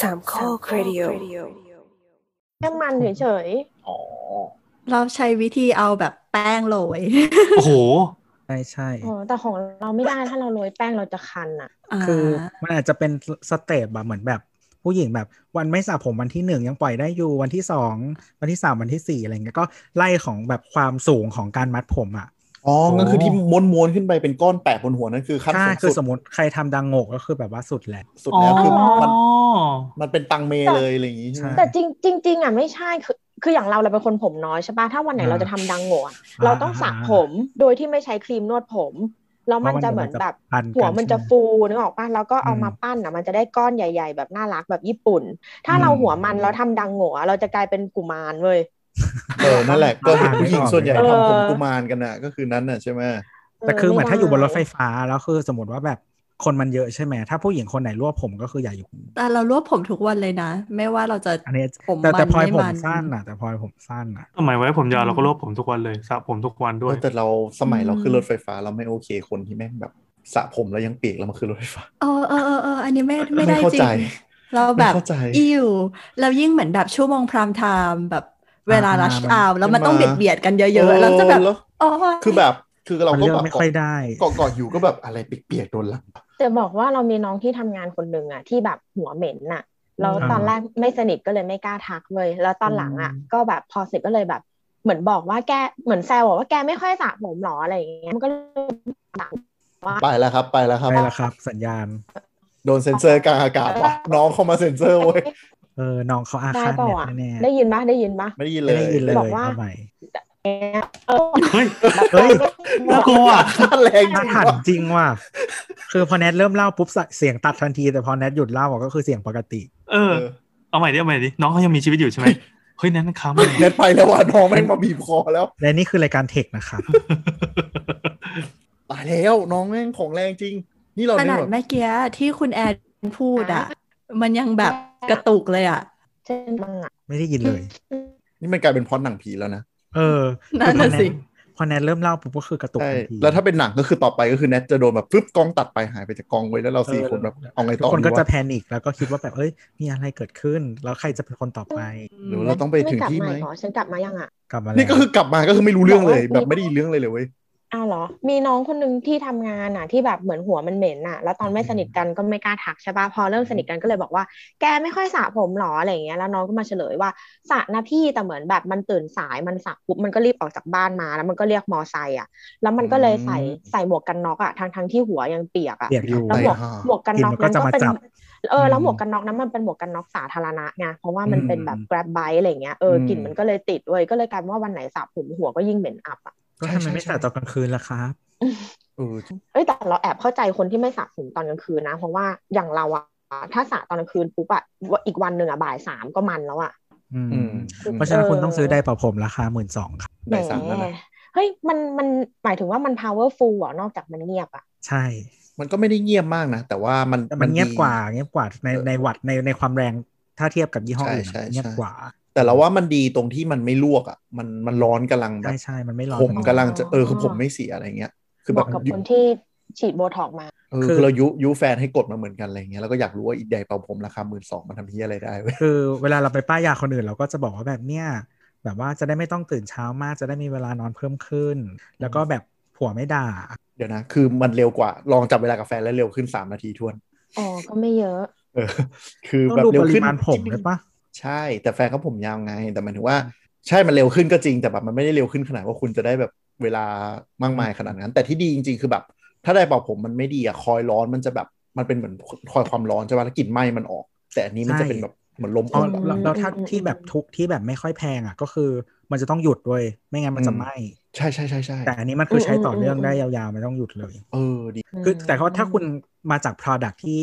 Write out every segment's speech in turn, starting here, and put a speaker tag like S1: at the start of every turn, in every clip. S1: สามข้อครดิโอ
S2: แค่มันเฉย
S3: อ๋อ
S4: เราใช้วิธีเอาแบบแป้งโรย
S3: โอ้โห
S5: ใช่ใช่
S2: ๆโอ้แต่ของเราไม่ได้ถ้าเราโรยแป้งเราจะคันอ่ะ
S5: คืออา มันอาจจะเป็นสเตปแบบเหมือนแบบ ผู้หญิงแบบ วันไม่สระผมวันที่หนึ่งยังปล่อยได้อยู่วันที่สองวันที่สามวันที่สี่อะไรเงี้ยก็ไล่ของแบบความสูงของการมัดผมอ่ะ
S3: อ๋อ
S5: โอ้
S3: ก็คือที่ม้วนม้วนๆขึ้นไปเป็นก้อนแปะบนหัวนั่นคือขั้น
S5: ถ้า
S3: สูง
S5: คือส
S3: สุด
S5: มมติใครทำดังโงกก็คือแบบว่าสุดแล้ว
S3: สุดแล้วคือ
S2: อ๋อ
S3: มันมันเป็นตังเมเลยอะไรอย่างงี้ใช่ไหม
S2: แต่จริงจริงจริงๆอ่ะไม่ใช่คือคืออย่างเราเราเป็นคนผมน้อยใช่ปะถ้าวันไหน
S5: อ่า
S2: เราจะทำดังโง่อะเราต้องสระผมโดยที่ไม่ใช้ครีมนวดผมแล้วมันจะเหมือนแบบ
S5: เพราะมันเดี๋ยวมันจะพัน
S2: หัวมันจะฟู
S5: กัน
S2: นึกออกปะแล้วก็เอา
S5: อืม
S2: มาปั้นอ่ะมันจะได้ก้อนใหญ่ ๆ แบบน่ารักแบบญี่ปุ่น ถ้าเรา
S5: อืม
S2: หัวมันเราทำดังโง่อะเราจะกลายเป็นกุมารเว้ย
S3: เออนั่นแหละก็เห็นผู้หญิงส่วนใหญ่
S2: เออ
S3: ทำผมกุมารกันน่ะก็คือนั้นน่ะใช่ไหม
S5: แต่คือเหมือนถ้าอยู่บนรถไฟ
S2: ม่ด้
S5: ฟ้าแล้วคือสมมติว่าแบบคนมันเยอะใช่ไหมถ้าผู้หญิงคนไหนรวบผมก็คืออย่าอยู่
S4: แต่เรารวบผมทุกวันเลยนะ ไม่ว่าเราจะ
S5: อันนี้
S4: ผม
S5: แต่แต่
S4: มัน
S5: พลอย
S4: ไม่
S5: ผม
S4: มัน
S5: สั้นน่ะ แต่พลอยผมสั้นน่ะ
S6: สมัยไว้ผมยาว
S4: อืม
S6: เราก็รวบผมทุกวันเลยสระผมทุกวันด้วย
S3: แต่เราสมัย
S4: อืม
S3: เราขึ้นรถไฟฟ้าเราไม่โอเคคนที่แม่งแบบสระผมแล้วยังเปียกแล้วมาขึ้นรถไฟฟ้า
S4: เออเออเออเอออันนี้ไม่ไม่ได้
S3: ไม่เข้า
S4: จริ
S3: ใจ
S4: ง เราแบบ
S3: ไม่เข้าใจ
S4: อิวเรายิ่งเหมือนแบบชั่วโมงพรามไทม์แบบเวลา
S5: อ่า
S4: ลัช
S5: มัน
S4: อาแล้วมัน
S3: มัน
S4: ต้อง
S3: มา
S4: เบียดเบียดกันเยอะๆแล้วจะแบบ
S3: เออล้ว
S4: อ๋อ
S3: คือแบบคือเรา
S5: มัน
S3: ก็
S5: เลือ
S3: แบ
S5: ก
S3: บ
S5: ไม่ค่อยได้
S3: เกาะเกาะอยู่ก็แบบอะไรเปียกๆโดนลัก
S2: แต่บอกว่าเรามีน้องที่ทำงานคนหนึ่งอะที่แบบหัวเหม็นน่ะแล้ว
S5: อ่า
S2: ตอนแรกไม่สนิทก็เลยไม่กล้าทักเว้ยแล้วตอนหลังอะก็แบบพอสนิทก็เลยแบบ เหมือนบอกว่าแกเหมือนแซวบอกว่าแกไม่ค่อยสระผมหรออะไรอย่างเงี้ยมันก็เลยแบบว่า
S3: ไปแล้วครับ ไปแล้วครับ
S5: ใช่แล้วครับ สัญญาณ
S3: โดนเซ็นเซอร์กลางอากาศว่ะน้องเข้ามาเซ็นเซอร์เว้ย
S5: เออน้องเขาอา
S2: ได้
S5: ฆาต
S2: เปล่า
S5: เน็ต
S2: อะ
S5: แน่ๆ
S2: ได้ยินปะได้ยินปะ
S3: ไม่ได้ยินเล
S5: ไม่
S3: ย
S5: ได้ยินเลย
S2: บอกว่า
S5: ทำไม
S2: เออ
S6: เฮ้ย
S5: เฮ้ย
S3: น่ากลัวแรงจ
S5: อา
S3: ริง
S5: ถรรพ์
S3: ว่ะ
S5: จริงว่ะคือพอแนทเริ่มเล่าปุ๊บเสียงตัดทันที แต่พอแนทหยุดเล่าอะก็คือเสียงปกติ
S6: เออ เอาใหม่ดิเอาใหม่ดิน้องเขายังมีชีวิตอยู่ใช่ไหมเฮ้ยนั่นค้างไป
S3: เน็ตไปแล้วว่ะน้องแม่งมาบีบคอแล้ว
S5: และนี่คือรายการเทคนะครับ
S3: ตายแล้วน้องแม่งของแรงจริง นี่เรา
S4: ข
S3: เนี่
S4: นาย ด
S3: แบบ
S4: เมื่อกี้ที่คุณแอนพูดอ่ะ มันยังแบบกระตุกเลยอ่ะ
S2: เช่นมังอะ
S5: ไม่ได้ยินเลย
S3: นี่มันกลายเป็นพล็อดหนังผีแล้วนะ
S5: เออ
S4: นั่นน่ะสิ
S5: พอแนทเริ่มเล่าปุ๊บก็คือกระตุก
S3: ใช่
S5: ทันที
S3: แล้วถ้าเป็นหนังก็คือต่อไปก็คือเน็ตจะโดนแบบปึ๊บกล้องตัดไปหายไปจากกล้องไว้ยแล้วเราสี่คนแบบเอาไง
S5: ทุ
S3: ต่
S5: ก
S3: อ
S5: คนก็
S3: ดีว
S5: จะแพนิคแล้วก็คิดว่าแบบเอ้ยมีอะไรเกิดขึ้น แล้วใครจะเป็นคนต่อไป
S3: หรือเราต้องไป
S2: ไม่
S3: ถึง
S2: กลับ
S3: ที่
S2: มา
S3: ไหม
S2: อีกเหรอฉันกลับมายังอะ
S5: กลับมา
S3: นี่
S5: แล้ว
S3: ก็คือกลับมาก็คือไม่รู้เรื่องเลย
S2: บอกว่า
S3: แบบไม่ได้ยินเรื่องเลยเลยเว้ย
S2: อ้าวเหรอ มีน้องคนหนึ่งที่ทำงานน่ะ ที่แบบเหมือนหัวมันเหม็นน่ะ แล้วตอนไม่สนิทกันก็ไม่กล้าทักใช่ปะพอเริ่มสนิทกันก็เลยบอกว่า แกไม่ค่อยสระผมหรออะไรอย่างเงี้ย แล้วน้องก็มาเฉลยว่าสระนะพี่แต่เหมือนแบบมันตื่นสายมันสระปุ๊บมันก็รีบออกจากบ้านมาแล้วมันก็เรียกมอไซค์อ่ะ แล้วมันก็เลยใส่ใส่หมวกกันน็อกอ่ะทางทางๆที่หัวยังเปียกอ่ะ
S5: เปียกอยู่
S2: แล้วหมวก
S3: า
S2: หมวกกันน็อก
S5: กลิ่นมันก็จะมา
S2: เป็น
S5: จับ
S2: เออแล้ว
S5: อื
S2: ห
S5: ม
S2: มวกกันน็อกนั้นมันเป็นหมวกกันน็อกสาธารณะไงเพราะว่ามัน
S5: อืม
S2: เป็นแบบ grab bite อะไรอย่างเงี้ยเออ
S3: ม
S2: กลิ่นมันก็เลยติดเว้ยก็เลยกลายเป็นว่าวันไหนสระผมหัวก็ยิ่งเหม็นอับอ่ะ
S5: ก็ทำไมไม่ตัดตอนกลางคืนล่ะครับ
S3: เออ
S2: เอ้ยแต่เราแอบเข้าใจคนที่ไม่สระผมตอนกลางคืนนะ เพราะว่าอย่างเราอะถ้าสระตอนกลางคืนปุ๊บอะอีกวันหนึ่งอะบ่ายสามก็มันแล้วอะ
S5: อืม
S3: อืม
S5: เพราะฉะนั้น
S2: เออ
S5: คุณต้องซื้อไดร์เป่าผมราคาหมื่นสองครับ
S3: บ่ายสามแล้วนะ
S2: เฮ้ยมันมันหมายถึงว่ามัน powerful เหรอนอกจากมันเงียบอะ
S5: ใช่
S3: มันก็ไม่ได้เงียบมากนะ แต่ว่ามัน
S5: แต่มันเงียบ
S3: ดี
S5: กว่าเงียบกว่าในในวัดในในความแรงถ้าเทียบกับยี่ห้อ
S3: ใช่
S5: อื่น
S3: ใช่ใช่
S5: เงียบกว่า
S3: แต่เราว่ามันดีตรงที่มันไม่ลวกอ่ะ มันมันร้อนกำลังแบ
S5: ใช่
S3: บ
S5: ใช่มันไม่ร้อน
S3: ผม
S5: น
S3: กำลังจะเออคือผมไม่เสียอะไรเงี้ย คือ
S2: เห
S3: แบบ
S2: มาะกับ
S3: ยุ
S2: คนที่ฉีดโบท็อกมา
S3: เออ
S5: คือ
S3: คือเรายุยุแฟนให้กดมาเหมือนกันอะไรเงี้ยแล้วก็อยากรู้ว่าอีใดเป่าผมราคาหมื่นสองมันทำเฮียอะไรได้เว้ย
S5: คือเวลาเราไปป้ายยาคนอื่นเราก็จะบอกว่าแบบเนี้ยแบบว่าจะได้ไม่ต้องตื่นเช้ามากจะได้มีเวลานอนเพิ่มขึ้น แล้วก็แบบผัวไม่ด่า
S3: เดี๋ยวนะ คือมันเร็วกว่า ลองจับเวลากับแฟนแล้วเร็วขึ้น 3 นาทีทวน
S2: อ๋อ ก็ไม่เยอะ
S3: เออ คือ
S5: ต้อง
S3: แบบ
S5: ดู
S3: เร็ว
S5: ปริ
S3: ขึ้น
S5: มาณผมด้วยปะ
S3: ใช่ แต่แฟนเขาผมยาวไง แต่หมายถึงว่า ใช่ มันเร็วขึ้นก็จริง แต่แบบมันไม่ได้เร็วขึ้นขนาดว่าคุณจะได้แบบเวลามากมายขนาดนั้น แต่ที่ดีจริง ๆ คือแบบ ถ้าได้เป่าผมมันไม่ดีอะคอยร้อนมันจะแบบ มันเป็นเหมือนคอยความร้อนใช่ป่ะ แล้วกลิ่นไหม้มันออก แต่อันนี้มันจะเป็นแบบเหมือนลม
S5: เพ
S3: อ่
S5: ราะ
S3: อนอะ
S5: เราเราถ้าที่แบบทุกที่แบบไม่ค่อยแพงอ่ะก็คือมันจะต้องหยุดเว้ยไม่งั้นมันจะ
S3: อืม
S5: ไหม้
S3: ใช่ใช่ใช่ใช่
S5: แต่อันนี้มันคือใช้ต่อเนื่องได้ยาวๆไม่ต้องหยุดเลย
S3: เออดี
S5: คือแต่ว่าถ้าคุณมาจาก Product ที่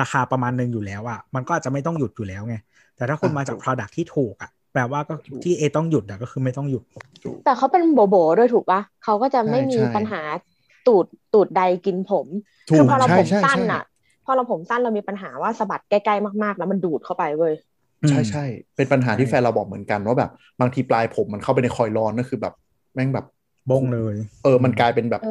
S5: ราคาประมาณหนึ่งอยู่แล้วอ่ะมันก็อาจจะไม่ต้องหยุดอยู่แล้วไง แต่ถ้าคุณ
S3: อ่ะ
S5: มาจาก
S3: ถูก
S5: Product ที่ถูกอ่ะแปลว่าก็ที่เอต้องหยุดอ่ะก็คือไม่ต้องหยุด
S3: ถูก
S2: แต่เขาเป็นโบโบด้วยถูกปะเขาก็จะไม่มี
S3: ใช่
S2: ปัญหาตูดตูดใดกินผม
S3: ถู
S2: คื
S3: ก
S2: พอเรา
S3: ใช่
S2: ผม
S3: ใช่
S2: สั้น
S3: ใช่
S2: อะพอเราผมสั้นเรามีปัญหาว่าสะบัดใกล้ๆมากๆ แล้วมันดูดเข้าไปเว้ย
S3: ใช่ใช่ เป็นปัญหาที่
S5: ใช่
S3: แฟนเราบอกเหมือนกันว่าแบบบางทีปลายผมมันเข้าไปในคอยร้อนนั่นคือแบบแม่งแบบ
S5: บงเลย
S3: เออ มันกลายเป็นแบบ
S2: เอ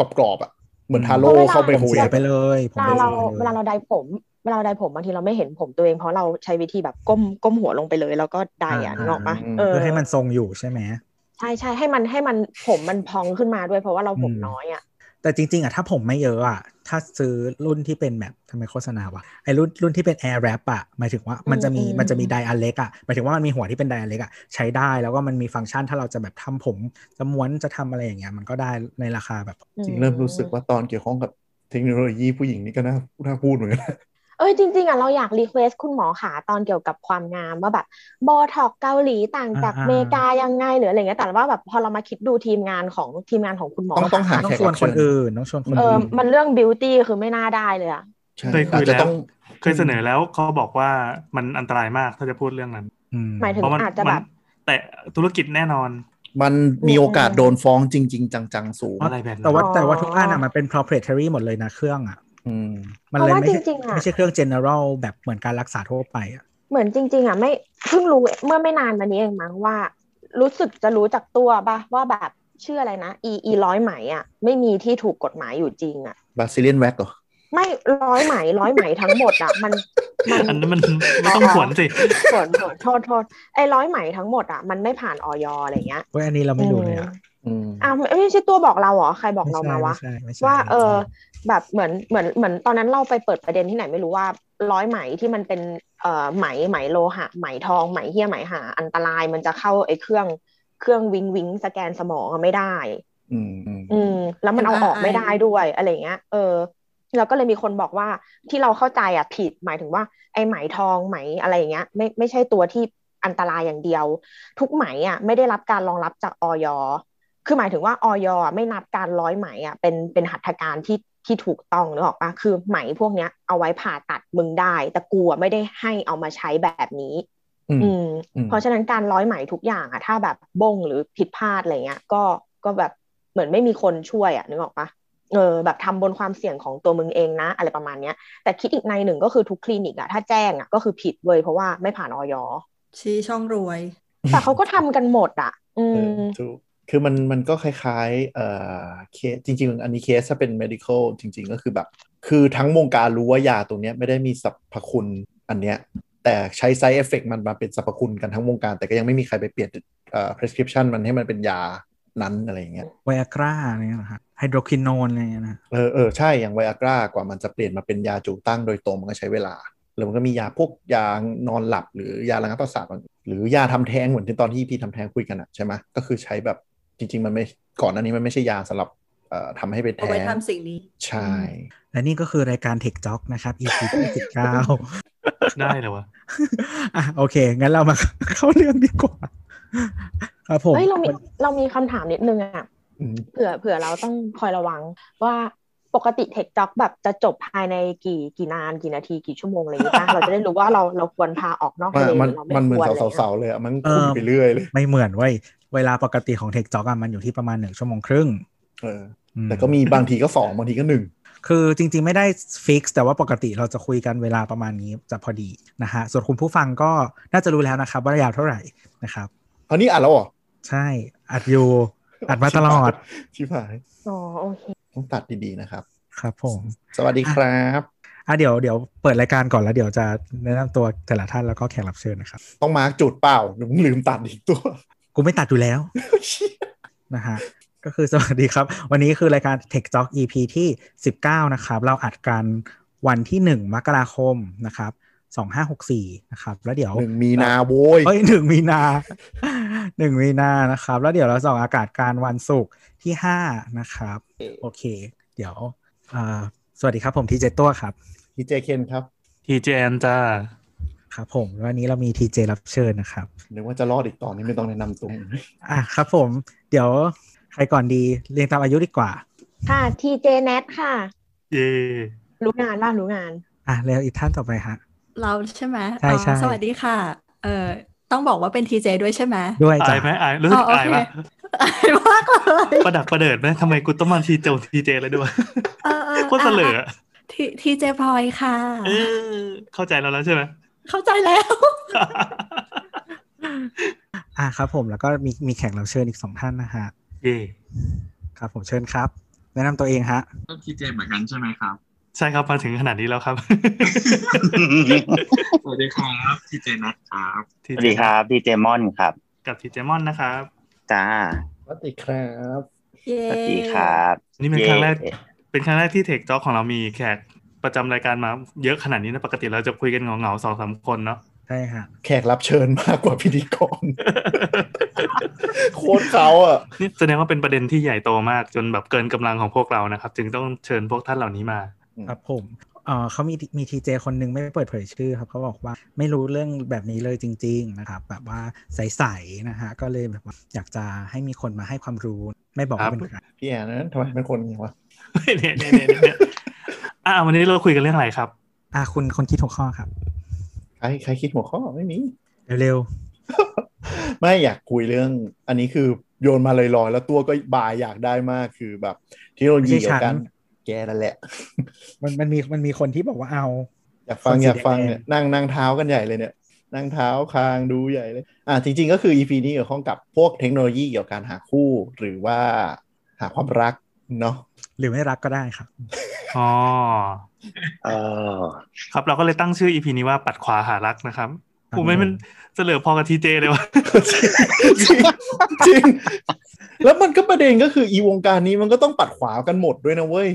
S2: อ
S3: กรอบๆอ่ะ เหมือน
S5: อืม
S3: ทาโร่เข้าไป
S5: ผม
S3: โฮ
S5: เสียไปเลยผม
S2: เวลาเรา
S5: สียไป
S2: เวลาเราไดผม เวลาเราไดผมบางทีเราไม่เห็นผมตัวเองเพราะเราใช้วิธีแบบก้มก้มหัวลงไปเลย แล้วก็ไดอ่ะ
S5: อ่า
S2: นึกออกปะ
S3: ม
S2: เออ
S5: เพื่อให้มันทรงอยู่ใช่ไหม
S2: ใช่ใช่ให้มันให้มันผมมันพองขึ้นมาด้วยเพราะว่าเราผม
S5: อืม
S2: น้อยอ่ะ
S5: แต่จริงๆอะถ้าผมไม่เยอะอะถ้าซื้อรุ่นที่เป็นแบบทำไมโฆษณาวะไอรุ่นรุ่นที่เป็น Air Wrap อะหมายถึงว่ามันจะมี
S2: อืม
S5: มันจะมีไดอะเล็กอะหมายถึงว่ามันมีหัวที่เป็นไดอะเล็กอะใช้ได้แล้วก็มันมีฟังก์ชันถ้าเราจะแบบทำผมจะม้วนจะทำอะไรอย่างเงี้ยมันก็ได้ในราคาแบบ
S3: จริงเริ่มรู้สึกว่าตอนเกี่ยวข้องกับเทคโนโลยีผู้หญิงนี่ก็น่าน่าพูดเหมือนกัน
S2: เอ้ยจริงๆอ่ะเราอยากรีเควสคุณหมอขาตอนเกี่ยวกับความงามว่าแบบโบท็อกเกาหลีต่างจาก
S5: อ่าๆ
S2: อเมริกายังไงหรืออะไรเงี้ยแต่ว่าแบบพอเรามาคิดดูทีมงานของทีมงานของคุณหมอ
S3: ต้องต้องหา
S5: ต้อ
S3: แข
S5: ง
S3: ก
S5: ชว
S3: รั
S5: น
S3: บ
S5: ค
S3: เชิ
S5: น
S3: ญ
S5: อื่นต้องชวนคน
S2: เอ
S5: อื่
S2: อน มันเรื่องบิวตี้คือไม่น่าได้เลยอ่ะ
S3: ใช่
S6: เคยคุ
S3: อาจ
S6: ย
S3: จะ
S6: แล้ว
S3: ต้อง
S6: เคยเสนอแล้วเขาบอกว่ามันอันตรายมากถ้าจะพูดเรื่องนั้น
S5: อื
S2: หมายถึง
S6: เพราะมัน
S2: อาจจะแบบ
S6: มันแต่ธุรกิจแน่นอน
S3: มันมีโอกาสโดนฟ้องจริง ๆ จังๆสูง
S6: อะไรแบบนั้น
S5: แต่ว่า
S2: อ๋อ
S5: แต่ว่าทุกอันอะมันเป็น proprietary หมดเลยนะเครื่องอะ
S3: อืม
S5: มันเลย
S2: เพราะว่า
S5: ไม่ใช่
S2: จริงๆอะ
S5: ไม่ใช่เครื่อง general แบบเหมือนการรักษาทั่วไปอะ
S2: เหมือนจริง ๆอ่ะไม่เพิ่งรู้เมื่อไม่นานมานี้เองมั้งว่า รู้สึกจะรู้จากตัวป่ะว่าแบบชื่ออะไรนะอีอีร้อยไหมอ่ะไม่มีที่ถูกกฎหมายอยู่จริงอ่ะ
S3: บาซิเลียนแว็กเหรอ
S2: ไม่ร้อยไหมร้อยไหมทั้งหมดอ่ะมันมัน
S6: อันนั้นมันไม่ต้องขวนสิ
S2: ผลผลโทษโทษไอ้ร้อยไหมทั้งหมดอ่ะมันไม่ผ่านออยอะไรเงี้ย
S5: เว้ยอันนี้เราไม่รู้เลยอะ
S3: อืม
S2: อ้าวไม่ไม่ใช่ตัวบอกเราเหรอใครบอกเรามาวะ
S5: ไใช่ไม่ใช่
S2: ว่า เออ
S5: ไม่ใช่
S2: แบบเหมือนเหมือนเหมือนตอนนั้นเราไปเปิดประเด็นที่ไหนไม่รู้ว่าร้อยไหมที่มันเป็นเอ่อไหมไหมโลหะไหมทองไหมเฮียไหมหา อันตรายมันจะเข้าไอ้เครื่องเครื่องวิงวิงสแกนสมองอะไม่ได้
S3: อืมอืม
S2: อืมแล้วมันเอาออกไม่ได้ด้วยอะไรเงี้ย เออเราก็เลยมีคนบอกว่าที่เราเข้าใจอ่ะผิดหมายถึงว่าไอ้ไหมทองไหมอะไรอย่างเงี้ย ไม่ไม่ใช่ตัวที่อันตรายอย่างเดียว ทุกไหมอ่ะไม่ได้รับการรองรับจากออยคือหมายถึงว่าออยไม่นับการร้อยไหมอ่ะเป็นเป็นหัตถการที่ที่ถูกต้องนึกออกปะคือไหมพวกเนี้ย เอาไว้ผ่าตัดมึงได้ แต่กูอะไม่ได้ให้เอามาใช้แบบนี้
S3: อืม
S2: อืม
S3: อืม
S2: เพราะฉะนั้นการร้อยไหมทุกอย่างอะถ้าแบบบงหรือผิดพลาดอะไรเงี้ย ก็ก็แบบเหมือนไม่มีคนช่วยอะนึกออกปะเออ แบบทำบนความเสี่ยงของตัวมึงเองนะ อะไรประมาณเนี้ย แต่คิดอีกในหนึ่งก็คือทุกคลินิกอะถ้าแจ้งอะก็คือผิดเว้ยเพราะว่าไม่ผ่านออย
S4: ชี้ช่องรวย
S2: แต่เขาก็ทำกันหมดอะอื
S3: เออ
S2: ม
S3: ถูกคือมันมันก็คล้ายๆเอ่อเคสจริง ๆ อันนี้เคสถ้าเป็น medical จริง ๆ ก็คือแบบ คือทั้งวงการรู้ว่ายาตัวเนี้ยไม่ได้มีสรรพคุณอันเนี้ย แต่ใช้ side effect มันมาเป็นสรรพคุณกันทั้งวงการ แต่ก็ยังไม่มีใครไปเปลี่ยนเอ่อ prescription มันให้มันเป็นยานั้นอะไรอย่างเงี้ย
S5: ไวอากราอะไรเงี้ยนะครับไฮโดรคิโนนอะไรเงี้ยนะ
S3: เออเออใช่ อย่างไวอากรากว่ามันจะเปลี่ยนมาเป็นยาจูตั้งโดยตรงมันก็ใช้เวลา แล้วมันก็มียาพวกยานอนหลับ หรือยาระงับประสาทบางหรือยาทำแท้งเหมือนที่ตอนที่พี่ทำแท้งคุยกันอะใช่ไหมก็คือใช้แบบจริง ๆ มันไม่ก่อนอันนี้มันไม่ใช่ยาสำหรับเอ่อทำให้เป็น
S4: เอา
S3: แท้
S4: ไว้
S3: ง
S4: ทำสิ่งนี้
S3: ใช่
S5: และนี่ก็คือรายการ Tech Jock นะครับ EP ที่19
S6: ได้เหรอวะ
S5: อ่ะโอเค งั้นเรามา เข้าเรื่องดีกว่า ครับผม
S2: เฮ้ยเรามีเรามีคำถามนิดนึงอะ
S3: อืม
S2: เผื่อเผื่อเราต้องคอยระวังว่าปกติเทคจ็อกแบบจะจบภายในกี่กี่นานกี่นาทีกี่ชั่วโมงอะไรอย่างเงี้ยป่ะ เราจะได้รู้ว่าเราเราควรพาออกนอกทะเลห
S3: มัน
S2: รือเรา
S3: มันเหมื
S2: ไม่
S3: อน
S2: ควรอะไร
S3: เสา
S2: เงี้ย
S3: เสาๆเลยอะมันคุยไปเรื่อยเลย
S5: ไม่เหมือนเว้ยเวลาปกติของ Tech Jock อะมันอยู่ที่ประมาณหนึ่งชั่วโมงครึ่ง
S3: เออ
S5: อื
S3: แต่ก็มีบางทีก็สองบางทีก็หนึ่ง
S5: คือจริง ๆ ไม่ได้ฟิกแต่ว่าปกติเราจะคุยกันเวลาประมาณนี้จะพอดีนะฮะส่วนคุณผู้ฟังก็น่าจะรู้แล้วนะครับ ว่ายาวเท่าไหร่นะครับ
S3: อันนี้อ่านแล้วเหรอ
S5: ใช่อัดอยู่อัดมาตลอด
S3: ชิบหาย
S2: อ๋อโอเค
S3: ต้องตัดดีๆนะครับ
S5: ครับผม
S3: สวัสดีครับ
S5: อ่ะเดี๋ยวเดี๋ยวเปิดรายการก่อนแล้วเดี๋ยวจะแนะนำตัวแต่ละท่านแล้วก็แขกรับเชิญนะครับ
S3: ต้องมาร์กจุดเปล่าหนูลืมตัดอีกตัว
S5: กูไม่ตัดอยู่แล้ว นะฮะก็คือสวัสดีครับ วันนี้คือรายการ Tech Talk EP ที่ 19 นะครับ เราอัดกันวันที่ 1 มกราคมนะครับ 2564 นะครับ แล้วเดี๋ยว
S3: หนึ่งมีนาโว้ย
S5: เอ้ยหนึ่งมีนา หนึ่งมีนานะครับ แล้วเดี๋ยวเราส่องอากาศการวันศุกร์ที่ 5 นะครับ โอเค เดี๋ยวอ่าสวัสดีครับผมทีเจตัวครับ
S3: พี่เจเคนครับ
S6: ทีเจนจ้า
S5: ครับผมวันนี้เรามีทีเจรับเชิญนะครับ
S3: นึกว่าจะรอดอีกตอนนี้ไม่ต้องแนะนำตัว
S5: อ่ะครับผมเดี๋ยวใครก่อนดีเรียงตามอายุดีกว่า
S2: ค่ะทีเจเนทค่ะ
S6: เย่
S2: รู้งานบ้างรู้งาน
S5: อ่ะแล้วอีกท่านต่อไปฮะ
S4: เราใช่ไหม
S5: ใช่
S4: อ๋อ
S5: ใช่
S4: สวัสดีค่ะ เออต้องบอกว่าเป็นทีเจด้วยใช่ไหม
S5: ด้วย
S6: อา
S5: จ้ะ
S6: ยไหมอายรู้สึก
S4: อ๋อ
S6: อา
S4: โอย เค
S6: ปะ
S4: อายมากเลย
S6: ประดักประเดิดไหมทำไมกูต้องมาทีเจทีเจเลยด้วย
S4: เออเออ
S6: โคตรเสลอ
S4: อ่ะทีทีเจพลอยค่ะ
S6: เออเข้าใจเราแล้วใช่ไหม
S4: เข้าใจแล้ว
S5: อ่ะครับผมแล้วก็มีมีแขกรับเชิญอีกสองท่านนะฮะ
S6: เย่
S5: ครับผมเชิญครับ แนะนำตัวเองฮะ
S1: ก็ทีเจเหมือนกันใช่ไหมครับ
S6: ใช่ครับมาถึงขนาดนี้แล้ว ครับ
S1: สวัสดีครับพี่เจนัทครับ
S6: ที่
S7: สวัสดี ครับพี่เจมอนครับ
S6: กับทีเจมอนนะครับ
S7: จ้า
S3: สวัสดีครับ
S4: เย้
S7: สวัสดีครับ
S6: นี่เป็นครั้งแรก
S7: เย้
S6: เป็นครั้งแรกที่เทคจ็อกของเรามีแขกประจำรายการมาเยอะขนาดนี้นะปกติเราจะคุยกันเหงาๆสองสามคนเนาะ
S5: ใช่ค่ะ
S3: แขกรับเชิญมากกว่าพิธีกร โคตรเขาอ่ะ
S6: นี่แสดงว่าเป็นประเด็นที่ใหญ่โตมากจนแบบเกินกำลังของพวกเรานะครับ จึงต้องเชิญพวกท่านเหล่านี้มา
S5: ครับผมเออเขามีมีทีเจคนหนึ่งไม่เปิดเผยชื่อครับเขาบอกว่าไม่รู้เรื่องแบบนี้เลยจริง ๆ นะครับ แบบว่าใสๆนะฮะก็เลยแบบว่าอยากจะให้มีคนมาให้ความรู้ไม่บอก
S6: ครั
S5: ว่า
S6: บ
S5: เป็นใคร
S3: พี่แอนนั้นทำไมเป็นคนอย่างนี้วะ
S6: เนี่ยเนี่ยเนี่ยเนี่ย อ่ะวันนี้เราคุยกันเรื่องอะไรครับ
S5: อ่ะคุณคนคิดหัวข้อครับ
S3: ใครใครคิดหัวข้อไม่มี
S5: เร็ว
S3: ไม่อยากคุยเรื่อง อันนี้คือโยนมาลอยๆแล้วตัวก็บายอยากได้มากคือแบบเทคโนโลยีเกี่ยวกัน แกนั่นแหละ
S5: ๆมันมันมีมันมีคนที่บอกว่าเอา
S3: อยากฟัง
S5: คนสี
S3: อยากฟัง
S5: แดง
S3: เนี่ยนั่งนั่งเท้ากันใหญ่เลยเนี่ย นั่งเท้าคางดูใหญ่เลย อ่าจริง ๆ ก็คือ EP นี้เกี่ยวข้องกับพวกเทคโนโลยีเกี่ยวกับการหาคู่ หรือว่าหาความรักเนาะ
S5: หรือไม่รักก็ได้ครับ
S6: อ๋อ
S7: เออ
S6: ครับเราก็เลยตั้งชื่ออีพีนี้ว่าปัดขวาหารักนะครับกูไม่มันเสลอพอกับทีเจเลยวะ
S3: จริง แล้วมันก็ประเด็นก็คืออีวงการนี้มันก็ต้องปัดขวากันหมดด้วยนะเว้ย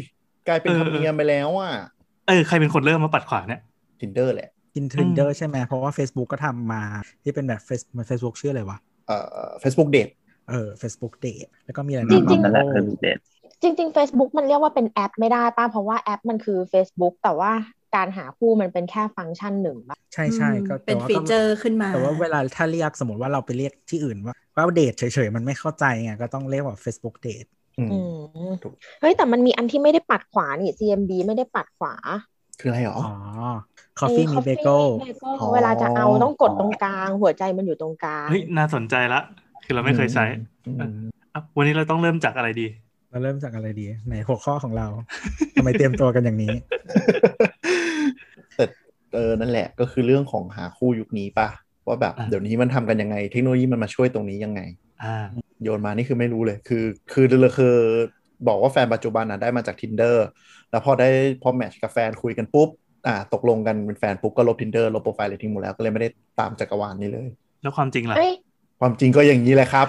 S3: กลายเป็น
S6: เออ
S3: ธรรมเนียมไปแล้วอ่ะ
S6: เออใครเป็นคนเริ่มมาปัดขวาเนี่ย
S3: tinder แหละ
S5: กินทินเดอร์ใช่ไหมเพราะว่า Facebook ก็ทำมาที่เป็นแบบเฟซเฟซบุ๊กชื่ออะไรวะ
S3: เอ่อ Facebook date
S5: เออ Facebook Date แล้วก็มีอะไรนะ
S2: จริงๆ
S7: นั่นแหละคือเด็ด
S2: จริง ๆ Facebook มันเรียกว่าเป็นแอปไม่ได้ป่ะ เพราะว่าแอปมันคือ Facebook แต่ว่าการหาคู่มันเป็นแค่ฟังก์ชันหนึ่งป่ะ
S5: ใช่ใช่
S4: อืม
S5: ก็แต่
S4: เป็น
S5: ว่าก็
S4: ฟีเจอร์ขึ้นมา
S5: แต่ว่าเวลาถ้าเรียกสมมติว่าเราไปเรียกที่อื่นว่าว่าเดทเฉยๆ มันไม่เข้าใจไงก็ต้องเรียกว่า Facebook Date
S3: อืม
S2: อืม
S3: ถูก
S2: เฮ้ยแต่มันมีอันที่ไม่ได้ปัดขวานี่ CMB ไม่ได้ปัดขวา
S3: คืออะไรหรอ
S5: อ๋อ Coffee
S2: ไอ้
S5: มี
S2: Coffee
S5: เบเกิล
S2: มี Bagel
S3: อ๋อ
S2: เวลาจะเอาต้องกดตรงกลาง หัวใจมันอยู่ตรงกลาง
S6: เฮ้ยน่าสนใจละ คือเราไม่เคยใช้
S3: อืม
S6: อ่ะวันนี้เราต้องเริ่มจากอะไรดี
S5: เราเริ่มจากอะไรดีในหัวข้อของเรา ทำไมเตรียมตัวกันอย่างนี้
S3: แต่เออนั่นแหละก็คือเรื่องของหาคู่ยุคนี้ป่ะ ว่าแบบ
S6: อ่ะ
S3: เดี๋ยวนี้มันทำกันยังไง เทคโนโลยีมันมาช่วยตรงนี้ยังไง
S6: อ่า
S3: โยนมานี่คือไม่รู้เลย คือ คือเลยคือบอกว่าแฟนปัจจุบันอ่ะได้มาจาก tinder แล้วพอได้พอแมทช์กับแฟนคุยกันปุ๊บอ่าตกลงกันเป็นแฟนปุ๊บก็ลบ tinder ลบโปรไฟล์เลยทิ้งหมดแล้วก็เลยไม่ได้ตามจักรวาลนี้เลย
S6: แล้วความจริงล่ะ
S2: เอ้ย
S3: ความจริงก็อย่างนี้แหละครับ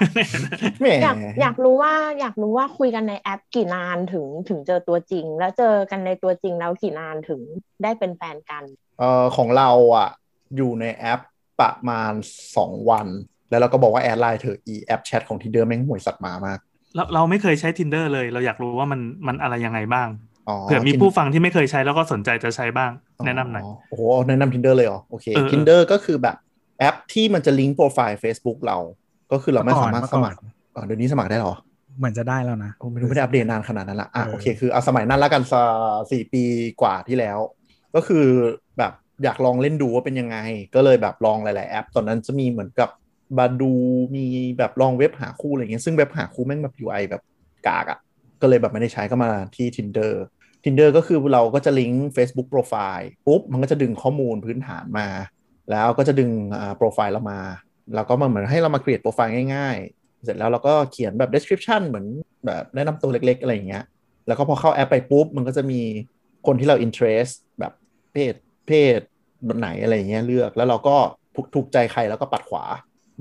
S3: แหม
S2: อยากอยากรู้ว่าอยากรู้ว่าคุยกันในแอปกี่นานถึงถึงเจอตัวจริง แล้วเจอกันในตัวจริงแล้วกี่นานถึงได้เป็นแฟนกัน
S3: เอ่อของเราอ่ะอยู่ในแอปประมาณ 2 วัน แล้วเราก็บอกว่าแอดไลน์เธอะอีแอปแชทของ tinder แม่งห่วยสัตว์หมามาก
S6: เราเราไม่เคยใช้ tinder เลย เราอยากรู้ว่ามันมันอะไรยังไงบ้าง
S3: อ๋อ
S6: เผื่อมีผู้ฟังที่ไม่เคยใช้แล้วก็สนใจจะใช้บ้าง แนะนำหน่อย
S3: โอ้โหแนะนำ tinder เลยเหรอ โอเค
S6: เออเออ
S3: tinder ก็คือแบบแอปที่มันจะลิงก์โปรไฟล์ Facebook เรา ก็คือเราไม่สามารถสมัครอ๋อเดี๋ยวนี้สมัครได้เหรอ
S5: เหมือนจะได้แล้วนะ
S3: โอ้ไม่รู้ไม่ได้อัปเดตนานขนาดนั้นละอ่ะ
S5: เออ
S3: โอเค คือเอาสมัยนั้นละกันสสี่ปีกว่าที่แล้ว ก็คือแบบอยากลองเล่นดูว่าเป็นยังไง ก็เลยแบบลองหลาย ๆ แอป ตอนนั้นจะมีเหมือนกับบาดูมีแบบลองเว็บหาคู่อะไรเงี้ยซึ่งเว็บหาคู่แม่งแบบ UI แบบกากอะ่ะ ก็เลยแบบไม่ได้ใช้ก็มาที่ tinder tinder ก็คือเราก็จะลิงก์ Facebook Profile ปุ๊บ มันก็จะดึงข้อมูลพื้นฐานมา แล้วก็จะดึงอ่าโปรไฟล์เรามา แล้วก็มาเหมือนให้เรามา create โปรไฟล์ง่ายๆ เสร็จแล้วเราก็เขียนแบบ description เหมือนแบบแนะนำตัวเล็กๆ อะไรอย่างเงี้ย แล้วก็พอเข้าแอปไปปุ๊บ มันก็จะมีคนที่เรา interest แบบเพศเพศแบบไหนอะไรอย่างเงี้ยเลือก แล้วเราก็ถูกใจใครแล้วก็ปัดขวา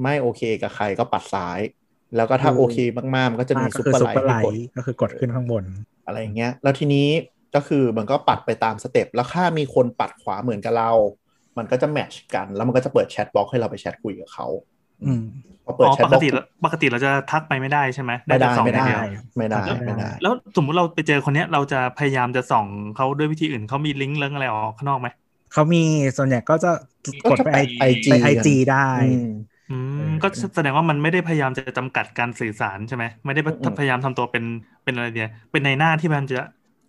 S3: ไม่โอเคกับใครก็ปัดซ้าย แล้วก็ถ้า
S5: อืม
S3: โอเคมากๆ มันก็จะมี
S5: ก็
S3: ซุป
S5: คือ
S3: เปอร์
S5: ซุป
S3: ไล
S5: เปอร์ไล
S3: ท์
S5: ท์ก็คือกดขึ้นข้างบน
S3: อะไรอย่างเงี้ย แล้วทีนี้ก็คือมันก็ปัดไปตามสเต็ป แล้วถ้ามีคนปัดขวาเหมือนกับเรา มันก็จะแมทช์กัน แล้วมันก็จะเปิดแชทบล็อกให้เราไปแชทคุยกับเขา
S5: อืม
S3: พอเปิด
S6: อ๋อ
S3: แชท
S6: ป
S3: บ
S6: ก
S3: ล็อก
S6: ติเราปกติเราจะทักไปไม่ได้ใช่ไหม
S3: ไม่
S6: แต่
S3: ได้
S6: ส่อง
S3: ไม่
S6: อย่า
S3: ได้
S6: งเดียว
S3: ไม่ได้
S5: ไม่
S3: ไม่
S5: ได้
S3: ได้
S6: แล้วสมมติเราไปเจอคนเนี้ยเราจะพยายามจะส่องเขาด้วยวิธีอื่นเขามีลิงก์เรื่องอะไรออกข้างนอกไหม
S5: เขามีส่วนใหญ่ก็จะกดไป
S3: ก็จะไป IG
S5: ไอจีได้
S3: อืม
S6: อื
S5: เอ
S6: ม
S5: อ
S6: ก็แสดงว่ามันไม่ได้พยายามจะจำกัดการสื่อสารใช่ไหมไม่ได้
S3: อืมอืม
S6: พยายามทำตัวเป็นเป็นอะไรเนี่ยเป็นในหน้าที่มันจะ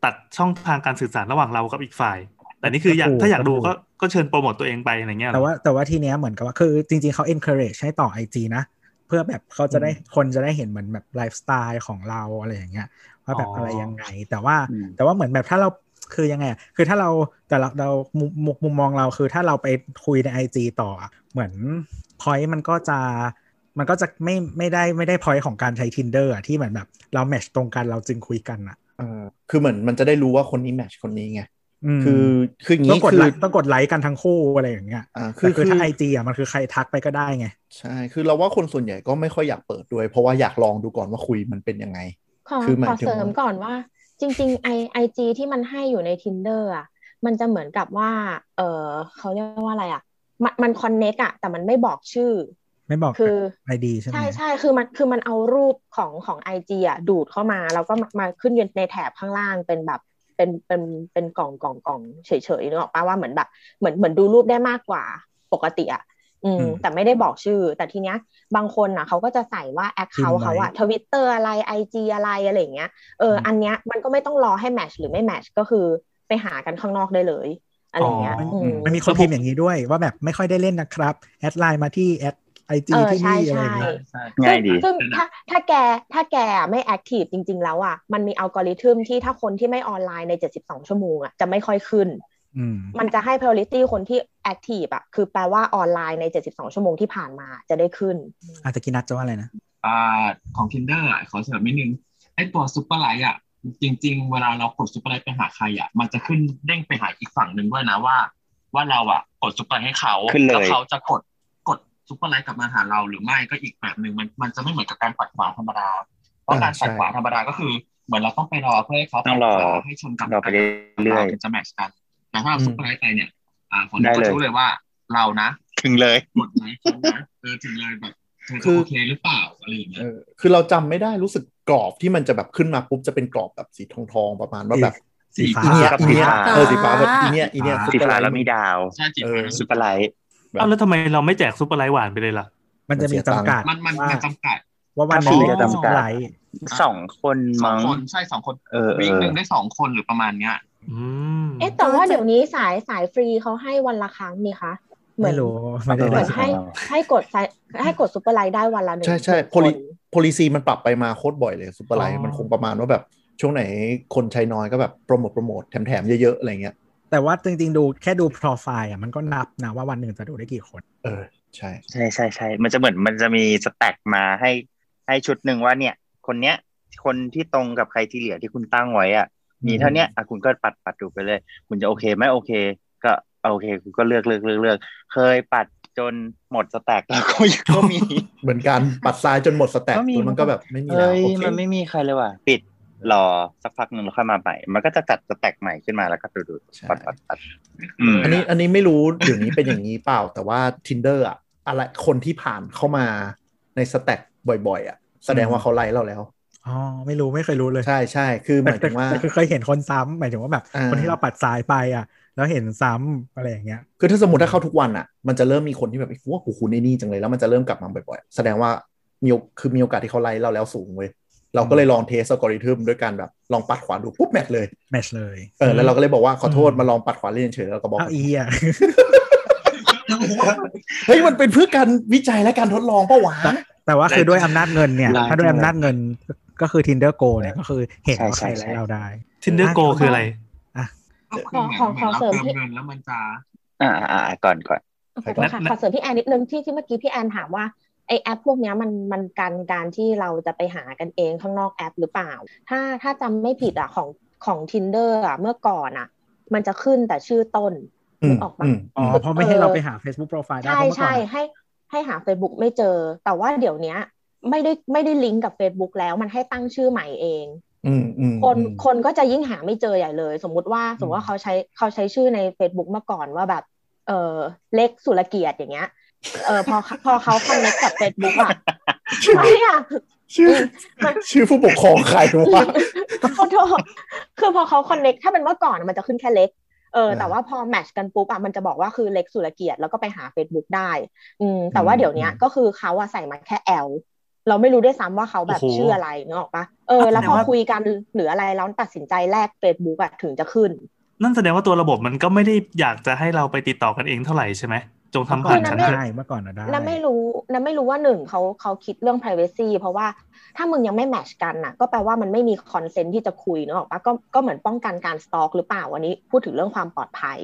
S6: ตัดช่องทางการสื่อสารระหว่างเรากับอีกฝ่าย แต่นี่คืออยากถ้าอยากดูก็ก็เชิญโปรโมตตัวเองไปอะไรเงี้ยเหรอ
S5: แต่ว่าแต่ว่าทีเนี้ยเหมือนกับว่าคือจริงๆเขา encourage ให้ต่อ IG นะ เพื่อแบบเขาจะได้คนจะได้เห็นเหมือนแบบไลฟ์สไตล์ของเราอะไรอย่างเงี้ยว่าแบบอะไรยังไง แต่ว่า
S7: อืม
S5: แต่ว่าเหมือนแบบถ้าเราคือยังไงอะคือถ้าเราแต่เราเรามุมมุมมุมมองเราคือถ้าเราไปคุยใน IG ต่ออะเหมือนพอยต์มันก็จะมันก็จะไม่ไม่ได้ไม่ได้พอยต์ของการใช้ tinder อะที่เหมือนแบบเราแมชตรงกันเราจึงคุยกันอะ
S3: อ่าคือเหมือนมันจะได้รู้ว่าคนนี้แมทช์คนนี้ไง
S5: ม
S3: คือคืออย่าง
S5: ต้อ
S3: นี้
S5: งกด
S3: คือ
S5: ไลค์ต้องกดไลค์กันทั้งคู่อะไรอย่างเงี้ย
S3: อ่าคื
S5: คือ อคือ
S3: คือ
S5: ถ้าไอจีอ่ะมันคือใครทักไปก็ได้ไง
S3: ใช่ คือเราว่าคนส่วนใหญ่ก็ไม่ค่อยอยากเปิดด้วย เพราะว่าอยากลองดูก่อนว่าคุยมันเป็นยังไง
S2: ขอ
S3: คือหมาย
S2: ขอ
S3: ถึง
S2: เสริม
S3: ว่า
S2: ก่อนว่าจริงๆไอไอจีที่มันให้อยู่ใน tinder อ่ะมันจะเหมือนกับว่า เออเขาเรียกว่าอะไรอ่ะ มันมันคอนเน็กอะแต่มันไม่บอกชื่อ
S5: ไม่บอก
S2: คือ
S5: ไอดีใช่ไหม
S2: ใช่ใช่คือมันคือมันเอารูปของของไอจีอ่ะดูดเข้ามา แล้วก็มามาขึ้นอยู่ในแถบข้างล่างเป็นแบบเป็นเป็นเป็นกล่องกล่องกล่องเฉยๆนึกออกปะว่าเหมือนแบบเหมือนเหมือนดูรูปได้มากกว่าปกติอ่ะอืมแต่ไม่ได้บอกชื่อ แต่ทีเนี้ยบางคนอ่ะเขาก็จะใส่ว่าแอคเคาท์เขาอ่ะทวิตเตอร์อะไรไอจีอะไรอะไรอย่างเงี้ยเอออันเนี้ยมันก็ไม่ต้องรอให้แมทชหรือไม่แมทชก็คือไปหากันข้างนอกได้เลยอะไรอย่างเงี้ย
S6: อ๋ออื
S2: อืม
S5: มันมีคนพิมพ์อย่างนี้ด้วยว่าแบบไม่ค่อยได้เล่นนะครับ แอดไลน์มาที่แอดไอจี
S2: เออ
S5: ที่นี่
S2: ใช่
S5: อะไรอย่าง
S2: ใช่
S1: ใช่
S5: เงี้ย
S7: ง่ายดี
S2: ซึ่งซึ่ง
S1: เป็นแบบ
S2: ถ้าถ้าแกถ้าแกไม่แอคทีฟจริง ๆ แล้วอ่ะมันมีอัลกอริทึมที่ถ้าคนที่ไม่ออนไลน์ใน 72 ชั่วโมงอ่ะจะไม่ค่อยขึ้น
S5: อืม
S2: มันจะให้ priority คนที่แอคทีฟอ่ะคือแปลว่าออนไลน์ใน 72 ชั่วโมงที่ผ่านมาจะได้ขึ้น
S5: อาจจะกินนัดจะว่าอะไรนะ
S1: อ่าของ tinder อ่ะขอเสริมนิดนึงไอ้ตัวซุปเปอร์ไลท์อ่ะจริง ๆ เวลาเรากดซุปเปอร์ไลท์ไปหาใครอ่ะมันจะขึ้นเด้งไปหาอีกฝั่งหนึ่งด้วยนะว่า ว่าเราอ่ะกดซุปเปอร์ไลท์ให้เขา
S7: ขึ้นเลย
S1: แล้วเขาจะกดกดซุปเปอร์ไลท์กลับมาหาเราหรือไม่ก็อีกแบบหนึ่งมันมันจะไม่เหมือนกับการปัดขวาธรรมดาเพราะการ
S3: อ่าใช่
S1: ปัดขวาธรรมดาก็คือ เหมือนเราต้องไปรอเพื่อให้เขา
S7: ต้องรอ
S1: ปัดขวาให้ชนกับ
S7: รอไปเรื่อยๆ
S1: ถึงจะแมทชกันแต่ถ้าเราซุปเปอร์ไลท์ไปเนี่ย อ่าคน
S7: ได้
S1: ก็
S7: เลย
S1: รู้เลยว่าเรานะ
S7: ถึงเลย
S1: กดไลค์เขานะเออถึงเลยแบบเธอ
S3: คื
S1: จะ
S3: อ
S1: โอเคหรือเปล่าอะไรอย่างเงี้
S3: เอย อคือเราจำไม่ได้รู้สึกกรอบที่มันจะแบบขึ้นมาปุ๊บจะเป็นกรอบแบบสีทองทองๆประมาณว่าแบบ
S5: สี
S1: สี
S5: ฟ้า
S3: อี
S1: ฟ้า
S3: เนี้ย
S7: กับ
S3: อี
S7: สี
S3: เนี้ย
S7: ฟ้า
S3: เออสีฟ้าแบบอีเนี้ยอีเนี้ย
S5: สี
S7: สีฟ้า
S3: ซุปเปอร์ไลท์
S7: แล้วมีดาว
S1: ใช่สี
S3: เอ
S1: ฟ้า
S3: อ
S7: ซุปเปอร์ไลท์
S3: แบบ
S6: เอ้าแล้วทำไมเราไม่แจกซุปเปอร์ไลท์หวานไปเลยล่ะ
S5: มันจะมีจำกัด
S1: มันมัน
S5: ว่า
S1: มันจำกัด
S5: ว่าวันไหน
S7: สี่
S5: เล่
S7: จะ
S5: น
S7: จำกัด
S5: ไหล
S7: สองคน
S1: สอง
S7: มั้ง
S1: คนใช่สองคน
S7: เออเอ
S1: วิ่ง
S7: อ
S1: หนึ่งได้สองคนหรือประมาณเนี้ย
S6: อืม
S2: เอ๊ะแต่ว่าเดี๋ยวนี้สายสายฟรีเขาให้วันละครั้งนี่คะ เหมื
S5: ไม่
S2: อน
S5: รู้ไม่ได้
S2: เหมื
S5: เล่
S2: อน นให้ให้กดสายให้กดซุปเปอร์ไลท์ได้วันละหนึ่ง
S3: ใช่ใช่
S2: คน
S3: โพลิซีมันปรับไปมาโคตรบ่อยเลยซุปเปอร์ไลท์มันคงประมาณว่าแบบช่วงไหนคนใช้น้อยก็แบบโปรโมทโปรโมทแถมๆเยอะๆอะไรเงี้ย
S5: แต่ว่าจริงๆดูแค่ดูโปรไฟล์อ่ะมันก็นับนะว่าวันหนึ่งจะดูได้กี่คน
S3: เออใช่
S7: ใช่ใช่ใช่มันจะเหมือนมันจะมีสแต็กมาให้ ให้ชุดหนึ่งว่าเนี่ย คนเนี้ย คนที่ตรงกับใครที่เหลือที่คุณตั้งไว้อ่ะ มีเท่าเนี้ยอ่ะคุณก็ปัดปัดดูไปเลย คุณจะโอเคไหมโอเค ก็โอเค คุณก็เลือกเลือกเลือกเลือกเคยปัดจนหมดสแต็กแล้วก็ยังก็มี
S3: เหมือนกันปัดซ้ายจนหมดสแต็ก
S7: ก็มี
S3: แล้วมันก็แบบไม่มีแล้ว
S7: เฮ้ย
S3: โอเค
S7: มันไม่มีใครเลยว่ะปิดรอสักพักหนึ่งแล้วค่อยมาใหม่มันก็จะจัดสแต็กใหม่ขึ้นมาแล้วก็ดูดู
S3: ใช่
S7: ปัดปัดปัดอืม
S3: อันนี้อันนี้ไม่รู้เดี๋ยวนี้เป็นอย่างนี้เปล่า แต่ว่า tinder อะอะไรคนที่ผ่านเข้ามาในสแต็กบ่อยๆอะแสดงว่าเขาไล่เราแล้ว
S5: อ๋อไม่รู้ไม่เคยรู้เลย
S3: ใช่ใช่คือห
S5: แต่
S3: มายถึงว่า
S5: แต่คือเคยเห็นคนซ้ำหมายถึงว่าแบบ
S3: อ่า
S5: คนที่เราปัดสายไปอ่ะ แล้วเห็นซ้ำอะไรอย่างเงี้ย
S3: คือถ้าสมมติถ้าเข้าทุกวันอ่ะ มันจะเริ่มมีคนที่แบบว่ากูคุณในนี่จังเลยแล้วมันจะเริ่มกลับมาบ่อยๆ แสดงว่ามีโอคือมีโอกาสที่เขาไล่เราแล้วสูงเว้ยเราก็เลยลองเทสอัลกอริทึมด้วยการแบบลองปัดขวาดูปุ๊บแมทเลย
S5: แมทช์เลย
S3: เออแล้วเราก็เลยบอกว่าขอโทษมาลองปัดขวาเล่นเฉยๆแล้วก็บอก
S5: เอาอีอ่ะ
S3: เฮ้ยมันเป็นเพื่อการวิจัยและการทดลองปะวะ
S5: แต่ว่าคือด้วยอำนาจเงินเนี่ย
S7: ลาย
S5: ถ้าด้วย
S7: จั
S5: อำ
S7: งเลย
S5: นาจเงินก็คือ tinder go เนี่ยก็คือเห็นว่าใครไล่เราได้
S6: ทินเดอร์โกคืออะไร
S1: ก็คือเหมือนเหมือนเราเติมเงินแล้วมันจะ
S7: อ่าอ่าอ่าก่อนก่อน
S2: ขอโทษค่ะ
S6: และ
S2: ขอเสริมพี่แอนนิดนึงที่ที่เมื่อกี้พี่แอนถามว่าไอแอปพวกเนี้ยมันมันกันการที่เราจะไปหากันเองข้างนอกแอปหรือเปล่า ถ้าถ้าจำไม่ผิดอ่ะของของ tinder อ่ะเมื่อก่อนอ่ะ มันจะขึ้นแต่ชื่อต้นนึกออกปะ
S3: อืม
S5: อ๋อเพราะไม่ให้เราไปหา Facebook profile ได้
S2: ใช่
S5: เพราะเมื่อก่อ
S2: ใช่
S5: นอะ
S2: ให้ให้หา Facebook ไม่เจอ แต่ว่าเดี๋ยวเนี้ย ไม่ได้ไม่ได้ลิงก์กับ Facebook แล้วมันให้ตั้งชื่อใหม่เอง
S3: อืมอืม
S2: คน
S3: อืม
S2: คนก็จะยิ่งหาไม่เจอใหญ่เลย สมมุติว่า
S5: อืม
S2: สมมติว่าเขาใช้เขาใช้ชื่อใน Facebook เมื่อก่อนว่าแบบ เออเล็กสุรเกียรติอย่างเงี้ยเออพอพอเขาคอนเนคกับ Facebook อ่ะ ไม่อ่ะ
S3: ชื่อชื่อผู้ปกครองใครวะ
S2: ขอโทษคือพอเขาคอนเน็กถ้าเป็นเมื่อก่อนมันจะขึ้นแค่เล็ก เออ
S3: อ่า
S2: แต่ว่าพอแมทช์กันปุ๊บอ่ะมันจะบอกว่าคือเล็กสุรเกียรติแล้วก็ไปหา Facebook ได้ อืม แต่ว่าเดี๋ยวเนี้ย
S3: อืม
S2: ก็คือเขาอะใส่มาแค่ L เราไม่รู้ด้วยซ้ำว่าเขาแบบ
S6: โอ้โห
S2: ชื่ออะไรนึกออกปะเออ แล้วพอคุยกันหรืออะไรแล้วตัดสินใจแลก Facebook อะถึงจะขึ้น
S6: นั่นแสดงว่าตัวระบบมันก็ไม่ได้อยากจะให้เราไปติดต่อกันเองเท่าไหร่ใช่ไหม จงทำผ่านฉัน
S2: คื
S6: เถ
S2: อ
S6: อะ
S5: ได้เมื่อก่อนอะได้
S2: น้ำไม่รู้น้ำไม่รู้ว่าหนึ่งเขาเขาคิดเรื่อง p r i เวซีเพราะว่าถ้ามึงยังไม่แมทชกันน่ะ ก็แปลว่ามันไม่มีคอนเซนต์ที่จะคุยนึกออกปะก็ก็เหมือนป้องกันการสตอกหรือเปล่าอันนี้ พูดถึงเรื่องความปลอดภัย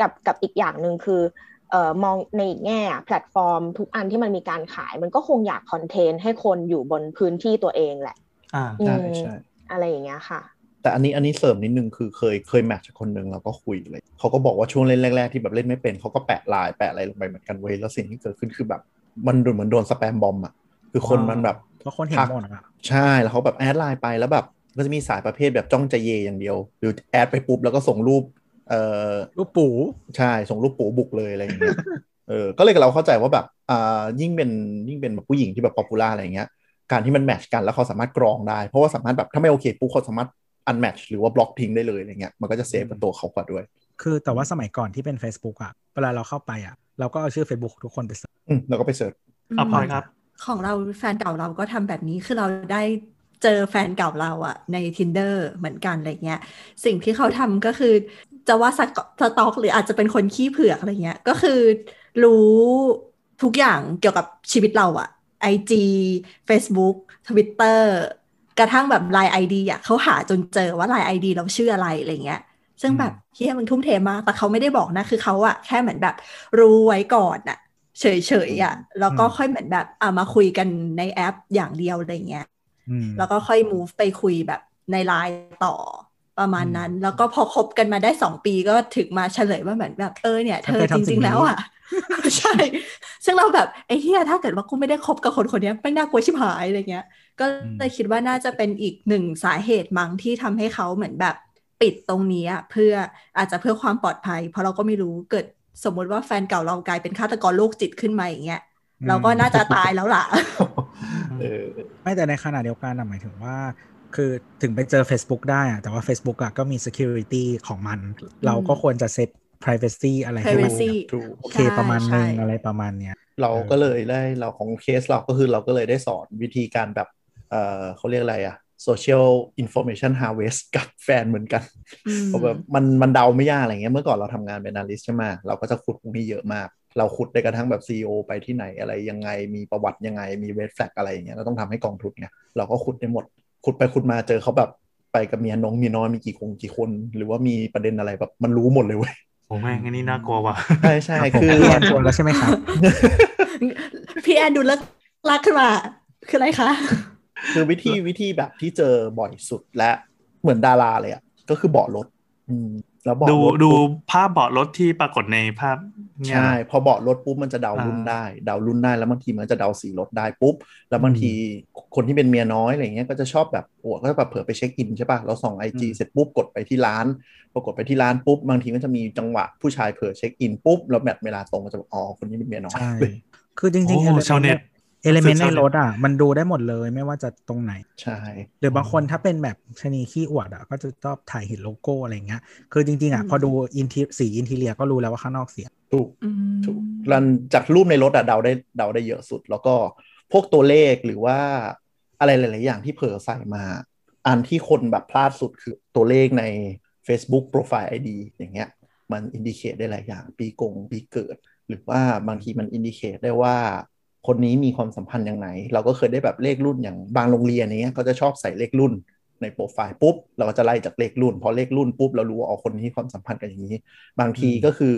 S2: กับกับอีกอย่างหนึ่งคือเอ่อมองในอีกแง่อะแพลตฟอร์ม ทุกอันที่มันมีการขาย มันก็คงอยากคอนเทนต์ให้คนอยู่บนพื้นที่ตัวเองแหละ
S6: อ่า
S2: อื
S3: ใช่
S2: ม
S3: ใช่
S2: อะไรอย่างเงี้ยค่ะ
S3: แต่ แต่อันนี้อันนี้เสริมนิดนึงคือเคยเคยแมทช์กับคนหนึ่งเราก็คุยเลยเขาก็บอกว่าช่วงเล่นแรก ๆ ที่แบบเล่นไม่เป็นเขาก็แปะลายแปะอะไรลงไปเหมือนกันเว้ยแล้วสิ่งที่เกิดขึ้นคือแบบมันเหมือนโดนสแปมบอมอ่ะคือคนมันแบบ
S5: เพราะคนเห็นหมดอะ
S3: ใช่แล้วเขาแบบแอดไลน์ไปแล้วแบบก็จะมีสายประเภทแบบจ้องจะเยอย่างเดียว หรือแอดไปปุ๊บแล้วก็ส่งรูปเอ่อ
S5: รูปปู่
S3: ใช่ส่งรูปปูบุกเลยอะไรอย่างเงี้ยเออก็เลยเราเข้าใจว่าแบบอ่ายิ่งเป็นยิ่งเป็นแบบผู้หญิงที่แบบป๊อปปูล่าอะไรอย่างเงี้ยการที่มันแมทช์กันแล้วเขาสามารถกรองได้ เพราะว่าสามารถแบบถ้าไม่โอเคปุ๊บเขาสามารถอันแมทช์หรือว่าบล็อกทิ้งได้เลยอะไรเงี้ยมันก็จะเซฟเป็นตัวเขากว่าด้วย
S5: คือแต่ว่าสมัยก่อนที่เป็น Facebook อะเวลาเราเข้าไปอะเราก็เอาชื่อ Facebook ทุกคนไปเสิร์ช
S3: อืมแล้วก็ไปเสิร์ช
S6: เอาพลอยครับ
S4: ของเราแฟนเก่าเราก็ทำแบบนี้คือเราได้เจอแฟนเก่าเราอะใน tinder เหมือนกันอะไรเงี้ย สิ่งที่เขาทำก็คือ จะว่าสกสต็อก หรืออาจจะเป็นคนขี้เผือกอะไรเงี้ย ก็คือรู้ทุกอย่างเกี่ยวกับชีวิตเราอะ IG Facebook Twitter กระทั่งแบบ Line ID อะเขาหาจนเจอว่า Line ID เราชื่ออะไรอะไรเงี้ย ซึ่งแบบเฮียมึงทุ่มเทมาก แต่เขาไม่ได้บอกนะ คือเขาอะแค่เหมือนแบบรู้ไว้ก่อนอะเฉยๆอะแล้วก็ค่อยเหมือนแบบเอามาคุยกันในแอปอย่างเดียวอะไรเงี้ย
S5: อืม
S4: แล้วก็ค่อย move ไปคุยแบบในไลน์ต่อประมาณนั้น แล้วก็พอคบกันมาได้สองปีก็ถึงมาเฉลยว่าเหมือนแบบเออเนี่ย
S5: ฉั
S4: เธ
S5: นเค
S4: อยจ
S5: ทำสิ่
S4: ริ
S5: ง
S4: ง
S5: นี้
S4: ๆ แล้วอ่ะ ใช่ ซึ่งเราแบบไอ้เหี้ยถ้าเกิดว่ากูไม่ได้คบกับคนคนเนี้ไม่งน่ากลัวชิบหายอะไรเงี้ย ก็เลยคิดว่าน่าจะเป็นอีกหนึ่งสาเหตุมั้งที่ทำให้เขาเหมือนแบบปิดตรงนี้อะเพื่ออาจจะเพื่อความปลอดภัย เพราะเราก็ไม่รู้เกิดสมมติว่าแฟนเก่าเรากลายเป็นฆาตกรโรคจิตขึ้นมาอย่างเงี้ยเราก็น่าจะตายแล้วล่ะ
S3: เออ
S5: ไม่แต่ในขณะเดียวกันนะหมายถึงว่า คือถึงไปเจอ Facebook ได้อะแต่ว่า Facebook อะก็มี security ของมัน เราก็ควรจะเซต privacy อะไรให้มัน
S4: privacy
S3: ถูก
S5: โอเค
S4: ใช่
S5: ประมาณนึง
S4: ใช่
S5: อะไรประมาณเนี้ย
S3: เราก็เลยได้เราของเคสเราก็คือเราก็เลยได้สอนวิธีการแบบเอ่อเขาเรียกอะไรอะ social information harvest กับแฟนเหมือนกัน
S4: อืม
S3: เพราะแบบมันมันเดาไม่ยากอะไรเงี้ยเมื่อก่อนเราทำงานเป็น analyst ใช่ไหมเราก็จะขุดพวกนี้เยอะมาก เราขุดได้กระทั่งแบบ CEO ไปที่ไหนอะไรยังไงมีประวัติยังไงมี red flag อะไรอย่างเงี้ยเราต้องทำให้กองทุนไงเราก็ขุดได้หมด ขุดไปขุดมาเจอเขาแบบไปกับเมียน้องเมียน้อยมีกี่คงกี่คน หรือว่ามีประเด็นอะไรแบบมันรู้หมดเลยเว้ย
S6: โอ้แม่งอันนี้น่ากลัวว่ะ
S3: ใช่ใช่
S5: ครับผม
S3: คือ
S5: แอนชวนแล้วใช่ไหมครับ
S4: พี่แอนดูเลิกลักขึ้นมา คืออะไรคะ
S3: คือวิธีวิธีแบบที่เจอบ่อยสุดและเหมือนดาราเลยอ่ะก็คือเบาะรถ อืม แล้วเบาะ
S6: ดู
S3: รถ
S6: ดู
S3: ปุ๊บ
S6: ภาพเบาะรถที่ปรากฏในภาพเนี่ย
S3: ใช่
S6: นะ
S3: พอเบาะรถปุ๊บมันจะเดารุ่น
S6: อ่า
S3: ได้ เดารุ่นได้แล้วบางทีมันจะเดาสีรถได้ปุ๊บ แล้วบางทีคนที่เป็นเมียน้อยอะไรเงี้ยก็จะชอบแบบโอ้ก็แบบเผื่อไปเช็คอินใช่ป่ะเราส่องไอจี
S5: อืม
S3: เสร็จปุ๊บกดไปที่ร้านปรากฏไปที่ร้านปุ๊บบางทีก็จะมีจังหวะผู้ชายเผื่อเช็คอินปุ๊บแล้วแมทเวลาตรงก็จะแบบอ๋อคนนี้เป็นเมียน้อย
S5: ใช่ คือจริง
S6: โอ้
S5: ๆ
S6: ชาวเน็ต
S5: เอลเมน
S6: สุ
S5: ต์
S6: ดๆ
S5: ในรถอ่ะ มันดูได้หมดเลยไม่ว่าจะตรงไหน
S3: ใช่
S5: หรือบางคนถ้าเป็นแบบชะนีขี้อวดอ่ะก็จะชอบถ่ายเห็นโลโก้อะไรเงี้ยคือจริงๆอ่ะ
S4: อืม
S5: พอดูอินทีสีอินทีเรียก็รู้แล้วว่าข้างนอกเสีย
S3: ถูก
S4: อืม
S3: ถูกรันจากรูปในรถอะเดาได้เดาได้เยอะสุด แล้วก็พวกตัวเลขหรือว่าอะไรหลาย ๆ อย่างที่เผลอใส่มา อันที่คนแบบพลาดสุดคือตัวเลขใน Facebook Profile ID อย่างเงี้ย มันอินดิเคตได้หลายอย่าง ปีกงปีเกิด หรือว่าบางทีมันอินดิเคตได้ว่า คนนี้มีความสัมพันธ์อย่างไหน เราก็เคยได้แบบเลขรุ่นอย่างบางโรงเรียนเนี้ยเขาจะชอบใส่เลขรุ่นในโปรไฟล์ปุ๊บ เราก็จะไล่จากเลขรุ่นพอเลขรุ่นปุ๊บเรารู้ว่าอ๋อคนนี้ความสัมพันธ์กันอย่างนี้ บางที
S5: อืม
S3: ก็คือ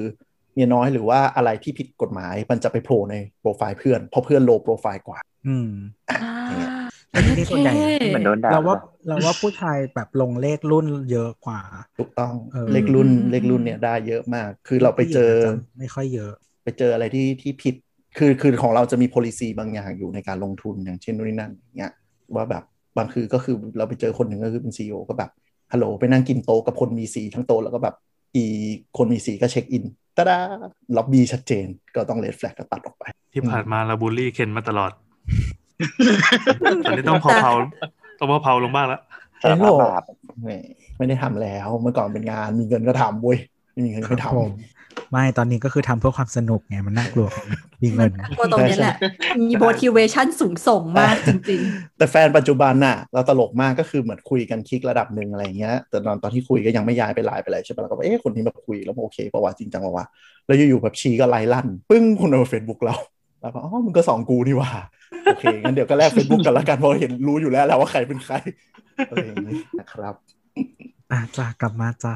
S3: เมียน้อยหรือว่าอะไรที่ผิดกฎหมายมันจะไปโผล่ในโปรไฟล์เพื่อนเพราะเพื่อนโลโปรไฟล์กว่า
S5: อืม
S3: อย่างเงี้ย
S5: แต่ที่ส่วนใหญ่
S4: โอเค
S7: เหมือนโดนด่า
S5: เราว่าเราว่าผู้ชายแบบลงเลขรุ่นเยอะกว่า
S3: ถูกต้อง
S5: เออ
S3: เลขรุ่น
S4: อืม
S3: เลขรุ่นเนี่ยได้เยอะมาก คือเราไปเจอ
S5: ไม่ค่อยเยอะ
S3: ไปเจออะไรที่ที่ผิด คือคือของเราจะมี policy บางอย่างอยู่ในการลงทุนอย่างเช่นนู่นนี่นั่นอย่างเงี้ยว่าแบบบางคือก็คือเราไปเจอคนหนึ่งก็คือเป็นซีอก็แบบฮัลโหลไปนั่งกินโต๊ะกับคนมีสีทั้งโต๊ะแล้วก็แบบอีคนมีสีก็เช็คอินตะดาล็อบบี้ชัดเจนก็ต้องเลดแฟลกก็ตัดออกไป
S6: ที่ผ่านมาเราบูลลี่เคนมาตลอด ตอนนี้ต้องเผาๆต้องเผาๆลงบ้างแล้ว
S7: สารภาพบาป
S3: ไม่ไม่ได้ทำแล้วเมื่อก่อนเป็นงานมีเงินก็ทำเว้ยไม่มีเงินก็ไม่
S5: ครับ
S3: ทำ
S5: ผม ไม่ตอนนี้ก็คือทำเพื่อความสนุกไงมันน่ากลัวกว่ามีเงิน
S4: น่ากลัวตรงเนี้ยแหละ มี motivation สูงส่งมากจริง
S3: แต่แฟนปัจจุบันน่ะ เราตลกมากก็คือเหมือนคุยกันคลิกระดับหนึ่งอะไรเงี้ยแต่ตอนตอนที่คุยก็ยังไม่ย้ายไปไลน์ไปอะไรใช่ปะเราก็แบบเอ๊ะคนนี้แบบคุยแล้วมันโอเคปะวะจริงจังปะวะแล้วอยู่ๆแบบชีก็ไล่ลั่น ปึ้งคนเอาเฟซบุ๊กเราเราก็อ๋อมึงก็สองกูนี่หว่าโอเคงั้นเดี๋ยวก็แลกเฟซบุ๊กกันละกันเพราะเห็นรู้อยู่แล้วแหล้วว่าใครเป็นใครอะไรอย่างนี้นะครับ
S5: อ่ะจ้ะกลับมาจ้ะ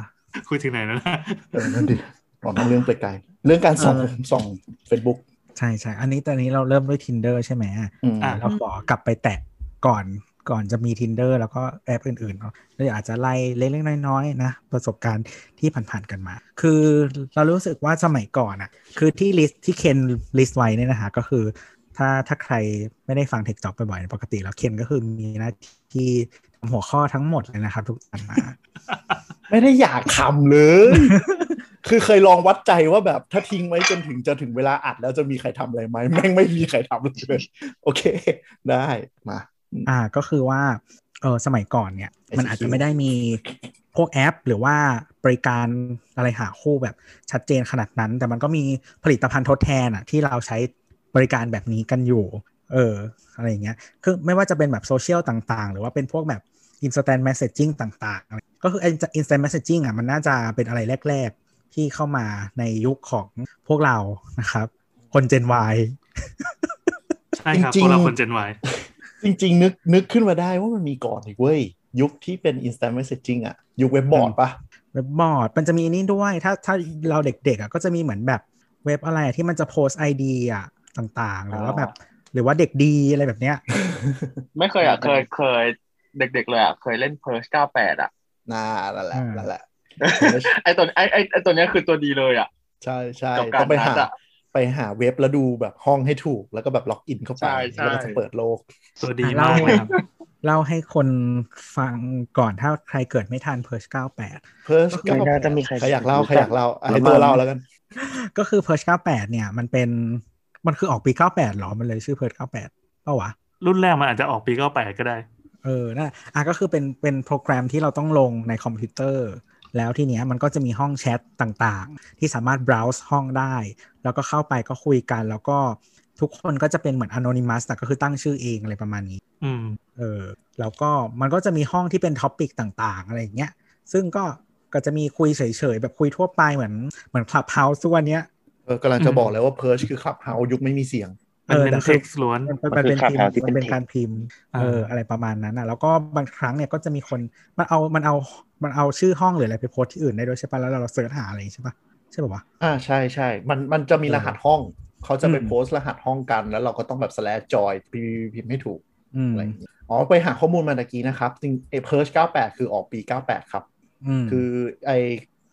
S6: คุยถึงไหนแล้วนะ
S3: เออนั่นดิออกนอกเรื่องไปไกลเรื่องการส่อง
S5: เออ
S3: ส่องเฟซบุ๊ก
S5: ใช่ใช่ อันนี้ตอนนี้เราเริ่มด้วย tinder ใช่ไหม
S3: อืม
S6: อ่ะ
S5: เราขอกลับไปแตะก่อน ก่อนจะมี Tinder แล้วก็แอปอื่นๆเนาะเราอาจจะไล่เล็กๆน้อยๆนะประสบการณ์ที่ผ่านๆกันมา คือเรารู้สึกว่าสมัยก่อนอะคือที่ลิสที่เคนลิสไว้เนี่ยนะคะก็คือ ถ้าถ้าใครไม่ได้ฟังเทคจ็อกบ่อยๆปกติแล้วเคนก็คือมีหน้าที่ทำหัวข้อทั้งหมดเลยนะครับ ทุกอันมา
S3: ไม่ได้อยากทำเลย คือเคยลองวัดใจว่าแบบถ้าทิ้งไว้จนถึงจะถึงเวลาอัดแล้วจะมีใครทำอะไรไหมแม่งไม่มีใครทำเลย โอเค ได้มา
S5: อ่าก็คือว่าเออสมัยก่อนเนี่ย
S3: SQ
S5: มันอาจจะไม่ได้มีพวกแอป หรือว่าบริการอะไรหาคู่แบบชัดเจนขนาดนั้น แต่มันก็มีผลิตภัณฑ์ทดแทนอ่ะที่เราใช้บริการแบบนี้กันอยู่ เอออะไรอย่างเงี้ยคือไม่ว่าจะเป็นแบบโซเชียลต่างๆ หรือว่าเป็นพวกแบบ instant messaging ต่างๆอะไรก็คือ instant messaging อ่ะมันน่าจะเป็นอะไรแรก ๆ ที่เข้ามาในยุคของพวกเรานะครับ คน Gen Y
S6: ใช่ครับ
S3: จริ
S6: พ
S3: งๆ
S6: วกเราคนเจนวาย
S3: จริง ๆ นึกนึกขึ้นมาได้ว่ามันมีก่อนอีกเว้ย ยุคที่เป็น instant messaging อะยุคเว็บบอร์ดปะ
S5: เว็บบอร์ดมันจะมีอันนี้ด้วย ถ้าถ้าเราเด็กๆอ่ะก็จะมีเหมือนแบบเว็บอะไรที่มันจะโพสไอเดียต่างๆ หรือว่าแบบหรือว่าเด็กดีอะไรแบบเนี้ย
S1: ไม่เคยอ่ะเคยเคยเด็ก ๆ เลยอ่ะเคยเล่นเพิร์ชเก้าแปดอ่ะ
S3: น่านั่นแหละ
S5: อืม
S3: นั่นแหละ
S1: ไอตัวไอไอไอตัวเนี้ยคือตัวดีเลยอ่ะ
S3: ใช่ใช่
S1: กับการ
S3: ต้องไปหา
S1: นัดอะ
S3: ไปหาเว็บแล้วดูแบบห้องให้ถูกแล้วก็แบบล็อกอินเข้าไป
S1: ใช่ใช่
S3: แล้วก็จะเปิดโลก
S6: ตัวดี
S5: อ่ะ
S6: มา
S5: เล่าก
S6: เลย
S5: ให้
S6: ครับ
S5: เล่าให้คนฟังก่อนถ้าใครเกิดไม่ทันเพิร์ช98
S3: เพิร์ช
S7: ไม่น่าจะมีใคร
S3: ใครอยากเล่า
S7: รู้จัก
S3: ใครอยากเล่าอ่ะ
S7: ประมาณ
S3: ให้ตัวเล่าแล้วกัน
S5: ก็คือเพิร์ช98 เนี่ย มันเป็นมันคือออกปี 98หรอ มันเลยชื่อเพิร์ช98เปล่าวะ
S6: รุ่นแรกมันอาจจะออกปีก็แปดก็ได้
S5: เออนั่นแหละอ่ะก็คือเป็น เป็นโปรแกรมที่เราต้องลงในคอมพิวเตอร์ แล้วทีเนี้ยมันก็จะมีห้องแชทต่างๆ ที่สามารถ browse ห้องได้ แล้วก็เข้าไปก็คุยกัน แล้วก็ทุกคนก็จะเป็นเหมือน anonymous แต่ก็คือตั้งชื่อเองอะไรประมาณนี้
S6: อืม
S5: เออ แล้วก็มันก็จะมีห้องที่เป็นท็อปิกต่างๆ อะไรอย่างเงี้ย ซึ่งก็ ก็จะมีคุยเฉยๆ แบบคุยทั่วไปเหมือน เหมือนคลับเฮาส์ทุกวันเนี้ย
S3: เออกำลังจะ
S6: อืม
S3: บอกเลยว่าเพิร์ชคือคลับเฮายุคไม่มีเสียง
S6: มัน
S5: เอ
S6: เป็
S5: อแต่
S6: น
S5: คื
S6: เท็
S5: อ
S6: กซ์ล้วน
S5: มัน
S7: มั
S5: มัน
S7: นคื
S5: เป็น
S7: อคลับ
S5: พิม
S7: เฮาส์
S5: พ์
S7: ที่
S5: มั
S7: เป็
S5: น
S7: น
S5: เป็น
S7: เทค
S5: การพิมพ์
S6: อ่า
S5: เอออะไรประมาณนั้นนะแล้วก็บางครั้งเนี่ยก็จะมีคนมันเอามันเอามันเอาชื่อห้องหรืออะไรไปโพสต์ที่อื่นได้ด้วยใช่ปะแล้วเราเสิร์ชหาอะไรอย่างงี้ใช่ปะใช่ปะวะ
S3: อ่าใช่ใช่ มันมันจะมี
S5: เออ
S3: รหัสห้อง เขาจะไป
S6: อืม
S3: โพสต์รหัสห้องกัน แล้วเราก็ต้องแบบ slash joy พิมพ์พิมพ์ให้ถูก
S5: อืม
S3: อะไรอย่างงี้อ๋อไปหาข้อมูลมาตะกี้นะครับจริงไอ้เพิร์ช98 คือออกปี 98 ครับ
S5: อืม
S3: คือไอ้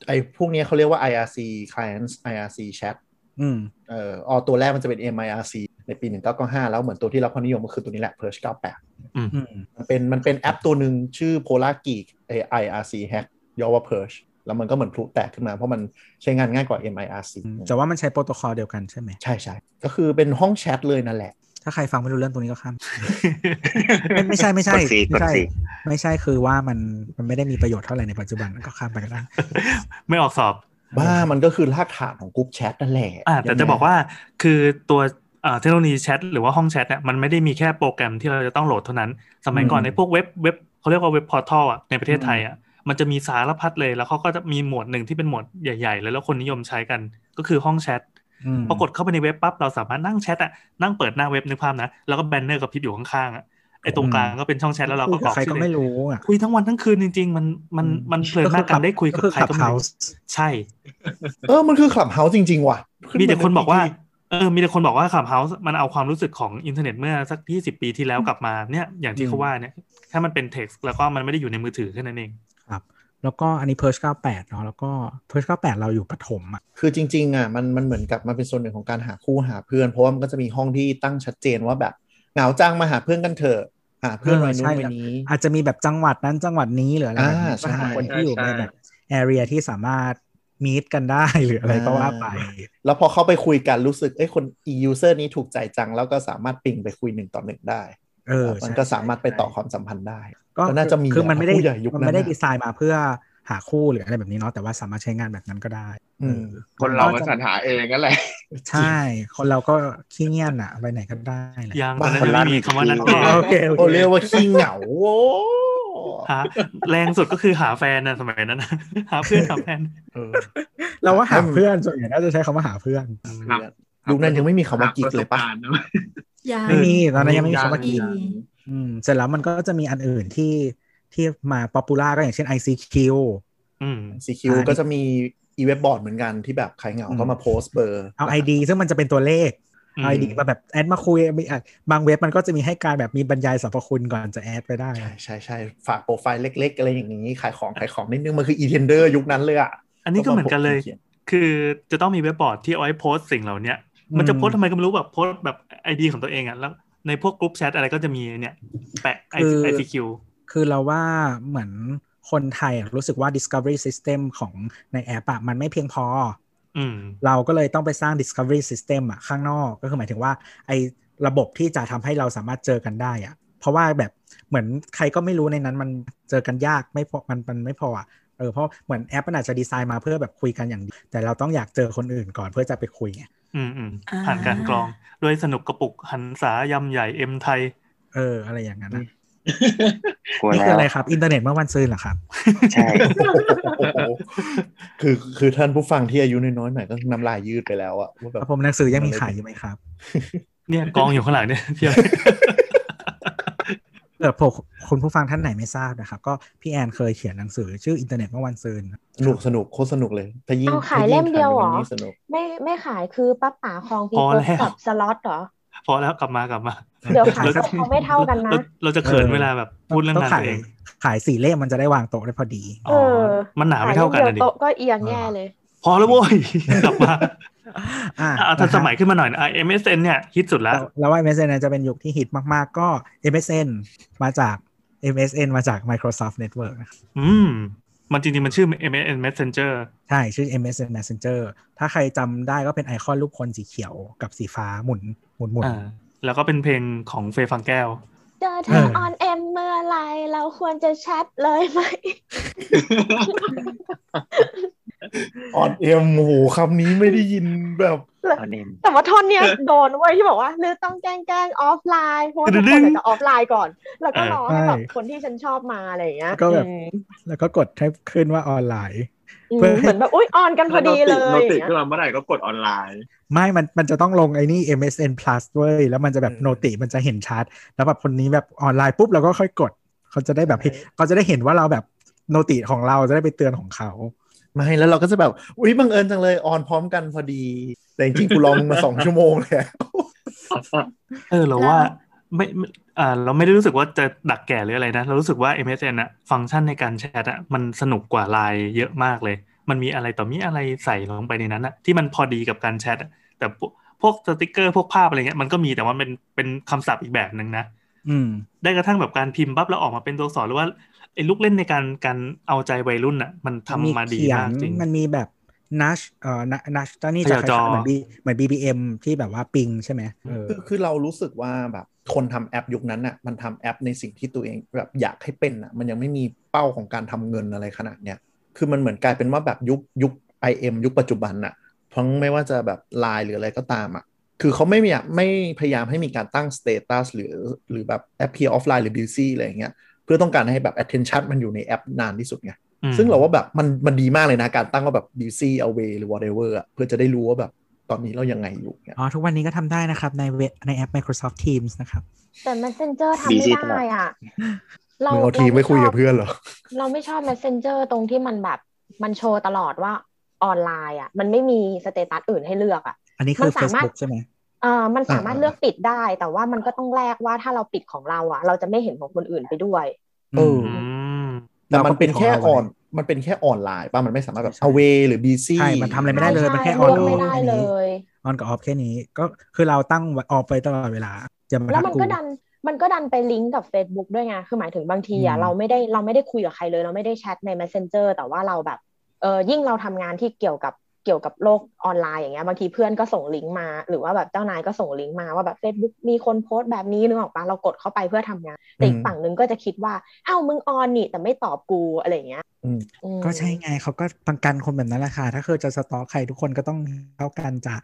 S3: ไอ้พวกเนี้ยเขาเรียกว่า IRC clients IRC chat
S5: อืม
S3: เอ่อออตัวแรกมันจะเป็น MIRC ในปี 1995 แล้วเหมือนตัวที่รับความนิยมก็คือตัวนี้แหละ Perch 98
S5: อืม
S3: มันเป็นมันเป็นแอปตัวหนึ่งชื่อ Polar Geek เอ่อ IRC Hack ย่อว่า Perch แล้วมันก็เหมือนพลุแตกขึ้นมา เพราะมันใช้งานง่ายกว่า MIRC
S5: อืมแต่ว่ามันใช้โปรโตคอลเดียวกันใช่ไหม
S3: ใช่ใช่ก็คือเป็นห้องแชทเลยนั่นแหละ
S5: ถ้าใครฟังไม่รู้เรื่องตรงนี้ก็ ข้าม ไม่ไม่ใช่ไม่ใช่
S7: กดสิ
S5: ไม่ใช่
S7: กดสิ
S5: ไม่ใช่คือว่ามันมันไม่ได้มีประโยชน์เท่าไหร่ในปัจจุบันก็ข้ามไปก็ได้
S6: ไม่ออกสอบ
S3: บ้ามันก็คือรากฐานของกรุ๊ปแชทนั่นแหละ
S6: อ่า
S3: ยั
S6: แต่
S3: งไง
S6: จะบอกว่าคือตัวเอ่อเทคโนโลยีแชทหรือว่าห้องแชทเนี่ยมันไม่ได้มีแค่โปรแกรมที่เราจะต้องโหลดเท่านั้น สมัยก่อนในพวกเว็บเว็บเขาเรียกว่าเว็บพอร์ทัลอ่ะในประเทศไทยอ่ะมันจะมีสารพัดเลยแล้วเขาก็จะมีหมวดหนึ่งที่เป็นหมวดใหญ่ๆเลยแล้วคนนิยมใช้กันก็คือห้องแชท
S5: อืม
S6: ปรากฏเข้าไปในเว็บปั๊บเราสามารถนั่งแชทอ่ะนั่งเปิดหน้าเว็บนึกภาพนะแล้วก็แบนเนอร์กับพิดอยู่ข้างๆอ่ะไอ้ตรงกลางก็เป็นช่องแชทแล้วเรา
S5: คุ
S6: ก็
S5: ย
S6: กร
S5: กับ
S6: อก
S5: ใคร
S6: ชื่
S5: ก็
S6: อ
S5: ไม่
S6: เล่น
S5: รู้อ่ะ
S6: คุยทั้งวันทั้งคืนจริง ๆ มันมันมันเพลินมากกันได้คุยกับใครก็ไม่
S5: เฮา
S6: รู้
S5: ส์
S6: ใช่
S3: เออมันคือ Clubhouse จริง ๆ ว่ะขึ้
S6: มีแต่คนบอกว่า
S3: ใ PPT
S6: เออ มีแต่คนบอกว่าขับเฮาส์มันเอาความรู้สึกของอินเทอร์เน็ตเมื่อสักยี่สิบปีที่แล้วกลับมาเนี่ย อย่างที่เขาว่าเนี่ย ถ้ามันเป็นเท็กซ์แล้วก็มันไม่ได้อยู่ในมือถือแค่นั้นเอง
S5: แล้วก็อันนี้เพิร์ช98 เนาะแล้วก็เพิร์ช98 เราอยู่ปฐมอ่ะ
S3: คือจริงๆอ่ะมันมันเหมือนกับมันเป็นส่วนหนึ่งของการหาคู่หาเพื่อน เพราะว่ามันก็จะมีห้องที่ตั้งชัดเจนว่าแบบเหงาจังมาหาเพื่อนกันเถอะหาเพื่อน
S5: เออ
S3: วัยนู้
S5: ใช่
S3: นวั
S5: แล้
S3: ยว นี้
S5: อาจจะมีแบบจังหวัดนั้นจังหวัดนี้หรืออะไรแบบนี้
S3: อ่าใช่
S5: ก็หาคนที่อยู่ใน
S1: ใช่
S5: แบบแอเรียที่สามารถมีตกันได้ หรืออะไรก็ว่าไป
S3: แล้วพอเข้าไปคุยกันรู้สึกเอ้ยคน e user นี้ถูกใจจัง แล้วก็สามารถปิงไปคุยหนึ่งต่อหนึ่งได้
S5: เออ
S3: มัน
S5: ใช่
S3: ก็สามารถไปต่อความสัมพันธ์ได้
S5: ก็
S3: ก็น่าจะมี
S5: คือมันไม่ได้
S3: ผู้ใหญ่ยุคนั้น
S5: มันไม่ได้
S3: น่ะ
S5: ดีไซน์มาเพื่อหาคู่หรืออะไรแบบนี้เนาะแต่ว่าสามารถใช้งานแบบนั้นก็ได้
S3: อืม
S5: ออ
S1: คนเรา
S5: ก็
S1: ก็
S5: จะ
S1: สรรหาเองนั่นแหละ
S5: ใช่ คนเราก็ขี้เงียจนอ่ะไปไหนก็ได้แหละ
S6: ยังตอนนั้นยังไม่มีคำว่านัด
S5: อ๋
S6: แน่
S5: อโอเคโอ
S3: โอ
S5: เค
S3: เรียกว่าขี้เหงาโว้
S6: หาแรงสุดก็คือหาแฟนนะสมัยนั้นนะ หาเพื่อนหาแฟน
S3: เออ
S5: เราว่าหาเพื่อนส่วนใหญ่น่าจะใช้คำว่าหาเพื่อน
S1: ครับ
S3: ยุคนั้นยังไม่มีคำว่ากิ๊กเลยปะ
S1: หาประสบารณ์น
S4: ยัง
S5: ไม่มีตอนนั้นยังไม่มี
S1: ยัง
S5: คำว่ากิ๊ก
S4: ยัง
S5: อืมเสร็จแล้วมันก็จะมีอันอื่นที่ที่มาป๊อปปูล่าก็อย่างเช่น ICQ
S6: อืม
S3: CQ
S5: อ่า
S3: ก็จะมีอีเว็บบอร์ดเหมือนกันที่แบบใครเหงา
S5: อืม
S3: ก็มาโพสต์เบอร์
S5: เอา ID ซึ่งมันจะเป็นตัวเลข
S6: อืม
S5: เอาไอดีมาแบบแอดมาคุยมีอ่ะบางเว็บมันก็จะมีให้การแบบมีบรรยายสรรพคุณก่อนจะแอดไปได้
S3: ใช่ใช่ใช่ฝากโปรไฟล์เล็ก ๆ อะไรอย่างนี้ ขายของขายของนิดนึง มันคืออีเทนเดอร์ยุคนั้นเลยอ่ะ
S6: อันนี้ก็เหมือนกันเลย คือจะต้องมีเว็บบอร์ดที่เอาไว้โพสต์สิ่งเหล่าเนี้ยมันจะโพสต์ทำไมก็ไม่รู้แบบโพสต์แบบไอดีของตัวเองอ่ะแล้วในพวกกลุ่มแชทอะไรก็จะมีเนี่ยแปะไอ
S5: คือ
S6: ซีคิว
S5: คือเราว่าเหมือนคนไทยอ่ะรู้สึกว่า discovery system ของในแอปอะมันไม่เพียงพอ
S6: อืม
S5: เราก็เลยต้องไปสร้าง discovery system อะข้างนอกก็คือหมายถึงว่าไอ้ระบบที่จะทำให้เราสามารถเจอกันได้อะเพราะว่าแบบเหมือนใครก็ไม่รู้ในนั้นมันเจอกันยากไม่พอมันมันไม่พออะเออเพราะเหมือนแอปมันอาจจะดีไซน์มาเพื่อแบบคุยกันอย่างเดียวแต่เราต้องอยากเจอคนอื่นก่อนเพื่อจะไปคุยไง
S6: อืมอืม
S4: อ่า
S6: ผ่านการกรองด้วยสนุกกระปุกหันษายำใหญ่เอ็มไทย
S5: เอออะไรอย่างนั้นนะ
S7: กลัว
S5: นี่
S7: แล้
S5: คือ
S7: ว
S5: อะไรครับอินเทอร์เน็ตเมื่อวันซืนเหรอครับ
S7: ใช่
S3: โอ้ โหคือคือท่านผู้ฟังที่อายุน้อยๆหน่อยก็น้ำลายยืดไปแล้วอะว่าแบ
S5: ครับ บผมหนังสือยังมีขายอยู่ไหมครับ
S6: เนี่ยกองอยู่ข้างหลังเนี่ยเพียบ
S5: เออผมคุณผู้ฟังท่านไหนไม่ทราบนะครับ ก็พี่แอนเคยเขียนหนังสือชื่ออินเทอร์เน็ตเมื่อวันซืน
S3: สนุกสนุกโคตรสนุกเลยถ้ายิ่ง
S2: เอาขาย
S3: ถ้
S2: เล่มเดียวเหรอ
S3: ทำยิ่งสนุก
S2: ไม่ไม่ขายคือป้าป๋าคลองพี
S6: พอ
S2: โพส
S6: แล้ว
S2: กับสล็อตเหรอ
S6: พอแล้วกลับมากลับมา
S2: เดี๋ยวขาย
S5: เดี๋ยว
S2: สดเขาไม่เท่ากันนะ
S6: รเราจะเขินเวลาแบบพูดเรื่อง
S5: ต้อง
S6: งาน
S5: ขาย
S6: ตัวเอง
S5: ขายสี่เล่มมันจะได้วางโต๊ะได้พอดี
S6: อ๋อ
S2: เออ
S6: มันหนาไม่เท่ากั
S2: ข
S6: น
S2: ย
S6: นะ
S2: รื่งดี
S6: ดิ
S2: ยวโต๊ะก็เอียงแย่เลย
S6: พอแล้วโว้ย กลับมา
S5: อ่า
S6: อ่ะเอาทันสมัยขึ้นมาหน่อยนะอ่ะ MSN เนี่ยฮิตสุดแล้ว
S5: แล้วว่า MSN จะเป็นยุคที่ฮิตมาก ๆ ก็ MSN มาจาก MSN มาจาก Microsoft Network นะครับ
S6: อืม มันจริงๆ มันชื่อ MSN Messenger
S5: ใช่ชื่อ MSN Messenger ถ้าใครจำได้ก็เป็นไอคอนรูปคนสีเขียวกับสีฟ้าหมุนหมุนหมุน
S6: อ่าแล้วก็เป็นเพลงของเฟย์ฟังแก้ว
S2: เจอเธอ
S5: เออ
S2: ออนเอ็มเมื่อไหรเราควรจะแชทเลยไหม
S3: ออนเอ็มโหคำนี้ไม่ได้ยินแบบ
S7: ตอนนี้
S2: แต่ว่าท่อนเนี้ยโดนเว้ยที่บอกว่าหรือต้องแกล้งแกล้งออฟไลน์เพราะว่าทุกคนอาจจะออฟไลน์ก่อน แล้วก็รอให้แบบคนที่ฉันชอบมาอะไรอย่างเงี้ย
S5: ก็แบบ
S2: อืม
S5: แล้วก็กดให้ขึ้นว่าออนไลน์
S2: อืม
S5: เพื่อให้
S2: เหมือนแบบอุ้ยออนกันพอดีเล
S1: โน
S2: ย
S1: ติ
S2: อย่าง
S1: ขึ้
S2: เงี้
S1: นมา
S2: ย
S1: เมื่อไหร่ก็กดออนไลน์
S5: ไม่ มัน มันจะต้องลงไอ้นี่ MSN Plus เว้ย แล้วมันจะแบบโนติมันจะเห็นชัด แล้วแบบคนนี้แบบออนไลน์ปุ๊บเราก็ค่อยกด เขาจะได้แบบเขาจะได้เห็นว่าเราแบบโนติของเราจะได้ไปเตือนของเขา
S3: ไม่แล้วเราก็จะแบบ อุ๊ยบังเอิญจังเลยออนพร้อมกันพอดี แต่จริงๆกูรอมึงมาสอง ชั่วโมงเลยอะ
S6: เออเราว่าไม่ไม่อ่าเราไม่ได้รู้สึกว่าจะดักแก่หรืออะไรนะ เรารู้สึกว่า MSN อะฟังก์ชันในการแชทอะมันสนุกกว่าไลน์เยอะมากเลย มันมีอะไรต่อมีอะไรใส่ลงไปในนั้นอะที่มันพอดีกับการแชทอะแต่พวกพวกสติกเกอร์พวกภาพอะไรเงี้ยมันก็มีแต่ว่ามันเป็นเป็นคำศัพท์อีกแบบหนึ่งนะ
S5: อืม
S6: ได้กระทั่งแบบการพิมพ์ปั๊บแล้วออกมาเป็นตัวอักษรหรือว่าไอ้ลูกเล่นในการการเอาใจวัยรุ่นอะมันทำมาดีมากจริง
S5: มันมีแบบนัชเอ่อนัชตอนนี้จะ
S6: ขยับจอ
S5: คล้ายๆเหมือน B เหมือน BBM ที่แบบว่าปิงใช่ไหมเออ
S3: คือคือเรารู้สึกว่าแบบคนทำแอปยุคนั้นอ่ะมันทำแอปในสิ่งที่ตัวเองแบบอยากให้เป็นอ่ะมันยังไม่มีเป้าของการทำเงินอะไรขนาดเนี้ยคือมันเหมือนกลายเป็นว่าแบบยุคยุค IM ยุคปัจจุบันอ่ะทั้งไม่ว่าจะแบบไลน์หรืออะไรก็ตามอ่ะ คือเขาไม่อยากไม่พยายามให้มีการตั้งสเตตัสหรือหรือแบบ appear offline หรือ busy อะไรอย่างเงี้ยเพื่อต้องการให้แบบ attention มันอยู่ในแอปนานที่สุดไง
S6: อืม
S3: ซึ่งเราว่าแบบมันมันดีมากเลยนะ การตั้งว่าแบบ busy away หรือ whatever อะเพื่อจะได้รู้ว่าแบบตอนนี้เรายังไงอยู่เนี่ย
S5: อ๋อ ทุกวันนี้ก็ทำได้นะครับ ในเว็บในแอป Microsoft Teams นะครับ
S2: แต่ messenger ทำไม่ได้อ่ะ
S3: มึงเอาทีมไม่คุยกับเพื่อนเหรอ
S2: เราไม่ชอบ messenger ตรงที่มันแบบมันโชว์ตลอดว่าออนไลน์อ่ะ มันไม่มีสเตตัสอื่นให้เลือกอ่ะ
S5: อันนี้คือ
S2: มันสามารถ
S5: Facebook ใช่ไหม
S2: เออมันสามารถ
S3: อ่า
S2: เลือกปิดได้ แต่ว่ามันก็ต้องแลกว่าถ้าเราปิดของเราอ่ะ เราจะไม่เห็นของคนอื่นไปด้วย
S3: เออ
S6: อืม
S3: แต่มันเป็นแค่
S5: เราก็ปิดข
S3: อ
S5: องเราไว้
S3: อนมันเป็นแค่ออนไลน์ป่ะ มันไม่สามารถแบบ away หรือ busy
S5: ใช่มันทำอะไรไม่ได้เลย
S2: ใช่
S5: มันแค่อ
S2: ใช่
S5: อน
S2: เลือกไม่ได้เลย
S5: ออนกับออฟแค่นี้ก็คือเราตั้งไว้ออฟไปตลอดเวลาอย่ามา
S2: แล้ว
S5: ทัก
S2: มัน
S5: กู
S2: ก็ดันมันก็ดันไปลิงก์กับ Facebook ด้วยไง คือหมายถึงบางที
S5: อื
S2: อ่ะ
S5: ม
S2: เราไม่ได้เราไม่ได้คุยกับใครเลย เราไม่ได้แชทใน Messenger แต่ว่าเราแบบเออยิ่งเราทำงานที่เกี่ยวกับเกี่ยวกับโลกออนไลน์อย่างเงี้ยบางทีเพื่อนก็ส่งลิงก์มา หรือว่าแบบเจ้านายก็ส่งลิงก์มาว่าแบบ Facebook มีคนโพสต์แบบนี้นึกออกปะเรากดเข้าไปเพื่อทำงานแต่อีกฝั่งหนึ่งก็จะคิดว่าอ้าวมึงออนนี่แต่ไม่ตอบกูอะไรอย่างเงี้ย
S3: อืม
S2: อืม
S5: ก็ใช่ไงเขาก็ปังกันคนแบบนั้นแหละค่ะ ถ้าคือจะสต็อกใครทุกคนก็ต้องเท่ากันจ้ะ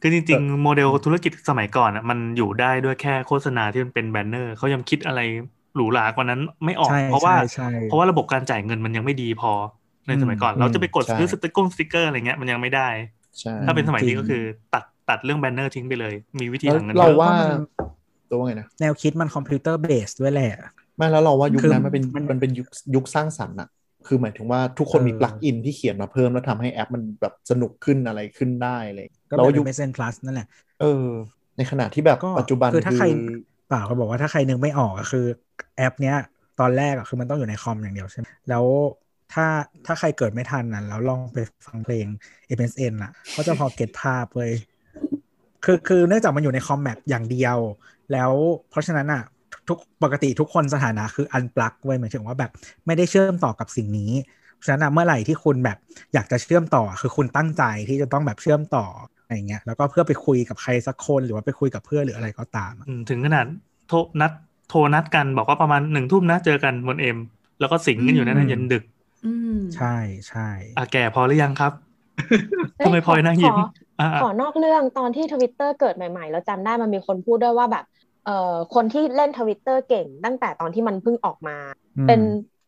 S6: คือจริงๆ โมเดลธุรกิจสมัยก่อนอ่ะมันอยู่ได้ด้วยแค่โฆษณาที่มันเป็นแบนเนอร์เขายังคิดอะไรหรูหรากว่านั้นไม่ออก
S5: ใช่
S6: เพราะว่า
S5: ใช่ใช่
S6: เพราะว่าระบบการจ่ายเงินมันยังไม่ดีพอในสมัยก่อน
S5: อืม
S6: เราจะไปกด
S3: ใช่
S6: ซื้อสติกเกอร์สติกเกอร์อะไรเงี้ยมันยังไม่ได้
S3: ใช่
S6: ถ้าเป็นสมัย
S5: จ
S6: นี้
S5: ริง
S6: ก็คือตัดตัดเรื่องแบนเนอร์ทิ้งไปเลย มีวิธี
S3: แล้ว
S6: หาเงิน
S3: เรา
S6: เยอะ
S3: ว่าตัวว่าไงนะ
S5: แนวคิดมันคอมพิวเตอร์เบสด้วยแหละ
S3: ไม่แล้วเราว่ายุค
S5: คือ
S3: นั้นมันเป็น
S5: มัน
S3: มันเป็นยุคยุคสร้างสรรค์อะ คือหมายถึงว่าทุกคนมีปลั๊กอินที่เขียนมาเพิ่มแล้วทำให้แอปมันแบบสนุกขึ้นอะไรขึ้นได้อะไร
S5: ก็
S3: แล้ว
S5: เป็น
S3: ยุค
S5: MSN Plus นั่นแหละ
S3: เออ ในขณะที่แบบ
S5: ก็
S3: ปัจจุบัน
S5: คือถ้าใคร
S3: คือ
S5: เปล่าก็บอกว่าถ้าใครนึกไม่ออกก็คือแอปเนี้ยตอนแรกอะคือมันต้องอยู่ในคอมอย่างเดียวใช่ไหมแล้วถ้าถ้าใครเกิดไม่ทันน่ะแล้วลองไปฟังเพลง MSN ล่ะก็จะพอเก็ตภาพเลยคือคือเนื่องจากมันอยู่ในคอมแมปอย่างเดียว แล้วเพราะฉะนั้นอ่ะทุกปกติทุกคนสถานะคืออันปลักไว้ยหมายถึงว่าแบบไม่ได้เชื่อมต่อกับสิ่งนี้ เพราะฉะนั้นอะเมื่อไหร่ที่คุณแบบอยากจะเชื่อมต่อคือคุณตั้งใจที่จะต้องแบบเชื่อมต่ออะไรเงี้ยแล้วก็เพื่อไปคุยกับใครสักคนหรือว่าไปคุยกับเพื่อนหรืออะไรก็ตามอะ
S6: อืมถึงขนาดโทรนัดโทรนัดกันบอกว่าประมาณหนึ่งทุ่มนะเจอกันบนเอ็ม แล้วก็สิงกันอยู่นั่นนะยันดึก
S4: อืม
S5: ใช่ใช่
S6: อ่ะแก่พอหรือยังครับ ทำไมพลอยนั่งยิ้ม
S2: ขอ
S6: อ่ะ
S2: ขอนอกเรื่องตอนที่ทวิตเตอร์เกิดใหม่ๆ แล้วจำได้มันมีคนพูดด้วยว่าแบบเอ่อคนที่เล่นทวิตเตอร์เก่งตั้งแต่ตอนที่มันเพิ่งออกมา เป็น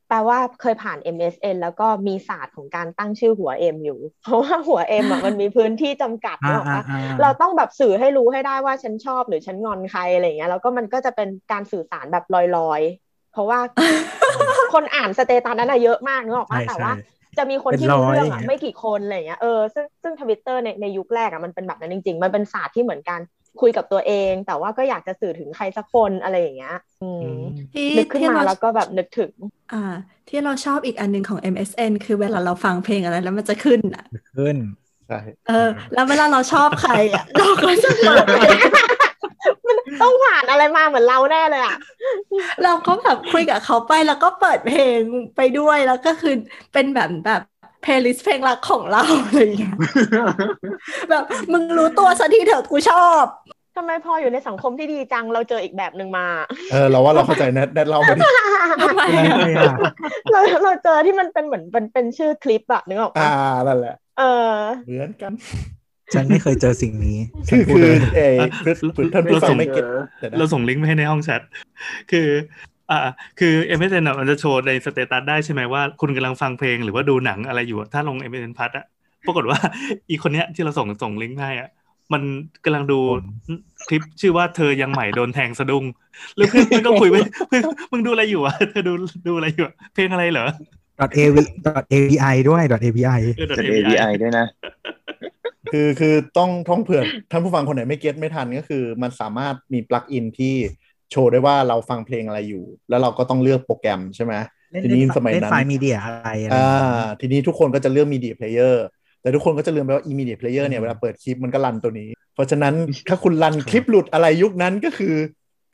S2: แปลว่าเคยผ่าน MSN แล้วก็มีศาสตร์ของการตั้งชื่อหัว M อยู่ เพราะว่าหัว M อ่ะมันมีพื้นที่จำกัด
S5: อ่า
S2: เนาะ
S5: อ่าอ่า
S2: เราต้องแบบสื่อให้รู้ให้ได้ว่าฉันชอบหรือฉันงอนใครอะไรอย่างเงี้ยแล้วก็มันก็จะเป็นการสื่อสารแบบลอยๆ เพราะว่า คนอ่านสเตตัสนั้นอะเยอะมากนึกออกปะ
S5: ใช่
S2: แต่
S5: ใช่
S2: ว่า จะมีคนที่
S5: เป็นร้
S2: รู้
S5: อย
S2: เรื่อง
S5: อย่าง
S2: อ่ะ
S5: เงี้ย
S2: ไม่กี่คนอะไรอย่างเงี้ยเออซึ่งซึ่งทวิตเตอร์ในในยุคแรกอ่ะมันเป็นแบบนั้นจริง ๆ มันเป็นศาสตร์ที่เหมือนกันคุยกับตัวเอง แต่ว่าก็อยากจะสื่อถึงใครสักคนอะไรอย่างเงี้ยอืม
S6: อืม
S4: ที่
S2: นึกขึ้น
S4: ที่
S2: มา
S4: เรา
S2: แล้วก็แบบนึกถึง
S4: อ่า ที่เราชอบอีกอันหนึ่งของ MSN คือเวลาเราฟังเพลงอะไรแล้วมันจะขึ้นอ่ะ
S5: ขึ้น
S3: ใช่
S4: เออ แล้วเวลาเราชอบใครอ่ะ เราก็จะเปิดเพลง
S2: มันต้องผ่านอะไรมาเหมือนเราแน่เลยอ่ะ
S4: เราก็แบบคุยกับเขาไปแล้วก็เปิดเพลงไปด้วยแล้วก็คือเป็นแบบแบบเพลย์ลิสต์เพลงรักของเราอะไรอย่างเงี้ยแบบมึงรู้ตัวสักทีเถอะกูชอบ
S2: ทำไมพออยู่ในสังคมที่ดีจังเราเจออีกแบบหนึ่งมา
S3: เออเราว่าเราเข้าใจแนทแนทเล่ามาดิ
S4: ทำไม
S5: ใช่
S4: อะ
S5: ใช่อะ
S2: เราเราเจอที่มันเป็นเหมือนเป็นเป็นชื่อคลิปอะนึกออก
S3: อ่า
S2: ปะ
S3: นั่นแหละ
S2: เออ
S3: เหมือนกัน
S5: ฉันไม่เคยเจอสิ่งนี้ฉั
S3: คื
S5: นพูด
S3: อคือ
S5: เลย
S3: เออเพื่อนเพื่อนท่านผู้ฟังไม่เก็ตแต่นะ
S6: เราส่งลิงก์ไปให้ในห้องแชทคืออ่าคือ MSN อ่ะมันจะโชว์ในสเตตัสได้ใช่ไหมว่าคุณกำลังฟังเพลงหรือว่าดูหนังอะไรอยู่อะถ้าลง MSN พัทอ่ะปรากฏ ว่า อีคนเนี้ยที่เราส่งส่งลิงก์ให้อ่ะมันกำลังดูคลิปชื่อว่าเธอยังใหม่โดนแทงสะดุ้งแล้วเพื่อนมันก็คุยไป เพื่อนมึงดูอะไรอยู่อ่ะเธอดูดูอะไรอยู่อะเพลงอะไรเหรอ
S5: .av .avi ด้วย .avi
S6: เออ
S7: จะ API ด้วยนะ
S3: คือคือต้องท่องเผื่อท่านผู้ฟังคนไหนไม่เก็ตไม่ทันก็คือ มันสามารถมีปลั๊กอินที่โชว์ได้ว่าเราฟังเพลงอะไรอยู่ แล้วเราก็ต้องเลือกโปรแกรมใช่ไหม ทีนี้สมัยนั้
S5: เล่
S3: น
S5: นไฟล์มีเดียอะไรอะไร
S3: อ่าทีนี้ทุกคนก็จะเลือก media player แต่ทุกคนก็จะลืมไปว่า immediate player เนี่ยเวลาเปิดคลิปมันก็รันตัวนี้ เพราะฉะนั้นถ้าคุณรันคลิปหลุดอะไรยุคนั้นก็คือ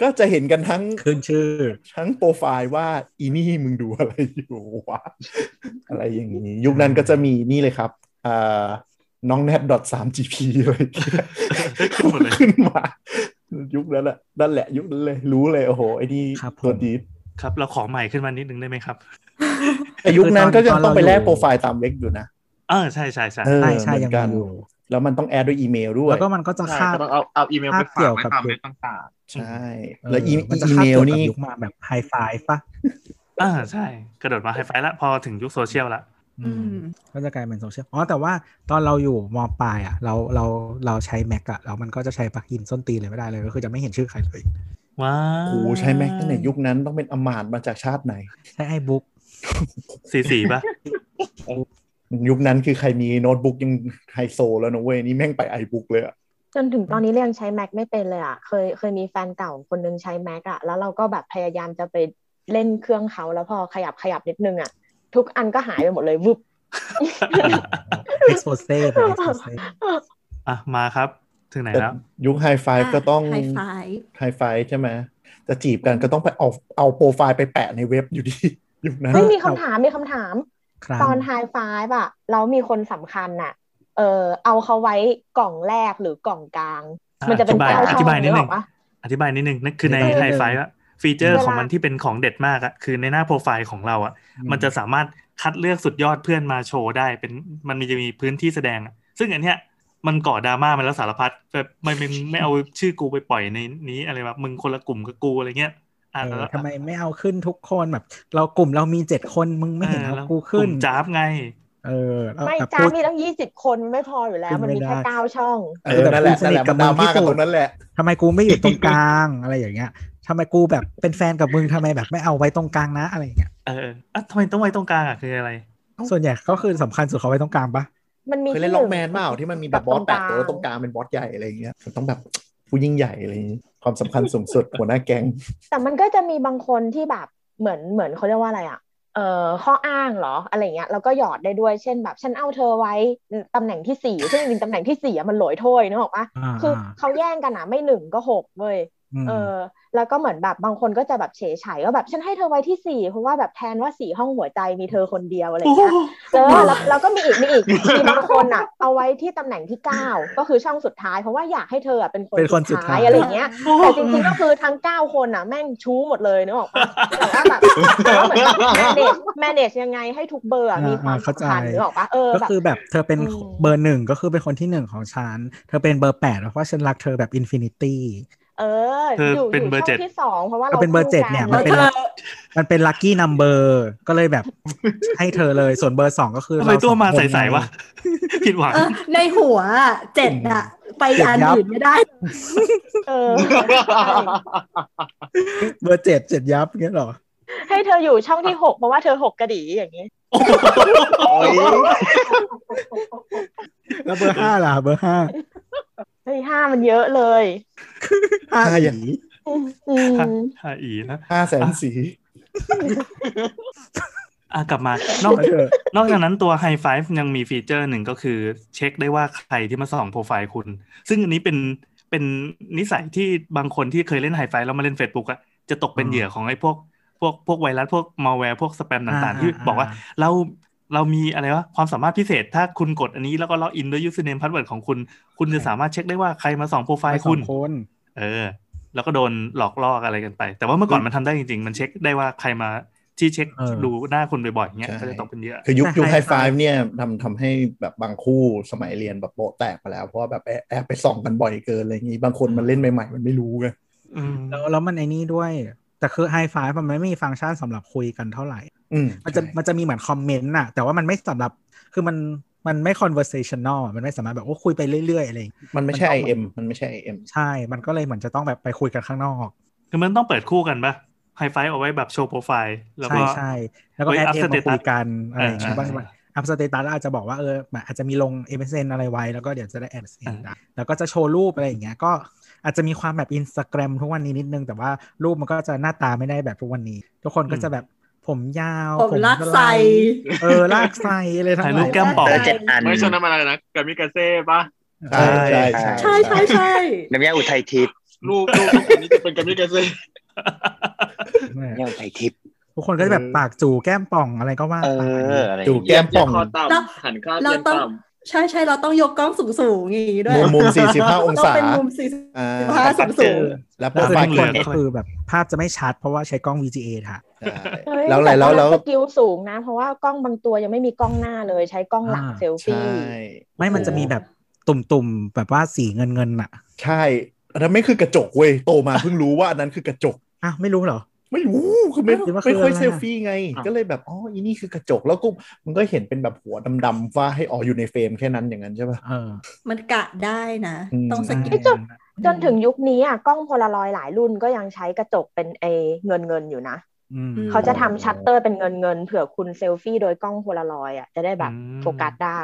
S3: ก็จะเห็นกันทั้ง
S5: ขึ้นชื่อ
S3: ทั้งโปรไฟล์ว่าอีนี่มึงดูอะไรอยู่วะ อะไรอย่างนี้ ยุคนั้นก็จะมีนี่เลยครับอ่าน้องแนท .3gp เลย
S6: ขึ้นหมดเลย
S3: ขึ้นมา ยุคนั้นแหละนั่นแหละ ยุคนั้นเลยรู้เลย โอ้โห ไอ้นี่
S5: ครับผม
S3: ตัวดีด
S6: ครับเราขอใหม่ขึ้นมานิดนึงได้ไหมครับ
S3: แต่ยุคนั้นก็ยัง
S5: คือตอน
S3: ต้องไป
S5: เราอยู่
S3: แลกโปรไฟล์ตามเว็กอยู่นะ
S6: เออใช่ใช่ใช่
S3: เออ
S5: ใช่ใช่
S3: เหมื
S5: ยั
S3: อง นกั
S5: มี
S3: น
S5: อยู่
S3: แล้วมันต้องแอดด้วยอีเมลด้วย
S5: แล้วก็มันก็จะ
S1: ใช่
S5: คาบ
S1: ก็ต้องเอาเอาอีเมลไปฝากไว้ตามเว็บต่าง
S3: ใช่
S5: เออ
S3: แล้วอี
S5: มันจะ
S3: อี
S5: คาบ
S3: เมล
S5: เกี่ยวกับ
S3: นี่
S5: ยุคมาแบบไฮไฟฟ์ปะ
S6: อ่าใช่ กระโดดมาไฮไฟละพอถึงยุคโซเชียลละ
S5: อืมก็จะกลายเป็นโซเชียลอ๋อแต่ว่าตอนเราอยู่มปลายอ่ะเราเราเราใช้ Mac อ่ะแล้วมันก็จะใช้ปลั๊กอินส้นตีนเลยไม่ได้เลย ก็คือจะไม่เห็นชื่อใครเลย
S6: ว้าว
S3: โอ้โหใช่ไหมตั้งแต่ยุคนั้นต้องเป็นอำมาตย์มาจากชาติไหน
S5: ใช้ไอ้บุ๊ก
S6: สี่สี่ป่ะ
S3: ยุคนั้นคือใครมีโน้ตบุ๊กยังไฮโซแล้วนะเว้ย นี่แม่งไป iBook เลยอะ
S2: จนถึงตอนนี้เรียงใช้ Mac ไม่เป็นเลยอ่ะ เคยเคยมีแฟนเก่าคนนึงใช้ Mac อ่ะ แล้วเราก็แบบพยายามจะไปเล่นเครื่องเขาแล้วพอขยับขยับนิดนึงอ่ะ ทุกอันก็หายไปหมดเลย วึบ
S5: เอ็กโพเซ่เป็นเอ็กโพเซ่
S6: อ่ะ มาครับ ถึงไหน
S3: แต่
S6: แล้ว
S3: ยุคไฮไฟก็ต้อง
S4: ไฮไฟ
S3: ไฮไฟใช่ไหมจะจีบกันก็ต้องไปเอาเอาโปรไฟล์ไปแปะในเว็บอยู่ดี ยุคนั้น
S2: ไม่มีคำถามมีคำถาม
S5: ครับ
S2: ตอนไฮไฟว์อ่ะ เรามีคนสำคัญน่ะ เออเอาเขาไว้กล่องแรกหรือกล่องกลาง
S6: อ่ะ
S2: มันจะเป็น
S6: อธิบาย
S2: เก้าช่
S6: อ
S2: อ
S6: ธิ
S2: ง
S6: บายนิด
S2: ก
S6: นึง
S2: ออกปะ
S6: อธิบายนิดนึงนั่นคือในไฮไฟอะฟีเจอร์ของมันที่เป็นของเด็ดมากอะคือในหน้าโปรไฟล์ของเราอะมันจะสามารถคัดเลือกสุดยอดเพื่อนมาโชว์ได้เป็นมันมีจะมีพื้นที่แสดงอะซึ่งอันเนี้ยมันก่อดราม่ามาแล้วสารพัดแบบไม่ไม่ไม่เอาชื่อกูไปปล่อยในนี้อะไรแบบมึงคนละกลุ่มกับกูอะไรเงี้ยอ่ะ
S5: เออ
S6: แล้ว
S5: ทำไมไม่เอาขึ้นทุกคนแบบ เรากลุ่มเรามีเจ็ดคนมึงไม่เห็นเอากูขึ้น
S6: ลุ่มจ้าบไง
S5: เออแล้ว
S2: ไม่
S5: แบบ
S2: จ้า
S5: พูด
S2: มีตั้งยี่สิบคนมันไม่พออยู่แล้ว มันมีแค่
S5: ไม่ได้
S2: เก้าช่อง
S3: เออนั่นแหละ
S5: เออแบบกูส
S3: นั่
S5: นิท
S3: นแหละ
S5: กั
S3: มั
S5: บ
S3: นดราม่ากัน
S5: มึงที่สุด
S3: ตรงนั้นแหละ
S5: ทำไมกู ไม่อยู่ตรงกลาง อะไรอย่างเงี้ยทำไมกูแบบเป็นแฟนกับมึงทำไมแบบไม่เอาไว้ตรงกลางนะอะไรอย่างเงี้ย
S6: เอออ่ะทำไมต้องไว้ตรงกลางอ่ะคืออะไร
S5: ส่วนใหญ่ก็คือสำคัญสุดเขาไว้ตรงกลางปะ
S2: มันมี
S3: เคยเล่นล็อกแมนเปล่าที่มันมีแบบบอสแปดตัวแล้วตรงกลางเป็นบอสใหญ่อะไรอย่างเงี้ยมันต้องแบบผู้ยิ่งใหญ่อะไรอย่างเงี้ยความสำคัญสูงสุดหัวหน้าแก๊ง
S2: แต่มันก็จะมีบางคนที่แบบเหมือนเหมือนเขาเรียกว่าอะไรอ่ะ เอ่อข้ออ้างเหรออะไรเงี้ยแล้วก็หยอดได้ด้วยเช่นแบบฉันเอาเธอไว้ตำแหน่งที่สี่ซึ่งจริงๆตำแหน่งที่สี่อะมันหลอยถ้วยนึกออกปะ
S5: า
S2: คือเขาแย่งกันอ่ะไม่หนึ่งก็หกเว้ย
S5: ม
S2: เออแล้วก็เหมือนแบบบางคนก็จะแบบเฉยไฉว่าแบบฉันให้เธอไว้ที่สี่เพราะว่าแบบแทนว่าสี่ห้องหัวใจมีเธอคนเดียวอะไรอย่างเงี้ยเออแล้วแล้วก็มีอีกมีอีกมีบางคนอ่ะ เอาไว้ที่ตำแหน่งที่เก้าก็คือช่องสุดท้ายเพราะว่าอยากให้เธออะเป็นคน
S5: เป็นคนสุดท้าย
S2: อะไรอย่างเงี้ยแต่จริงๆก็คือทั้งเก้าคนอ่ะแม่งชู้หมดเลยนึกออกปะแต่ว่าแบบแต่ว่าเหมือนแบบ manage manage ยังไงให้ทุกเบอร์อะมีความ
S5: อ่เข้าใจ
S2: สำคัญนึกออกปะเออ
S5: ก็
S2: แบบ
S5: คือแบบเธอเป็น
S2: อืม
S5: เบอร์หนึ่งก็คือเป็นคนที่หนึ่งของฉัน เธอเป็นเบอร์แปดเพราะว่าฉันรักเธอแบบอินฟินิตี้
S2: เออ
S6: คือ
S2: อยู่
S6: เป็
S2: อ
S6: น
S2: ยู่
S6: เบอร์
S2: ช่
S6: เจ็
S2: อ
S6: ด
S2: งที่สองเพราะว่า
S5: ก็
S2: เรา
S5: เป็นเบอร์เจ็ด
S2: คู่กั
S5: เนี่ยมันเป็น
S2: แล้วก็
S5: มันเป็นลัคกี้นัมเบอร์ก็เลย แบบให้เธอเลยส่วนเบอร์สองก็คือ
S6: ทำไม
S5: เร
S6: ตัวมา
S5: องคน
S6: ใสๆวะ ผิดหวัง
S4: เออในหัวอะเจ็ดอะไปอันอื่นไม่ได้
S2: เออใช่
S5: เบอร์เจ็ดเจ็ดยับเงี้ยเหรอ
S2: ให้เธออยู่ช่องที่หกเพราะว่าเธอหกกระดีอย่างนี้
S7: โอ้ย
S5: แล้วเบอร์ห้าล่ะเบอร์ห้า
S2: เฮ้ยห้ามันเยอะเลย
S5: ห้า
S3: ห้า
S5: ห
S3: อ
S5: ยี
S3: ย่าง
S2: อืม
S6: ฮาอีนะ
S3: ห้าแสนสี
S6: อ่ะกลับมานอก
S5: ไปเถอะ
S6: นอกจากนั้นตัวไฮไฟฟ์ยังมีฟีเจอร์หนึ่งก็คือ เช็คได้ว่าใครที่มาส่องโปรไฟล์คุณ ซึ่งอันนี้เป็นเป็นนิสัยที่บางคนที่เคยเล่นไฮไฟแล้วมาเล่น Facebook อะจะตกเป็นเหยื่อของไอ้พวกพวกพวกไวรัสพวกมาแวร์พวกสแปมต่างๆ ที่บอกว่า เราเรามีอะไรวะความสามารถพิเศษถ้าคุณกดอันนี้แล้วก็ล็อกอินด้วยยูสเนมพาสเวิร์ดของคุณ คุณจะสามารถเช็คได้ว่าใครมาส่องโปรไฟ
S5: ไป
S6: ล์
S5: สอ
S6: คุณ
S5: งคน
S6: เออ แล้วก็โดนหลอกล่ออะไรกันไป แต่ว่าเมื่อก่อนมันทำได้จริงๆ มันเช็คได้ว่าใครมาที่เช็คดูหน้าคุณบ่อยๆอย่างเงี้ยก็จะตกเป็นเหยื่อ
S3: คือยุคยุคไฮไฟฟ์เนี่ยทำทำให้แบบบางคู่สมัยเรียนแบบโปะแตกไปแล้ว เพราะว่าแบบแอบแอบไปส่องกันบ่อยเกินอะไรอย่างงี้ บางคนมันเล่นใหม่ๆ มันไม่รู้ไง
S6: อืม
S5: แล้วแล้วมันไอ้นี่ด้วย แต่คือไฮไฟมันไม่มีฟังก์ชันสำหรับคุยกันเท่าไหร่
S3: อืม
S5: มันจะมันจะมีเหมือนคอมเมนต์น่ะ แต่ว่ามันไม่สำหรับคือมันมันไม่ conversational อะมันไม่สามารถแบบโอ้คุยไปเรื่อยๆอะไรอย่างเงี้ย
S3: มันไม่ใช่ IM มันไม่ใช่ IM
S5: ใช่ มันก็เลยเหมือนจะต้องแบบไปคุยกันข้างนอก
S6: คือมันต้องเปิดคู่กันปะไฮไฟเอาไว้แบบโชว์โปรไฟล์ แล้ว
S5: ใช่
S6: ก็
S5: ใช่แล้วก็
S6: เว้ย
S5: แอด
S6: up
S5: เอ็ม
S6: status
S5: มาคุยกันอะไรอย่างเงี้ย
S6: อ่า
S5: บาง
S6: อ่า
S5: อัพสเตตัสอาจจะบอกว่าเออแบบอาจจะมีลง MSN อะไรไว้ แล้วก็เดี๋ยวจะได้แอดเอนได้แล้วก็จะโชว์รูปอะไรอย่างเงี้ยก็อาจจะมีความแบบ Instagram ทุกวันนี้นิดนึง แต่ว่ารูปมันก็จะหน้าตาไม่ได้แบบทุกวันนี้ ทุกคนก็จะแบบผมยาว
S4: ผมลากไส้
S5: เออลากไซอะไรทั้ง
S6: ถ่าย
S5: ห
S6: รู
S5: ลา
S6: ป
S5: ย
S6: แก้มป่อง
S7: เจอเจ็ดอัน
S8: ไม่ใช่น้ำอะไรนะกามิกาเซ่ปะ
S3: ใช่ใช่
S7: ใช่
S4: ใช่ใช่ใช่
S7: น้ำยาอุทัยทิพย์
S8: ลูกลูกทุกคนนี้จะเป็นกามิกาเซ่
S7: น้ำยาอุทัยทิพย์
S5: ทุกคนก็จะแบบปากจูแก้มป่องอะไรก็ว่า
S7: เอ
S5: ไป
S7: ออะไรอ
S3: จู
S7: ย่าง
S3: แก้
S7: เงี้ย
S3: มป่อง
S8: คอต่ำหันข้าง
S4: เรา
S8: เอียง
S4: ต้อง
S8: ต่
S4: ใช่ใช่เราต้องยกกล้องสูงสูงอย่างงี้ด้วย
S3: มุมมุมสี่สิบห้าอง
S4: ต้อง
S3: ศา
S4: เป็นมุมสี่สิบ
S3: อ่า
S4: ห้าสูงสูง
S3: แล้วโป
S5: แล้
S3: ร
S5: ว
S3: ไฟ
S5: บางค
S3: ล์เขีย
S5: น
S3: น
S5: ก็คือแบบภาพจะไม่ชัด เพราะว่าใช้กล้อง VGA ค่ะ
S3: ใช่
S2: เฮ้ย
S3: แล้วอะไร
S2: ต่
S3: แล้ว
S2: ตอน
S3: แล้ว
S2: นั้นสกิลสูงนะ เพราะว่ากล้องบางตัวยังไม่มีกล้องหน้าเลยใช้กล้องหลัง
S5: อ่า
S2: เซล
S3: ใช่
S2: ฟี่
S5: ไม่มันจะมีแบบตุ่มๆ แบบว่าสีเงินเงินๆอะ
S3: ใช่อันนั้นไม่คือกระจกเว้ยโตมาเพิ่งรู้ว่าอันนั้นคือกระจก
S5: อ้าวไม่รู้เหรอ
S3: ไม่รู้คือไม่
S5: อ้าวคิดว่าคือ
S3: ไม่ค่อย
S5: อะไรอะ
S3: เซลฟี่ไง ก็เลยแบบอ๋ออีนี่คือกระจกแล้วก็มันก็เห็นเป็นแบบหัวดำๆว่าให้อ๋ออยู่ในเฟรมแค่นั้นอย่างนั้นใช่ป่ะ
S5: เออ
S4: มันกะได้นะ
S3: อืม
S4: ต้องสกิป
S5: ใช่
S2: จนถึงยุคนี้อ่ะกล้องโพลารอยด์หลายรุ่นก็ยังใช้กระจกเป็นเอเงินเงินๆอยู่นะ
S5: อืม
S2: เขาจะทำชัตเตอร์เป็นเงินเงินๆเผื่อคุณเซลฟี่โดยกล้องโพลารอยด์อ่ะจะได้แบบ
S6: อืม
S2: โฟกัสได้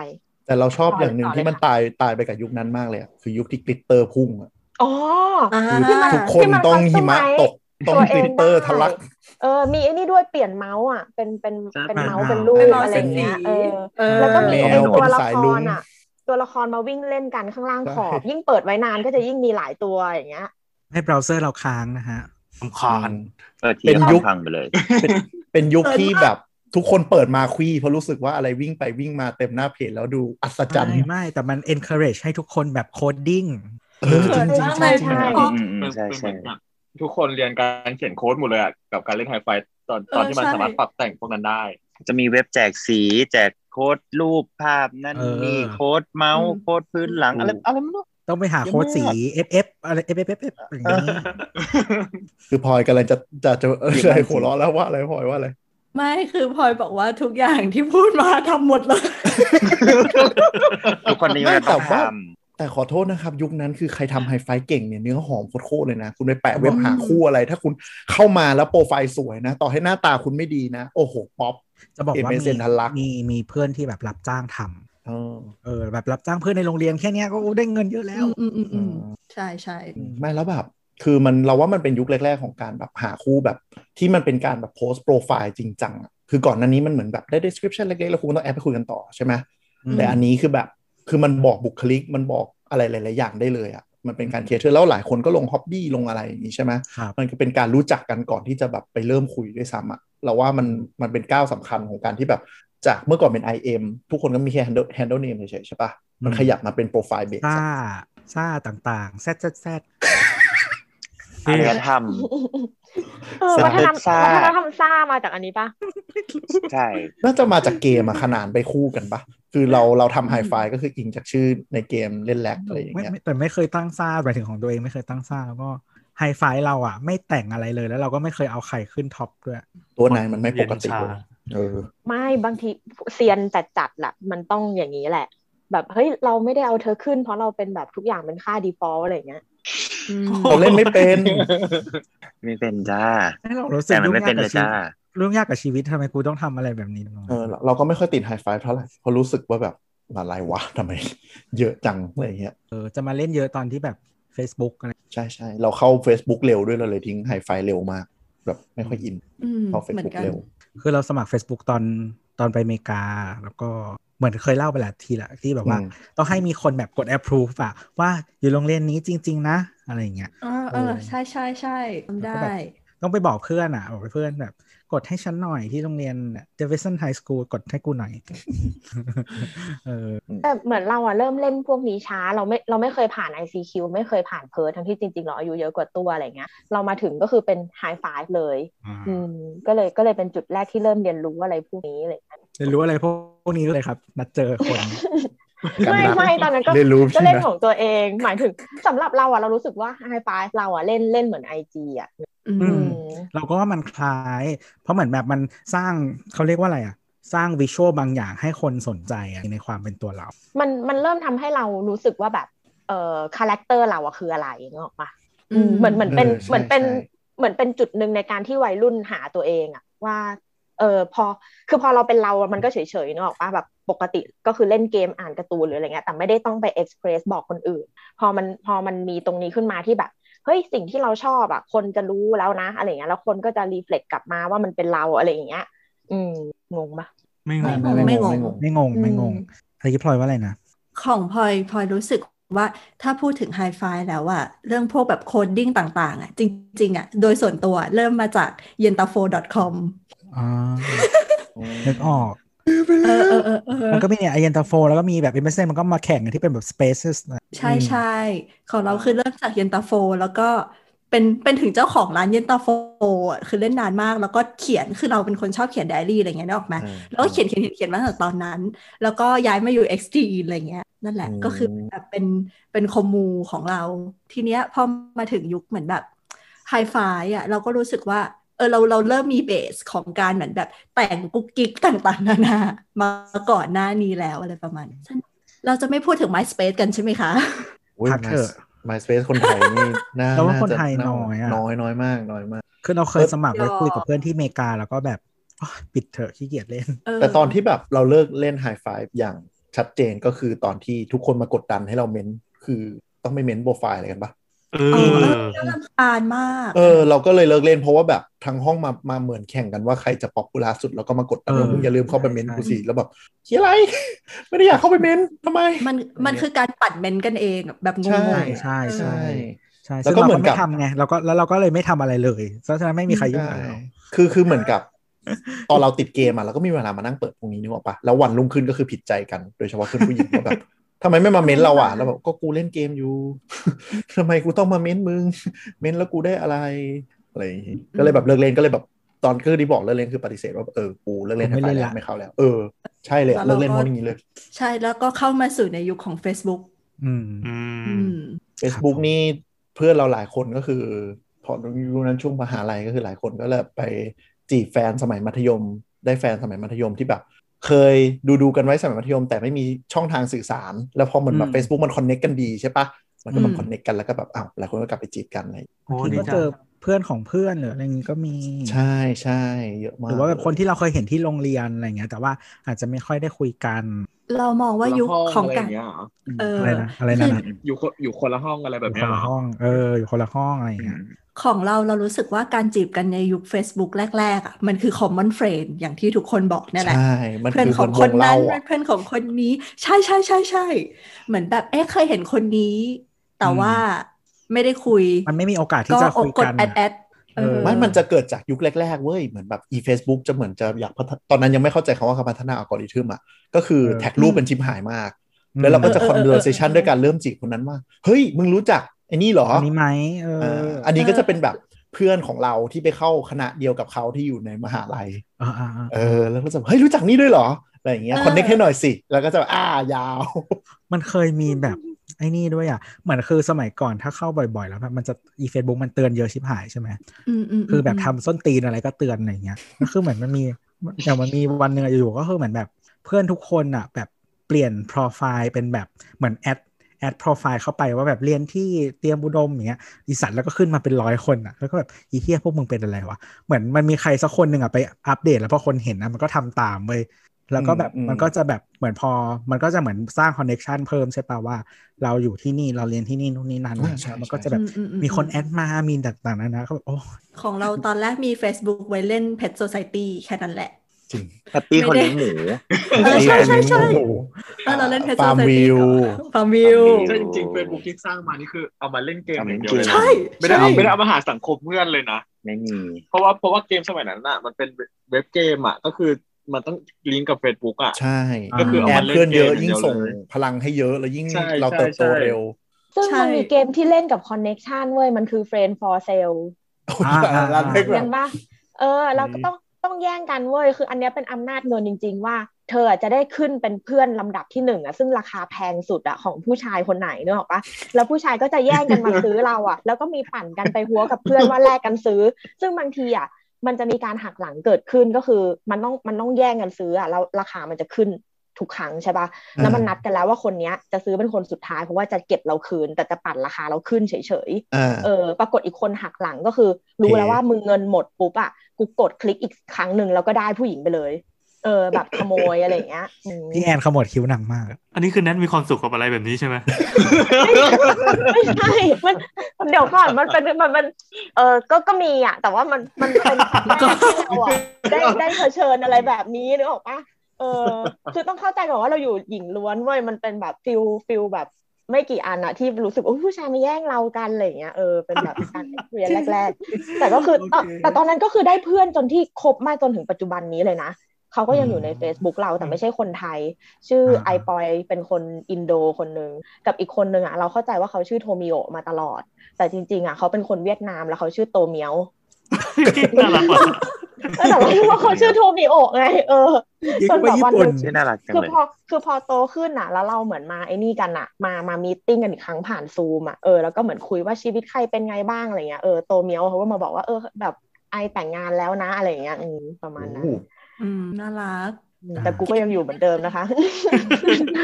S3: แต่เราชอบ
S2: ต่ออ
S3: อย่างหนึ่ง
S2: ต่อเลย
S3: ที่มัน
S2: ค่ะ
S3: ตายตายไปกับยุคนั้นมากเลยอะคือยุคที่กลิตเตอร์พุ่งอะ
S2: อ๋อ
S4: อ่า
S3: คือทุกคน
S2: ที่มัน
S3: ต้องหิมะ
S2: customize
S3: ตกต้อง
S2: ตัวเอง
S3: กลิตเตอร์
S2: ได้
S3: ทะลัก
S2: เออมีไอ้นี่ด้วยเปลี่ยนเมาส์อ่ะเป็นเป็นเป็นเมาส์เป็นรู
S4: เป็
S2: ป
S4: นรอย
S2: อะไร
S4: สี
S2: เงี้ยเออ
S4: เออ
S2: แล้วก็มี
S3: แมว
S2: ไอ้ตัวละ
S3: สาย
S2: ค
S3: ลุ้
S2: รง อ่ะ ตัวละครมาวิ่งเล่นกันข้างล่างขอบ
S3: ใช่
S2: ยิ่งเปิดไว้นานก็จะยิ่งมีหลายตัวอย่างเงี้ย
S5: ให้เบราว์เซอร์เราค้างนะฮะ
S6: สำคาญ
S7: เออที
S3: เป็นยุ
S7: ยุ
S3: ค
S7: คพังไปเลย
S3: เป็นเป็นยุคที่แบบทุกคนเปิดมาคุยเพราะรู้สึกว่าอะไรวิ่งไปวิ่งมาเต็มหน้าเพจแล้วดูอัศจรรย์
S5: ไม่ไม่แต่มัน encourage ให้ทุกคนแบบโคดดิ้ง
S3: เออจริงจริง
S4: ข้างใน
S3: ๆใช่
S2: ใช่
S3: ใช่
S4: อ๋อ
S7: อืมอืม
S8: ำ
S7: ใช่
S8: เป็นเห
S7: ใช่
S8: มือนแบบทุกคนเรียนการเขียนโค้ดหมดเลยอะกับการเล่นไฮไฟตอน
S4: เออ
S8: ตอนที่มัน
S4: ใช่
S8: สามารถปรับแต่งพวกนั้นได้
S7: จะมีเว็บแจกสีแจกโค้ดรูปภาพนั่น
S5: เออ
S7: นี่โค้ดเมาส์โค้ดพื้นหลังอะไรอะไรไม่รู้
S5: ต้องไปหาโค้ดสี FF อะไร FF อย่างนี้
S3: คือพลอยกำลังจะจะจะเออ
S7: หยิบ
S3: ใช่
S7: มา
S3: หัวเราะแล้วว่าอะไรพลอยว่าอะไร
S4: ไม่คือพลอยบอกว่าทุกอย่างที่พูดมาทำหมดเลย
S7: ทุกคนในยุคนั้นต้อง
S3: ไม่แต่
S7: ท
S3: ว่า แต่ขอโทษนะครับ ยุคนั้นคือใครทำไฮไฟเก่งเนี่ยเนื้อหอมโคตรๆเลยนะ คุณไปแปะเว็บหาคู่อะไร ถ้าคุณเข้ามาแล้วโปรไฟล์สวยนะ ต่อให้หน้าตาคุณไม่ดีนะ โอ้โห ป๊อป
S5: จะบอกว่า
S3: เอ็มเอ
S5: มี
S3: สเอ็นทันลักษณ์
S5: มีมีเพื่อนที่แบบรับจ้างทำ
S3: เออ
S5: เออแบบรับจ้างเพื่อนในโรงเรียนแค่เนี้ยก็โอ้ได้เงินเยอะแล้ว
S4: อืมอืมอืมใช่ใช่
S3: ไม่แล้วแบบ คือมันเราว่ามันเป็นยุคแรก ๆ ของการแบบหาคู่แบบ ที่มันเป็นการแบบโพสต์โปรไฟล์จริงจังอะคือก่อนหน้านี้มันเหมือนแบบได้ description เล็กๆแล้วคุณก็ต้องแอดไปคุยกันต่อใช่ไหม
S4: อืม
S3: แต่อันนี้คือแบบ คือมันบอกบุคลิก มันบอกอะไรหลาย ๆ อย่างได้เลยอะ่ะ มันเป็นการเทเชอร์แล้วหลายคนก็ลงฮ็อบบี้ลงอะไรอย่างนี้ใช่ไหม
S5: ครับ
S3: มันก็เป็นการรู้จักกันก่อนที่จะแบบไปเริ่มคุยด้วยซ้ำอะ่ะ เราว่ามัน มันเป็นก้าวสำคัญของการที่แบบจากเมื่อก่อนเป็น IM ทุกคนก็มีแค่ handle handle name เฉยๆใช่ปะมันขยับมาเป็นโปรไฟล์เบส
S5: ซ่าซ่าต่างๆแซดแซดแซด
S7: อารยธรรม
S2: เออวัฒนธรรม
S7: ซ่า
S2: วัฒนธรรมซ่ามาจากอันนี้ปะ
S7: ใช่
S3: น่าจะมาจากเกมอะขนานไปคู่กันปะคือเราเราทำไฮไฟก็คืออิงจากชื่อในเกมเล่นแลกอะไรอย่าง
S5: ไม่
S3: เงี้ย
S5: ไม่แต่ไม่เคยตั้งซ่าหมายถึงของตัวเองไม่เคยตั้งซ่าแล้วก็ไฮไฟเราอ่ะ ไม่แต่งอะไรเลยแล้วเราก็ไม่เคยเอาใครขึ้นท็อปด้วย
S3: ตัวนายมันไม่ปกติ
S6: เย็นชา
S3: เลยเออ
S2: ไม่บางทีเซียนแต่จัดแหละมันต้องอย่างนี้แหละ แบบเฮ้ยเราไม่ได้เอาเธอขึ้น เพราะเราเป็นแบบทุกอย่างเป็นค่า default อะไรอย่างเงี้ย
S4: อืม
S3: เราเล่นไม่เป็น
S7: ไม่เป็นจ้า
S5: ให้เรารู้สึก
S7: แต่มันไม่
S5: ง
S7: เป็น
S5: กั
S7: เล
S5: บ
S7: ย
S5: ชีวิ
S7: จ้า
S5: ตยุ่งยากกับชีวิตทำไมกูต้องทำอะไรแบบนี้
S3: เออเราเราก็ไม่ค่อยติดไฮไฟเท่าไหร่เพราะรู้สึกว่าแบบอะไรวะทำไม เยอะจังอะไรอย่างเงี้ย
S5: เออจะมาเล่นเยอะตอนที่แบบ Facebook อะไร
S3: ใช่ใช่เราเข้า Facebook เร็วด้วยเราเลยทิ้งไฮไฟเร็วมาก แบบไม่ค่อยอิน
S4: อืม
S3: เข้า
S4: เหมือน
S3: Facebook
S4: กัน
S3: เร็ว
S5: คือเราสมัคร Facebook ตอนตอนไปอเมริกา แล้วก็เหมือนเคยเล่าไปหลายทีละที่แบบว่า
S3: อืม
S5: ต้องให้มีคนแบบกด approve อะว่าอยู่โรงเรียนนี้จริง ๆ นะ อะไรอย่างเงี้ย
S4: เออเออใช่ใช่ใช่ทำ
S5: แล้ว
S4: ได้
S5: ก็แบบ ต้องไปบอกเพื่อนอะบอกไปเพื่อนแบบ กดให้ฉันหน่อยที่โรงเรียน Davidson High School กดให้กูหน่อย
S2: แต่เหมือนเราอะเริ่มเล่นพวกนี้ช้าเราไม่เราไม่เคยผ่าน ICQ ไม่เคยผ่านเพิร์ททั้งที่จริงๆเราอายุเยอะกว่าตัวอะไรเงี้ยเรามาถึงก็คือเป็นไฮไฟฟ์เลย
S5: อ่า
S2: อืมก็เลยก็เลยเป็นจุดแรกที่เริ่มเรียนรู้อะไรพวกนี้อะไรเลย
S5: เรียนรู้อะไรพวกพวกนี้เลยครับนัดเจอคน
S3: กัน
S2: ไม่
S3: นะ
S2: ไม่ตอนนั้นก็
S3: เรียนรู้
S2: ก็
S3: ใช่ไห
S2: เล่น
S3: ม
S2: ของตัวเอง หมายถึงสำหรับเราอะเรารู้สึกว่าไฮไฟฟ์เราอะเล่นเล่นเหมือนไอจีอะ
S4: อื
S5: อื
S4: ม
S5: ม เราก็ว่ามันคล้าย เพราะเหมือนแบบมันสร้างเขาเรียกว่าอะไรอ่ะ สร้างวิชวลบางอย่างให้คนสนใจอะในความเป็นตัวเรา
S2: มันมันเริ่มทำให้เรารู้สึกว่าแบบเอ่อคาแรคเตอร์เราอะคืออะไรนึกออกปะ อืมเหมือนเหมือนเป็น
S3: ออใช่
S2: เหมือนเป็น
S3: ใช่
S2: เหมือนเป็นจุดหนึ่งในการที่วัยรุ่นหาตัวเองอะว่าเออพอคือพอเราเป็นเราอะมันก็เฉยๆนึกออกปะแบบปกติก็คือเล่นเกมอ่านการ์ตูนหรืออะไรเงี้ยแต่ไม่ได้ต้องไปเอ็กซ์เพรสบอกคนอื่น พอมันพอมันมีตรงนี้ขึ้นมาที่แบบเฮ้ยสิ่งที่เราชอบอะคนจะรู้แล้วนะอะไรเงี้ยแล้วคนก็จะรีเฟล็กกลับมาว่ามันเป็นเราอะไรอย่างเงี้ย อืมงงปะ
S6: ไม่ง
S4: ไม่
S6: ง
S4: งงไม่งง
S5: ไม่งงไม่งง
S4: อืม
S5: อันนี้พลอยว่าอะไรนะ
S4: ของพลอยพลอยรู้สึกว่าถ้าพูดถึงไฮไฟแล้วอะเรื่องพวกแบบโคดดิ้งต่างๆอะจริง ๆอะโดยส่วนตัวเริ่มมาจากเย็นตาโฟ .com
S5: อ๋อ นึกออก
S4: เออเออเออเออ
S5: มันก็มีเนี่ยไอเยนตาโฟ แล้วก็มีแบบเอเมเซนมันก็มาแข่งกันที่เป็นแบบ spaces นะ
S4: ใช่ใช่ของเราคือเริ่มจากเย็นตาโฟ แล้วก็เป็นเป็นถึงเจ้าของร้านเย็นตาโฟอะคือเล่นนานมาก แล้วก็เขียนคือเราเป็นคนชอบเขียนไดอารี่อะไรเงี้ยนึกออกไหม
S3: ออ
S4: แล้วก็เขียนเขียนเขียนเขียนมาตั้งแต่ตอนนั้น แล้วก็ย้ายมาอยู่ XT อะไรเงี้ย นั่นแหละ
S3: อืม
S4: ก็คือแบบเป็นเป็นคอมมูของเรา ทีเนี้ยพอมาถึงยุคเหมือนแบบไฮไฟอ่ะเราก็รู้สึกว่าเออเราเราเริ่มมีเบสของการเหมือนแบบแต่งกุ๊กกิ๊กต่างๆ นานามาก่อนหน้านี้แล้วอะไรประมาณนั้นเราจะไม่พูดถึง MySpace กันใช่ไหมคะ
S3: โอ้ย
S5: พักเถอะ
S3: My- MySace คนไทยนี่น่า
S5: เราว่า
S3: จะ
S5: คนไทยน้อยอะ
S3: น้อยน้อยมากน้อยมาก
S5: คือเราเคยสมัครไว้
S4: ยอม
S5: คุยกับเพื่อนที่อเมริกาแล้วก็แบบอ๋อปิดเถอะขี้เกียจเล่น
S4: เออ
S3: แต่ตอนที่แบบเราเลิกเล่นไฮไฟอย่างชัดเจนก็คือตอนที่ทุกคนมากดดันให้เราเม้นคือต้องไม่เม้นโปรไฟล์อะไรกันปะ
S6: เอ
S4: เออเอ
S6: อ
S4: อน่ารำคาญมาก
S3: เออเราก็เลยเลิกเล่นเพราะว่าแบบทั้งห้องมามาเหมือนแข่งกันว่าใครจะป๊อปปูล่าสุดแล้วก็มากดดัน
S5: เออ
S3: แล้วมึงอย่าลืมเข้าไปเม้น
S5: ใช่
S3: กูสิแล้วแบบเฮียอะไร ไม่ได้อยากเข้าไปเม้นทำไม
S4: มันมันคือการปั่นเมนกันเองแบบง
S3: ใช่
S4: ง
S5: ใช่
S4: ๆ
S5: ใช่ใช่
S3: ใช่
S5: ใช่
S3: แล้
S5: ซึ่ง
S3: วก็
S5: เรา
S3: เหมื
S5: ก็
S3: อนกับ
S5: ไม่ทำไงเราก็แล้วเราก็เลยไม่ทำอะไรเลยเพราะฉะนั้นไม่มีใครยุ่งกับเรา
S3: คือคือเหมือนกับ ตอนเราติดเกมอ่ะเราก็มีเวลามานั่งเปิดพวกนี้นึกออกปะแล้ววันรุ่งขึ้นก็คือผิดใจกันโดยเฉพาะเพื่อนผู้หญิงว่าแบบทำไมไม่มาเม้นเราอ่ะแล้วแบบก็กูเล่นเกมอยู่ ทำไมกูต้องมาเม้นมึง เม้นแล้วกูได้อะไรอะไรอย่างงี้ก็เลยแบบเลิกเล่นก็เลยแบบตอนคือที่บอกเลิกเล่นคือปฏิเสธว่าเออกูเลิกเล่น
S5: ไม่เล่
S3: ไม่
S5: น
S3: เล่น
S5: ละ
S3: แล้วไม่เข้าแล้ว เออใช่เลยอะเลิกเล่นเพราะอย่างงี้เลย
S4: ใช่แล้วก็เข้ามาสู่ในยุคของ Facebook
S5: อืม
S6: อื
S4: อื
S6: ม
S4: ม
S3: Facebook
S5: ผม
S3: นี่เพื่อนเราหลายคนก็คือ พอยุคนั้นช่วงมหาลัยก็คือหลายคนก็เลยไปจีบแฟนสมัยมัธยม ได้แฟนสมัยมัธยมที่แบบ เคยดูดูๆกันไว้สมัยมัธยม แต่ไม่มีช่องทางสื่อสาร แล้วพอเหมือนแบ
S6: อื
S3: บ
S6: ม
S3: Facebook มันคอนเน็กกันดีใช่ปะมันก็มา
S4: อืม
S3: คอนเน็กกันแล้วก็แบบอ้าวหลายคนก็กลับไปจีบกันอะไรอย่างเงี้ย
S6: โอ้
S5: บางที
S6: ดี
S5: ก็
S6: จั
S5: เจ
S6: ง
S5: อเพื่อนของเพื่อนหรืออะไรอย่างงี้ก็มี
S3: ใช่ใช่เยอะมาก
S5: หรือว่าแบบคนที่เราเคยเห็นที่โรงเรียนอะไรอย่างเงี้ยแต่ว่าอาจจะไม่ค่อยได้คุยกัน
S4: เรามองว่ายุคของ
S8: อะไร
S4: การ
S8: เงี้ยเหรอ
S4: เอออ
S5: อะไรนะอะไรนะนะ
S8: อยู่คนอยู่คนละห้องอะไร
S5: อ
S8: แบบ
S5: ยู่ค
S8: เนี้ย
S5: น
S8: เหร
S5: ละ
S8: อ
S5: ห้องเอออยู่คนละห้องอะไรอย่างเงี้ย
S4: ของเราเรารู้สึกว่าการจีบกันในยุค Facebook แรก ๆอ่ะมันคือ common friend อย่างที่ทุกคนบอกเนี่ยแหละ
S3: ใช่มัน
S4: เพื่อน
S3: คือ
S4: ของ
S3: ว
S4: คน
S3: เล่า
S4: นั้น
S3: อะ
S4: เพื่อนของคนนี้ ใช่ใช่ใช่ใช่เหมือนแบบเอ๊ะเคยเห็นคนนี้ แต่
S5: อืม
S4: ว่าไม่ได้คุย
S5: มันไม่มีโอกาสที่จะคุย
S4: กด
S5: กัน
S4: แอดแอ
S5: อะ
S4: ด
S5: เออ
S3: ไม่มันจะเกิดจากยุคแรก ๆ เว้ย เหมือนแบบอี Facebook จะเหมือนจะอยากพัฒตอนนั้นยังไม่เข้าใจคำว่าคำพัฒนาอัลกอริทึมอ่ะก็คือ
S5: เออ
S3: แท็กรูปเป็นชิปหายมาก
S5: อืม
S3: แล้วเราก็จะ
S4: เออเออเออ
S3: conversation ด้วยการเริ่มจีบคนนั้นว่า เฮ้ย มึงรู้จักไอ้นี่เหรอ
S5: อันนี้ไหมเออ
S3: อ่าอันนี้ก็จะเป็นแบบเพื่อนของเราที่ไปเข้าคณะเดียวกับเขาที่อยู่ในมหาลัย
S5: อ่าอ่าอ่า
S3: เออ แล้วก็จะเฮ้ยรู้จักนี่ด้วยเหรอ อะไรอย่างเงี้ย
S4: เออ
S3: คอนเน็กให้หน่อยสิ แล้วก็จะอ่ายาว
S5: มันเคยมีแบบไอ้นี่ด้วยอ่ะเหมือนคือสมัยก่อนถ้าเข้าบ่อยๆ แล้วแบบมันจะอีเฟซบุ๊กมันเตือนเยอะชิบหายใช่ไหม
S4: มมม
S5: คือแบบทำส้นตีนอะไรก็เตือนอะไรอย่างเงี้ยก็คือเหมือนมันมีแต่มันมีวันหนึ่งอะอยู่ๆก็คือเหมือนแบบเพื่อนทุกคนอ่ะแบบเปลี่ยนโปรไฟล์เป็นแบบเหมือนแอดแอดโปรไฟล์เข้าไปว่าแบบเรียนที่เตรียมอุดมอย่างเงี้ยอีสัตว์แล้วก็ขึ้นมาเป็นร้อยคนอ่ะแล้วก็แบบอีเทียพวกมึงเป็นอะไรวะเหมือนมันมีใครสักคนหนึ่งอ่ะไปอัปเดตแล้วพอคนเห็นนะมันก็ทำตามเลยแล้วก็แบบ
S3: อืมอืม
S5: มันก็จะแบบเหมือนพอมันก็จะเหมือนสร้างคอนเน็ชันเพิ่มใช่ป่าว่า เราอยู่ที่นี่เราเรียนที่นี่นู่นนี่นั่นอะไรอย่างเงี้ยมันก็จะแบบ
S4: อื
S5: มีคนแอดมามีต่างๆนานาเขาแบบโอ้
S4: ของเราตอนแรกมี Facebook ไว้เล่น Pet Society แค่นั้นแหละ
S3: จริง
S7: แฮปปี้
S4: ไม่ได้
S7: คนเลี้ยงหมู
S4: เออใช่ใช่ใช่
S3: โอ้โห
S4: เออเราเล่น Pet
S3: ปาล์ม
S4: Society
S3: วิว
S4: ฟาร์มวิว
S7: ปาล์มวิว
S8: ใช่จริงๆเฟซบุ๊กที่สร้างมานี่คือเอามาเล่นเกมอย่างเดียว
S7: เอามาเล่นเกม
S8: เลยนะ
S4: ใช่
S8: ไม่ได้
S4: ใช่
S8: เอาไม่ได้เอามาหาสังคมเพื่อนเลยนะ
S7: ไม่มี
S8: เพราะว่าเพราะว่าเกมสมัยนั้นน่ะมันเป็นเว็บเกมอ่ะก็คือมันต้องลิงก์กับ Facebook อ่ะ
S3: ใช่
S8: ก็คือเอา
S3: แอ
S8: มา
S3: ด
S8: เล่น
S3: เพื่อนเยอะ
S8: เกม
S3: ยิ่งส่ง
S8: เดียวเลย
S3: พลังให้เยอะแล้วยิ่ง
S8: ใช่
S3: เรา
S8: ใช่
S3: เติบโต
S8: ใช่
S3: เร็ว
S2: ซึ่ง
S4: ใช่
S2: มันมีเกมที่เล่นกับคอนเน็กชันเว้ย มันคือ Friend for Sale
S5: อ่าอ่า
S3: ร้านเล็กแบ
S2: ยั
S3: บ
S2: นปะเออ เราก็ต้องต้องแย่งกันเว้ย คืออันเนี้ยเป็นอำนาจเงินจริง ๆ ว่า เธอจะได้ขึ้นเป็นเพื่อนลำดับที่หนึ่งอะซึ่งราคาแพงสุดอะของผู้ชายคนไหนเนกอะปะแล้วผู้ชายก็จะแย่งกันมา ซื้อเราอะ แล้วก็มีปั่นกันไปหัวกับเพื่อนว่าแลกกันซื้อ ซึ่งบางทีอะมันจะมีการหักหลังเกิดขึ้นก็คือมันต้องมันต้องแย่งกันซื้ออะแล้วราคามันจะขึ้นทุกครั้งใช่ปะแล้วมันนัดกันแล้วว่าคนเนี้ยจะซื้อเป็นคนสุดท้ายเพราะว่าจะเก็บเราคืน แต่จะปั่นราคาเราขึ้นเฉยๆ
S3: อ่า
S2: เออปรากฏอีกคนหักหลังก็คือ รู้
S3: โอเค
S2: แล้วว่ามึงเงินหมดปุ๊บอ่ะกูกดคลิกอีกครั้งหนึ่งแล้วก็ได้ผู้หญิงไปเลย เออ แบบขโมย อะไรอย่างเงี้ยอืม
S5: พี่แอนขมวดคิ้วหนังมากอะ
S6: อันนี้คือแนทมีความสุขกับอะไรแบบนี้ใช่ไหม
S2: ไม่ใช่มันมันเดี๋ยวก่อนมันเป็นมันมันเออก็ก็มีอ่ะ แต่ว่ามันมันเป็นครั้งแรกที่เราอ่ะได้ได้เผชิญอะไรแบบนี้นึกออกปะเออ คือต้องเข้าใจก่อนว่าเราอยู่หญิงล้วนเว้ยมันเป็นแบบฟิลฟิลแบบไม่กี่อันอะที่รู้สึกว่าอุ๊ยผู้ชายมาแย่งเรากันอะไรอย่างเงี้ยเออเป็นแบบการเรียนแรก ๆ แต่ก็คือตอนแต่ตอนนั้นก็คือได้เพื่อนจนที่คบมาจนถึงปัจจุบันนี้เลยนะ เขาก็ยังอยู่ใน Facebook เราแต่ไม่ใช่คนไทย ชื่อไอปอยเป็นคนอินโดคนหนึ่งกับอีกคนหนึ่งอ่ะเราเข้าใจว่าเขาชื่อโทมิโอมาตลอด แต่จริงๆอ่ะเขาเป็นคนเวียดนามแล้วเขาชื่อโตเมียว
S6: น่ารักว่ะ
S2: เออแต่เราคิดว่าเขาชื่อโทมิโอไงเออ จนแบบวันหนึ่ง
S7: ชื่อน่ารักจัง
S2: คือ
S7: เลย
S2: พอคือพอโตขึ้นน่ะ แล้วเราเหมือนมาไอ้นี่กันน่ะ มามามีตติ้งกันอีกครั้งผ่านซูมอ่ะเออแล้วก็เหมือนคุยว่าชีวิตใครเป็นไงบ้างอะไรเงี้ยเออโตเมียวเขาก็มาบอกว่าเออแบบไอแต่งงานแล้วนะอะไรเงี้ยอืมประมาณนั้น
S4: อืมน่ารัก
S2: แต่กูก็ยังอยู่เหมือนเดิมนะคะ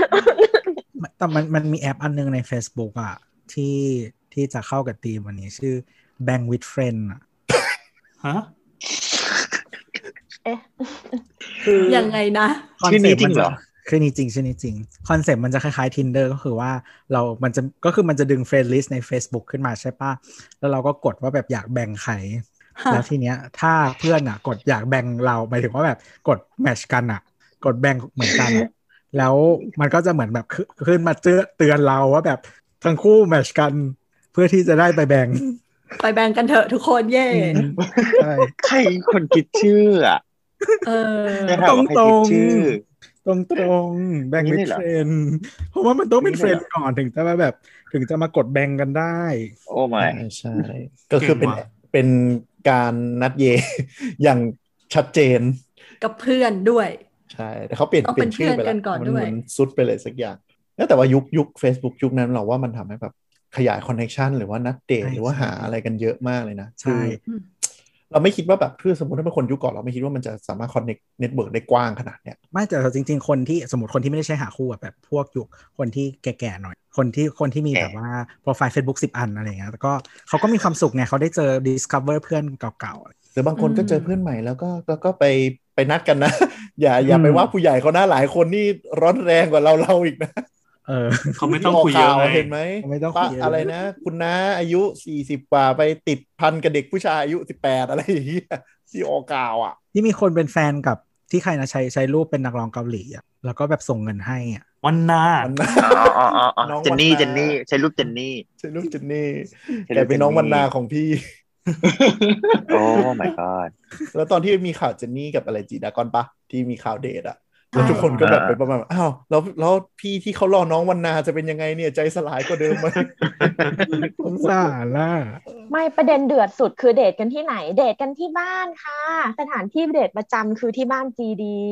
S5: แต่มันมันมีแอปอันนึงใน Facebook อ่ะที่ที่จะเข้ากับทีมวันนี้ชื่อ Bang with Friend อ่ะ
S6: ฮะ
S2: เอ๊ะ
S4: ยังไงนะ
S7: ชื่อนี้
S5: concept
S7: จริ
S5: มันะ
S7: งเหรอ
S5: คือนี้จริง ชื่อนี้จริง คอนเซปต์มันจะคล้ายๆ Tinder ก็คือว่าเรา มันจะ ก็คือมันจะดึง friend list ใน Facebook ขึ้นมาใช่ปะแล้วเราก็กดว่าแบบอยากแบ่งใคร
S4: ฮะ
S5: แล้วทีเนี้ยถ้าเพื่อนอ่ะ กดอยากแบ่งเราหมายถึงว่าแบบกดแมทชกันอ่ะ กดแบ่งเหมือนกันอะแล้วมันก็จะเหมือนแบบขึ้นขึ้นมาเตือนเตือนเราว่าแบบทั้งคู่แมทชกัน เพื่อที่จะได้ไปแบ่ง
S4: ไปแบ่งกันเถอะทุกคนเย่
S5: ใช่
S7: ใครคนคิดชื่ออ่ะ
S4: เออ
S7: จะถามว่าใครคิดชื่อ
S5: ตรงตรงๆแบ่ง
S7: นี่
S5: เป็น
S7: ได้เหรอ
S5: เฟรนด์เพราะว่ามันต้องเป็น
S7: นี่
S5: เฟ
S7: ได้
S5: รน
S7: เหรอ
S5: ด์ก่อนถึงจะมาแบบ ถึงจะมากดแบ่งกันได้
S7: โอ้ไม่
S3: ใช่ใช่ ก็คือเป็นเป็นการนัดเย อย่าง ชัดเจน
S4: กับเพื่อนด้วย
S3: ใช่ แต่เขาเปลี่ยน
S4: ต้อง
S3: เปลี่ยนชื่อไป
S4: เป็นเพื่อนกัน
S3: แล้ว
S4: ก่อน
S3: มั
S4: ด้วย
S3: เหมือนซุดไปเลยสักอย่างแล้วแต่ว่ายุคยุค Facebook ยุคนั้นเราว่ามันทำให้แบบขยายคอนเน t ชันหรือว่านัดเดท
S5: ใช่
S3: หรือว่า
S5: ใช่
S3: หาอะไรกันเยอะมากเลยนะ
S5: ใช่
S3: คือ เราไม่คิดว่าแบบคือสมมติถ้าเป็นคนยุคก่อนเราไม่คิดว่ามันจะสามารถคอนเน็กเน็ตเวิร์กได้กว้างขนาดเนี้ย
S5: ไม่แต่จริง ๆ คนที่สมมติคนที่ไม่ได้ใช้หาคู่อะแบบพวกอยู่คนที่แก่ๆหน่อย คนที่คนที่มี
S7: แก่
S5: แบบว่าโปรไฟล์ Facebook 10 อันอะไรเงี้ยแต่ก็เขาก็มีความสุขไงเขาได้เจอ discover เพื่อนเก่า
S3: หรือบางคนก็
S4: อืม
S3: เจอเพื่อนใหม่แล้วก็ก็ก็ไปไปนัดกันนะ อย่าอย่า
S5: อืม
S3: ไปว่าผู้ใหญ่เขาหน้าหลายคนนี่ร้อนแรงกว่าเราเราอีกนะ
S5: ๆเออ
S6: เขาไม่ต้องคุยเยอะ
S3: ข่าว
S6: ไง
S3: เห็นไหม
S5: ไม่ต้องคุยเยอะ
S3: ป้าอะไรนะ คุณน้าอายุ 40 กว่าไปติดพันกับเด็กผู้ชายอายุ 18 อะไรอย่างเงี้ยที่ออกาวอ่ะ
S5: ที่มีคนเป็นแฟนกับที่ใครนะใช้ใช้รูปเป็นนักร้องเกาหลีอะแล้วก็แบบส่งเงินให้อ่ะ
S6: วันนา
S3: มัน นะ
S7: อ๋ออ๋ออ๋ออ๋อ
S3: น้อง
S7: เจนนี่
S3: วันนา
S7: เจนนี่ใช้รูปเจนนี่
S3: ใช่ลูกเจนนี่
S7: ใช่ลูกเจนนี่
S3: แต่เป็นน้องวันนาของพี่
S7: โอ้ my god
S3: แล้วตอนที่มีข่าวเจนนี่กับอะไรจีดากอนปะที่มีข่าวเดทอ่ะแล้วทุกคนก็แบบไปประมาณว่าอ้าวแล้วแล้วพี่ที่เขารอน้องวันนาจะเป็นยังไงเนี่ยใจสลายกว่าเดิมไหม
S5: สงสารล่ะ
S2: ไม่ประเด็นเดือดสุดคือเดทกันที่ไหน เดทกันที่บ้านค่ะ สถานที่เดทประจำคือที่บ้านจีดี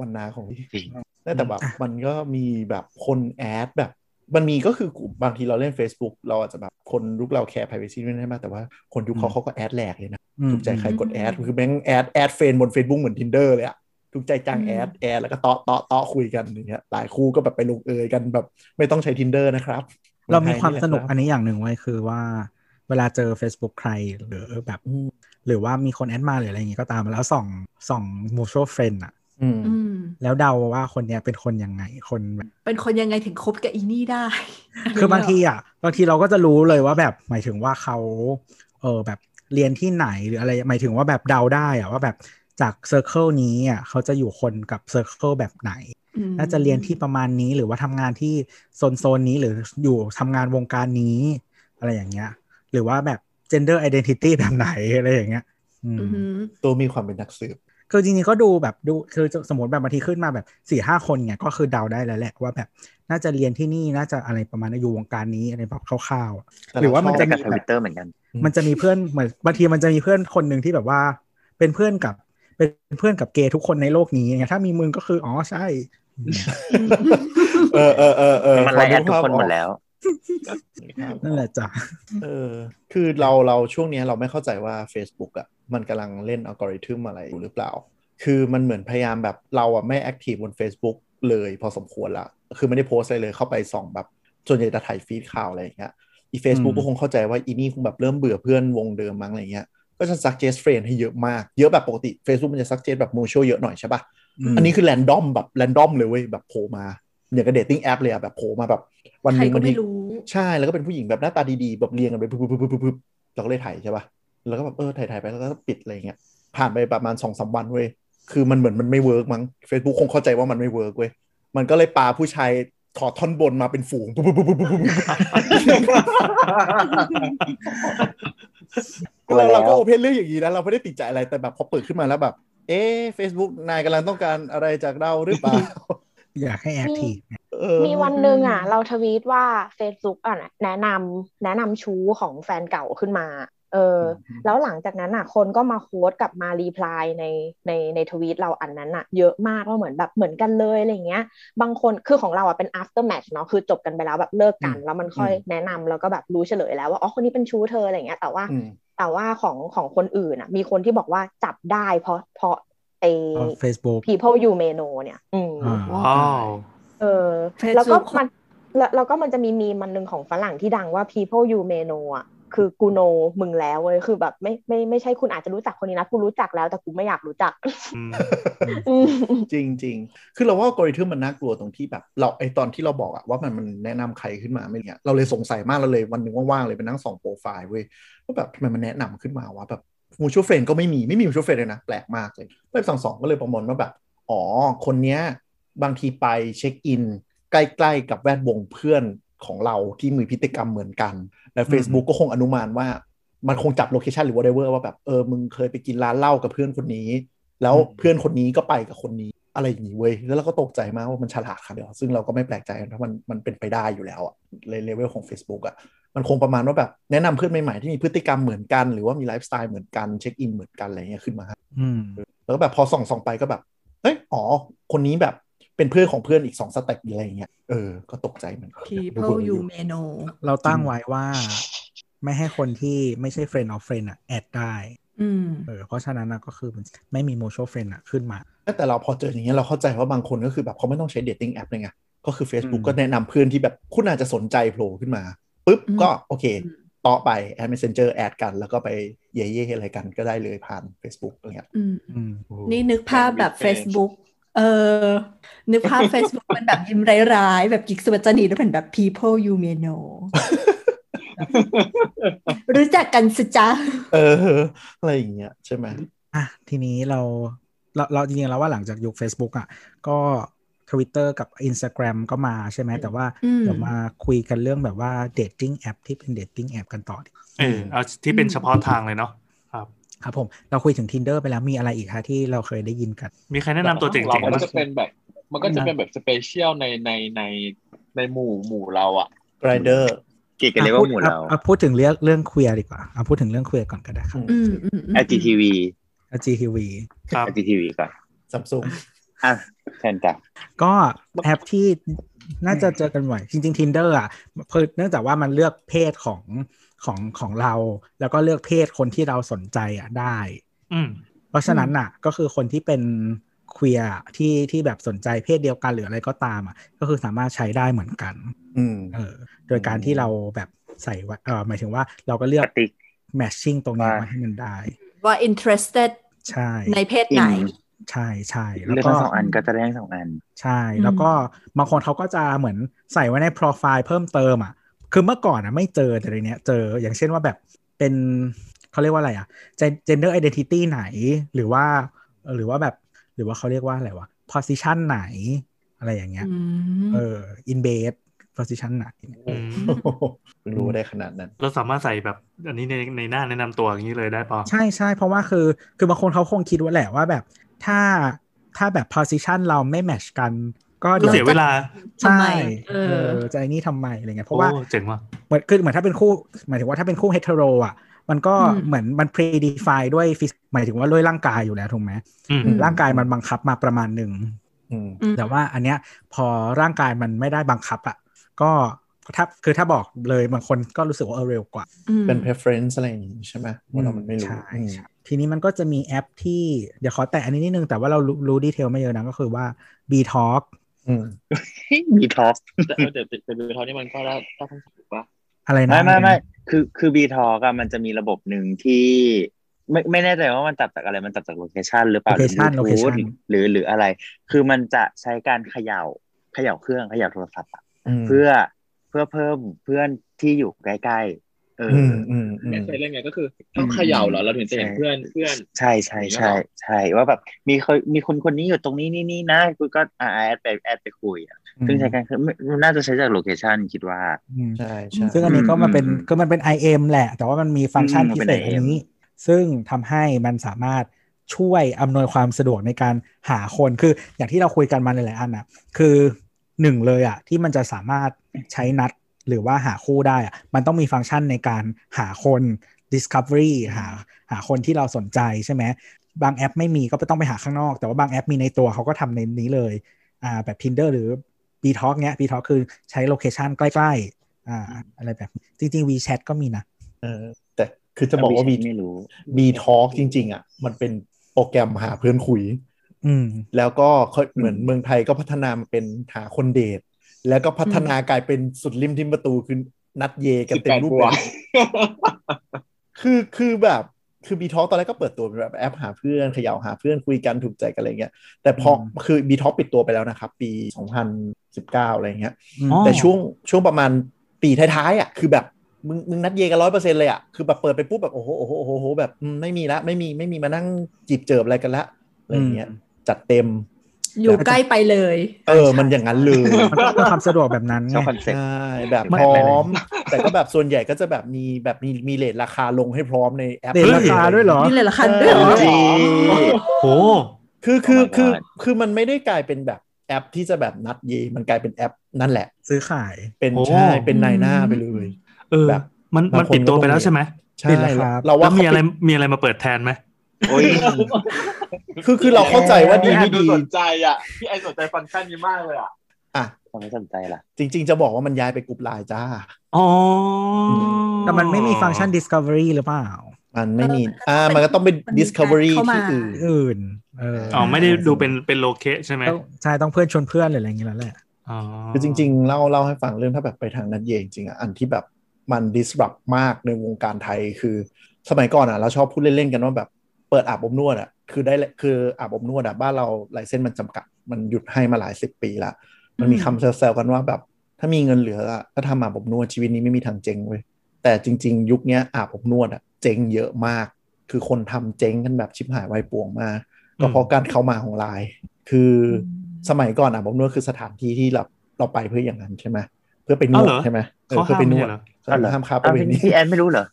S3: วันนาของพี่
S7: จริง
S3: แต่แต่แบบมันก็มีแบบคนแอดแบบ มันมีก็คือกลุ่มบางทีเราเล่น Facebook เราอาจจะแบบคนลุกเราแคร์ privacy ไม่ได้มากแต่ว่าคนยุคเขา
S5: อืม
S3: เขาก็แอดแหลกเลยนะ
S5: อืม
S3: ถูกใจใครกด
S2: อืม
S3: แอดคือแม่งแอดแอดเฟรนบน Facebook เหมือน Tinder เลยอะถูกใจจ้างแอดแอดแล้วก็เตาะเตาะเตาะคุยกันอย่างเงี้ยหลายคู่ก็แบบไปลงเอยกันแบบไม่ต้องใช้ Tinder นะครับ
S5: เรามีความสนุก
S3: เห
S5: อั
S3: มือน ไทยแหละรับ
S5: นี้อย่างหนึ่งไว้คือว่า เวลาเจอ Facebook ใครหรือแบบ
S3: อืม
S5: หรือว่ามีคนแอดมาหรืออะไรอย่างงี้ก็ตามแล้วส่องส่อง mutual friend อะ
S3: อืม
S4: อืม
S5: แล้วเดาว่าคนเนี้ยเป็นคนยังไงคนแบบ
S4: เป็นคนยังไงถึงคบกับอีนี่ได้ะไรเงี้ย
S5: คือบางทีอ่ะบางทีเราก็จะรู้เลยว่าแบบหมายถึงว่าเขาเออแบบเรียนที่ไหนหรืออะไรหมายถึงว่าแบบเดาได้อ่ะว่าแบบจากเซอร์เคิลนี้อ่ะเขาจะอยู่คนกับเซอร์เคิลแบบไหน
S4: อืม
S5: น่าจะเรียนที่ประมาณนี้หรือว่าทำงานที่โซนโซนๆนี้หรืออยู่ทำงานวงการนี้ อะไรอย่างเงี้ย หรือว่าแบบ gender identity แบบไหนอะไรอย่างเงี้ยอืม
S4: อือหือ
S3: ตัวมีความเป็นนักสืบ
S5: คือจริงๆก็ดูแบบดูคือสมมติแบบบางทีขึ้นมาแบบสี่ห้าคนเนี่ยก็คือเดาได้แล้วแหละว่าแบบน่าจะเรียนที่นี่น่าจะอะไรประมาณนั้นอยู่วงการนี้อะไรแบบคร่าวๆอะ
S3: แต่เรา
S5: หรือว่ามัน
S3: ช
S5: จะ
S3: อบ
S7: กับ
S5: มี
S7: ท
S5: แบ
S7: วิ
S5: บ
S7: ตเตอร์เหมือนกัน
S5: มันจะมีเพื่อนเหมือนบางทีมันจะมีเพื่อนคนหนึ่งที่แบบว่า เป็นเพื่อนกับเป็นเพื่อนกับเกย์ทุกคนในโลกนี้อย่างเงี้ยถ้ามีมึงก็คืออ๋อใช่เนี่ย
S3: เออเออเออเออ
S7: มันไล่แอดทุกคนหมดแล้ว
S5: นั่นแหละจ้ะ
S3: เออคือเราเราช่วงเนี้ยเราไม่เข้าใจว่า Facebook อะ่ะมันกำลังเล่นอัลกอริทึมอะไรอยู่หรือเปล่า คือมันเหมือนพยายามแบบเราอ่ะไม่แอคทีฟบน Facebook เลยพอสมควรละ คือไม่ได้โพสต์อะไรเลยเข้าไปส่องแบบส่วนใหญ่จะถ่ายฟีดข่าวอะไรอย่างเงี้ยอีเฟซบุ๊กก็คงเข้าใจว่าอีนี่คงแบบเริ่มเบื่อเพื่อนวงเดิมมั้งอะไรเงี้ยก็จะ suggest friend ให้เยอะมาก เยอะแบบปกติ Facebook มันจะ suggest แบบ mutual เยอะหน่อยใช่ปะ
S5: ม
S3: อันนี้คือแรนดอมแบบแรนดอมเลยเว้ยแบบโผล่มาอย่างกับเดทติ้งแอปเลยอะแบบโผล่มาแบบ วันหนึง
S4: ใครก็
S3: วันที
S4: ไม่รู้
S3: ใช่แล้วก็เป็นผู้หญิงแบบหน้าตาดีๆแบบเรียงกันไปปุ๊บปุ๊บปุ๊บปุ๊บปุ๊บเราก็เลยถ่ายใช่ป่ะแล้วก็แบบเออถ่ายถ่ายๆไปแล้วก็ปิดอะไรอย่างเงี้ยผ่านไปประมาณสองสามวันเว้ยคือมันเหมือนมันไม่เวิร์กมั้ง Facebook คงเข้าใจว่ามันไม่เวิร์กเว้ยมันก็เลยปาผู้ชายถอดท่อนบนมาเป็นฝูงปุ๊บปุ๊บปุ๊บปุ๊บปุ๊บปุ๊บเราเราก็โอเพนเรื่องอย่างนี้นะเราไม่ได้ติดใจอะไรแต่แบบพอเปิดขึ้นมาแล้วแบบ เอ๊ะ Facebook นายกำลังต้องการอะไรจากเราหรือเปล่า
S5: อยากให้แอคทีฟ
S3: เออ
S2: มีวันหนึ่งอ่ะ เราทวีตว่า Facebook อ่ะแนะนำแนะนำชู้ของแฟนเก่าขึ้นมา เออ แล้วหลังจากนั้นอ่ะ คนก็มาโค้ดกลับมารีプライในในในทวีตเราอันนั้นอ่ะ เยอะมากว่าเหมือนแบบเหมือนกันเลยอะไรเงี้ย บางคนคือของเราอ่ะเป็น after match เนาะคือจบกันไปแล้วแบบเลิกกัน แล้วมันค่อยแนะนำแล้วก็แบบรู้เฉลยแล้วว่าอ๋อคนนี้เป็นชู้เธออะไรเงี้ยแต่ว่า
S3: อืม
S2: แต่ว่าของของคนอื่นอ่ะ มีคนที่บอกว่าจับได้เพราะเพราะไอ้
S5: เฟซบุ๊ก
S2: people you may know เนี่ยอืม
S6: ว้าว
S2: เออ
S4: Facebook
S2: แล้วก็มันแล้วแล้วก็มันจะมีมีมมันหนึ่งของฝรั่งที่ดังว่า people you may know อ่ะ คือกูโนมึงแล้วเว้ย คือแบบไม่ไม่ไม่ใช่คุณอาจจะรู้จักคนนี้นะ กูรู้จักแล้วแต่กูไม่อยากรู้จัก
S6: อืม
S2: อืม
S3: จริงจริงๆ คือเราว่าอัลกอริทึมมันน่ากลัวตรงที่แบบเราไอตอนที่เราบอกอะว่ามันมันแนะนำใครขึ้นมาไม่เนี่ยเราเลยสงสัยมากเราเลยวันหนึ่งว่างๆเลยไปนั่งส่องโปรไฟล์เว้ยว่าแบบทำไมมันแนะนำขึ้นมาวะแบบมูชัวเฟรนก็ไม่มีไม่มีมูชัวเฟรนเลยนะ แปลกมากเลยก็เลยส่องๆก็เลยประมวลว่าแบบ อ๋อ คนเนี้ยบางทีไปเช็คอิน ใกล้ๆกับแวดวงเพื่อนของเราที่มีพฤติกรรมเหมือนกัน และ Facebook ก็คงอนุมานว่า มันคงจับโลเคชันหรือ whatever ว่าแบบเออมึงเคยไปกินร้านเหล้ากับเพื่อนคนนี้ แล้ว
S5: อืม
S3: เพื่อนคนนี้ก็ไปกับคนนี้อะไรอย่างนี้เว้ยแล้วเราก็ตกใจมากว่ามันฉลาดค่ะเดียวซึ่งเราก็ไม่แปลกใจเพราะมันมันเป็นไปได้อยู่แล้วอะเลเวลของ Facebook อะมันคงประมาณว่าแบบแนะนำเพื่อนใหม่ๆที่มีพฤติกรรมเหมือนกันหรือว่ามีไลฟ์สไตล์เหมือนกันเช็คอินเหมือนกันอะไรเงี้ยขึ้นมา
S5: อืม
S3: แล้วก็แบบพอส่องส่องไปก็แบบเอ้ยอ๋อ คนนี้แบบเป็นเพื่อนของเพื่อนอีกสองสเต็ปอะไรอย่างเงี้ยเออ ก็ตกใจเหมือนกัน
S4: people you may know
S5: เราตั้งไว้ว่า ไม่ให้คนที่ไม่ใช่ friend of friend อ่ะ แอดได้
S4: อืม
S5: เออเพราะฉะนั้นนะก็คือมันไม่มี mutual friend อะขึ้นมา
S3: แต่เราพอเจออย่างเงี้ยเราเข้าใจว่าบางคนก็คือแบบเขาไม่ต้องใช้เดทติ้งแอปเลยไงก็คือ
S5: อื
S3: Facebook
S5: ม
S3: ก็แนะนำเพื่อนที่แบบคุณอาจจะสนใจโผล่ขึ้นมาปุ๊บ
S4: อืม
S3: ก็โอเคต่อไปแอดเมสเซนเจอร์แอดกัน แล้วก็ไปเย่เย่ๆอะไรกันก็ได้เลยผ่าน Facebook อะไรเงี้ย
S4: อืม
S5: อืม
S4: นี่นึกภาพแบบ
S8: Fan page
S4: Facebook เออ นึกภาพ Facebook มันแบบยิ้มร้ายๆ แบบกิกสุวรรณีแล้วเป็นแบบ people you may know รู้จักกันสิจ๊ะ
S3: เอออะไรอย่างเงี้ยใช่ไหม
S5: อ่ะทีนี้เราเราเราจริงๆแล้วว่าหลังจากยุค Facebook อ่ะก็ Twitter กับ Instagram ก็มาใช่ไหมแต่ว่า
S4: อืม
S5: เดี๋ยวมาคุยกันเรื่องแบบว่า dating app ที่เป็น dating app กันต่อดี
S6: เออเอาที่เป็นเฉพาะทางเลยเนาะ
S5: ครับผมเราคุยถึง Tinder ไปแล้วมีอะไรอีกคะที่เราเคยได้ยินกัน
S6: มีใครแนะนำตัวเจ๋
S8: เรา
S6: ง
S8: มั
S6: ๆ
S8: น
S6: บ้าง
S8: ก็จะเป็นแบบ มันก็จะเป็นแบบสเปเชียลในในในในหมู่หมู่เราอ่ะ
S3: กรเดอร์
S7: เกี่ยวกับเรียกว่าหมู่เรา
S5: อ่ะพูดอ่ะพูดถึงเรื่องเรื่องเคลียร์ดีกว่าอ่ะพูดถึงเรื่องเคลียร์ก่อนก็ได้ครับ
S4: อืมอืมอืม
S7: LGTV
S5: LGTV
S6: ครับ
S7: LGTV ก่อน
S3: ซัมซุง
S7: อ่ะเชิญจ้ะ
S5: ก็แอปที่น่าจะเจอกันบ่อยจริงๆ Tinder อ่ะเพราะเนื่องจากว่ามันเลือกเพศของของของเรา แล้วก็เลือกเพศคนที่เราสนใจอ่ะได้
S6: อืม
S5: เพราะฉะนั้นน่ะก็คือคนที่เป็นเคลียร์ที่ที่แบบสนใจเพศเดียวกันหรืออะไรก็ตามอ่ะก็คือสามารถใช้ได้เหมือนกัน
S3: อืม
S5: เออโดยการที่เราแบบใส่ว่าเออหมายถึงว่าเราก็เลือก
S7: ปฏิ
S5: matching ตรงเนี้ย
S7: ว่า
S5: ไว้ให้มันได้
S4: ว่า interested
S5: ใช่
S4: ในเพศไหน
S7: อืม
S5: ใช่ใช่แล้ว
S7: เลือก
S5: ก็
S7: ทั้งสองอันก็จะได้ทั้งสองอัน
S5: ใช่แล้วก็บางคนเขาก็จะเหมือนใส่ไว้ในโปรไฟล์เพิ่มเติมอ่ะคือเมื่อก่อนอ่ะไม่เจอแต่เดี๋ยวนี้เจออย่างเช่นว่าแบบเป็นเขาเรียกว่าอะไรอ่ะ gender identity ไหนหรือว่าเอ่อหรือว่าแบบหรือว่าเขาเรียกว่าอะไรวะ position ไหนอะไรอย่างเงี้ย
S4: อืม
S5: เออ in base position ไหน
S6: อืม
S3: เพิ่งรู้ว่าได้ขนาดนั้น
S6: เราสามารถใส่แบบอันนี้ในในหน้าแนะนำตัวอย่างนี้เลยได้ปะ
S5: ใช่ใช่เพราะว่าคือคือบางคนเขาคงคิดว่าแหละว่าแบบถ้าถ้าแบบ position เราไม่ match กันก็
S6: ก็
S5: ดี๋ย
S6: เสียเวลา
S4: ทำไม
S5: ใช่
S4: เอ
S5: เอ
S4: อ
S5: อจะไอ้นี่ทำไมอะไรเงี้ยเพราะว่า
S6: โอ้เจ๋งว่ะ
S5: เหมือนคือเหมือนถ้าเป็นคู่หมายถึงว่าถ้าเป็นคู่เฮเทโรอ่ะ มันก็
S4: อืม
S5: เหมือนมัน predefine ด้วย phys- หมายถึงว่าด้วยร่างกายอยู่แล้วถูกไหม
S6: อืม
S3: อืม
S5: ร่างกายมันบังคับมาประมาณหนึ่ง
S3: อืม
S5: แต่ว่าอันเนี้ยพอร่างกายมันไม่ได้บังคับอ่ะก็ถ้าคือถ้าบอกเลยบางคนก็รู้สึกว่าเออเร็วกว่า
S4: อืม
S3: เป็น preference อะไรอย่างงี้ใช่ไหมเพราะเรามันไม่รู้
S5: ใช่
S3: อืม
S5: ใช่ทีนี้มันก็จะมีแอปที่เดี๋ยวขอแตะอันนี้นิดนึงแต่ว่าเรารู้รู้ดีเทลไม่เยอะนะก็คือว่า B Talk
S3: อืม
S7: มีท็อก
S8: แต่เดี๋ยวเป็นเท่านี้มันก็ได้ได้ทั้งสองปะ
S5: อะไรนะ
S7: ไม่ไม่ไม่คือคือบีท็อกอะมันจะมีระบบหนึ่งที่ ไม่ไม่แน่ใจว่ามันจับจากอะไรมันจับจากโลเคชันหรือเป
S5: โล
S7: ล่าห
S5: เค
S7: รือ
S5: ชันโลเค
S7: ทู
S5: ชั
S7: ธ
S5: น
S7: หรือหรืออะไร คือมันจะใช้การเขย่าเขย่าเครื่องเขย่าโทรศัพท์อะ
S3: ม
S7: เพื่อเพื่อเพิ่มเพื่อนที่อยู่ใกล้ๆเออ
S3: อืม
S7: อ
S3: อืมอืม
S8: ไม่เคยเล่นไงก็คือต้องเขย่าเหรอเราถึงจะเห็นเพื่อนเพื่อน
S7: ใช่ใช่ใช่
S8: อย่างเงี้ยเหรอ
S7: ใช่ว่าแบบมีเคยมีคนคนนี้อยู่ตรงนี้นี่นี่นะคุณก็อ่าแอดไปแอดไปคุยอะซึ่งใช้การคือไม่น่าจะใช้จากโลเคชันคิดว่า
S5: อืม
S3: ใช่ใช่
S5: ซึ่งอันนี้ก็มาเป็น
S7: อืม
S5: ก็มันเป็น IM แหละ แต่ว่ามันมีฟังก์ชัน
S7: อืม
S5: พิ
S7: มัน
S5: เศษ
S7: เป็น IM
S5: อันนี้ ซึ่งทำให้มันสามารถช่วยอำนวยความสะดวกในการหาคนคืออย่างที่เราคุยกันมาหลายๆอันนะคือหนึ่งเลยอ่ะที่มันจะสามารถใช้นัดหรือว่าหาคู่ได้อ่ะมันต้องมีฟังก์ชันในการหาคน discovery หาหาคนที่เราสนใจใช่ไหมบางแอปไม่มีก็ต้องไปหาข้างนอก แต่ว่าบางแอปมีในตัวเขาก็ทำในนี้เลยอ่าแบบ Tinder หรือ b t a l k เนี้ย b t a l k คือใช้โลเคชันใกล้ๆ อ่าอะไรแบบนี้จริงๆ WeChat ก็มีนะ
S3: เออแต่คือจะบอกว่า B
S7: ไม่รู้
S3: B Talk จริง ๆ อ่ะ มันเป็นโปรแกรมหาเพื่อนคุย
S5: อืม
S3: แล้วก็เขาเหมือนเมืองไทยก็พัฒนามาเป็นหาคนเดท แล้วก็พัฒนากลายเป็นสุดริมทิมประตูคือนัดเยกัน
S8: สิบ
S3: เต็
S8: แป
S3: ม
S8: ด
S3: รูป
S8: บั
S3: แบ
S8: ว
S3: บคือคือแบบคือ B Talk ตอนแรกก็เปิดตัวเป็นแบบแอปหาเพื่อนเขย่าหาเพื่อนคุยกันถูกใจกันอะไรเงี้ยแต่พออ
S5: ม
S3: คือ B Talk ปิดตัวไปแล้วนะครับ ปี 2019 อะไรเงี้ย
S5: ม
S6: อ๋อ
S3: แต่ช่วงช่วงประมาณปีท้ายๆอ่ะคือแบบมึงมึงนัดเยกันร้อยเปอร์เซ็นต์เลยอ่ะคือแบบเปิดไปปุ๊บแบบโอ้โหโอ้โหโอ้โหโอ้โหแบบอืมไม่มีละไม่มีไม่มีมานั่งจีบเจิบอะไรกันละอะไรอย่างเงี้ยจัดเต็ม
S4: อยู่ใกล้ไปเลย
S3: เออมันอย่างนั้นเลย
S5: มันก็เป็นความสะดวกแบบนั้น
S7: ชอบ
S5: ไง
S7: คอนเซ็ปต์
S3: ใช่แบบ
S7: ไม่
S3: พร้
S7: ไม่
S3: อ
S7: เลย
S3: ม แต่ก็แบบส่วนใหญ่ก็จะแบบมีแบบมีมีเลทราคาลงให้พร้อมในแอป
S5: เรทราคาด้วยเหรอ
S4: นี่เลยเหรอคะด้วยเหรอ
S7: จริง
S6: โห
S3: คือคือ
S7: Oh my
S3: คือ
S7: God
S3: คือมันไม่ได้กลายเป็นแบบแอปที่จะแบบนัดเยมันกลายเป็นแอปนั่นแหละ
S5: ซื้อขาย
S3: เป็น
S6: โอ้
S3: ใช่เป็นนายหน้าไปเลย
S6: เออ
S3: แบบ
S6: มัน
S3: บาง
S6: มันปิดตัวไปแล้วใช่ไหม
S3: ใช่เรา
S6: แล้
S3: ว่า
S6: วมีอะไรมีอะไรมาเปิดแทนไหม
S7: โอ้ย
S3: คือคือเราเข้าใจว่าดีไม่ดี
S8: สนใจอ่ะพี่ไอสนใจฟังก์ชันนี้มากเลยอ่ะ
S3: อ่ะ
S7: ทำไมสนใจล่ะ
S3: จริง ๆ จะบอกว่ามันย้ายไปกลุ่มไลน์จ้า
S6: อ๋อ
S3: อื
S5: แต่มันไม่มีฟังก์ชัน discovery หรือเปล่า
S3: ม มันไม่มี
S4: เอออ่
S3: อ่า
S4: มัน
S3: มันก็ต้องเป็น
S4: มันมี
S3: discovery
S4: เข้ามา
S3: ที่อื่น
S5: ที่อื่นเออ
S6: อ๋
S5: อ๋
S6: อไม่ได้ดูเป็นเป็นโลเคใช่ไหม
S5: ใช่ต้องเพื่อนชวนเพื่อนหรืออะไรอย่างเงี้ยแล้วแหละ
S6: อ๋อ
S3: คือจริงๆ เล่าเล่าให้ฟังเรื่องถ้าแบบไปทางนั้นเยจริงๆอ่ะอันที่แบบมัน disrupt มากในวงการไทยคือ สมัยก่อนอ่ะเราชอบพูดเล่นๆกันว่าแบบเปิดอาบอบนวดอ่ะคือได้คืออาบอบนวดอ่ะบ้านเราลายเส้นมันจำกัด มันหยุดให้มาหลายสิบปีละมันมี
S4: อืม
S3: คำแซวๆกันว่าแบบถ้ามีเงินเหลืออ่ะก็ทำอาบอบนวดชีวิตนี้ไม่มีทางเจ๊งเว้ยแต่จริง ๆ ยุคเนี้ยอาบอบนวดอ่ะเจ๊งเยอะมาก คือคนทำเจ๊งกันแบบชิบหายวายป่วงมาก ก็เพราะการเข้ามาของไลน์คืออสมัยก่อนอ่ะผมนวดคือสถานที่ที่เราเราไปเพื่ออย่างนั้นใช่ไหมเพื่อไปนวดใช่ไหมออ
S6: เขา
S3: พื่อ
S6: ห้าม
S3: ไปน
S6: เนี่
S3: วย ด
S6: เหรอ
S3: เออห้ามค้าประเวณี
S7: พี่แอนไม่รู้เหรอ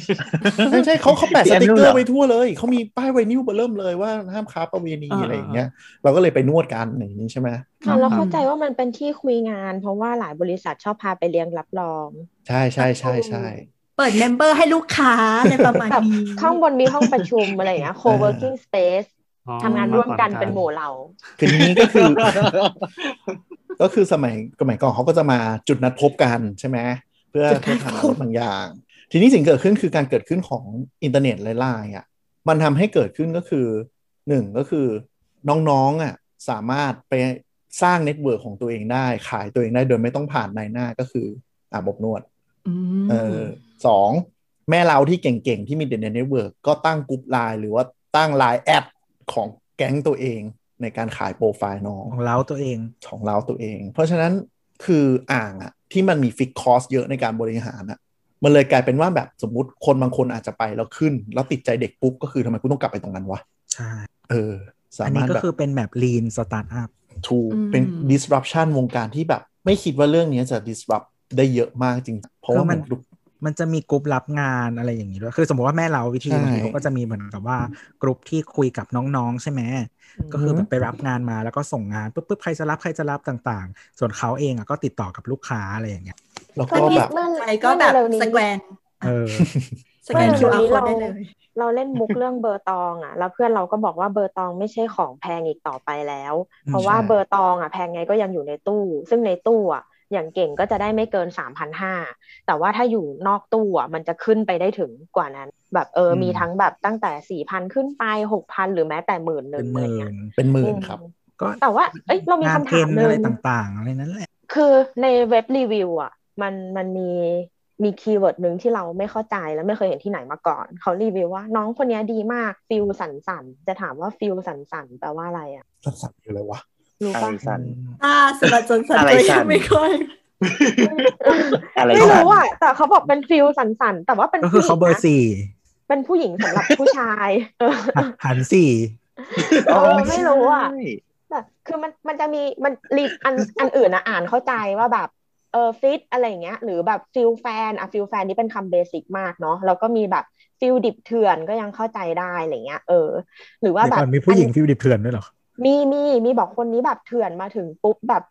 S3: ใช่ใช่เขาเขาแปะ
S7: พี่
S3: ส
S7: แอน
S3: ติ๊ก
S7: รู้
S3: เก
S7: เห
S3: อ
S7: รอ
S3: ร์ไว้ทั่วเลยเขามีป้ายไวนิวเบอร์เริ่มเลยว่าห้ามค้าประเวณี
S6: อ่า
S3: อะไรอย่างเงี้ยเราก็เลยไปนวดกันอย่างนี้ใช่ไหม
S2: อ่าแล้ว
S4: ครับ
S2: เข้าใจว่ามันเป็นที่คุยงาน เพราะว่าหลายบริษัทชอบพาไปเลี้ยงรับรอง
S3: ใช่ใช่ใช่ใช่
S4: เปิดเมมเบอร์ให้ลูกค้าอะไรประมาณ
S2: แบบ
S4: นี้
S2: ข้างบนมีห้องประชุมอะไรอย่างเงี้ย co-working space
S6: อ๋อ
S2: ทำงานร่วมกัน
S6: มาอ
S2: เป็นหมู่เรา
S3: คือทีนี้ก็คือ ก็คือสมัยสมัยก่อนเขาก็จะมาจุดนัดพบกันใช่ไหมเพื่อ
S4: จุดนั
S3: เพื่อ
S4: ดพบ
S3: ทำอะไรบางอย่าง ทีนี้สิ่งเกิดขึ้นคือการเกิดขึ้นของอินเทอร์เน็ตไลน์อ่ะมันทำให้เกิดขึ้นก็คือหนึ่งก็คือน้องๆอ่ะสามารถไปสร้างเน็ตเวิร์กของตัวเองได้ ขายตัวเองได้โดยไม่ต้องผ่านนายหน้าก็คืออาบอบนวด
S4: อืม
S3: เออสองแม่เราที่เก่งๆ ที่มีเด่นในเน็ตเวิร์กก็ตั้งกลุ่มไลน์หรือว่าตั้งไลน์แอดของแก๊งตัวเองในการขายโปรไฟล์น้อง
S5: ของเราตัวเอง
S3: ของเราตัวเอง เพราะฉะนั้นคืออ่างอะที่มันมีฟิกคอสเยอะในการบริหารอะมันเลยกลายเป็นว่าแบบสมมติคนบางคนอาจจะไปแล้วขึ้น แล้วติดใจเด็กปุ๊บ ก็คือทำไมกูต้องกลับไปตรงนั้นวะ
S5: ใช่
S3: เออ สา
S5: อัน
S3: มา
S5: นี้
S3: ร
S5: ก็
S3: ถแบบ
S5: คือเป็นแบบ lean startup
S3: ถูก
S4: อืม
S3: เป็น disruption วงการที่แบบ ไม่คิดว่าเรื่องนี้จะ disrupt ได้เยอะมากจริง เพราะว่ามัน
S5: แล้ว มันจะมีกลุ่มรับงานอะไรอย่างนี้ด้วย คือสมมติว่าแม่เราวิธี
S3: ใช่
S5: บางทีเขาก็จะมีเหมือนกับว่ากลุ่มที่คุยกับน้องๆ ใช่ไหม ก็คือแบบไปรับงานมาแล้วก็ส่งงานปุ๊บปุ๊บใครจะรับใครจะรับต่างๆ ส่วนเขาเองอะก็ติดต่อกับลูกค้าอะไรอย่างเงี้ย
S3: แล้ว
S2: ตอน
S3: ก็
S2: นี้
S3: แบบ
S2: เมื่อ
S4: ใครก็แบบ
S2: เมื่อเร็วๆนี้
S4: สแกน
S5: เออ
S4: สแกน
S2: เมื่อ
S4: QR
S2: เร็วๆนี้
S4: code
S2: เรา
S4: ได้เลย
S2: เราเล่นมุกเรื่องเบอร์ตองอ่ะ แล้วเพื่อนเราก็บอกว่าเบอร์ตองไม่ใช่ของแพงอีกต่อไปแล้ว
S5: อืม
S2: เพราะว่า
S3: ใช่
S2: เบอร์ตองอ่ะแพงไงก็ยังอยู่ในตู้ ซึ่งในตู้อ่ะอย่างเก่งก็จะได้ไม่เกินสามพันห้าแต่ว่าถ้าอยู่นอกตู้อ่ะมันจะขึ้นไปได้ถึงกว่านั้น แบบเอออ
S5: ม
S2: มีทั้งแบบตั้งแต่สี่พันขึ้นไปหกพันหรือแม้แต่หมื่นหนึ่
S5: เป็
S2: ง
S5: นห
S2: อะไร
S5: มื่
S2: เงี้
S5: น
S2: ย
S3: เป็นหมื่นครับ
S2: อืม
S5: ก็
S2: แต่ว่าเอ้ยเรามี
S5: งน
S2: คำถามหนึ่ง
S5: เทรอะไรต่างๆ อะไรนั่นแหละ
S2: คือในเว็บรีวิวอ่ะมันมันมีมีคีย์เวิร์ดหนึ่งที่เราไม่เข้าใจและไม่เคยเห็นที่ไหนมาก่อน เขารีวิวว่าน้องคนเนี้ยดีมากฟิลสันสันๆจะถามว่าฟิลสันสันๆแปลว่าอะไรอ่ะ
S3: สับสับอยู่เลยวะ
S2: รู้
S7: อะไร
S2: ปะ
S7: สัน
S4: อ่าสำหรับจนสัน
S7: อะไร
S4: ก็
S7: สั่
S4: ยั
S7: น
S4: งไม่ค่อย
S7: อะไร
S2: ไม่
S7: สัน
S2: รู้อ่ะแต่เขาบอกเป็นฟิลสันสันๆแต่ว่าเป็น
S5: ก็คือ
S2: ผู้หญิ
S5: เขา
S2: ง
S5: เบอร์
S2: นะ
S5: สี่
S2: เป็นผู้หญิงสำหรับผู้ชายเออ
S5: หัหันสี่
S2: เออไม่รู้อะ
S7: ใช่
S2: แบบคือมันมันจะมีมันรีอันอันอื่นนะอ่านเข้าใจว่าแบบเออฟิตอะไรอย่างเงี้ยหรือแบบฟิลแฟนอ่ะฟิลแฟนนี่เป็นคำเบสิกมากเนาะแล้วก็มีแบบฟิลดิบเถื่อนก็ยังเข้าใจได้อะไรเงี้ยเออ หรือว่าแบ
S5: เดี๋ยว
S2: บ
S5: ก่อนมีผู้หญิง
S2: อัน
S5: ฟิวดิบเถื่อนด้วยเหรอ
S2: มีมีมีบอกคนนี้แบบเถื่อนมาถึงปุ๊บแบบ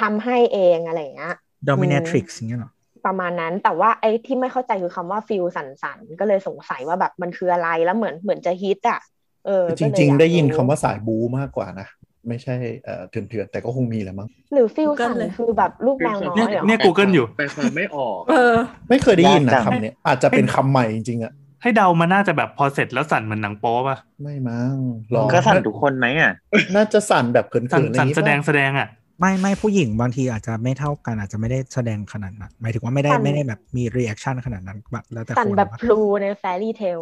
S2: ทำให้เองอะไรอย่างเงี้ย
S5: dominatrix อย่างเงี้ยเหรอ
S2: ประมาณนั้นแต่ว่าไอ้ที่ไม่เข้าใจคือคำว่าฟิลสันสันๆก็เลยสงสัยว่าแบบมันคืออะไรแล้วเหมือนเหมือนจะฮิตอ่ะเออ
S3: จ
S2: ก็เลย
S3: ริง
S2: อ
S3: ๆ
S2: ก
S3: ได้ยินคำ
S2: รู้
S3: ว่าสายบูมากกว่านะ ไม่ใช่เอ่อเถื่อนๆ แต่ก็คงมีแหละมั้ง
S2: หรือฟิลสันคือแบบลูกแมวน้อยเหรอ
S6: เนี่ย Google อยู่
S8: ไปความไม่ออก
S4: เออ
S3: ไม่เคยได้ยินนะ
S7: ยากจัง
S3: คำเนี้ยอาจจะเป็นคำใหม่จริงๆอะ
S6: ให้เดามันน่าจะแบบพอเสร็จแล้วสั่นเหมือนหนังโป๊ป่ะ
S3: ไม่มั้งหรอ
S7: ก็สันทุกคนไหมอ่ะ
S3: น่าจะสั่นแบบเขินๆ
S6: สั่น
S3: อะไรอ
S6: สั่
S3: ย่าน งงี้
S6: แสดง
S3: ป่ะ
S6: แสดงอ่ะ
S5: ไม่ไม่ผู้หญิงบางทีอาจจะไม่เท่ากันอาจจะไม่ได้แสดงขนาดนั้นหมายถึงว่าไม่ได้
S2: สั่น
S5: ไม่ได้แบบมี reaction ขนาดนั้นแบบแล้วแต่
S2: สัน
S5: คน
S2: แบบ
S5: ว่า
S2: พลูในแฟรี่เทล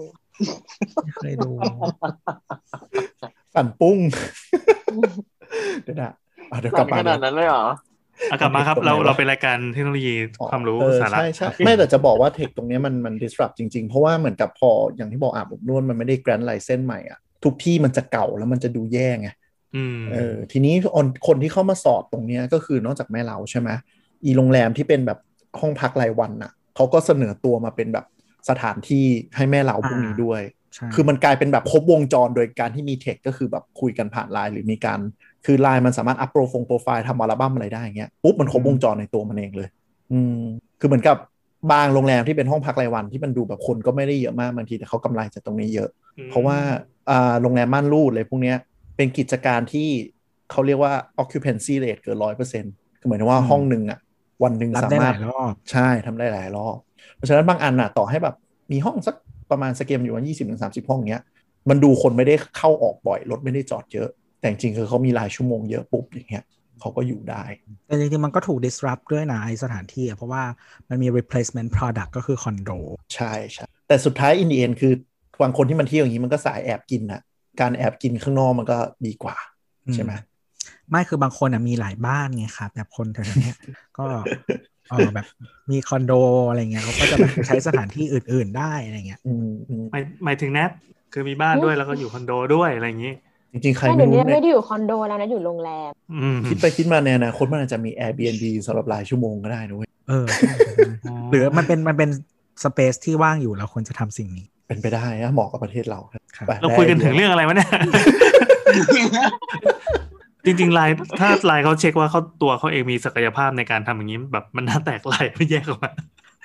S5: ไม่เคยดู
S3: สั่นปุ้ง เดี๋ยวนะอ่ะเดี๋ยวก
S8: สั่
S3: ลับมา
S8: นขนาดนั้นเลยเหรอ
S6: อากลับมาครับเราเราเป็นรายการเทคโนโลยีความรู้
S3: เออ
S6: สาระ
S3: ใช่ใช่ไม่แต่จะบอกว่าเทคตรงเนี้ยมันมัน disrupt จริง ๆ เพราะว่าเหมือนกับพออย่างที่บอกอาบอบนวดมันไม่ได้แกรนไลเส้นใหม่อะทุกที่มันจะเก่าแล้วมันจะดูแย่ไง
S6: อืม
S3: เออทีนี้คนคนที่เข้ามาสอบตรงเนี้ยก็คือนอกจากแม่เราใช่ไหมอีโรงแรมที่เป็นแบบห้องพักรายวันน่ะเขาก็เสนอตัวมาเป็นแบบสถานที่ให้แม่เราพวกนี้ด้วย
S5: ใช่
S3: คือมันกลายเป็นแบบครบวงจรโดยการที่มีเทคก็คือแบบคุยกันผ่านไลน์หรือมีการ คือไลน์มันสามารถอัพโปรฟงโปรไฟล์ทำอัลบั้มอะไรได้อย่างเงี้ยปุ๊บมันครบวงจรในตัวมันเองเลย อืมคือเหมือนกับบางโรงแรมที่เป็นห้องพักรายวันที่มันดูแบบคนก็ไม่ได้เยอะมากบางทีแต่เขากำไรจากตรงนี้เยอะ เพราะว่าอ่าโรงแรมม่านรูดเลยพวกเนี้ยเป็นกิจการที่เขาเรียกว่า occupancy rate เกินร้อยเปอร์เซ็นต์คือหมายถึงว่าห้องหนึ่งอะวันหนึ่ง
S5: รับ
S3: สา
S5: ได้ห
S3: มารถ
S5: ลายรอบ
S3: ใช่ทำได้หลายรอบ เพราะฉะนั้นบางอันอะต่อให้แบบมีห้องสัก ประมาณสเกมอยู่วันยี่สิบถึงสามสิบห้องเนี้ย มันดูคนไม่ได้เข้าออกบ่อยรถไม่ได้จอดเยอะ แต่จริงๆคือเขามีรายชั่วโมงเยอะปุ๊บอย่างเงี้ยเขาก็อยู่ได้
S5: แต่จริงๆมันก็ถูก disrupt ด้วยนะไอสถานที่อะเพราะว่ามันมี replacement product ก็คือคอนโด
S3: ใช่ใช่แต่สุดท้ายอินเดียนคือบางคนที่มันเที่ยวอย่างนี้มันก็สายแอบกินนะการแอบกินข้างนอกมันก็ดีกว่า ใช่ไหม
S5: ไม่คือบางคนอ่ะมีหลายบ้านไงครับแบบคนแถวๆเนี้ย ก็เออแบบมีคอนโดอะไรเงี้ยเขาก็จะแบบใช้สถานที่อื่น ๆได้อะไรเงี้ย
S3: อืมอืม
S6: หมายหมายถึงแนทคือมีบ้านด้วยแล้วก็อยู่คอนโดด้วยอะไรอย่างนี้
S3: จริงๆ ใคร
S2: ไม่เดี๋ยว
S3: ไม่รู้
S2: นี้ไม่
S3: เนี่ย
S2: ได้อยู่คอนโดแล้วนะอยู่โรงแรม
S6: อืม
S3: คิดไปคิดมาในอนาคตมันอาจจะมี Airbnb สำหรับรายชั่วโมงก็ได้นะเว้ย
S5: เออ หรือมันเป็นมันเป็นสเปซที่ว่างอยู่เราควรจะทำสิ่งนี้
S3: เป็นไปได้นะเหมาะกับประเทศเราครับ
S5: ครับ
S3: ไป
S6: เราคุยกัน
S3: ได้
S6: ถึงเรื่องอะไรวะ เนี่ย จริงๆไลน์ถ้าไลน์เขาเช็คว่าเขาตัวเขาเองมีศักยภาพในการทำอย่างนี้แบบมันน่าแตกไลน์ไม่แยกออกมา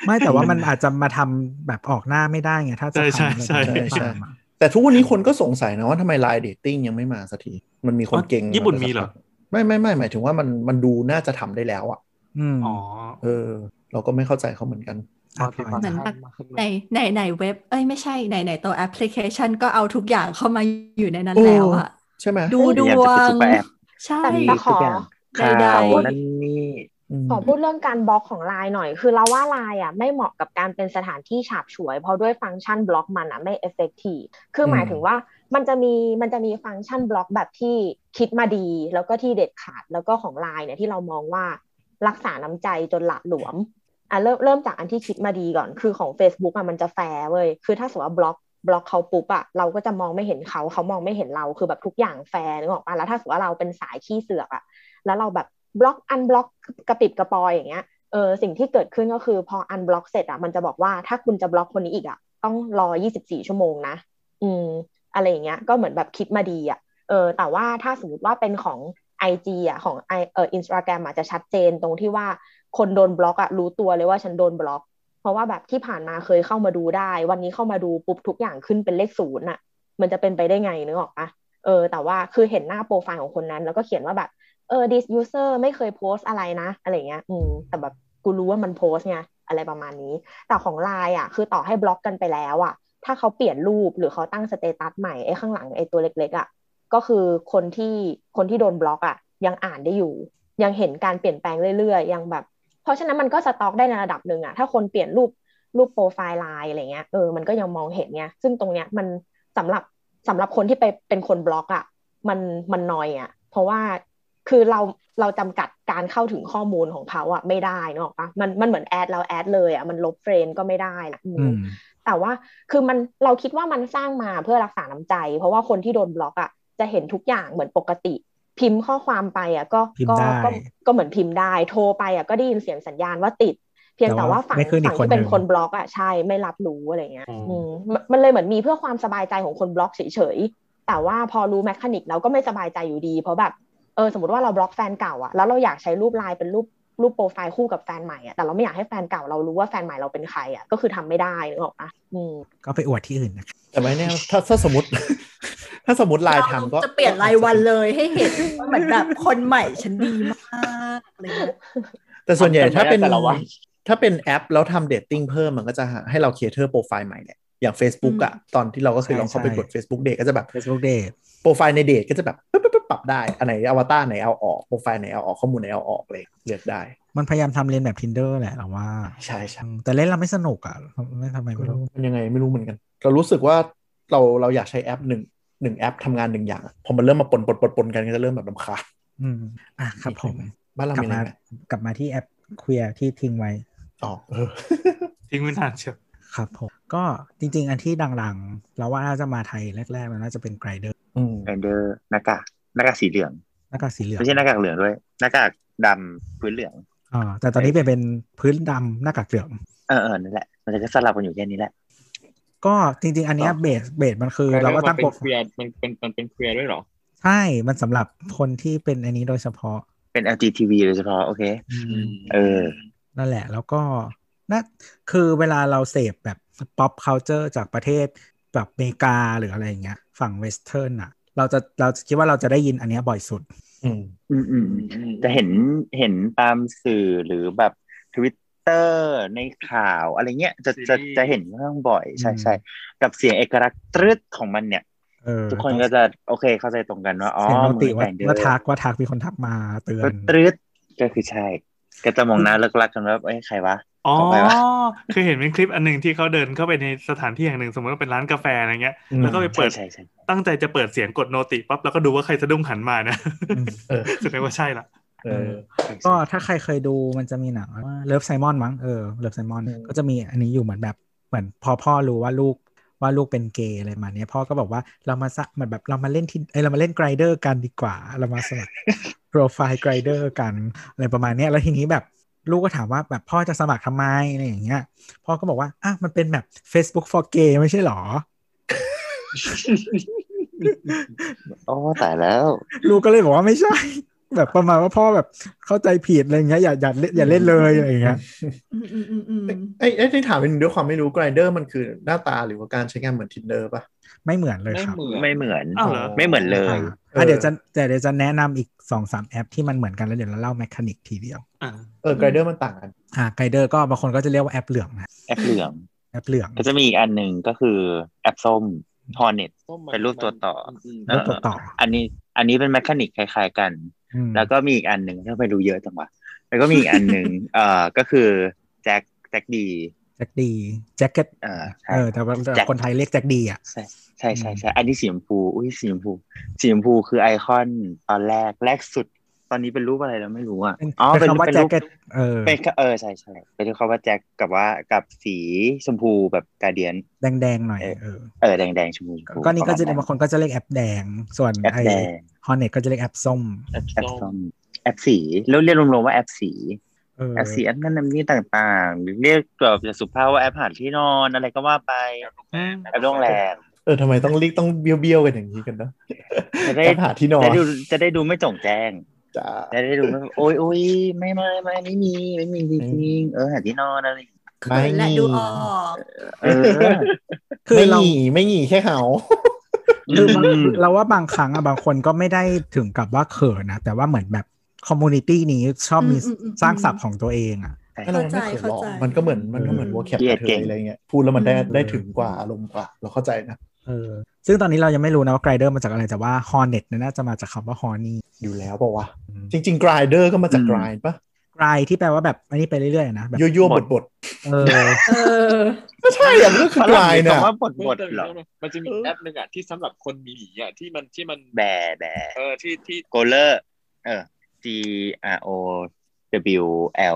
S5: ไม่แต่ว่ามันอาจจะมาทำแบบออกหน้าไม่ได้ไงถ้าจะ
S6: ใช่
S5: ทำอะไรแบบ
S6: ใช่
S3: ใช่
S5: นี้
S3: ใช่
S5: ตามอะ
S3: แต่ทุกวันนี้คนก็สงสัยนะว่าทำไมไลน์เดทติ้งยังไม่มาสักทีมันมีคนเก่ง
S6: ญี่ปุ่นมีเหรอ
S3: ไม่ไม่ไม่หมายถึงว่ามันมันดูน่าจะทำได้แล้วอ่ะ
S5: อืม
S6: อ๋อ
S3: เออ เราก็ไม่เข้าใจเขาเหมือนกัน
S5: อ่ะพลอย
S4: เหมือนแบบในในในเว็บ เอ้ยไม่ใช่ในในตัวแอปพลิเคชันก็เอาทุกอย่างเข้ามาอยู่ในนั้นแล้วอะ
S3: ใช่ไหม
S4: ดูด
S7: พยายา
S4: ว
S7: มจะเป็
S4: ง
S7: นซุปเปอร์แอป
S4: ใช่
S2: แต่
S7: มี
S2: แต่ข
S7: ทุ
S2: อ
S7: กอย่าง
S4: ใด
S7: ข่า
S4: ๆ
S7: วนั่นนี่
S3: อืม
S2: ขอพูดเรื่องการบล็อกของไลน์หน่อย คือเราว่าไลน์อ่ะไม่เหมาะกับการเป็นสถานที่ฉาบฉวย เพราะด้วยฟังก์ชันบล็อกมันอ่ะไม่เอฟเฟกตีคือหมายถึงว่ามันจะมีมันจะมีฟังก์ชันบล็อกแบบที่คิดมาดี แล้วก็ที่เด็ดขาดแล้วก็ของไลน์เนี่ยที่เรามองว่ารักษาน้ำใจจนหละหลวมอ่ะเริ่มเริ่มจากอันที่คิดมาดีก่อนคือของ Facebook อ่ะมันจะแฟร์เว้ยคือถ้าสมมติว่าบล็อกบล็อกเขาปุ๊บอ่ะเราก็จะมองไม่เห็นเขาเขามองไม่เห็นเราคือแบบทุกอย่างแฟร์นึกออกปะแล้วถ้าสมมติว่าเราเป็นสายขี้เสือกอ่ะ แล้วเราแบบบล็อกอันบล็อกกระปิดกระปอยอย่างเงี้ย เออสิ่งที่เกิดขึ้นก็คือพออันบล็อกเสร็จอ่ะมันจะบอกว่าถ้าคุณจะบล็อกคนนี้อีกอ่ะต้องรอ 24 ชั่วโมงนะ อืม อะไรอย่างเงี้ยก็เหมือนแบบคิดมาดีอ่ะเออแต่ว่าถ้าสมมติว่าเป็นของ IG อ่ะของ I เอออินสตาแกรมอาจจะชัดเจนตรงที่ว่าคนโดนบล็อกอ่ะรู้ตัวเลยว่าฉันโดนบล็อก เพราะว่าแบบที่ผ่านมาเคยเข้ามาดูได้ วันนี้เข้ามาดูปุ๊บทุกอย่างขึ้นเป็นเลขศูนย์อ่ะ มันจะเป็นไปได้ไงนึกออกปะเออ แต่ว่าคือเห็นหน้าโปรไฟล์ของคนนั้น แล้วก็เขียนว่าแบบ เออ this user ไม่เคยโพสต์อะไรนะ อะไรเงี้ย อืม แต่แบบกูรู้ว่ามันโพสต์ไง อะไรประมาณนี้ แต่ของไลน์อ่ะ คือต่อให้บล็อกกันไปแล้วอ่ะ ถ้าเขาเปลี่ยนรูปหรือเขาตั้งสเตตัสใหม่ ไอ้ข้างหลังไอ้ตัวเล็กๆอ่ะ ก็คือคนที่คนที่โดนบล็อกอ่ะ ยังอ่านได้อยู่ ยังเห็นการเปลี่ยนแปลงเรื่อยๆ ยังแบบ เพราะฉะนั้นมันก็สต็อกได้ในระดับหนึ่งอ่ะ ถ้าคนเปลี่ยนรูปรูปโปรไฟล์ไลน์อะไรเงี้ย เออ มันก็ยังมองเห็นไงซึ่งตรงเนี้ยมันสำหรับสำหรับคนที่ไปเป็นคนบล็อกอ่ะ มันมันน้อยอ่ะ เพราะว่า คือเราเราจำกัดการเข้าถึงข้อมูลของเขาอะไม่ได้นกออกปะมันมันเหมือนแอดเราแอดเลยอะมันลบเฟรนด์ก็ไม่ได้นะอืม
S5: อืม
S2: แต่ว่าคือมันเราคิดว่ามันสร้างมาเพื่อรักษาน้ำใจ เพราะว่าคนที่โดนบล็อกอะจะเห็นทุกอย่างเหมือนปกติ พิมพ์ข้อความไปอะก็
S5: พิมพ์
S2: ก็
S5: ได้
S2: ก็ก็เหมือนพิมพ์ได้ โทรไปอะก็ได้ยินเสียงสัญญาณว่าติด เพียงแต่ว่าฝั่ง
S5: ไม่ขึ้นอี
S2: ฝั่
S5: ก
S2: ง
S5: คน
S2: ที่
S5: หนึ่
S2: เป็
S5: ง
S2: นคนบล็อกอะใช่ไม่รับรู้อะไรเงี้ย
S6: อืม
S2: อืมมันมันเลยเหมือนมีเพื่อความสบายใจของคนบล็อกเฉยๆแต่ว่าพอรู้แมคานิกเราก็ไม่สบายใจอยู่ดีเพราะแบบ เออสมมติว่าเราบล็อกแฟนเก่าอะแล้วเราอยากใช้รูปไลน์เป็นรูปรูปโปรไฟล์คู่กับแฟนใหม่อะแต่เราไม่อยากให้แฟนเก่าเรารู้ว่าแฟนใหม่เราเป็นใครอะก็คือทำไม่ได้นึกออกปะอืม
S5: ก็ไปอวดที่อื่นนะครับ
S3: แต่ไม่แน่ถ้าถ้าสมมติ ถ้าสมมติไลน์ทำก็
S4: จะเปลี่ยนรายวันเลยให้เห็นว่าเหมือนแบบคนใหม่ฉันดีมากอะไรเงี้ย
S3: แต่ส่วนใหญ่ถ้าเป็น
S7: แต่ละวัน
S3: ถ้าเป็นแอปแล้วทำเดทติ้งเพิ่มมันก็จะให้เราเคเทอร์โปรไฟล์ใหม่แหละอย่าง Facebook อะตอนที่เราก็เคยลองเข้าไปกด Facebook เดทก็จะแบบ
S5: เฟซบุ๊กเดท
S3: โปรไฟล์ในเดทก็จะแบบปึ๊บปึ๊บปึ๊บปรับได้ อันไหนอวตารไหนเอาออก โปรไฟล์ไหนเอาออกข้อมูลไหนเอาออกเลยเลือกได้
S5: มันพยายามทำเรียนแบบ tinder แหละเราว่า
S3: ใช่ใช่
S5: อืมแต่เล่นเราไม่สนุกอ่ะไม่ทำไมไม่รู้
S3: มันยังไงไม่รู้เหมือนกัน เรารู้สึกว่าเราเราอยากใช้แอปหนึ่งหนึ่งแอปทำงานหนึ่งอย่างอะพอมันเริ่มมาปนปนปนปนกันก็จะเริ่มแบบลำคาญ
S5: อืมอ่ะครับผม
S3: บ้านเรา
S5: กลั
S3: มี
S5: บ
S3: อะไร
S5: มา
S3: ไหม
S5: กลับมาที่แอปเคลียร์ที่ทิ้งไว้
S3: อ๋อเออ
S6: ทิ้งไว้นานเชียว
S5: ครับผม ก็จริง ๆ อันที่ดังๆ เราว่าน่าจะมาไทยแรกๆมันน่าจะเป็นไกรเดอร์
S3: อืม
S7: แอนเดอร์หน้ากากหน้ากากสีเหลือง
S5: หน้ากากสีเหลือง
S7: ไม่ใช่หน้ากากเหลืองด้วย หน้ากากดำพื้นเหลือง
S5: อ่าแต่ตอนนี้เปลี่ยนเป็นพื้นดำหน้ากากเหลือง
S7: เออเออนั่นแหละ มันจะสลับกันอยู่แค่นี้แหละ
S5: ก็จริง ๆ อันเนี้ยเบสเบสมันคือ
S8: แล้
S5: เรา
S8: ว
S5: ก็
S8: มั
S5: ตั้ง
S8: นเป็
S5: โปร
S8: น
S5: ไฟ
S8: เคลีย
S5: ล์
S8: ร์มันเป็นมันเป็นเคลียร์ด้วยเหรอ
S5: ใช่ มันสำหรับคนที่เป็นอันนี้โดยเฉพาะ
S7: เป็น LGTV โดยเฉพาะ โอเค
S5: อืม
S7: เออ
S5: นั่นแหละแล้วก็นะคือเวลาเราเสพแบบ pop culture จากประเทศแบบอเมริกาหรืออะไรอย่างเงี้ยฝั่งเวสเทิร์นอ่ะ เราจะเราจะคิดว่าเราจะได้ยินอันเนี้ยบ่อยสุด
S3: อืม
S7: อืมอืมจะเห็นเห็นตามสื่อหรือแบบทวิต เตอร์ในข่าวอะไรเงี้ยจะจะ
S8: ซีรีส์
S7: จะเห็นค่อนข้างบ่อยใช่
S5: อืม
S7: ใช่กับเสียงเอกลักษณ์ตรึดของมันเนี่ย
S5: เออ
S7: ทุกคนก็จะโอเคเข้าใจตรงกันว่าอ๋อ
S5: เสียงโนติ
S7: มึง
S5: ว่า
S7: แต่งเดือ
S5: ว่าทักว่าทักมีคนทักมาเตือน
S7: ตรึดก็คือใช่ ก็จะมองหน้าเลิกลักกันว่าเอ้ยใครวะ
S6: อ๋อ
S7: ต่อไปวะ
S6: เคยเห็นเป็นคลิปอันหนึ่งที่เขาเดินเข้าไปในสถานที่แห่งหนึ่งสมมติว่าเป็นร้านกาแฟอะไรเงี้ย
S5: อืม
S6: แล้วก็ไป
S7: ใช่
S6: เปิด
S7: ใช่ใช่
S6: ตั้งใจจะเปิดเสียงกดโนติปั๊บแล้วก็ดูว่าใครสะดุ้งหันมานะ
S5: อืม
S3: เออ
S6: แสดงว่าใช่ละ
S3: เออ
S5: ก็ถ้าใครเคยดูมันจะมีหนังว่าเลิฟไซมอนมั้งเออเลิฟไซมอน
S3: อืม
S5: ก็จะมีอันนี้อยู่เหมือนแบบเหมือนพอพ่อรู้ว่าลูกว่าลูกเป็นเกย์อะไรประมาณเนี้ยพ่อก็บอกว่าเรามาสักเหมือนแบบเรามาเล่นที่เอยเรามาเล่นไกรเดอร์กันดีกว่า เรามาสมัคร โปรไฟล์ไกรเดอร์กันอะไรประมาณเนี้ยแล้วทีนี้แบบลูกก็ถามว่าแบบพ่อจะสมัครทำไมอะไรอย่างเงี้ยพ่อก็บอกว่าอ่ะมันเป็นแบบ Facebook for gay ไม่ใช่หรอ
S7: โอ้ตายแล้ว
S5: ลูกก็เลยบอกว่าไม่ใช่ แบบประมาณว่าพ่อแบบเข้าใจผิดอะไรอย่างเงี้ยอย่าอย่าเล่นอย่าเล่นเลยอะไรอย่างเงี้ย
S4: อืมอืมอืมอืม
S3: ไอ้ไอ้ที่ถามเป็นงด้วยความไม่รู้ grinder มันคือหน้าตาหรือว่าการใช้งานเหมือน tinder ป่ะ
S5: ไม่เหมือนเลย
S8: ไม่
S5: ครับ
S8: เหมือน
S7: ไม่เหมือน
S6: อ้าวเหรอ
S7: ไม่เหมือนเลย
S5: อ่ะ
S3: เออ
S5: อ่ะเดี๋ยวจะแต่เดี๋ยวจะแนะนำอีกสองสามแอปที่มันเหมือนกันแล้วเดี๋ยวเราเล่าแมคานิกทีเดียว
S6: อ่า
S3: เออ grinder มันต่างกัน
S5: อ่าไกเดอร์ก็บางคนก็จะเรียกว่าแอปเหลืองนะ
S7: แอปเหลือง
S5: แอปเหลือง
S7: ก็จะมีอีกอันหนึ่งก็คือแอปส้มฮอร์เน็ต
S8: ส้มมั
S7: เป็นรูปตัวต่อ
S8: ม
S5: รูปตัวต่อ
S7: อันนี้อันนี้เป็นแมคานิกคล้ายๆกัน
S5: อืม
S7: แล้วก็มีอีกอันหนึ่งถ้าไปดูเยอะจังวะแล้วก็มีอีกอัน หนึ่ง เอ่อก็คือแจ็คแจ็คดี
S5: แจ็คดีแจ็คเก็ต
S7: อ่าใช่
S5: เออแต่ว่า
S7: แจ็ค
S5: คนไทยเรียกแจ็คดีอ่ะ
S7: ใช่ใช่ใช่
S5: อืม
S7: ใช่อันนี้สีชมพูอุ้ยสีชมพูสีชมพูคือไอคอนตอนแรกแรกสุด ตอนนี้เป็นรูปอะไรแล้วไม่รู้อ่ะ
S5: เป็น
S7: อ๋อ
S5: เป็นคำว่าแจ็ค
S7: รูป
S5: เก็ตเออ
S7: เป็นเออใช่ใช่เป็นคำว่าแจ็คกับว่ากับสีชมพูแบบกาเดียน
S5: แดงๆหน่อย
S7: เออ
S5: เออ
S7: เออแดงแดงๆชมพูชมพู
S5: ก็นี่ก็จะ
S7: ป
S5: บาม
S7: ระาง ณ
S5: คนก็จะเรียกแอปแดงส่วน
S7: แอป
S5: ไอ
S7: แดง
S5: ฮอร์เน็ตก็จะเรียกแอปส้ม
S8: แอป
S7: แอป
S8: ส้
S7: ส้
S8: ม
S7: มแอปสีแล้วเรียกรวมๆว่าแอปสี
S5: เออ
S7: แอปสีแอปนั่นแอปนี่ต่างๆหรือเรียกแบบจะสุภาพว่าแอปหาที่นอนอะไรก็ว่าไป แอปโรงแรม
S3: เออทำไมต้องรีกต้องเบี้ยวๆกันอย่างนี้กันนะ
S7: จะได้
S3: แอปหาที่นอน
S7: จะได้ดูจะได้ดูไม่จงแจ้ง
S3: จ้า
S7: จะได้ดูไม่โอ้ยโอ้ยไม่ไม่ไม่ไม่มีไม่มีจริงๆเออหาที่นอนอะไรอย่างเงี้ย
S4: เขินและดูออก
S7: เออ
S5: คือ
S3: ไม่ห
S5: เรา
S3: นีไม่หนีแค่เหา
S5: คือ
S7: อืม
S5: เราว่าบางครั้งอะบางคนก็ไม่ได้ถึงกับว่าเขินนะ แต่ว่าเหมือนแบบคอมมูนิตี้นี้ชอบมี
S4: อืมอืมอืม
S5: สร้างศัพท์ของตัวเองอะ
S7: ใช่
S3: ให้เราไม่เขินหรอก
S4: เข้าใจ
S3: มันก็เหมือนมันก็เหมือน
S4: เออ
S3: วัวแคป
S7: เกลียด
S3: เธ
S7: เก่
S3: อง อะไรเงี้ยพูดแล้วมันได้ได้ถึงกว่าอารมณ์กว่า เราเข้าใจนะ
S5: เออซึ่งตอนนี้เรายังไม่รู้นะว่าไกรเดอร์มาจากอะไรแต่ว่าฮอร์เน็ตน่าจะมาจากคำว่าฮอร์นี่
S3: อยู่แล้วเปล่าวะ จริง ๆ grinder ก็มาจาก
S7: อืม
S3: grind ปะ
S5: ไกรที่แปลว่าแบบอันนี้ไปเรื่อยๆนะแบบ
S3: ยั่วยั่ว
S7: หม
S3: บ
S7: ด
S3: ดบด
S5: เออ
S4: เออ
S3: ๆก็ใช่อ่ะมันก็คือ
S7: ฝรั่ง
S3: grind
S7: มี
S3: น่ะ
S7: คำว่าบท
S8: เพิ่
S7: บ
S8: ม
S7: ท
S8: เติม
S7: เหรอ
S8: มันจะมีแอปหนึ่งอ่ะที่สำหรับคนมีหนีอ่ะที่มันที่มัน
S7: แบแบ
S8: เออที่ที่
S7: โกเลอร์เออ G R O W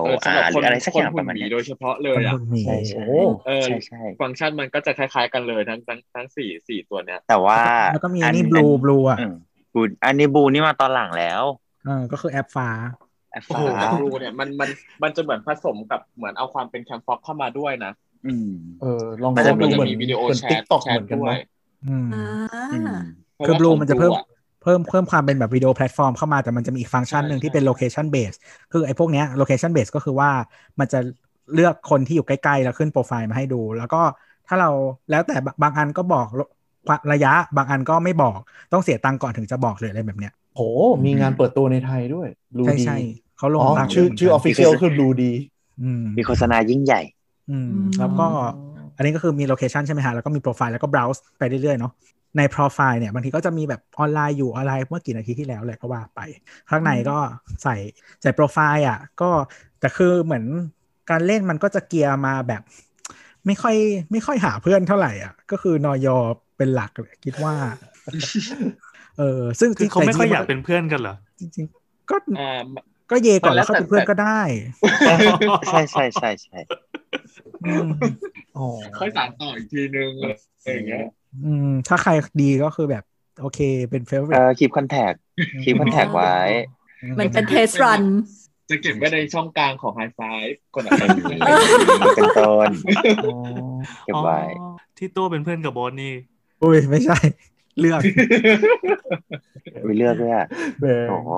S7: L
S8: เออสำหรับ
S7: R ห
S8: ค
S7: รื
S8: น
S7: ออะไรสัก
S8: ค
S7: อน ย่างป
S8: หุ่น
S7: ระมาณ
S8: หมี
S7: เนี้ย
S8: โดยเฉพาะเลยอ่ะ
S5: คนมี
S7: ใช่ใช่
S3: โอ้โห
S8: เออ
S7: ใช่ใช่
S8: ฟังก์ชันมันก็จะคล้ายๆกันเลยทั้งทั้งทั้งสี่สี่ตัวเนี้ย
S7: แต่ว่า
S5: แล้วก็มี
S7: อั
S5: นี่บลูบลูอ่ะ
S7: อืมบูอันนี้บูนี่มาตอนหลังแล้ว
S5: เออก็คือแอปฟ้า
S7: แอป
S8: โอ้
S7: ฟ้า
S8: โหบลูเนี่ยมันมันมันจะเหมือนผสมกับเหมือนเอาความเป็นแคมฟ็อกเข้ามาด้วยนะ
S7: อืม
S3: เออลอง
S7: มันจะ
S3: เข้า
S7: มี
S3: ดูเหมือน
S8: มีวิดีโอ
S3: เหมือน
S8: แช
S3: ติ๊
S8: ท
S3: กต็อก
S8: แช
S3: เห
S8: ท
S3: มือนกัน
S8: ด้วย
S3: นะ
S5: อืม
S4: อ่า
S7: อืม
S5: คือบลูมันจะเพิ่ม
S8: พราว่าของ Blue อ
S5: เพิ่มเพิ่มความเป็นแบบวิดีโอแพลตฟอร์มเข้ามาแต่มันจะมีอีกฟังก์ชันหนึ่ง
S8: ใช่
S5: ที่เป็นโลเคชันเบสคือไอ้พวกเนี้ยโลเคชันเบสก็คือว่ามันจะเลือกคนที่อยู่ใกล้ๆ แล้วขึ้นโปรไฟล์มาให้ดู แล้วก็ถ้าเราแล้วแต่บางอันก็บอกระยะบางอันก็ไม่บอกต้องเสียตังค์ก่อนถึงจะบอกเลยอะไรแบบเนี้ย
S3: โหมีงานเปิดตัวในไทยด้วย blue
S5: ใช่
S3: d
S5: ใช่เขาลง
S3: อ๋อ
S5: ตังค์
S3: ชื่อ
S5: เหมืนกัน
S3: ชื่อ official คือ blue d
S5: อืม
S7: มีโฆษณายิ่งใหญ่
S5: อืม
S4: อืม
S5: แล้วก็อันนี้ก็คือมีโลเคชันใช่ไหมฮะ แล้วก็มีโปรไฟล์แล้วก็ browse ไปเรื่อยๆเนาะในโปรไฟล์เนี่ยบางทีก็จะมีแบบออนไลน์อยู่ออนไลน์เมื่อกี่นาทีที่แล้วเลยก็ว่าไป ข้างในก็ใส่ใส่โปรไฟล์อ่ะก็แต่คือเหมือนการเล่นมันก็จะเกียร์มาแบบ ไม่ค่อยไม่ค่อยหาเพื่อนเท่าไหร่อ่ะก็คือนอยอเป็นหลักเลยคิดว่า เออซึ่ง
S6: คือเขาไม่ค่อยอยากเป็นเพื่อนกันเหรอ
S5: จริงๆก็
S8: อ่า
S5: ก็เยก่อนแล้วค่อยเป็นเพื่อนก็ได้
S7: ใช่ใช่ใช่ใช่
S5: อืม
S3: อ๋อ
S8: ค่อยสานต่ออีกทีนึงอะไรอย่างเงี้ย
S5: อืมถ้าใครดีก็คือแบบ โอเคเป็นเฟเวอ
S7: เอ่อ
S5: ร์
S7: คีบคอนแทคคีบคอนแทคไว้
S4: มันเป็นเทสรัน
S8: จะเก็บไว้ในช่องกลางของไฮไฟฟ์คนอะไร
S7: เป็นเป็นต้น
S3: อ๋อ
S7: เก็บไว้
S6: อ๋อที่ตัวเป็นเพื่อนกับโบสนี่
S5: อุ้ยไม่ใช่ เลือก
S7: วิเลือกด้วยอะ
S3: เบร
S7: โอ้โห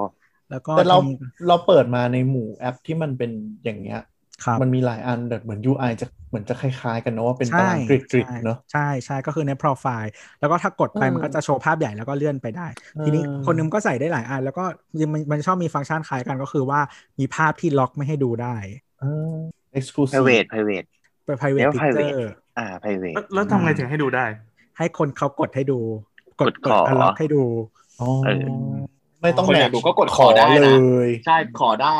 S5: แล้วก็
S3: แต่เรา
S5: มี
S3: เราเปิดมาในหมู่แอปที่มันเป็นอย่างเงี้ย
S5: ครับ
S3: มันมีหลายอันแบบเหมือน UI จะเหมือนจะคล้าย ๆ กันเนอะว่าเป็นตารางกริดๆเนอะ
S5: ใช่ใช่ก็คือในโปรไฟล์แล้วก็ถ้ากดไป
S3: เออ
S5: มันก็จะโชว์ภาพใหญ่แล้วก็เลื่อนไปได้
S3: เออ
S5: ทีนี้คนนึงก็ใส่ได้หลายอัน แล้วก็มันมันชอบมีฟังก์ชันคล้ายกันก็คือว่ามีภาพที่ล็อกไม่ให้ดูได้
S3: เออไอ exclusive
S7: private private
S5: ไป private
S7: แล้ว private
S5: picture
S7: อ่า private
S6: แล้วแล้วทำไงถึงให้ดูได้
S5: ให้คนเขากดให้ดู
S7: กดขอ
S5: อัล็อกให้ดู
S3: อ๋อ
S7: เออ
S3: ไม่ต้อง
S8: คน
S3: แบ
S8: อ
S3: บ
S8: ยากดูก็กดขอได้
S3: เล
S8: นะ
S3: ย
S8: ใช่ขอได้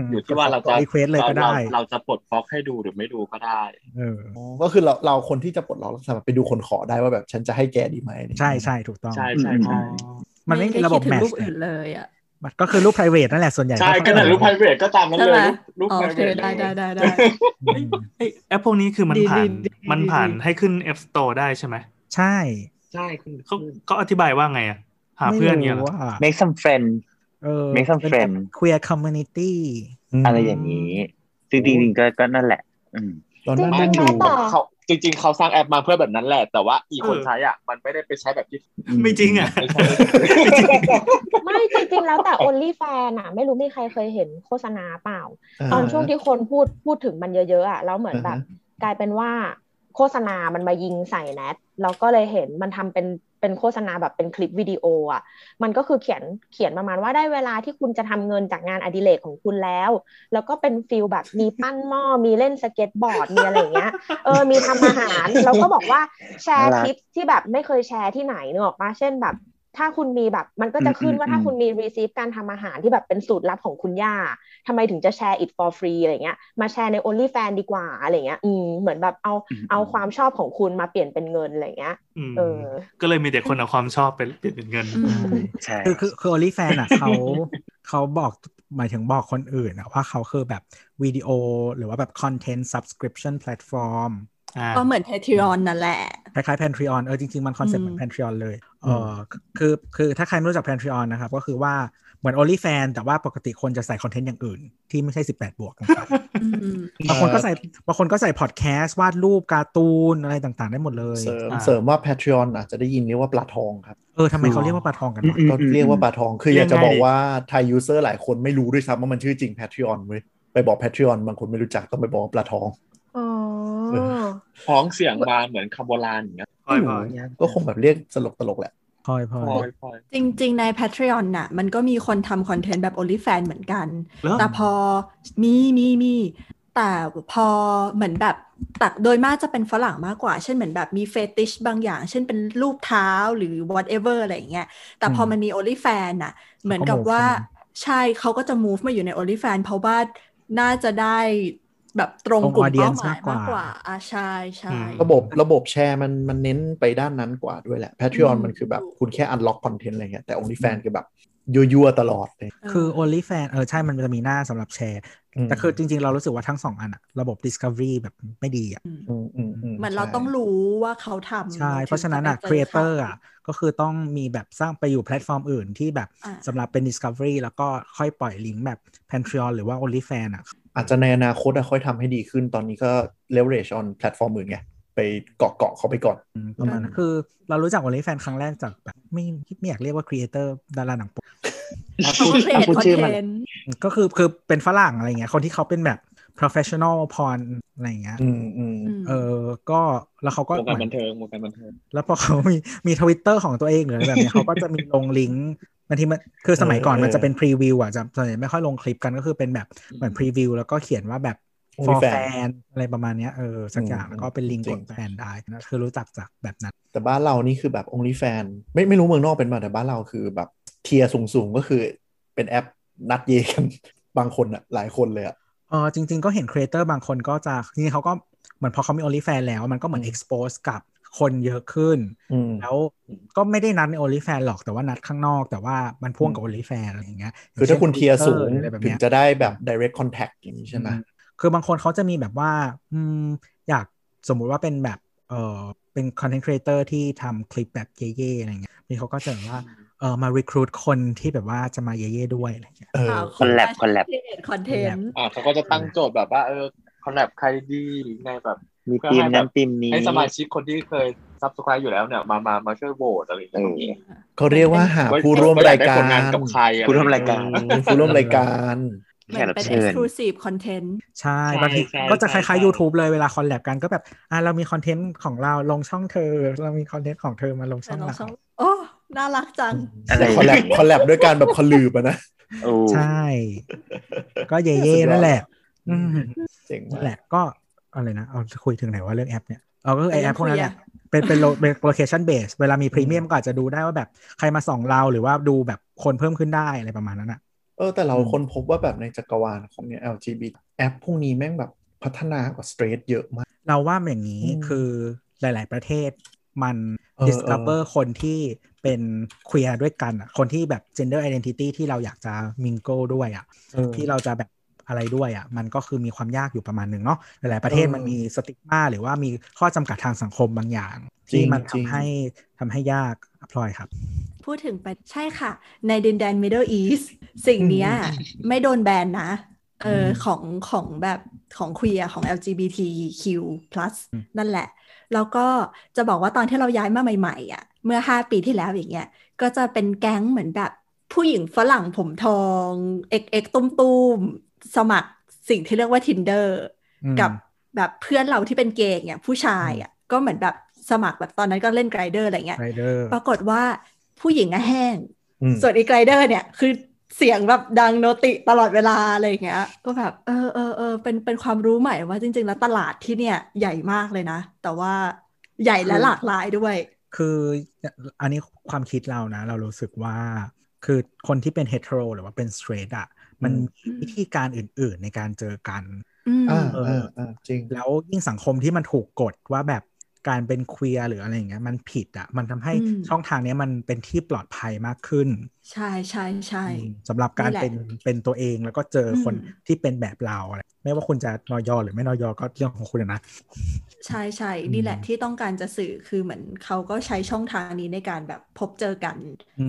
S5: ม
S8: อยู่ที่ว่าเราจะ
S5: รีเควสเลยก็ได้
S8: เราจะปลดฟล็อกให้ดูหรือไม่ดูก็ได้
S5: เออ
S3: อ๋อก็คือเราเราคนที่จะปลดล็อกเราสามารถไปดูคนขอได้ว่าแบบฉันจะให้แกดีไหม
S5: ใช่ใช่ถูกต้อง
S8: ใช่ใช่ใช่
S5: มันไม่มีระบบ
S4: ด้
S5: แม
S4: คิดถึง
S5: ท
S4: รู
S5: ช์
S4: ปอื่นเลยอ่ะ
S5: มันก็คือรูป private นั่นแหละส่วนใหญ่
S8: ใช่
S5: เขา
S8: ขนาดรูปไพรเวทก็ตามนั้น
S4: ใช่
S8: เล
S4: ไหม
S8: ยรูป
S4: อ๋อ
S8: ไพร
S4: โอ
S8: เว
S4: เค
S8: ท
S4: ได้ได้ได้ได้
S5: อืม
S6: ไอแอปพวกนี้คือมัน
S4: ดี
S6: ผ่าน
S4: ดีดี
S6: มันผ่าน
S4: ดี
S6: ให้ขึ้น App Store ได้ใช่ไหม
S5: ใช่
S8: ใช่คือ
S6: เขาเขาอธิบายว่าไงอ่ะ หาเพื่อนเนี่ยเหร
S5: ไม่
S6: อ
S5: รู้ว่า
S7: make some friend
S5: เออ
S7: make some
S5: เป็น
S7: friend
S5: queer community ม
S7: อะไรอย่างนี้ ซึ่งจริงๆก็ก็นั่นแหละ อืม
S3: ตอนนั้น
S2: จริ
S3: นั่
S2: ง
S3: ง
S2: ๆ
S3: ดู
S2: แล้วต่อ
S8: เขาจริง ๆเขาสร้างแอปมาเพื่อแบบนั้นแหละ แต่ว่าอีคนใช้อ่ะมันไม่ได้ไปใช้แบบที่
S6: ไม่จริงอ่ะ
S8: ไม่ใช่
S2: ไม่จริงๆแล้ว แต่ only fan อ่ะ ไม่รู้มีใครเคยเห็นโฆษณาเปล่า
S3: า
S2: ตอนช่วงที่คนพูดพูดถึงมันเยอะๆอ่ะแล้วเหมือนแบบ
S3: อ่าฮ
S2: กลายเป็นว่าโฆษณามันมายิงใส่แนทแล้วก็เลยเห็นมันทำเป็นเป็นโฆษณาแบบเป็นคลิปวิดีโออ่ะ มันก็คือเขียนเขียนประมาณว่าได้เวลาที่คุณจะทำเงินจากงานอดิเรกของคุณแล้ว แล้วก็เป็นฟิลแบบมีปั้นหม้อ มีเล่นสเก็ตบอร์ด มีอะไรอย่างเงี้ย เออ มีทำอาหาร แล้วก็บอกว่าแชร์
S7: น่ารัก
S2: ทิปที่แบบไม่เคยแชร์ที่ไหนนึกออกปะเช่นแบบ ถ้าคุณมีแบบมันก็จะขึ้น
S7: อืม
S2: ว่าถ้า
S7: อืม
S2: คุณมีรีซีฟการทำอาหารที่แบบเป็นสูตรลับของคุณย่า ทำไมถึงจะแชร์ it for free อะไรเงี้ย มาแชร์ใน only fan ดีกว่าอะไรเงี้ย อืม เหมือนแบบเอาเอาความชอบของคุณมาเปลี่ยนเป็นเงินอะไรเงี้ย
S6: อืม
S2: เออ
S6: ก็เลยมีแต่คนเอาความชอบไปเปลี่ยนเป็นเงิน
S4: อืม
S7: ใช่
S5: คือคือคือ o n l y f a n อ่ะ เขาเขาบอกหมายถึงบอกคนอื่นอะว่าเขาคือแบบวิดีโอหรือว่าแบบ content subscription platform
S6: อ่า
S4: ก็เหมือนเททริออนนั่นแหละ
S5: คล้ายๆ Patreon เออจริง ๆ มันคอนเซ็ปต์เหมือน
S4: อืม
S5: Patreon เลยเออคือคือถ้าใครไม่รู้จัก Patreon นะครับ ก็คือว่าเหมือน OnlyFans แต่ว่าปกติคนจะใส่คอนเทนต์อย่างอื่น ที่ไม่ใช่ 18 บวก นะครับ
S4: อืม
S5: บางคนก็ใส่บางคนก็ใส่พอดแคสต์วาดรูปการ์ตูนอะไรต่างๆ ได้หมดเลย
S3: เสริม
S6: อ่า
S3: เสริมว่า Patreon อาจจะได้ยินเรียกว่าปลาทองครับ
S5: เออทำไมเขาเรียกว่าปลาทองกันวะ
S3: ก็เรียกว่าปลาทอง คือ
S6: เรี
S3: อย ยาก ก
S6: ง่า
S3: จะ
S6: ย
S3: บอก
S6: ดิ
S3: ว่าไทยยูเซอร์หลายคนไม่รู้ด้วยซ้ำว่ามันชื่อจริง Patreon เว้ยไปบอก Patreon บางคนไม่รู้จักต้องไปบอกว่าปลาทอง
S2: อ๋อ
S3: เอ
S8: พ้องเสียงมาเหมือนคำโบราณอย่างเงี้ย
S6: พลอยพลอย
S3: ก็คงแบบเรียกตลกตลกๆแหละ
S5: พลอยพลอ
S8: พลอย ยพลอย
S4: จริง ๆ ใน Patreon น่ะ มันก็มีคนทำคอนเทนต์แบบ OnlyFan เหมือนกัน
S6: เหรอ
S4: แต่พอมีมีมีแต่พอเหมือนแบบแต่โดยมากจะเป็นฝรั่งมากกว่า เช่นเหมือนแบบมีเฟติชบางอย่าง เช่นเป็นรูปเท้าหรือ whatever อะไรอย่างเงี้ยแต่พอมันมี OnlyFan น่ะ เหมือนกับว่าใช่เขาก็จะ move มาอยู่ใน OnlyFan เพราะว่าน่าจะได้แบบตรงกลุ่มเป้าหมายมากกว่าอ่ะใช่ใช่
S6: อืม
S3: ระบบระบบแชร์มันมันเน้นไปด้านนั้นกว่าด้วยแหละ Patreon
S4: อืม
S3: มันคือแบบคุณแค่ unlock content อะไรเงี้ยแต่ OnlyFans คือแบบยั่วๆตลอดเลย
S5: คือ OnlyFans เออใช่มันจะมีหน้าสำหรับแชร์
S3: ม
S5: แต่คือจริง ๆ เรารู้สึกว่าทั้งสองอันอะระบบ Discovery แบบไม่ดีอะ
S4: อืม
S3: อืมอืมอืม
S4: เหมือนเรา
S3: ใช่
S4: ต้องรู้ว่าเขาทำ
S5: ใช่เพราะฉะนั้นอะค
S4: ถึงจ
S5: รีเอ
S4: ไปจ
S5: เตอร์อะก็คือต้องมีแบบสร้างไปอยู่แพลตฟอร์มอื่นที่แบบ
S4: อ่ะ
S5: สำหรับเป็น Discovery แล้วก็ค่อยปล่อยลิงก์แบบ Patreon หรือว่า OnlyFans อะ
S3: อาจจะในอนาคตอะค่อยทำให้ดีขึ้นตอนนี้ก็ leverage on แพลตฟอร์มอื่นไง ไปเกาะเกาะเขาไปก่อน
S5: อืมประมาณนั้น
S3: อืม
S5: คือเรารู้จัก OnlyFans ครั้งแรกจากแบบไม่ไม่อยากเรียกว่าครีเอเตอร์ดาราหนังโป
S4: เขาก็ create
S7: พูดชื่อมัน
S4: content
S5: ก็คือคือเป็นฝรั่งอะไรเงี้ยคนที่เขาเป็นแบบ professional porn อะไรเงี้ย
S3: อืมอืม
S4: อืม
S5: เออก็แล้วเขาก็
S8: วงการ
S5: เหมือ
S8: บั
S5: น น
S8: เทิงวงการบันเทิง
S5: แล้วพอเขามีมีทวิตเตอร์ของตัวเองหรืออะไรแบบเนี้ย เขาก็จะมีลงลิงก์บางทีมันคือสมัยก่อน
S3: เออ
S5: มันจะ
S3: เออ
S5: เป็นพรีวิวอ่ะจะส่วนใหญ่ไม่ค่อยลงคลิปกันก็คือเป็นแบบเหมือนพรีวิวแล้วก็เขียนว่าแบบ for
S3: OnlyFans
S5: fan อะไรประมาณเนี้ยเออสักอย่าง
S3: อืม
S5: แล้วก็เป็นลิงก์
S3: จริ
S5: ก
S3: ง
S5: ดแฟนได้นะคือรู้จักจากแบบนั้น
S3: แต่บ้านเรานี่คือแบบ only fan ไม่ไม่รู้เมืองนอกเป็นมาแต่บ้านเราคือแบบเทียสูงสูงๆก็คือเป็นแอปนัดเยกัน บางคนอะหลายคนเลยอะ
S5: เออจริง ๆ ก็เห็นครีเอเตอร์บางคนก็จะจริงๆเขาก็เหมือนพอเขามี OnlyFans แล้ว มันก็เหมือน
S3: อืม
S5: expose กับคนเยอะขึ้น
S3: อืม
S5: แล้วก็ไม่ได้นัดใน OnlyFans หรอกแต่ว่านัดข้างนอกแต่ว่ามันพ่วงกับ OnlyFans อะไรอย่างเงี้ย
S3: คือถ้าคุณเทียสูง
S5: หรืออะไรแบบ
S3: ถึ
S5: เนี้
S3: ง
S5: ย
S3: จะได้แบบ direct contact อย่างนี้ใช่ไหม
S5: คือบางคนเขาจะมีแบบว่าอืมอยากสมมุติว่าเป็นแบบเออเป็นคอนเทนต์ครีเอเตอร์ที่ทำคลิปแบบเย่ๆอะไรเงี้ยมีเขาก็จะแบบว่าเออมา recruit คนที่แบบว่าจะมาเย่ๆด้วยอะไรเงี้ย
S3: เออ
S4: อ่า
S7: collab collab
S4: create content
S5: collab
S8: อ่าเขาก็จะตั้งโจทย์แบบว่าเออคอลแลบใครดีหรือไงแบบ
S7: มี
S8: เพื่อ
S7: ทีม
S8: ให้แบ
S7: นั้น
S8: บ
S7: ทีมนี้
S8: ให้สมาชิกคนที่เคยซับสไครต์อยู่แล้วเนี่ยมามามาช่วยโหวตอะไรอย่างเงี้ย
S7: เออ
S3: เขาเรียกว่าหาผู้ร่วมรายการ
S8: ว่อยได้ผลงานกับใครอะไ
S7: ผู้ร่วมรายการ
S3: อืมผู้ร่วมรายการ
S4: เหมือนเป็น
S7: แขกรับเชิญ
S4: exclusive content
S5: ใช่
S8: ใช่
S5: บางที
S8: ใช่
S5: ก็จะค
S8: ใช่
S5: ล้าย
S8: ใช่
S5: ๆ YouTube เลยเวลาคอลแลบกันก็แบบอ่ะเรามีคอนเทนต์ของเราลงช่องเธอ เรามีคอนเทนต์ของเธอมาลงช่อง
S4: เรา
S5: เรา
S4: ชอบโอ้น่ารักจัง
S7: อะไร
S3: คอลแลบ คอลแลบด้วยการแบบคอลลืบอะนะ
S7: โอ้
S5: ใช่ ก็เย่
S3: สุดยอ
S5: ๆ
S3: ด
S5: นั่นแหละ อืม
S3: เจ๋ง
S5: นั่
S3: มาน
S5: แห
S3: ก
S5: ละก็อะไรนะเอาคุยถึงไหนว่าเรื่องแอปเนี่ยเอาก็คือไอ
S4: เรื่
S5: แอ
S4: อง
S5: ปพวกนั้นแหละ
S4: คุย
S5: เป็นเป็นโลเป็นโลเคชันเบสเวลามีพรีเมียมก็อาจจะดูได้ว่าแบบใครมาส่องเราหรือว่าดูแบบคนเพิ่มขึ้นได้อะไรประมาณนั้นอ่ะ
S3: เออแต่เรา
S5: อืม
S3: คนพบว่าแบบในจักรวาลของเนี่ย LGBT แอปพวกนี้แม่งแบบพัฒนากว่าสเตรทเยอะมาก
S5: เราว่าอย่างนี้
S3: อืม
S5: คือหลาย ๆ ประเทศมัน
S3: เออ
S5: discover คนที่เป็นเคลียร์ด้วยกันอะคนที่แบบ gender identity ที่เราอยากจะ mingle ด้วยอ่ะ
S3: เออ
S5: ที่เราจะแบบอะไรด้วยอ่ะมันก็คือมีความยากอยู่ประมาณหนึ่งเนาะหลาย ๆ ประเทศ
S3: เออ
S5: มันมีสติ๊กมาหรือว่ามีข้อจำกัดทางสังคมบางอย่าง
S3: จริง
S5: ที่มัน
S3: จ
S5: ทำ
S3: ริง
S5: ให้ทำให้ยากอ่ะพลอยครับ
S4: พูดถึงไปใช่ค่ะ ในดินแดน Middle East สิ่งเนี้ยไม่โดนแบนนะเอออ
S5: ม
S4: ของของแบบของคุยของ LGBTQ+
S5: อืม
S4: นั่นแหละ แล้วก็จะบอกว่าตอนที่เราย้ายมาใหม่ๆอ่ะเมื่อ 5 ปีที่แล้วอย่างเงี้ยก็จะเป็นแก๊งเหมือนแบบผู้หญิงฝรั่งผมทอง เอกเอกตุ้มตุ้มๆ สมัครสิ่งที่เรียกว่า Tinder
S5: อืม
S4: กับแบบเพื่อนเราที่เป็นเกย์อย่างเนี่ยผู้ชายอ่ะก็เหมือนแบบสมัครแบบตอนนั้นก็เล่นไกเดอร์อะไรเงี้ย
S5: Rider
S4: ปรากฏว่าผู้หญิงอะแห้ง
S3: อืม
S4: ส่วนอีไกรเดอร์เนี่ยคือเสียงแบบดังโนติตลอดเวลาอะไรอย่างเงี้ย ก็แบบเออเออเออเป็นเป็นความรู้ใหม่ว่าจริง ๆ แล้วตลาดที่เนี่ยใหญ่มากเลยนะ แต่ว่าใหญ่และหลากหลายด้วย
S5: คืออันนี้ความคิดเรานะ เรารู้สึกว่าคือคนที่เป็นเฮเทโรหรือว่าเป็นสเตรทอ่ะมัน
S3: อืม
S5: มีวิธีการอื่น ๆ ในการเจอกัน
S4: อืม
S3: อ่าอ่าอ่าจริง
S5: แล้วยิ่งสังคมที่มันถูกกดว่าแบบการเป็นเคลียร์หรืออะไรอย่างเงี้ยมันผิดอ่ะมันทำให้ช่องทางเนี้ยมันเป็นที่ปลอดภัยมากขึ้น
S4: ใช่ใช่ใช่
S5: อืมสำหรับการ
S4: นี่แหละ
S5: เป็นเป็นตัวเองแล้วก็เจออ
S4: ม
S5: คนที่เป็นแบบเราอะไรไม่ว่าคุณจะนอยอหรือไม่นอยอก็เรื่องของคุณอะนะ
S4: ใช่ใช่
S5: อืม
S4: นี่แหละที่ต้องการจะสื่อคือเหมือนเขาก็ใช้ช่องทางนี้ในการแบบพบเจอกัน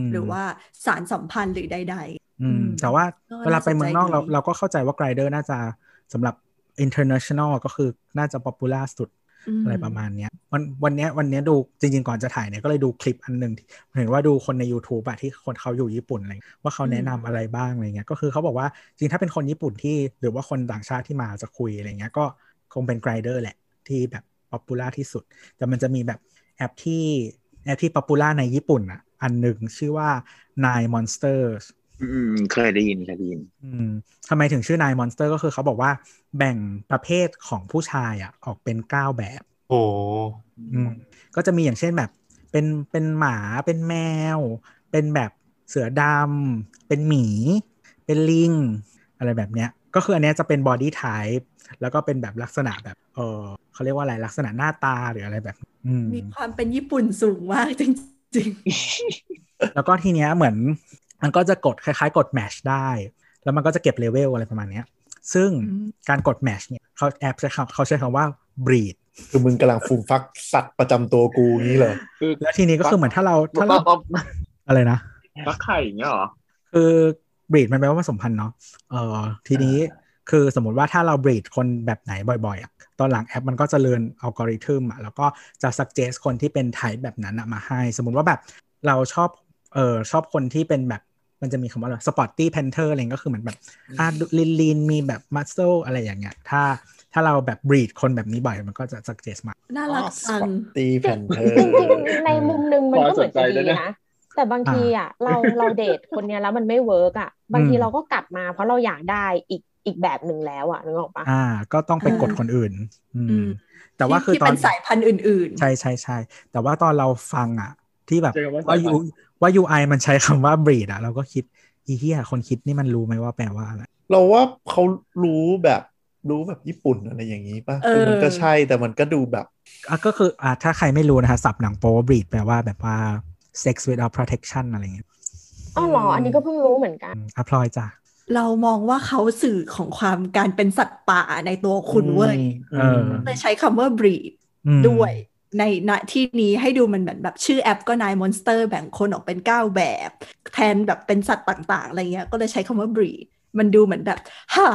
S5: ม
S4: หรือว่าสารสัมพันธ์หรือใด
S5: อืม
S4: อืม
S5: แต่ว่า
S4: ก็
S5: เวลาไปเมืองนอก
S4: น่าสนใจ
S5: เรา
S4: ดี
S5: เราก็เข้าใจว่าไกด์เดอร์น่าจะสำหรับ international ก็คือน่าจะ popular สุด
S4: ๆม
S5: อะไรประมาณเนี้ยวันวันเนี้ยวันเนี้ยดูจริงๆก่อนจะถ่ายเนี่ยก็เลยดูคลิปอันหนึ่งที่เห็นว่าดูคนใน YouTube อะที่คนเขาอยู่ญี่ปุ่นอะไรว่าเขาแนะนำอะไรบ้างอะไรเงี้ยก็คือเขาบอกว่าจริงถ้าเป็นคนญี่ปุ่นที่หรือว่าคนต่างชาติที่มาจะคุยอะไรเงี้ยก็คงเป็นไกด์เดอร์แหละที่แบบป๊อปปูล่าที่สุด แต่มันจะมีแบบแอปที่แอปที่ป๊อปปูล่าในญี่ปุ่นอ่ะอันหนึ่งชื่อว่า Nine Monsters
S7: อืมเคยได้ยินเคยได้ยิน
S5: อืมทำไมถึงชื่อนายมอนสเตอร์ก็คือเขาบอกว่าแบ่งประเภทของผู้ชายอ่ะออกเป็นเก้าแบบ
S6: โอ้โห
S5: อืมก็จะมีอย่างเช่นแบบเป็นเป็นหมาเป็นแมว เป็นแบบเสือดำเป็นหมี เป็นลิง อะไรแบบเนี้ยก็คืออันเนี้ยจะเป็นบอดี้ไทป์แล้วก็เป็นแบบลักษณะแบบเออเขาเรียกว่าอะไรลักษณะหน้าตาหรืออะไรแบบอืม
S4: มีความเป็นญี่ปุ่นสูงมากจริง
S5: แล้วก็ทีเนี้ยเหมือนมันก็จะกดคล้ายๆ กดแมชได้ แล้วมันก็จะเก็บเลเวลอะไรประมาณเนี้ยซึ่ง
S4: อืม
S5: การกดแมชเนี่ยเขาแอปใช้คำเขาใช้คำว่า breed
S3: คือมึงกำลังฟูมฟักสัตว์ประจำตัวกูงี้เหรอ
S8: คือ
S5: แล้วทีนี้ก็คือเหมือนถ้าเราถ้าเรา
S8: ปั๊บปั๊บ
S5: อะไรนะ
S8: รักไข่อย่างเงี้ยเหรอ
S5: คือบรีดมันแปลว่าผสมพันธุ์เนาะ เอ่อทีนี้คือสมมติว่าถ้าเราบรีดคนแบบไหนบ่อยๆอะตอนหลังแอปมันก็จะเรียนอัลกอริทึมอะแล้วก็จะ suggest คนที่เป็นไทป์แบบนั้นอะมาให้ สมมติว่าแบบเราชอบเอ่อชอบคนที่เป็นแบบมันจะมีคำว่าอะไรสปอตตี้แพนเทอร์อะไรเงี้ยก็คือเหมือนแบบอ่ะลินลินมีแบบมัสโซอะไรอย่างเงี้ยถ้าถ้าเราแบบบรีดคนแบบนี้บ่อยมันก็จะ suggest มา
S4: ๆ น่ารักจัง
S3: ตีแผ่นเธอ
S2: จริงๆในมุมหนึงมันก็เหมือนจะ
S8: น่าสนใจ
S2: ดี
S8: นะเนี่ย
S2: นะ แต่บางทีอ่ะเราเราเดทคนเนี้ยแล้วมันไม่เวิร์กอ่ะ บางที
S5: อืม
S2: เราก็กลับมาเพราะเราอยากได้อีกอีกแบบหนึ่งแล้วอ่ะนึกออกปะ
S5: อ่าก็ต้องไปกด
S4: อ่า
S5: คนอื่น อื
S4: อื
S5: ม
S4: ม
S5: แต่ว่าคือ
S4: ที่
S5: ตอน
S4: เป็นสายพันธุ์อื่นๆ
S5: ใช่ใช่ใช่แต่ว่าตอนเราฟังอ่ะ ที่แบบ
S8: เจอว่า
S5: ว่า
S8: สายพันธุ์
S5: U ว่า UI มันใช้คำว่า breed อ่ะ เราก็คิดอีเหี้ยคนคิดนี่มันรู้ไหมว่าแปลว่าอะไร
S3: เราว่าเขารู้แบบรู้แบบญี่ปุ่นอะไรอย่างนี้ป่ะ
S4: เออ
S3: คือมันก็ใช่แต่มันก็ดูแบบ
S5: อ่ะก็คืออ่ะถ้าใครไม่รู้นะคะสับหนังโป๊ว่า breed แปลว่าแบบว่า sex without protection อะไรเงี้ย
S2: อ้าวเหรอ อันนี้ก็เพิ่งรู้เหมือนกัน
S5: อืมอ่ะพลอยจ้ะ
S4: เรามองว่าเขาสื่อของความการเป็นสัตว์ป่าในตัวคุณเว้ย
S5: เออ
S4: เลยใช้คำว่า breed
S5: อืม
S4: ด้วย ในณที่นี้ให้ดูมันเหมือนแบบชื่อแอปก็นายมอนสเตอร์แบ่งคนออกเป็น 9 แบบ แทนแบบเป็นสัตว์ต่างๆ อะไรเงี้ย ก็เลยใช้คำว่า breed มันดูเหมือนแบบฮ่า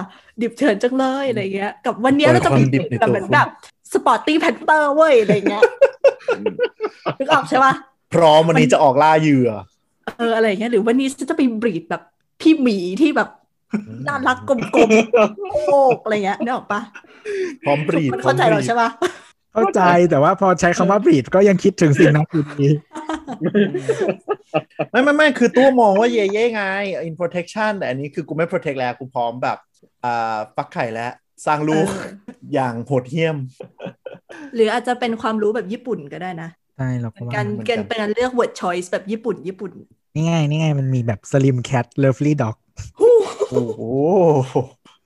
S4: ดิบเถื่อนจังเลยอะไรเงี้ย กับวันเนี้ย
S3: เปิ
S4: เรา
S3: ด
S4: จะ
S3: ความ
S4: มี
S3: ดิบใน
S4: แบบ
S3: ตัว
S4: เหมือน
S3: คุณ
S4: แบบสปอร์ตี้แพนเตอร์เว้ยอะไรเงี้ ยนึกออกใช่ปะ
S3: พร้อมวันนี้จะออกล่าเหยื่อ
S4: เอออะไรอย่างเงี้ยหรือวันนี้ฉันจะไปบรีดแบบพี่หมีที่แบบน่ารักกลมๆโลกอะไรเงี้ยนึกออกปะ
S3: พร้อมบรีด
S4: มันเข้าใจ
S3: พอ
S4: เรา
S3: มบด
S4: ใช่ปะ
S5: เข้าใจแต่ว่าพอใช้คำว่า breed ก็ยังคิดถึงสิ่งนั้นอยู่ดี
S3: ไม่ไม่ไม่คือตัวมองว่าเย่เย่ไง in protection แต่อันนี้คือกูไม่ protect แล้วกูพร้อมแบบอ่าฟักไข่แล้ว สร้างลูก
S4: เออ
S3: อย่างโหดเหี้ยม
S4: หรืออาจจะเป็นความรู้แบบญี่ปุ่นก็ได้นะ
S5: ใช่เราก็ว่า
S4: การ
S3: เหมือนกั
S4: กาน รเป็นการเลือก word choice แบบญี่ปุ่นญี่ปุ่น
S5: นี่ไงนี่ไงมันมีแบบ slim cat lovely dog
S4: หู
S3: โอ้โห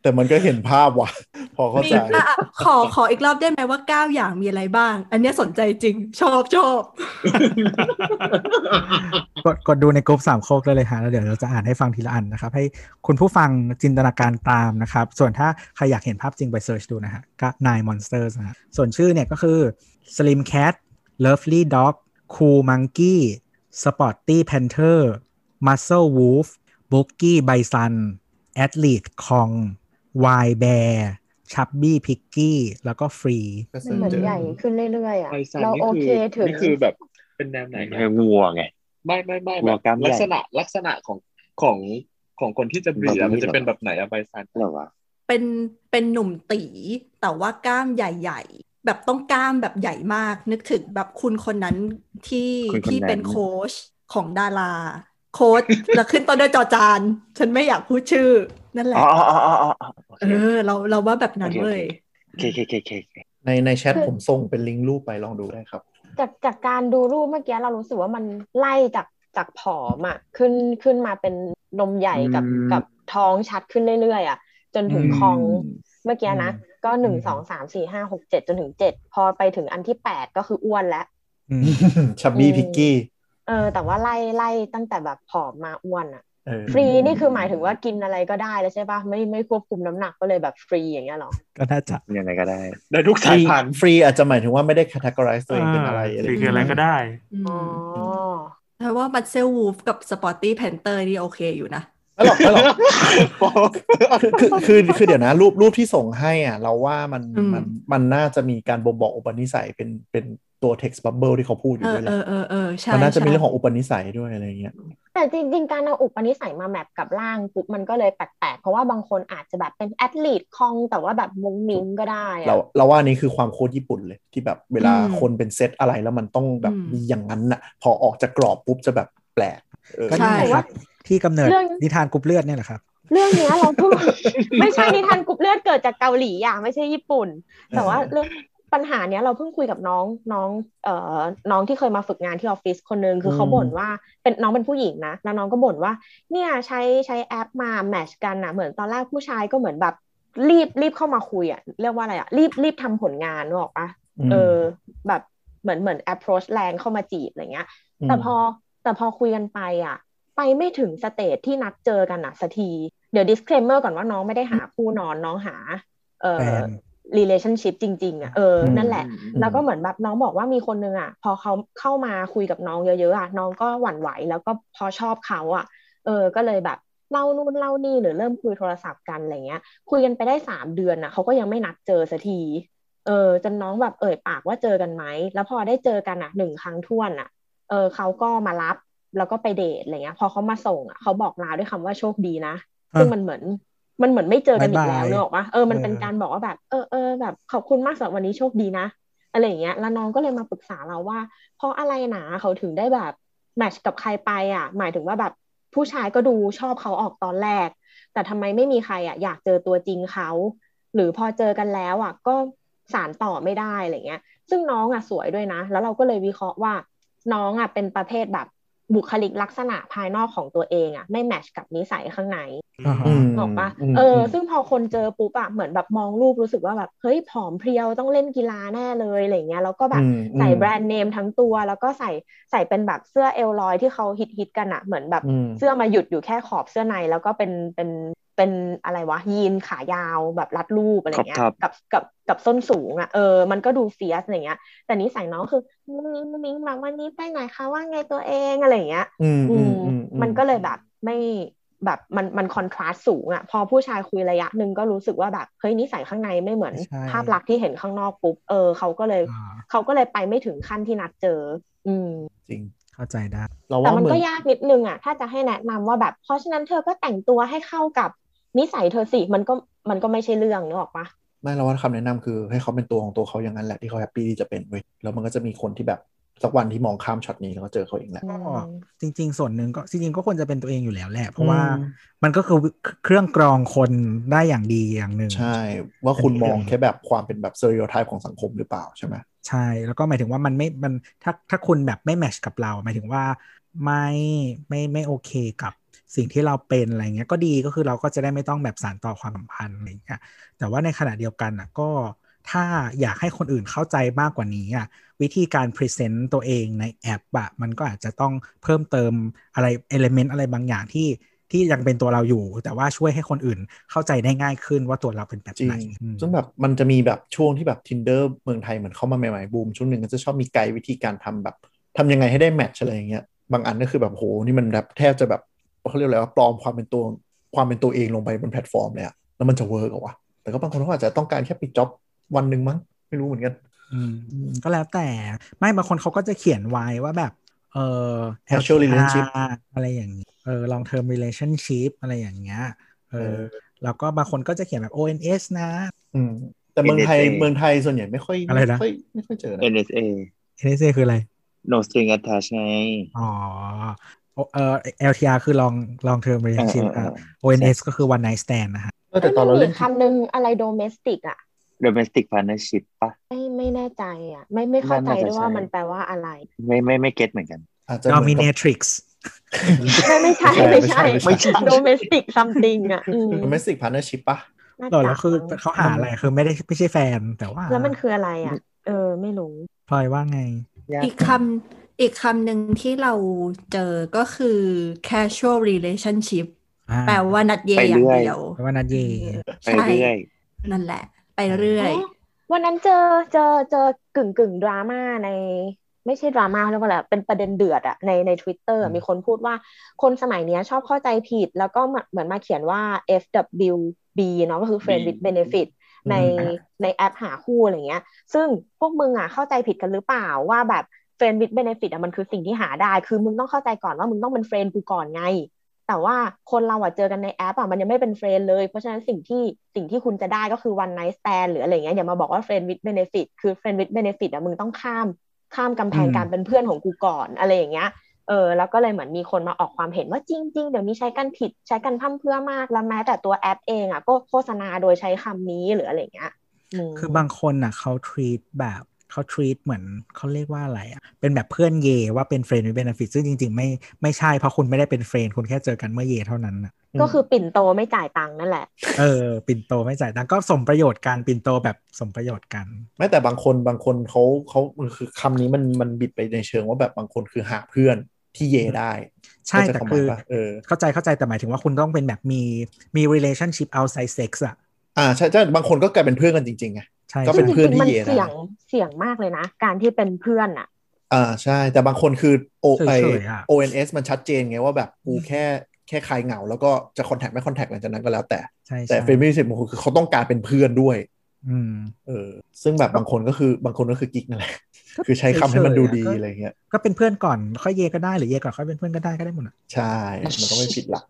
S3: แต่มันก็เห็นภาพว่ะ พอเข้า
S4: มี
S3: ใจ
S4: อ่ะขอขออีกรอบได้ไหมว่าเก้าอย่างมีอะไรบ้าง อันเนี้ยสนใจจริง ชอบชอบ
S5: กดกดดูในกลุ่มสามโคกได้เลยฮะแล้วเดี๋ยวเราจะอ่านให้ฟังทีละอันนะครับ ให้คุณผู้ฟังจินตนาการตามนะครับ ส่วนถ้าใครอยากเห็นภาพจริงไปเสิร์ชดูนะฮะก็ Nine Monsters นะฮะส่วนชื่อเนี่ยก็คือ Slim Cat Lovely Dog Cool Monkey Sporty Panther Muscle Wolf Bookie Bison Athlete Kong Wild Bear Chubby Piggy แล้วก็ Free
S3: ก็
S2: มั
S3: เซิ
S2: น
S3: ร์
S2: เหมื
S3: ช
S2: อน
S3: เจอ
S2: ใหญ่ขึ้นเรื่อยๆอ่ะ
S8: ไอซัน
S2: เรา
S8: นี่
S2: โอ
S8: คื
S2: เคถึง
S8: นี่คือแบบเป็นแนวไหน
S7: ไม่
S8: นะ
S7: ใช่วัวไง
S8: ไม่ไม่ไม่
S7: วั
S8: แบ
S7: ว
S8: บ
S7: กล้ามใหญ่
S8: ลักษณะลักษณะของของของคนที่จะบรีดอะ
S7: แบบนี้
S8: มันจะเป็นแบบไหนอะไบซัน
S7: เหรอวะ
S4: เป็นเป็นหนุ่มตีแต่ว่ากล้ามใหญ่ๆ แบบต้องกล้ามแบบใหญ่มาก นึกถึงแบบคุณคนนั้นที่
S7: คุณคนนั้น
S4: ที่เป็นโค้ชของดารา โค้ชแล้วขึ้นตอนด้วยจอจาน ฉันไม่อยากพูดชื่อ นั่นแห
S7: อ๋
S4: ละ
S7: ออ๋ออ๋ออ๋ออ๋อโอเค
S4: เออ เราเราว่าแบบนั้นเลย
S7: โอเคโอเคโอเคโอเค
S3: ในในแชทผมส่งเป็นลิงก์รูปไปลองดูได้ครับ
S2: จากจากการดูรูปเมื่อกี้เรารู้สึกว่ามันไล่จากจากผอมอ่ะขึ้นขึ้นมาเป็นนมใหญ่กับ
S7: อืม
S2: กับท้องชัดขึ้นเรื่อยๆอ่ะจนถึง
S5: อืม
S2: คอง เมื่อกี้นะ
S5: อืม
S2: ก็หนึ่ง
S5: อืม
S2: สองสามสี่ห้าหกเจ็ดจนถึงเจ็ดพอไปถึงอันที่แปดก็คืออ้วนแล้ว
S5: อืม
S3: ชับบี้
S2: อืม
S3: พิกกี้
S2: เออ แต่ว่าไล่ไล่ตั้งแต่แบบผอมมาอ้วนอ่ะ
S3: เออ
S2: ฟรีนี่คือหมายถึงว่ากินอะไรก็ได้แล้วใช่ปะไม่ไม่ควบคุมน้ำหนักก็เลยแบบฟรีอย่างเงี้ยเหรอ
S5: ก็น่าจะ
S7: ยังไงก็ได้
S8: ได้ทุก
S3: ฟ
S8: สา
S3: รี
S8: ยพันธุ์
S3: ฟรีอาจจะหมายถึงว่าไม่ได้ categorize ตัวเองเป็นอะไร
S6: า
S3: อะไร
S6: ฟรีคืออะไรก็ได้
S4: อื
S2: อ๋อ
S4: มเพราะว่าบัตเซลวูฟกับสปอร์ตี้แพนเตอร์นี่โอเคอยู่นะ
S3: ไม่หรอกไม่หรอก
S8: ปอก
S3: คือคือคือคือเดี๋ยวนะรูปรูปที่ส่งให้อ่ะ เราว่ามัน
S4: อืม
S3: มันมันน่าจะมีการบ่งบอกอุปนิสัยเป็นเป็นตัว text bubble ที่เขาพูดอ
S4: เอยู่ อ
S3: ด้วยแห
S4: เอ
S3: ละ
S4: อเออเออใช่
S3: มันน่าจะมี
S4: ใช่
S3: เรื่องของอุปนิสัยด้วยอะไรอย่างเงี้ย
S2: แต่จริง ๆ การเอาอุปนิสัยมาแมปกับร่างปุ๊บมันก็เลยแปลกๆ เพราะว่าบางคนอาจจะแบบเป็นแอดลีตคองแต่ว่าแบบมุ้งมิ้งก็ได้อะ
S3: เราเราว่านี่คือความโคตรญี่ปุ่นเลยที่แบบเวลา
S4: อืม
S3: คนเป็นเซตอะไรแล้วมันต้องแบบ
S4: อืม
S3: มีอย่างนั้นน่ะ พอออกจากกรอบปุ๊บจะแบบแปลกเออ
S5: ก็
S4: ใช่
S5: นี่ไง
S2: แต่
S5: ค
S2: ว่า
S5: รับที่กำเนิด
S2: เรื่อง
S5: นิทานกรุ๊ปเลือดเนี่ยแหละครับ
S2: เรื่องเนี้ยเราเพิ่ง ไม่ใช่นิทานกรุ๊ปเลือดเกิดจากเกาหลีอย่างไม่ใช่ญี่ปุ่น แต่ว่าเรื่องปัญหาเนี้ยเราเพิ่งคุยกับน้องน้องเอ่อน้องที่เคยมาฝึกงานที่ออฟฟิศคนนึงคือเขาบ่นว่าเป็นน้องเป็นผู้หญิงนะแล้วน้องก็บ่นว่า เนี่ยใช้ใช้แอปมาแมทช์กันนะเหมือนตอนแรกผู้ชายก็เหมือนแบบรีบรีบเข้ามาคุยอะเรียกว่าอะไรอะรีบรีบทำผลงานนึกออกปะ
S3: ม
S2: เออแบบเหมือนเหมือน approach แรงเข้ามาจีบอะไรเงี้ย
S3: ม
S2: แต่พอแต่พอคุยกันไปอ่ะ ไปไม่ถึงสเตจที่นัดเจอกันอ่ะสักที เดี๋ยว disclaimer ก่อนว่าน้องไม่ได้หาคู่นอนน้องหา เอ่
S5: แฟ
S2: อ
S5: น
S2: relationship จริง ๆ อ่ะ เออ
S3: อืม
S2: นั่นแหละ แล้วก็เหมือนแบบน้องบอกว่ามีคนนึงอ่ะ พอเขาเข้ามาคุยกับน้องเยอะๆอ่ะน้องก็หวั่นไหวแล้วก็พอชอบเขาอ่ะ เออ ก็เลยแบบเล่านู่นเล่านี่หรือเริ่มคุยโทรศัพท์กันอะไรเงี้ย คุยกันไปได้สามเดือนอ่ะเขาก็ยังไม่นัดเจอสักที เออ จนน้องแบบเอ่ยปากว่าเจอกันไหม แล้วพอได้เจอกันอ่ะหนึ่งครั้งถ้วนอ่ะ เออเขาก็มารับแล้วก็ไปเดทอะไรเงี้ย พอเขามาส่งอ่ะเขาบอกลาด้วยคำว่าโชคดีนะ
S5: อ่ะ
S2: ซึ่งมันเหมือนมันเหมือนไม่เจอกันอีกแล้ว
S5: บ๊ายบาย
S2: เนกอะวะเออมันเป็น
S5: เออ
S2: การบอกว่าแบบเออเออแบบขอบคุณมากสำหรับวันนี้โชคดีนะ อะไรอย่างเงี้ยแล้วน้องก็เลยมาปรึกษาเราว่า เพราะอะไรหนาเขาถึงได้แบบแมทช์กับใครไปอ่ะ หมายถึงว่าแบบผู้ชายก็ดูชอบเขาออกตอนแรก แต่ทำไมไม่มีใครอ่ะอยากเจอตัวจริงเขา หรือพอเจอกันแล้วอ่ะก็สานต่อไม่ได้อะไรเงี้ย ซึ่งน้องอ่ะสวยด้วยนะ แล้วเราก็เลยวิเคราะห์ว่า น้องอ่ะเป็นประเภทแบบบุคลิกลักษณะภายนอกของตัวเองอ่ะไม่แมทช์กับนิสัยข้างใน
S5: อ่าฮะ
S3: ม
S2: ออกปะ
S3: ม
S2: เอออ
S3: ม
S2: ซึ่งพอคนเจอปุ๊บอะเหมือนแบบมองรูปรู้สึกว่าแบบเฮ้ยผอมเพรียวต้องเล่นกีฬาแน่เลยอะไรเงี้ย แล้วก็แบบ
S3: อืม
S2: ใส่
S3: อืม
S2: แบรนด์เนมทั้งตัว แล้วก็ใส่ใส่เป็นแบบเสื้อเอลลอยที่เขาฮิตฮิตกันอะเหมือนแบบ
S3: อืม
S2: เสื้อมาหยุดอยู่แค่ขอบเสื้อในแล้วก็เป็นเป็นเป็นอะไรวะยีนขายาวแบบรัดรูปอะไรเงี้ย
S7: Crop top
S2: กับกับกับส้นสูงอะเออมันก็ดูเฟียสอะไรเงี้ย แต่นิสัยน้องคือมุ้งมิ้งมุ้งมิ้งแบบวันนี้ไปไหนคะว่าไงตัวเองอะไรเงี้ย
S3: อืม
S2: อื
S3: อื
S2: ม
S3: มอืมอื
S2: มันก็เลยแบบไม่แบบมันมันคอนทราสต์สูงอะพอผู้ชายคุยระยะหนึ่งก็รู้สึกว่าแบบเฮ้ยนิสัยข้างในไม่เหมือน
S5: ใช่
S2: ภาพลักษณ์ที่เห็นข้างนอกปุ๊บเออเขาก็เลย
S5: อ่า
S2: เขาก็เลยไปไม่ถึงขั้นที่นัดเจอ อืม
S3: จริง
S5: เข้าใจได้
S3: เรา
S2: แต่
S3: ว่า
S2: มัน
S3: เหมือ
S2: ก็
S3: น
S2: ยากนิดนึงอะถ้าจะให้แนะนำว่าแบบเพราะฉะนั้นเธอก็แต่งตัวให้เข้ากับนิสัยเธอสิมันก็มันก็ไม่ใช่เรื่องนึกออกปะ
S3: ไม่เราว่าคำแนะนำคือให้เขาเป็นตัวของตัวเขาอย่างนั้นแหละที่เขาแฮปปี้ที่จะเป็นเว้ยแล้วมันก็จะมีคนที่แบบ สักวันที่มองข้ามช็อตนี้แล้วก็เจอเขาเองแหละ
S2: อืม
S5: จริง ๆ ส่วนหนึ่งก็จริงๆก็ควรจะเป็นตัวเองอยู่แล้วแหละ เพราะว่า
S3: อืม
S5: มันก็คือเครื่องกรองคนได้อย่างดีอย่างหนึ่ง
S3: ใช่ ว่าคุณมอง
S5: เป็นเรื่อง
S3: แค่แบบความเป็นแบบเซอริโอไทป์ของสังคมหรือเปล่าใช่ไหม
S5: ใช่แล้วก็หมายถึงว่ามันไม่มันถ้าถ้าคุณแบบไม่แมชกับเรา หมายถึงว่าไม่ไม่ไม่โอเคกับสิ่งที่เราเป็นอะไรเงี้ยก็ดีก็คือเราก็จะได้ไม่ต้องแบบสานต่อความสัมพันธ์อะไรเงี้ยแต่ว่าในขณะเดียวกันอ่ะก็ถ้าอยากให้คนอื่นเข้าใจมากกว่านี้อ่ะวิธีการพรีเซนต์ตัวเองในแอปอ่ะมันก็อาจจะต้องเพิ่มเติมอะไรเอลเมนต์อะไรบางอย่างที่ที่ยังเป็นตัวเราอยู่ แต่ว่าช่วยให้คนอื่นเข้าใจได้ง่ายขึ้นว่าตัวเราเป็นแบบ
S3: จริ
S5: ไหน
S3: ง
S5: อืม
S3: ซึ่งแบบมันจะมีแบบช่วงที่แบบ tinder เมืองไทยเหมือนเข้ามาใหม่ๆบูมช่วงหนึ่งก็จะชอบมีไกด์วิธีการทำแบบทำยังไงให้ได้แมทช์อะไรอย่างเงี้ยบางอันก็คือแบบโหนี่มันแบบแทบจะแบบเขาเรียกอะไรว่าปลอมความเป็นตัวความเป็นตัวเองลงไปบนแพลตฟอร์มเลยอะแล้วมันจะเวิร์กเหรอวะแต่ก็บางคนเขาอาจจะต้องการแค่ปิดจ็อบวันหนึ่งมั้งไม่รู้เหมือนกัน
S5: อืมก็แล้วแต่ไม่บางคนเขาก็จะเขียนไว้ว่าแบบ เออ
S3: Actual relationship
S5: อะไรอย่างนี้เออ long term relationship อะไรอย่างเงี้ยเอ
S3: เอ
S5: อ
S3: อ
S5: แล้วก็บางคนก็จะเขียนแบบ ONS นะ
S3: อืมแต่เมืองไทย
S7: NSA
S3: เมืองไทยส่วนใหญ่ไม่ค่อย
S5: อะไรนะ
S3: ม่ค่อยไม่ค่อยเจอนะ
S7: NSA
S5: NSA คืออะไร
S7: no string attached ไง
S5: อ๋อเออ LTR คือ long long term
S7: เออเอ
S5: relationship
S7: อเอ
S5: อ่ะ
S7: อ
S5: ONS ก็คือ one night stand นะฮะ
S3: เออแต่ตอนเราเล่น
S2: มัมีกคำหนึ่งอะไรโดเมสติกอ่ะ
S7: domestic partnership ปะ
S2: ไม่ไม่แน่ใจอ่ะ ไม่ไม่เข้าใจ
S7: น่าจะ
S2: ด้วยว่า
S7: ใช่
S2: มันแปลว่าอะไร
S7: ไม่ไม่ไม่เก็ตเหมือนกัน
S3: อาจจะ
S5: ก็ dominatrix
S2: ไม่ไม่ใช่
S3: ไม่
S2: ไม่
S3: ใช่
S2: ใช่
S3: ไม่ใช่
S2: โดเมสติกซัมติงอ่ะอืม
S3: โดเมสติกพาร์เนอร์ชิปปะ
S2: น่า
S5: หรอแล้วคือ
S2: จะ
S5: เขาหาอะไรคือไม่ได้ไม่ใช่แฟนแต่ว่า
S2: แล้วมันคืออะไรอ่ะ เออ ไม่รู้
S5: พลอยว่าไง
S4: อีกคำอีกคำหนึ่งที่เราเจอก็คือ casual relationship
S5: อ่า
S4: แปลว่านัดเย
S7: ไป
S4: อ
S7: เรื่
S4: ย่าง
S7: อย
S4: เดียว
S5: แปลว่านัดเย
S7: ไปเรื่อย
S4: นั่นแหละ ไปเรื่อย
S2: วันนั้นเจอเจอเจอกึ่งกึ่งดราม่าใน ไม่ใช่ดราม่าเขาเรียกว่าอะไรเป็นประเด็นเดือดอะในใน Twitter อะมีคนพูดว่าคนสมัยเนี้ยชอบเข้าใจผิด แล้วก็เหมือนเหมือนมาเขียนว่า FWB เนาะก็คือ Friend with Benefit
S5: อืม
S2: ในในแอปหาคู่อะไรเงี้ย ซึ่งพวกมึงอะเข้าใจผิดกันหรือเปล่าว่าแบบ Friend with Benefit อะมันคือสิ่งที่หาได้ คือมึงต้องเข้าใจก่อนว่ามึงต้องเป็นเฟรนด์กูก่อนไง แต่ว่าคนเราอะเจอกันในแอปอะมันยังไม่เป็นเฟรนด์เลย เพราะฉะนั้นสิ่งที่สิ่งที่คุณจะได้ก็คือ one night stand หรืออะไรเงี้ยอย่ามาบอกว่า friend with benefit คือ friend with benefit อะมึงต้องข้ามข้ามกำแพง
S5: อืม
S2: การเป็นเพื่อนของกูก่อนอะไรอย่างเงี้ยเออแล้วก็เลยเหมือนมีคนมาออกความเห็นว่าจริง ๆ เดี๋ยวนี้ใช้กันผิดใช้กันพร่ำเพรื่อมากแล้วแม้แต่ตัวแอปเองอะก็โฆษณาโดยใช้คำนี้หรืออะไรเงี้ยม
S5: คือบางคนน่ะเขา treat แบบเขา treat เหมือนเขาเรียกว่าอะไรอ่ะ เป็นแบบเพื่อนเยว่าเป็น friend with benefit ซึ่งจริงๆ ไม่ไม่ใช่เพราะคุณไม่ได้เป็น friend คุณแค่เจอกันเมื่อเยเท่านั้นน่ะ
S2: ก็คือปิ่นโตไม่จ่ายตังค์นั่นแหละ
S5: เออ ปิ่นโตไม่จ่ายตังค์ก็สมประโยชน์กันปิ่นโตแบบสมประโยชน์กัน
S3: ไม่แต่บางคนบางคนเขาเขาคือคำนี้มันมันบิดไปในเชิงว่าแบบบางคนคือหาเพื่อนที่เยได้
S5: ใช่
S3: เข้าใจ
S5: แต่
S3: ความห
S5: คื
S3: มาย
S5: อ
S3: ปะเออ
S5: เข้าใจเข้าใจแต่หมายถึงว่าคุณต้องเป็นแบบมีมี relationship outside sex อ่ะ
S3: อ่าใช่ใช่บางคนก็กลายเป็นเพื่อนกันจริงๆไง
S5: ใช่
S3: ก็เป็น
S5: ใช่
S3: เพื่อน ที่
S2: ซึ่งจริงๆมัน
S3: เยได้
S2: เสี่ยงเสี่ยงมากเลยนะ การที่เป็นเพื่อนอะ
S3: อ่าใช่ แต่บางคนคือ O
S5: เฉ
S3: ไอย
S5: ๆอะ
S3: โอเอ็นเอสมันชัดเจนไงว่าแบบกูแค่แค่ใครเหงา แล้วก็จะคอนแทคไม่คอนแทคหลังจากนั้นก็แล้วแต่
S5: ใช่
S3: แต่
S5: ใช่
S3: เฟรนด์สิบางคนคือเขาต้องการเป็นเพื่อนด้วย
S5: อืม
S3: เออซึ่งแบบบางคนก็คือบางคนก็คือกิ๊กนั่นแหละคือใช้คำให้มันดูดี
S5: เฉยๆอะก็
S3: อะไรเงี้ย
S5: ก็เป็นเพื่อนก่อนค่อยเยก็ได้หรือเยก่อนค่อยเป็นเพื่อนก็ได้ก็ได้หมดอะ
S3: ใช่มันก็ไม่ผิดหลัก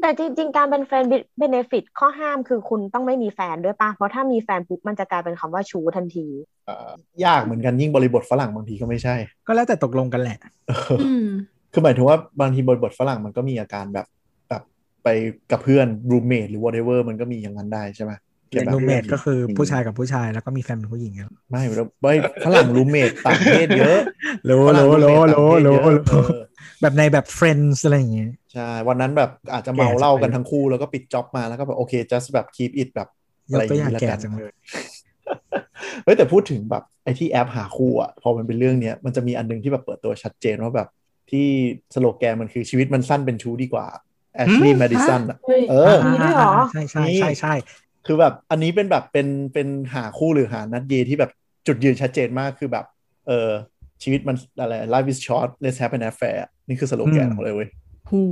S2: แต่จริง ๆ การเป็นแฟนเบเนฟิตข้อห้ามคือคุณต้องไม่มีแฟนด้วยป่ะ เพราะถ้ามีแฟนปุ๊บมันจะกลายเป็นคำว่าชูทันที
S3: เอ่อยากเหมือนกันยิ่งบริบทฝรั่งบางทีก็ไม่ใช่
S5: ก็แล้วแต่ตกลงกันแหละ
S4: อืม
S3: คือหมายถึงว่าบางทีบริบทฝรั่งมันก็มีอาการแบบแบบไปกับเพื่อนรูมเมทหรือ whatever มันก็มีอย่างนั้นได้ใช่ไหม
S5: เป็
S3: กี่ย
S5: น
S3: วบ
S5: รูมเมทก็คือ
S3: ม
S5: ผู้ชายกับผู้ชายแล้วก็มีแฟนเป็นผู้หญิงกัน
S3: ไม่เราไม่ฝรั่งรูมเมทต่างประเทศเยอะ
S5: รู้
S3: ฝรั่ง
S5: รู้
S3: roommate
S5: รู้
S3: ต่าง
S5: รู้
S3: ประเทศ
S5: รู้
S3: เยอะเออ
S5: แบบในแบบ friends อะไรอย่างเงี้ย
S3: ใช่วันนั้นแบบอาจจะเมา
S5: แก่จัง
S3: เหล้ากันทั้งคู่แล้วก็ปิดจ็อบมาแล้วก็แบบโอเค just แบบ keep it แบบ
S5: ย
S3: อะไร
S5: ก
S3: อย่า
S5: ตัว
S3: ง
S5: อย่าง
S3: นี้ละ
S5: แก่
S3: กัน
S5: จังเลย
S3: เฮ้ยแต่พูดถึงแบบไอ้ที่แอปหาคู่อ่ะพอมันเป็นเรื่องเนี้ยมันจะมีอันนึงที่แบบเปิดตัวชัดเจนว่าแบบที่สโลแกนมันคือชีวิตมันสั้นเป็นชู้ดีกว่าแอชลีย์แมดิสันอ่ะ เออ
S2: มีด้วยเหรอ
S5: ใช่ใช่ใช่ใช่
S3: คือแบบอันนี้เป็นแบบเป็นเป็นหาคู่หรือหานัดเยที่แบบจุดยืนชัดเจนมากคือแบบเออชีวิตมันอะไร life is short let's have an affair นี่คือสโลแกนของเลยเว้ย
S4: หู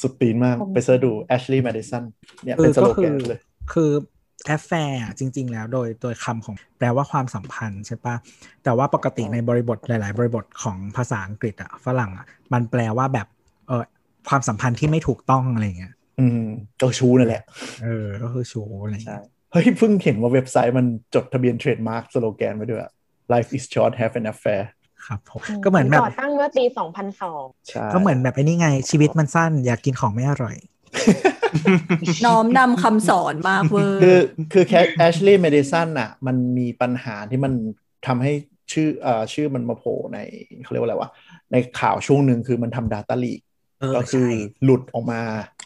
S3: สุดตีนมากไปเสิร์ชดู Ashley Madison เนี่ย
S5: คื
S3: เป็น
S5: อ
S3: ส
S5: ก็
S3: โล
S5: คื
S3: แก
S5: อน
S3: เลย
S5: คือแอฟแฟร์จริง ๆ แล้วโดยโดยคำของแปลว่าความสัมพันธ์ใช่ปะแต่ว่าปกติในบริบทหลาย ๆ บริบทของภาษาอังกฤษอะฝรั่งอะมันแปลว่าแบบเออความสัมพันธ์ที่ไม่ถูกต้องอะไรอย่างเงี้ย
S3: อืมก็ชูนั่นแหละ
S5: เออก็คือชูอะไรอย่าง
S3: ใช่
S5: เงี้ย
S3: เฮ้ย เพิ่งเห็นว่าเว็บไซต์มันจดทะเบียนเทรดมาร์กสโลแกนไว้ด้วยอะ life is short have an affair
S5: ครับผมก็เหมือนแบบ
S2: ก่อตั้งเมื่อปีสองพันสอง
S3: ใช่
S5: ก็เหมือนแบบไอ้นี่ไงชีวิตมันสั้นอยากกินของไม่อร่อย
S4: น้อมนำคำสอนมากเวอร์
S3: คือคือแคแอชลีย์เมดิสันน่ะมันมีปัญหาที่มันทำให้ชื่อเอ่อชื่อมันมาโผล่ในเขาเรียกว่าอะไรวะ ในข่าวช่วงหนึ่งคือมันทำดาต้าลีก
S5: เออ
S3: ก็คือ
S5: ใช่
S3: หลุดออกมา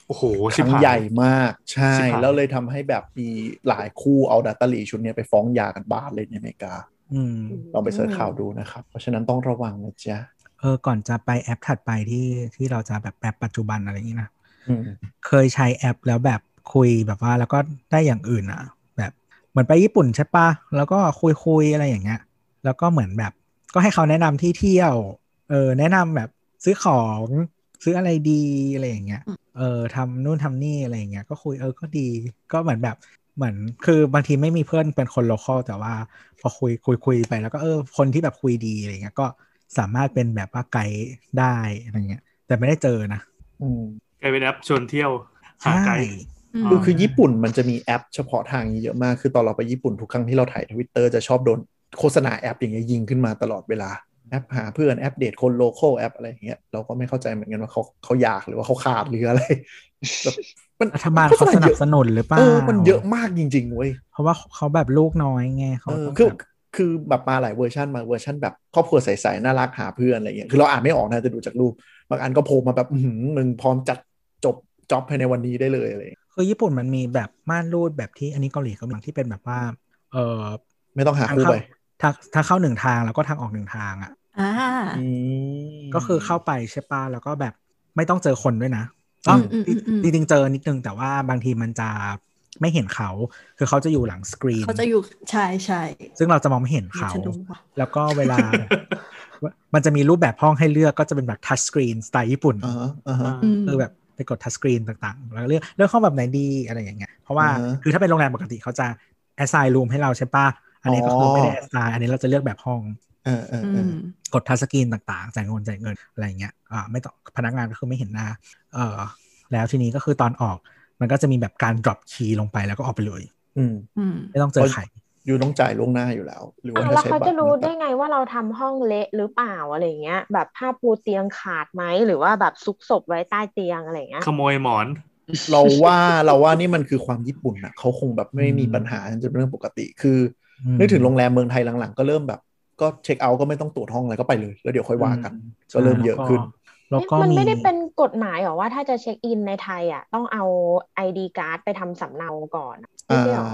S6: โอ้โห
S3: ค
S6: ชิบ
S3: รั้ง
S6: หาย
S3: ใหญ่มากใช่
S6: ชิบหาย
S3: แล้วเลยทำให้แบบมีหลายคู่เอาดัตเตอรี่ชุดเนี้ยไปฟ้องหย่ากันบานเลยในอเมริกา
S5: อืม
S3: ลองไปเสิร์ชข่าวดูนะครับ เพราะฉะนั้นต้องระวังนะจ๊ะ
S5: เออก่อนจะไปแอปถัดไปที่ที่เราจะแบบแอปปัจจุบันอะไรอย่างนี้นะ
S3: อืม
S5: เคยใช้แอปแล้วแบบคุยแบบว่าแล้วก็ได้อย่างอื่นอ่ะ แบบเหมือนไปญี่ปุ่นใช่ปะแล้วก็คุยคุยอะไรอย่างเงี้ย แล้วก็เหมือนแบบ ก็ให้เขาแนะนำที่เที่ยวเออแนะนำแบบซื้อของซื้ออะไรดีอะไรอย่างเงี้ยเออทำนู่นทำนี่อะไรอย่างเงี้ยก็คุยเออก็ดี ก็เหมือนแบบเหมือนคือบางทีไม่มีเพื่อนเป็นคนโลคอลแต่ว่าพอคุยคุยคุยไปแล้วก็เออคนที่แบบคุยดีอะไรเงี้ยก็สามารถเป็นแบบว่าไกด์ได้อะไรเงี้ยแต่ไม่ได้เจอนะ
S3: อืม
S6: กลายเป็นแอปชวนเที่ยวหาไกด์
S4: อืม
S3: คือคือญี่ปุ่นมันจะมีแอปเฉพาะทางเยอะมาก คือตอนเราไปญี่ปุ่นทุกครั้งที่เราถ่ายทวิตเตอร์จะชอบโดนโฆษณาแอปอย่างเงี้ยยิงขึ้นมาตลอดเวลา แอปหาเพื่อนแอปเดทคนโลโก้แอปอะไรอย่างเงี้ยเราก็ไม่เข้าใจเหมือนกันว่าเขาเขาอยากหรือว่าเขา ขาดหรืออะไรแบบมัน
S5: รัฐบาลเขาสนับสนุนหรือเปล่า
S3: เออมันเยอะมากจริงๆเว้ย
S5: เพราะว่าเขาแบบลูกน้อยไงเขา
S3: เออ
S5: ต้อง
S3: คือ
S5: แบบ
S3: คือแบบมาหลายเวอร์ชันมาเวอร์ชันแบบครอบครัวใสๆน่ารักหาเพื่อนอะไรเงี้ยคือเราอ่านไม่ออกนะแต่ดูจากรูปบางอันก็โผล่มาแบบอื้อหือมึงพร้อมจัดจบจ็อบภายในวันนี้ได้เลยอะไรเงี้ย
S5: คือญี่ปุ่นมันมีแบบม่านรูดแบบที่อันนี้เกาหลีก็มีที่เป็นแบบว่า เออ
S3: ไม่ต้องหา
S5: ทาง
S3: คู่
S5: เข้า
S3: ไป
S5: ทางทางเข้าหนึ่งทางแล้วก็ทางออกหนึ่งทางอ่ะ
S4: อ่า
S3: อืม
S5: ก็คือเข้าไปใช่ป่ะแล้วก็แบบไม่ต้องเจอคนด้วยนะ
S4: อืมอืมอืมอืม
S5: จริงจริงๆเจอนิดนึงแต่ว่าบางทีมันจะไม่เห็นเขา คือเขาจะอยู่หลังสกรีน
S4: เขาจะอยู่ใช่ใช่
S5: ซึ่งเราจะมองไม่เห็นเขา
S4: ฉันดูว่ะ
S5: แล้วก็เวลา มันจะมีรูปแบบห้องให้เลือกก็จะเป็นแบบทัชสกรีนสไตล์ญี่ปุ่น
S3: อ่าฮะอ่าฮะ
S4: ม
S5: คือแบบไปกดทัชสกรีนต่างๆ แล้วก็เลือกเลือกห้องแบบไหนดีอะไรอย่างเงี้ย เพราะว่า
S3: อือฮะ
S5: คือถ้าเป็นโรงแรมปกติเขาจะ assign room ให้เราใช่ปะอันนี้ก็คืออ
S3: อ
S5: ไม่ได้ assign อันนี้เราจะเลือกแบบห้อง
S3: เออเออ
S4: อื
S3: เออ
S4: ม
S5: กดทัชสกรีนต่างๆจ่ายเงินจ่ายเงินอะไรอย่างเงี้ยอ่าไม่ต้องพนักงานก็คือไม่เห็นหน้าเออแล้วทีนี้ก็คือตอนออกมันก็จะมีแบบการ drop key ลงไปแล้วก็ออกไปเลย
S3: อืม
S4: อืม
S5: ไม่ต้องเจอใคร
S3: อยู่ต้องจ่ายล่วงหน้าอยู่แล้ว หรือว่า
S2: อ้าว
S3: ถ้า
S2: แล้ว
S3: ใช้
S2: เขา
S3: บัต
S2: จะ
S3: ร
S2: รู้ได้
S3: นะ
S2: ไงว่าเราทำห้องเละหรือเปล่าอะไรเงี้ย แบบผ้าปูเตียงขาดไหมหรือว่าแบบซุกศพไว้ใต้เตียงอะไรเงี้ย
S6: ขโมยหมอน
S3: เราว่าเราว่านี่มันคือความญี่ปุ่นอ่ะเขาคงแบบไม่มีปัญหาจนเป็นเรื่องปกติคือ
S5: อืม
S3: นึกถึงโรงแรมเมืองไทยหลังๆ ก็เริ่มแบบก็เช็คเอาท์ก็ไม่ต้องตรวจห้องอะไรก็ไปเลยแล้วเดี๋ยวค่อยว่ากัน ก็เริ่มเยอะขึ้น
S5: แล้วก็
S2: เอ๊ะมัน
S5: มี
S2: ไม่ได้เป็นกฎหมายหรอว่าถ้าจะเช็คอินในไทยอ่ะต้องเอา ID card ไปทำสำเนาก่อนอะไม่ใช่ห
S3: อ่า
S2: รอ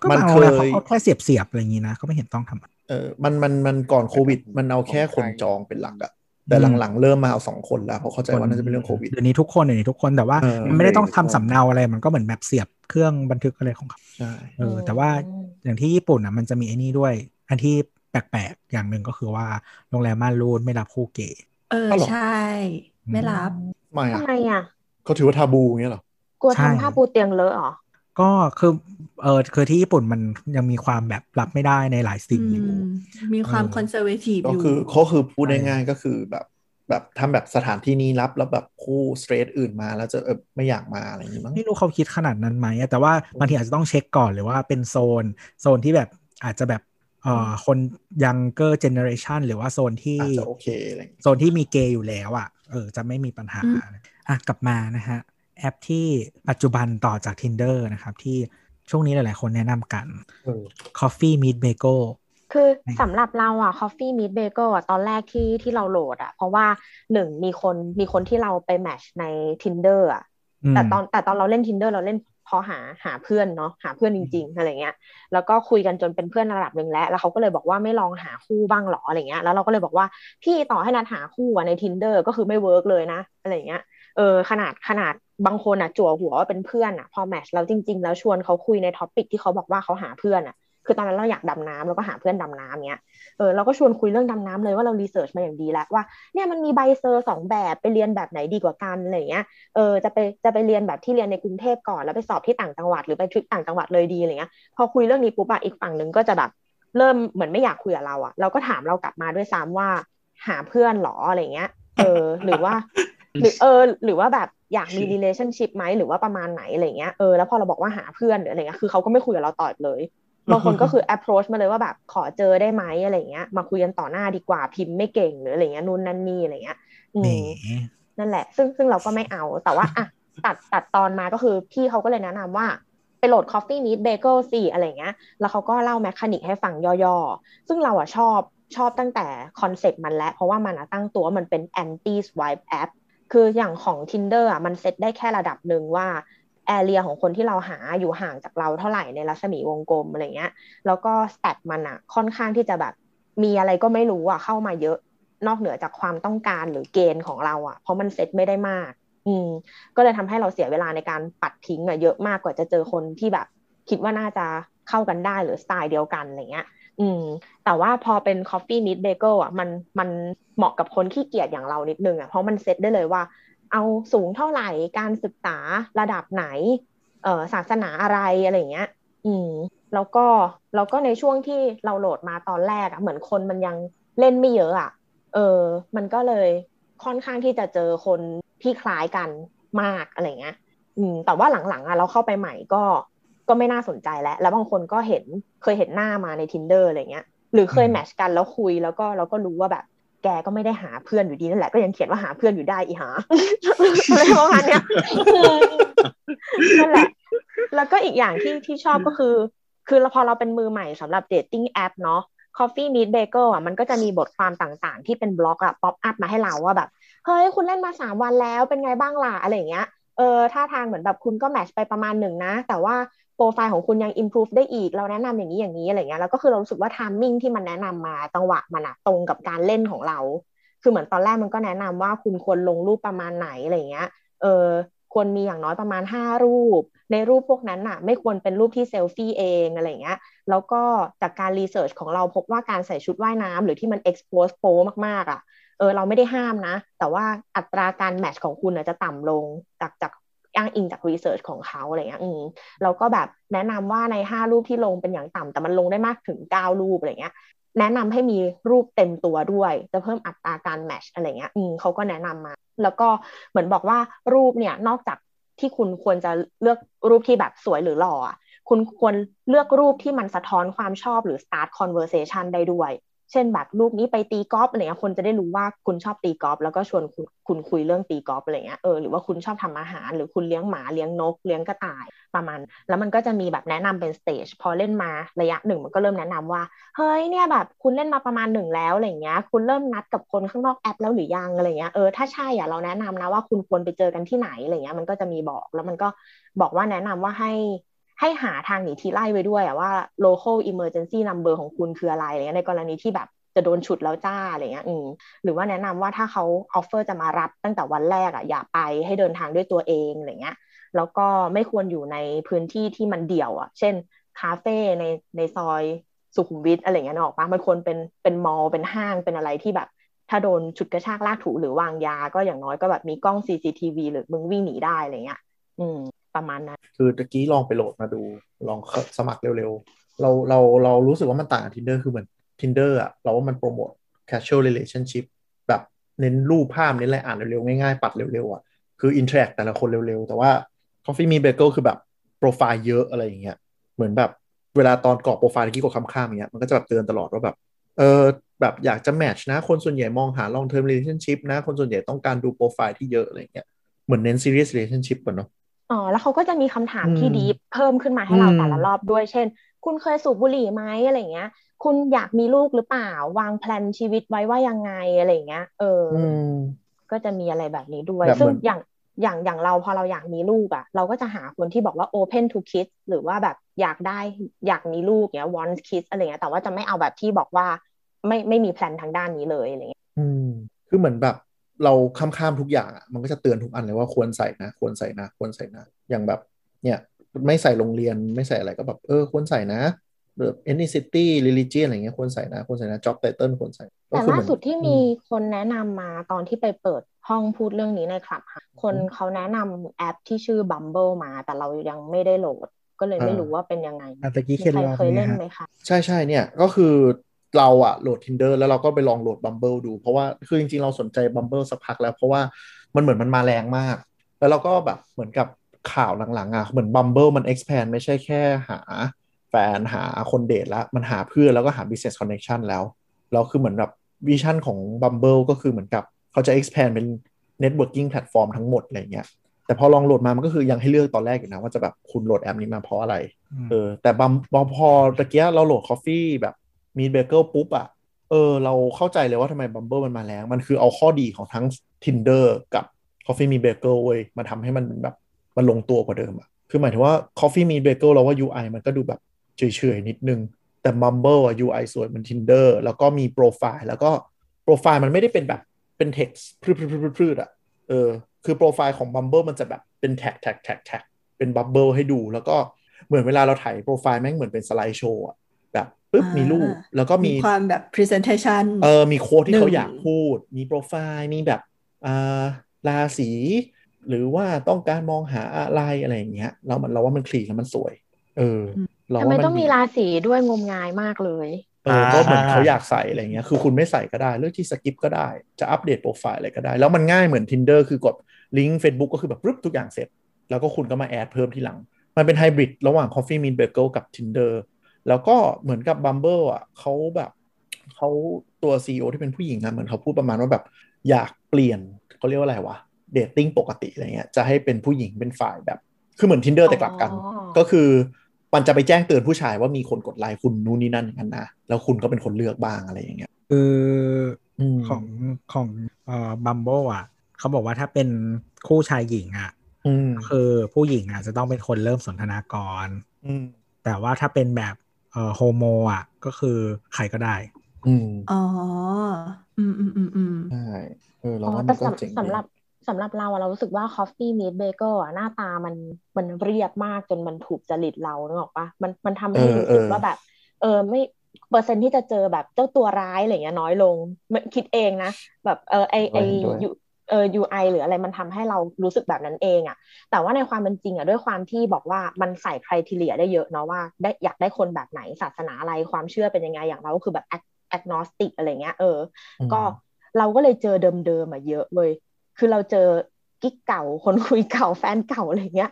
S5: ก็
S3: มัน
S5: บาง
S3: เค
S5: โรงแรม
S3: ย
S5: เขาแค่เสียบเสียบๆอะไรอย่างงี้นะเขาไม่เห็นต้องทำ
S3: เออมันมันมันก่อนโควิด มันเอาแค่คนจองเป็นหลักอะแต่หลังๆ เริ่มมาเอาสองคนแล้วเพราะเข้าใจว่าน่าจะเป็นเรื่องโควิด
S5: เดี๋ยวนี้ทุกคนเดี๋ยวนี้ทุกคนแต่ว่า
S3: เออ
S5: มันไม่ได้ต้องทำสำเนาอะไรมันก็เหมือนแบบเสียบเครื่องบันทึกอะไรของเขา
S3: ใช่
S5: เออแต่ว่า
S2: อืม
S5: อย่างที่ญี่ปุ่นอ่ะมันจะมีไอ้นี่ด้วย อันที่แปลกๆอย่างหนึ่งก็คือว่าโรงแรมม่านรูดไม่รับคู่เกย์
S4: เออ
S3: เอาเหรอ
S4: ใช่ ไม่รับ
S3: ไม่อะ
S2: ทำไมอ่ะ
S3: เขาถือว่าทาบูเงี้ยเหรอก
S2: ลัว
S5: ใช่
S2: ทำผ้าปูเตียงเลอะเหรอ
S5: ก็คือเออคือที่ญี่ปุ่นมันยังมีความแบบรับไม่ได้ในหลายสิ่งอยู่
S4: อืมมีความ
S5: เออ
S4: คอนเซอร์เวทีฟ
S3: ก็
S4: อยู่
S3: คือเขาคือพูดง่ายๆก็คือแบบแบบทำแบบสถานที่นี้รับแล้วแบบคู่สเตรทอื่นมาแล้วจะเออไม่อยากมาอะไรอย่างงี้มั้ง
S5: ไม่รู้เขาคิดขนาดนั้นไหมอะแต่ว่าบางทีอาจจะต้องเช็คก่อนหรือว่าเป็นโซน โซนที่แบบอาจจะแบบเอ่อคนยังเกอร์เจเนอเรชันหรือว่าโซนที่
S3: อาจจะโอเคอะไรอย่างงี้
S5: โซนที่มีเกย์อยู่แล้วอ่ะ เออ จะไม่มีปัญหาอ่ะกลับมานะฮะ แอปที่ปัจจุบันต่อจาก Tinder นะครับ ที่ช่วงนี้หลาย ๆ คนแนะนำกัน
S3: เออ
S5: Coffee Meet Bagel
S2: คือสำหรับเราอ่ะ Coffee Meet Bagel อ่ะตอนแรกที่ที่เราโหลดอ่ะ เพราะว่าหนึ่งมีคนมีคนที่เราไปแมทชใน Tinder อ่ะ
S5: ม
S2: แต่ตอนแต่ตอนเราเล่น tinder เราเล่นเพอหาหาเพื่อนเนาะหาเพื่อนจริงๆอะไรเงี้ยแล้วก็คุยกันจนเป็นเพื่อนระดับหนึ่งแล้วแล้วเขาก็เลยบอกว่าไม่ลองหาคู่บ้างหรออะไรเงี้ยแล้วเราก็เลยบอกว่าพี่ต่อให้นัดหาคู่อะใน tinder ก็คือไม่เวิร์กเลยนะอะไรเงี้ยเออขนาดขนาดบางคนอ่ะจั่วหัวว่าเป็นเพื่อนอ่ะพอแมทช์เราจริง ๆ แล้วชวนเขาคุยในท็อปิกที่เขาบอกว่าเขาหาเพื่อนอ่ะคือตอนนั้นเราอยากดำน้ำเราก็หาเพื่อนดำน้ำเงี้ย เออเราก็ชวนคุยเรื่องดำน้ำเลยว่าเรารีเสิร์ชมาอย่างดีแล้วว่าเนี่ยมันมีใบเซอร์สองแบบไปเรียนแบบไหนดีกว่ากันอะไรอย่างเงี้ยเออจะไปจะไปเรียนแบบที่เรียนในกรุงเทพก่อนแล้วไปสอบที่ต่างจังหวัดหรือไปทริปต่างจังหวัดเลยดีอะไรเงี้ยพอคุยเรื่องนี้ปุ๊บอะอีกฝั่งหนึ่งก็จะแบบเริ่มเหมือนไม่อยากคุยกับเราอะเราก็ถามเรากลับมาด้วยซ้ำว่า หาเพื่อนเหรออะไรเงี้ยเออหรือว่า หรือเออหรือว่าแบบอยากมี relationship ไหมหรือว่าประมาณไหนอะไรเงี้ยเออแล้วพอเราบอกว่าหาเพื่อนหรืออะไรเงี้ยคือเขาก็ไม่คุยกับเราต่ออีกเลย บางคนก็คือ approach มาเลยว่าแบบขอเจอได้ไหมอะไรเงี้ย มาคุยกันต่อหน้าดีกว่าพิมพ์ไม่เก่งหรืออะไรเงี้ยนู่นนั่นนี่อะไรเงี้ยอื
S5: แหม
S2: ม นั่นแหละ ซึ่งซึ่งเราก็ไม่เอา แต่ว่าอ่ะ ตัดตัดตอนมาก็คือพี่เขาก็เลยแนะนำว่า ไปโหลด Coffee Meet Bagel สิอะไรเงี้ย แล้วเขาก็เล่าแมคานิกให้ฟังย่อๆ ซึ่งเราอ่ะชอบชอบตั้งแต่คอนเซปต์มันแล้ว เพราะว่ามันอะตั้งตัวว่ามันเป็น anti swipe app คืออย่างของ Tinder อ่ะมันเซตได้แค่ระดับหนึ่งว่าแอเรียของคนที่เราหาอยู่ห่างจากเราเท่าไหร่ในรัศมีวงกลมอะไรเงี้ย แล้วก็สแตทมันอ่ะค่อนข้างที่จะแบบมีอะไรก็ไม่รู้อ่ะเข้ามาเยอะ นอกเหนือจากความต้องการหรือเกณฑ์ของเราอะ่ะ เพราะมันเซ็ตไม่ได้มาก อืม ก็เลยทำให้เราเสียเวลาในการปัดทิ้งอะ่ะเยอะมากกว่าจะเจอคนที่แบบ คิดว่าน่าจะเข้ากันได้หรือสไตล์เดียวกันอะไรเงี้ย อืม แต่ว่าพอเป็น Coffee Meet Bagel อ่ะมันมันเหมาะกับคนขี้เกียจอย่างเรานิดนึงอะ่ะเพราะมันเซ็ตได้เลยว่า เอาสูงเท่าไหร่การศึกษาระดับไหน เอ่อศาสนาอะไรอะไรเงี้ย อืมแล้วก็แล้วก็ในช่วงที่เราโหลดมาตอนแรกอะเหมือนคนมันยังเล่นไม่เยอะอะเออ มันก็เลยค่อนข้างที่จะเจอคนที่คล้ายกันมากอะไรเงี้ย อืม แต่ว่าหลังๆอะเราเข้าไปใหม่ก็ก็ไม่น่าสนใจแล้ว แล้วบางคนก็เห็นเคยเห็นหน้ามาใน tinder อะไรเงี้ย หรือเคย
S5: อืม
S2: แมทชกันแล้วคุยแล้วก็เราก็รู้ว่าแบบ แกก็ไม่ได้หาเพื่อนอยู่ดีนั่นแหละก็ยังเขียนว่าหาเพื่ อนอยู่ได้อีหา อะไรประมาณเนี้ย อืมนั่นแหละ แล้วก็อีกอย่างที่ที่ชอบก็คือ คือเราพอเราเป็นมือใหม่สำหรับเดทติ้งแอปเนาะ Coffee Meet Bagel อ่ะมันก็จะมีบทความต่างๆ ที่เป็นบล็อกอ่ะป๊อปอัพมาให้เราว่าแบบ เฮ้ย คุณเล่นมาสามวันแล้วเป็นไงบ้างล่ะ อะไรอย่างเงี้ย เออท่าทางเหมือนแบบคุณก็แมทช์ไปประมาณหนึ่งนะ แต่ว่าโปรไฟล์ของคุณยัง improve ได้อีก เราแนะนำอย่างนี้อย่างนี้อะไรเงี้ยแล้วก็คือเรารู้สึกว่า timing ที่มันแนะนำมาจังหวะมันอะตรงกับการเล่นของเรา คือเหมือนตอนแรกมันก็แนะนำว่าคุณควรลงรูปประมาณไหนอะไรเงี้ย เออควรมีอย่างน้อยประมาณห้ารูป ในรูปพวกนั้นน่ะ ไม่ควรเป็นรูปที่เซลฟี่เองอะไรเงี้ย แล้วก็จากการรีเสิร์ชของเราพบว่าการใส่ชุดว่ายน้ำหรือที่มัน expose โปมาก ๆ อ่ะ เออเราไม่ได้ห้ามนะ แต่ว่าอัตราการแมทช์ของคุณน่ะจะต่ำลงจากจากอ้างอิงจากรีเสิร์ชของเขาอะไรเงี้ยอืมแล้วก็แบบแนะนำว่าในห้ารูปที่ลงเป็นอย่างต่ำแต่มันลงได้มากถึงเก้ารูปอะไรเงี้ย แนะนำให้มีรูปเต็มตัวด้วย จะเพิ่มอัตราการแมทช์อะไรเงี้ยอืมเขาก็แนะนำมา แล้วก็เหมือนบอกว่ารูปเนี่ยนอกจากที่คุณควรจะเลือกรูปที่แบบสวยหรือหล่ออะ คุณควรเลือกรูปที่มันสะท้อนความชอบหรือ start conversation ได้ด้วย เช่นแบบรูปนี้ไปตีกอล์ฟอะไรเงี้ยคนจะได้รู้ว่าคุณชอบตีกอล์ฟแล้วก็ชวนคุณคุณคุยเรื่องตีกอล์ฟอะไรเงี้ยเออหรือว่าคุณชอบทำอาหาร หรือคุณเลี้ยงหมาเลี้ยงนกเลี้ยงกระต่ายประมาณ แล้วมันก็จะมีแบบแนะนำเป็นสเตจพอเล่นมาระยะหนึ่งมันก็เริ่มแนะนำว่า เฮ้ยเนี่ยแบบคุณเล่นมาประมาณหนึ่งแล้วอะไรเงี้ย คุณเริ่มนัดกับคนข้างนอกแอปแล้วหรือยังอะไรเงี้ยเออถ้าใช่อ่ะเราแนะนำนะว่าคุณควรไปเจอกันที่ไหนอะไรเงี้ยมันก็จะมีบอกแล้วมันก็บอกว่าแนะนำว่าให้ ให้หาทางหนีทีไล่ไว้ด้วยอะว่า local emergency number ของคุณคืออะไรอะไรเงี้ยในกรณีที่แบบจะโดนฉุดแล้วจ้าอะไรเงี้ยอืมหรือว่าแนะนำว่าถ้าเขา offer จะมารับตั้งแต่วันแรกอะอย่าไปให้เดินทางด้วยตัวเองอะไรเงี้ย แล้วก็ไม่ควรอยู่ในพื้นที่ที่มันเดี่ยวอะเช่น คาเฟ่ในในซอยสุขุมวิทอะไรเงี้ยนึกออกปะมันควรเป็นเป็นมอลล์เป็นห้างเป็นอะไรที่แบบ ถ้าโดนฉุดกระชากลากถูหรือวางยา ก็อย่างน้อยก็แบบมีกล้อง CCTV หรือมึงวิ่งหนีได้อะไรเงี้ยอืม ประมาณนั้น
S3: คือตะกี้ลองไปโหลดมาดูลองเข้าสมัครเร็วๆ เราเราเรารู้สึกว่ามันต่างกับ tinder คือเหมือน tinder อะเราว่ามันโปรโมท casual relationship แบบเน้นรูปภาพเน้นอะไรอ่านเร็วๆ ง่ายๆ ปัดเร็วๆอะคือ interact แต่ละคนเร็วๆ แต่ว่า coffee me bagel คือแบบโปรไฟล์เยอะอะไรอย่างเงี้ยเหมือนแบบเวลาตอนกรอกโปรไฟล์ตะกี้กดข้ามๆอย่างเงี้ยมันก็จะแบบเตือนตลอดว่าแบบ เออแบบอยากจะแมทช์นะ คนส่วนใหญ่มองหา long term relationship นะ คนส่วนใหญ่ต้องการดูโปรไฟล์ที่เยอะอะไรอย่างเงี้ยเหมือนเน้น serious relationship ก่อนเนาะ
S2: อ๋อแล้วเขาก็จะมีคำถามที่
S3: อืม
S2: ดีเพิ่มขึ้นมาให้เรา
S3: อืม
S2: แต่ละรอบด้วย เช่น คุณเคยสูบบุหรี่ไหมอะไรเงี้ย คุณอยากมีลูกหรือเปล่า วางแพลนชีวิตไว้ว่ายังไงอะไรเงี้ย เอออ
S3: อืม
S2: ก็จะมีอะไรแบบนี้ด้วย
S3: แบบ
S2: ซึ่ง
S3: เหมือน
S2: อย่างอย่างอย่างเราพอเราอยากมีลูกอะเราก็จะหาคนที่บอกว่า open to kids หรือว่าแบบอยากได้อยากมีลูกเนี้ย want kids อะไรเงี้ย แต่ว่าจะไม่เอาแบบที่บอกว่าไม่ไม่มีแพลนทางด้านนี้เลยอะไรเงี้ย
S3: ืมคือเหมือนแบบเราข้ามๆทุกอย่างอะมันก็จะเตือนทุกอันเลยว่าควรใส่นะ ควรใส่นะ ควรใส่นะ อย่างแบบ เนี่ย ไม่ใส่โรงเรียนไม่ใส่อะไรก็แบบเออควรใส่นะแบบ ethnicity religion อะไรเงี้ยควรใส่นะ ควรใส่นะ job title ควรใส่ก็
S2: แต่
S3: คือ
S2: ล่า
S3: เหมือน
S2: สุดที่มีคนแนะนำมาตอนที่ไปเปิดห้องพูดเรื่องนี้ในคลับคนเขาแนะนำแอปที่ชื่อ Bumble มา แต่เรายังไม่ได้โหลด ก็เลยไม่รู้ว่าเป็นยังไง
S5: อ่ะตะกี้
S2: มี
S5: เคน
S2: ใคร
S5: ลอง
S2: เคย
S5: เนี่
S2: เล่
S5: ย
S2: น
S5: ฮะ
S2: ไหมคะ
S3: ใช่ใช่เนี่ย ก็คือเราอะโหลด tinder แล้วเราก็ไปลองโหลด bumble ดู เพราะว่าคือจริงๆเราสนใจ bumble สักพักแล้วเพราะว่ามันเหมือนมันมาแรงมาก แล้วเราก็แบบเหมือนกับข่าวหลังๆอะเหมือน bumble มัน expand ไม่ใช่แค่หา แฟนหาคนเดทแล้ว มันหาเพื่อนแล้วก็หา business connection แล้วแล้วคือเหมือนแบบวิชั่นของ Bumble ก็คือเหมือนกับเขาจะ expand เป็น networking platform ทั้งหมดอะไรเงี้ยแต่พอลองโหลดมามันก็คือยังให้เลือกตอนแรกอยู่นะว่าจะแบบคุณโหลดแอปนี้มาเพราะอะไร เออแต่บัมบอมพอตะเกียเราโหลดคอฟฟี่แบบมีเบเกิลปุ๊บอ่ะเออเราเข้าใจเลยว่าทำไมบัมเบิลมันมาแรงมันคือเอาข้อดีของทั้ง Tinder กับ Coffee m e เบเกิลเว้ยมาทำให้มันเป็นแบบมันลงตัวกว่าเดิมอ่ะคือหมายถึงว่า Coffee m e เบเกิลเราว่า UI มันก็ดูแบบเฉยๆนิดนึง แต่ Bumble อ่ะ UI สวยเหมือน Tinder แล้วก็มีโปรไฟล์แล้วก็โปรไฟล์มันไม่ได้เป็นแบบเป็น text พรืดๆๆๆอ่ะเออคือโปรไฟล์ของ Bumble มันจะแบบเป็นแท็กแท็กแท็กแท็กเป็นบับเบิลให้ดูแล้วก็เหมือนเวลาเราถ่ายโปรไฟล์แม่งเหมือนเป็นสไลด์โชว์อะแบบปึ๊บมีรูป แล้วก็มี
S4: ความแบบ presentation
S3: เออมีโค้ดที่เขา
S4: หนึ่ง
S3: อยากพูด มีโปรไฟล์ มีแบบอ่าราศี หรือว่าต้องการมองหาอะไรอะไรอย่างเงี้ยเรามันเราว่ามันคลีนแล้วมันสวย เออเรา
S2: ทำไม
S3: ว่า
S2: ต้องมี
S3: ดี
S2: ราศีด้วยงมงายมากเลย
S3: เออก็เหมือนเขาอยากใส่อะไรเงี้ย คือคุณไม่ใส่ก็ได้ เลือกที่สกิปก็ได้ จะอัปเดตโปรไฟล์อะไรก็ได้ แล้วมันง่ายเหมือน Tinder คือกดลิงก์ Facebook ก็คือแบบปึ๊บทุกอย่างเสร็จ แล้วก็คุณก็มาแอดเพิ่มทีหลัง มันเป็นไฮบริดระหว่าง Coffee Meet Bagel กับ Tinder แล้วก็เหมือนกับ Bumble อ่ะเขาแบบเขาตัว CEO ที่เป็นผู้หญิงอะเหมือนเขาพูดประมาณว่าแบบอยากเปลี่ยนเขาเรียกว่าอะไรวะเดทติ้งปกติอะไรเงี้ยจะให้เป็นผู้หญิงเป็นฝ่ายแบบ คือเหมือน Tinder แต่กลับกัน
S2: อ๋อ
S3: ก็คือมันจะไปแจ้งเตือนผู้ชายว่ามีคนกดไลค์คุณนู่นนี่นั่นอย่างนั้นนะ แล้วคุณก็เป็นคนเลือกบ้างอะไรอย่างเงี้ย
S5: คือ
S3: อืม
S5: ของของเอ่อบัมโบอ่ะเขาบอกว่าถ้าเป็นคู่ชายหญิงอ่ะ
S3: อืม
S5: คือผู้หญิงอ่ะจะต้องเป็นคนเริ่มสนทนาก่อน
S3: อืม
S5: แต่ว่าถ้าเป็นแบบเอ่อโฮโมอ่ะก็คือใครก็ได้
S3: อืม
S4: อ๋อ อืมอืมอืมอืม
S3: ใช่เออเรา
S2: อ๋อ
S3: ว่ามั
S2: แต่
S3: นก็เจ๋ง
S2: สำสำ
S3: ดี
S2: หรับสำหรับเราอะเรารู้สึกว่า Coffee Meet Bagel อะหน้าตามันมันเรียบมากจนมันถูกจริตเราเนกออกปะมันมันทำให้รู้สึกว่าแบบ เออไม่เปอร์เซ็นต์ที่จะเจอแบบเจ้าตัวร้ายอะไรเงี้ยน้อยลงไม่คิดเองนะ แบบเออไอไอยูเออ UI หรืออะไรมันทำให้เรารู้สึกแบบนั้นเองอะแต่ว่าในความเป็นจริงอะด้วยความที่บอกว่ามันใส่ใครทีเลียได้เยอะเนาะว่าได้อยากได้คนแบบไหนศาสนาอะไรความเชื่อเป็นยังไงอย่างเราก็คือแบบ agnostic อะไรเงี้ยเออ
S3: อืม
S2: ก็เราก็เลยเจอเดิมๆอ่ะเยอะเลย คือเราเจอกิ๊กเก่า คนคุยเก่าแฟนเก่าอะไรเงี้ย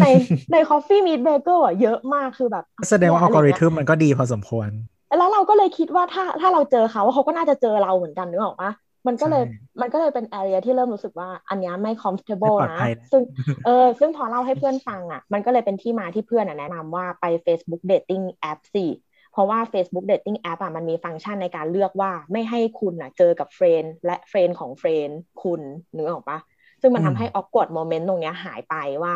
S2: ในใน Coffee Meet Bagel อ่ะเยอะมากคือแบบ
S5: แสดงว่าอัลกอริทึมมันก็ดีพอสมควร
S2: แล้วเราก็เลยคิดว่าถ้าถ้าเราเจอเขาเขาก็น่าจะเจอเราเหมือนกันนึกออกปะมันก็เลย
S5: ใช่
S2: มันก็เลยเป็น area ที่เริ่มรู้สึกว่าอันเนี้ยไม่ comfortable
S5: ไม่ปลอด
S2: นะ
S5: ภัยแล้ว
S2: ซึ่งเออซึ่งพอเล่าให้เพื่อนฟังอ่ะ มันก็เลยเป็นที่มาที่เพื่อนอะแนะนำว่าไป Facebook Dating App สิ เพราะว่า Facebook Dating App อ่ะมันมีฟังก์ชันในการเลือกว่าไม่ให้คุณอ่ะเจอกับเฟรนและเฟรนของเฟรนคุณนึกออกปะซึ่งมัน
S5: อื
S2: ทำ
S5: ม
S2: ให้ออกกดโมเมนต์ตรงเนี้ยหายไปว่า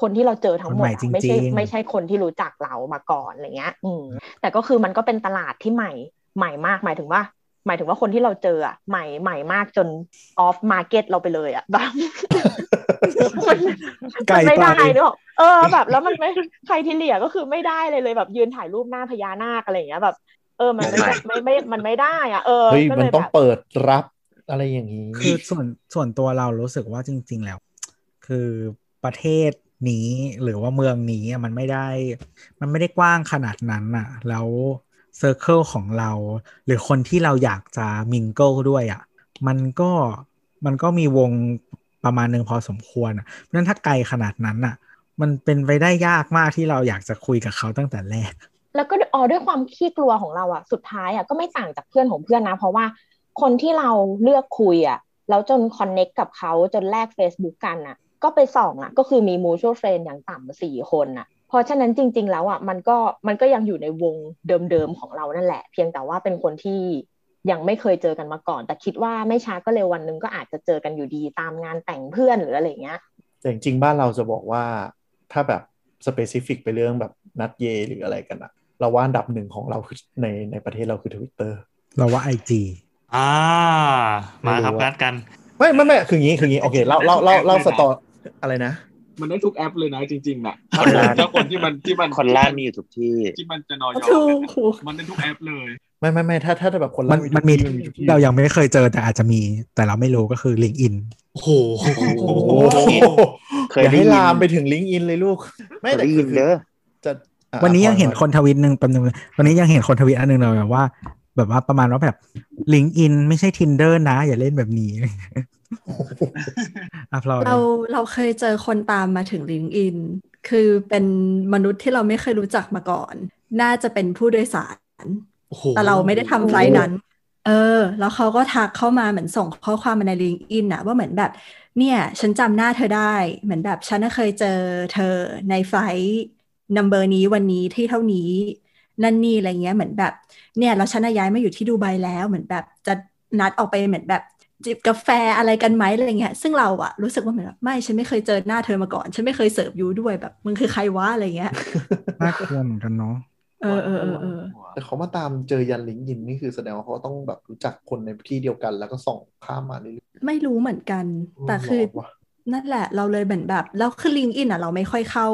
S2: คนที่เราเจอทั้งหมด
S5: คนใหม่จริ
S2: อะ
S5: งๆ
S2: ไม่ใช่ไม่ใช่คนที่รู้จักเรามาก่อนอะไรเงี้ย อืม แต่ก็คือมันก็เป็นตลาดที่ใหม่ใหม่มากหมายถึงว่า หมายถึงว่าคนที่เราเจออ่ะใหม่ใหม่มากจนออฟมาเก็ตเราไปเลยอ่ะแบบ มัน
S5: ไกล
S2: มันไม่
S5: ไป
S2: ได้เนอะเออแบบ แล้วมันไม่ใครที่เหลียก็คือไม่ได้เลยเลยแบบยืนถ่ายรูปหน้าพญานาคอะไรอย่างเงี้ยแบบ เออมันไม่ไม่ไม่มันไม่ได้อ่ะเออ
S3: เฮ้ย
S2: ก็
S3: มัน
S2: เลย
S3: ต้อ
S2: แบ
S3: ง
S2: บ
S3: เปิดรับอะไรอย่างนี้
S5: คือส่วนส่วนตัวเรารู้สึกว่าจริง ๆ แล้ว คือประเทศนี้หรือว่าเมืองนี้อะมันไม่ได้ มันไม่ได้กว้างขนาดนั้นน่ะ แล้วเซอร์เคิลของเรา หรือคนที่เราอยากจะมิงเกิลด้วยอ่ะมันก็มันก็มีวงประมาณหนึ่งพอสมควรอะเพราะฉะนั้นถ้าไกลขนาดนั้นน่ะ มันเป็นไปได้ยากมากที่เราอยากจะคุยกับเขาตั้งแต่แรก
S2: แล้วก็อ๋อด้วยความขี้กลัวของเราอ่ะสุดท้ายอ่ะก็ไม่ต่างจากเพื่อนของเพื่อนนะ เพราะว่าคนที่เราเลือกคุยอ่ะแล้วจนคอนเน็กกับเขาจนแลก Facebook กันอ่ะ ก็ไปส่องอ่ะ ก็คือมีมูช a l เฟรนอย่างต่ำสี่คนอ่ะ เพราะฉะนั้นจริง ๆ แล้วอ่ะมันก็มันก็ยังอยู่ในวงเดิมๆของเรานั่นแหละ เพียงแต่ว่าเป็นคนที่ยังไม่เคยเจอกันมาก่อน แต่คิดว่าไม่ช้าก็เร็ววันหนึงก็อาจจะเจอกันอยู่ดีตามงานแต่งเพื่อนหรืออะไรอย่างเงี้ย
S3: แต่จริงๆบ้านเราจะบอกว่าถ้าแบบสเปซิฟิกไปเรื่องแบบนัดเย หรืออะไรกันอะเราว่าอันดับหนึ่งของเราคือในในประเทศเราคือ Twitter
S5: เราว่าไอจี
S6: อ่ามาครับ
S3: ไม่รู้อะ
S6: นัดกัน
S3: ไม่ไม่ไม่คืออย่างนี้คืออย่างนี้โอเคเล่าเล่าเล่าเล่าสตออะไรนะ
S8: มันได้ทุกแอปเลยนะจริงๆนะ
S7: คนล่า
S8: ถ้าคนที่มันที่มัน
S7: คนล่ามีอยู่ทุกที่
S8: ที่มันจะนอยอ
S4: ถู
S8: กั
S4: ก
S8: นน่ะ
S4: ถูก
S8: มันได้ทุกแอปเลย
S3: ไม่ไม่ไม่ถ้าถ้าแบบคน
S5: มั
S3: เล่าน มั
S5: มันมี
S3: มันมีทุกที่
S5: เรายังไม่เคยเจอแต่อาจจะมีแต่เราไม่รู้ก็คือลิงก์อิน
S6: โอ้โห
S3: โอ้โห
S7: เค
S3: อย ย่า
S7: ได้
S3: ให้
S7: ยิน
S3: ลามไปถึงลิงก์อินเลยลูก ไม่
S7: เคย
S3: แต่
S7: ได้
S3: คื
S7: ยิ
S3: อน
S7: เด้อ
S3: จะอ่ะ
S5: วันนี้ยังเห็น
S3: พอ
S5: คนทวิตหนึ่งแป๊บนึงวันนี้ยังเห็นคนทวิตอันหนึงเลยแบบว่า แบบว่าประมาณว่าแบบลิงก์อินไม่ใช่ tinder นะ อย่าเล่นแบบนี้ อ่ะพลอย
S4: เราเราเคยเจอคนตามมาถึงลิงก์อิน คือเป็นมนุษย์ที่เราไม่เคยรู้จักมาก่อน น่าจะเป็นผู้โดยสาร
S6: โอ้โห
S4: แต่เราไม่ได้ทำไฟล์นั้น เออ แล้วเขาก็ทักเข้ามาเหมือนส่งข้อความมาในลิงก์อินนะว่าเหมือนแบบ เนี่ย ฉันจำหน้าเธอได้ เหมือนแบบฉันน่ะเคยเจอเธอในไฟล์นัมเบอร์นี้วันนี้ที่เท่านี้ นั่นนี่อะไรเงี้ยเหมือนแบบ เนี่ยเราฉันน่ะย้ายมาอยู่ที่ดูไบแล้วเหมือนแบบจะนัดออกไปเหมือนแบบจิบกาแฟอะไรกันไหมอะไรเงี้ย ซึ่งเราอะรู้สึกว่าเหมือนแบบไม่ฉันไม่เคยเจอหน้าเธอมาก่อน ฉันไม่เคยเสิร์ฟยูด้วยแบบมึงคือใครวะอะไรเงี้ย
S5: น่ากลัวเหมือนกันเนาะ
S4: เออเออเออเออ
S3: แต่เขามาตามเจอยันลิงก์ยินนี่คือแสดงว่าเขาต้องแบบรู้จักคนในที่เดียวกัน แล้วก็ส่องข้ามมาเรื่อย
S4: ไม่รู้เหมือนกัน
S3: ๆ
S4: แต่คือ
S3: หลนว่ะ
S4: นั่นแหละเราเลยเหมือนแบบแล้วคือลิงก์อินอ่ะเราไม่ค่อยเข้า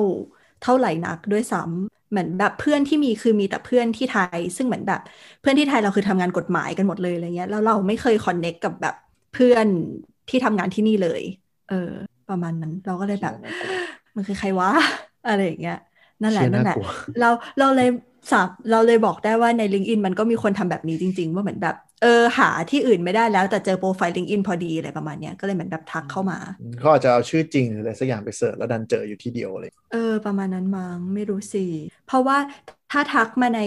S4: เท่าไหร่นักด้วยซ้ำเหมือนแบบเพื่อนที่มีคือมีแต่เพื่อนที่ไทย ซึ่งเหมือนแบบเพื่อนที่ไทยเราคือทำงานกฎหมายกันหมดเลยอะไรเงี้ยแล้วเราไม่เคยคอนเน็กกับแบบเพื่อนที่ทำงานที่นี่เลย เออ ประมาณนั้นเราก็เลยแบบ มันคือใครวะ อะไรอย่างเงี้ยนั่นแหละ
S3: เชี่ย
S4: นั่นแหละ
S3: ากลัว
S4: เราเราเลยสาบเราเลยบอกได้ว่าใน LinkedIn มันก็มีคนทำแบบนี้จริง ๆ ว่าเหมือนแบบ เออหาที่อื่นไม่ได้แล้วแต่เจอโปรไฟล์ LinkedIn พอดีอะไรประมาณเนี้ยก็เลยเหมือนแบบทักเข้ามา
S3: เขาอาจจะเอาชื่อจริงหรืออะไรสักอย่างไปเสิร์ชแล้วดันเจออยู่ที่เดียวเลย
S4: เออ ประมาณนั้นมั้งไม่รู้สิ เพราะว่าถ้าทักมาใน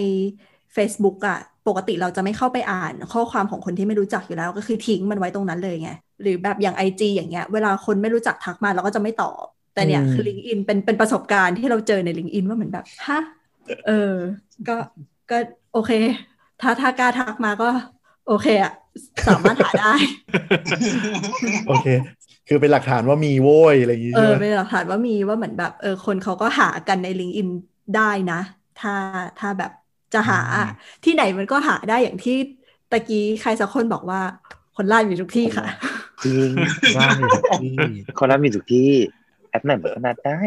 S4: Facebook อะปกติเราจะไม่เข้าไปอ่านข้อความของคนที่ไม่รู้จักอยู่แล้วก็คือทิ้งมันไว้ตรงนั้นเลยไง หรือแบบอย่าง IG อย่างเงี้ย เวลาคนไม่รู้จักทักมาเราก็จะไม่ตอบ แต่เนี่ย
S3: อืม
S4: คือ LinkedIn เป็นเป็นประสบการณ์ที่เราเจอใน LinkedIn ว่าเหมือนแบบ ฮะ เออ ก็ก็โอเค ถ้าถ้ากล้าทักมาก็ โอเคอะสามารถหาได้
S3: โอเค คือเป็นหลักฐานว่ามีโว้ยอะไรอย่างงี้
S4: เอ
S3: ใช่
S4: อ
S3: ไหม
S4: เป็นหลักฐานว่ามีว่าเหมือนแบบเออคนเขาก็หากันในลิงก์อินได้นะ ถ้าถ้าแบบจะหาอะที่ไหนมันก็หาได้อย่างที่ตะกี้ใครสักคนบอกว่าคนล่าอยู่ทุกที่ค่ะ
S5: จริงร่างอยู่ที่
S7: คนรับมีทุกที่แอปไหนมันก็นัดได้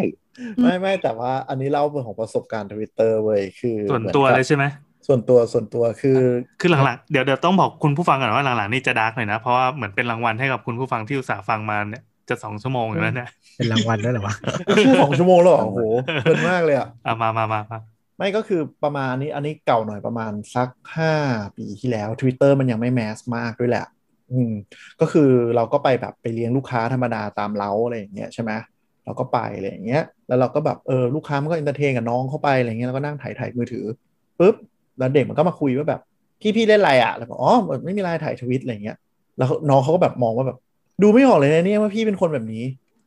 S3: ไม่ไม่แต่ว่าอันนี้เล่าเรื่องของประสบการณ์ทวิตเตอร์เว้ยคือ
S6: ส่วนตัว
S3: หมือ
S6: เล
S3: กั
S6: ย
S3: บ
S6: ใช่ไหม
S3: ส่วนตัวส่วนตัวคือ
S6: คือหลังๆเดี๋ยวเดี๋ยวต้องบอกคุณผู้ฟังก่อนว่าหลังๆนี่จะดาร์กหน่อยนะ เพราะว่าเหมือนเป็นรางวัลให้กับคุณผู้ฟังที่อุตส่าห์ฟังมาเนี่ยจะสองชั่วโมงอยู่แล้วเนี่ย
S5: เป็นรางวัลด้วยเหรอวะ
S3: สองชั่วโมงแล้วเหรอโอ้โหเพลินมากเลยอ่ะ
S6: อ่ะมามามามา
S3: ไม่ก็คือประมาณนี้อันนี้เก่าหน่อยประมาณสักห้าปีที่แล้ว Twitter มันยังไม่แมสมากด้วยแหละ อืมก็คือเราก็ไปแบบไปเลี้ยงลูกค้าธรรมดาตามเล้าอะไรอย่างเงี้ยใช่ไหมเราก็ไปอะไรอย่างเงี้ย แล้วเราก็แบบเออลูกค้ามันก็เอนเตอร์เทนกับน้องเข้าไปอะไรเงี้ยแล้วก็นั่งถ่ายถ่ายมือถือปุ๊บแล้วเด็กมันก็มาคุยว่าแบบพี่พี่เล่นอะไรอ่ะแล้วบอกอ๋อไม่มีไลน์ถ่ายทวิตอะไรเงี้ยแล้วน้องเขาก็แบบมองว่าแบบ ดูไม่ออกเลยนะเนี่ยว่าพี่เป็นคนแบบนี้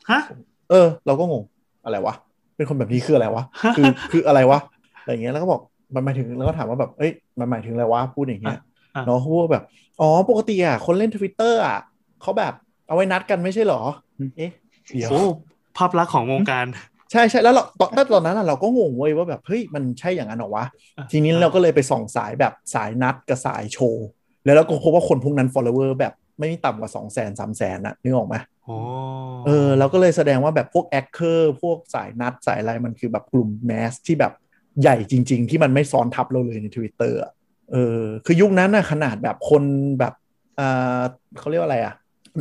S6: ฮะ
S3: เออ เราก็งงอะไรวะ เป็นคนแบบนี้คืออะไรวะ คือ คืออะไรวะอะไรอย่างเงี้ยแล้วก็บอกมันหมายถึงแล้วก็ถามว่าแบบเอ้ยมันหมายถึงอะไรวะพูดอย่างเงี้ย
S6: อ่ะ
S3: น้องเขาพูดว่าแบบอ๋อปกติอ่ะคนเล่นทวิตเตอร์อ่ะเขาแบบเอาไว้นัดกันไม่ใช่เหรอเอ๊ะเดี๋ยว
S6: โอ้ภาพลักษณ์ของวงการ
S3: ใช่ใช่แล้วเราตอนตอนนั้นอะเราก็งงเว้ยว่าแบบเฮ้ยมันใช่อย่างนั้นเหรอวะ ทีนี้เราก็เลยไปส่องสายแบบสายนัดกับสายโชว์ แล้วเราก็พบว่าคนพวกนั้น follower แบบไม่ต่ำกว่า2 0 0 0 0 0 3 0 0 0 0อะนึกออกไหม
S6: โอ้
S3: เออเราก็เลยแสดงว่าแบบพวกแอคเคอร์พวกสายนัดสายอะไรมันคือแบบกลุ่มแมสที่แบบใหญ่จริง ๆ ที่มันไม่ซ้อนทับเราเลยใน Twitter อะเออคือยุคนั้นนะขนาดแบบคนแบบอ่าเขาเรียกว่าอะไรอะ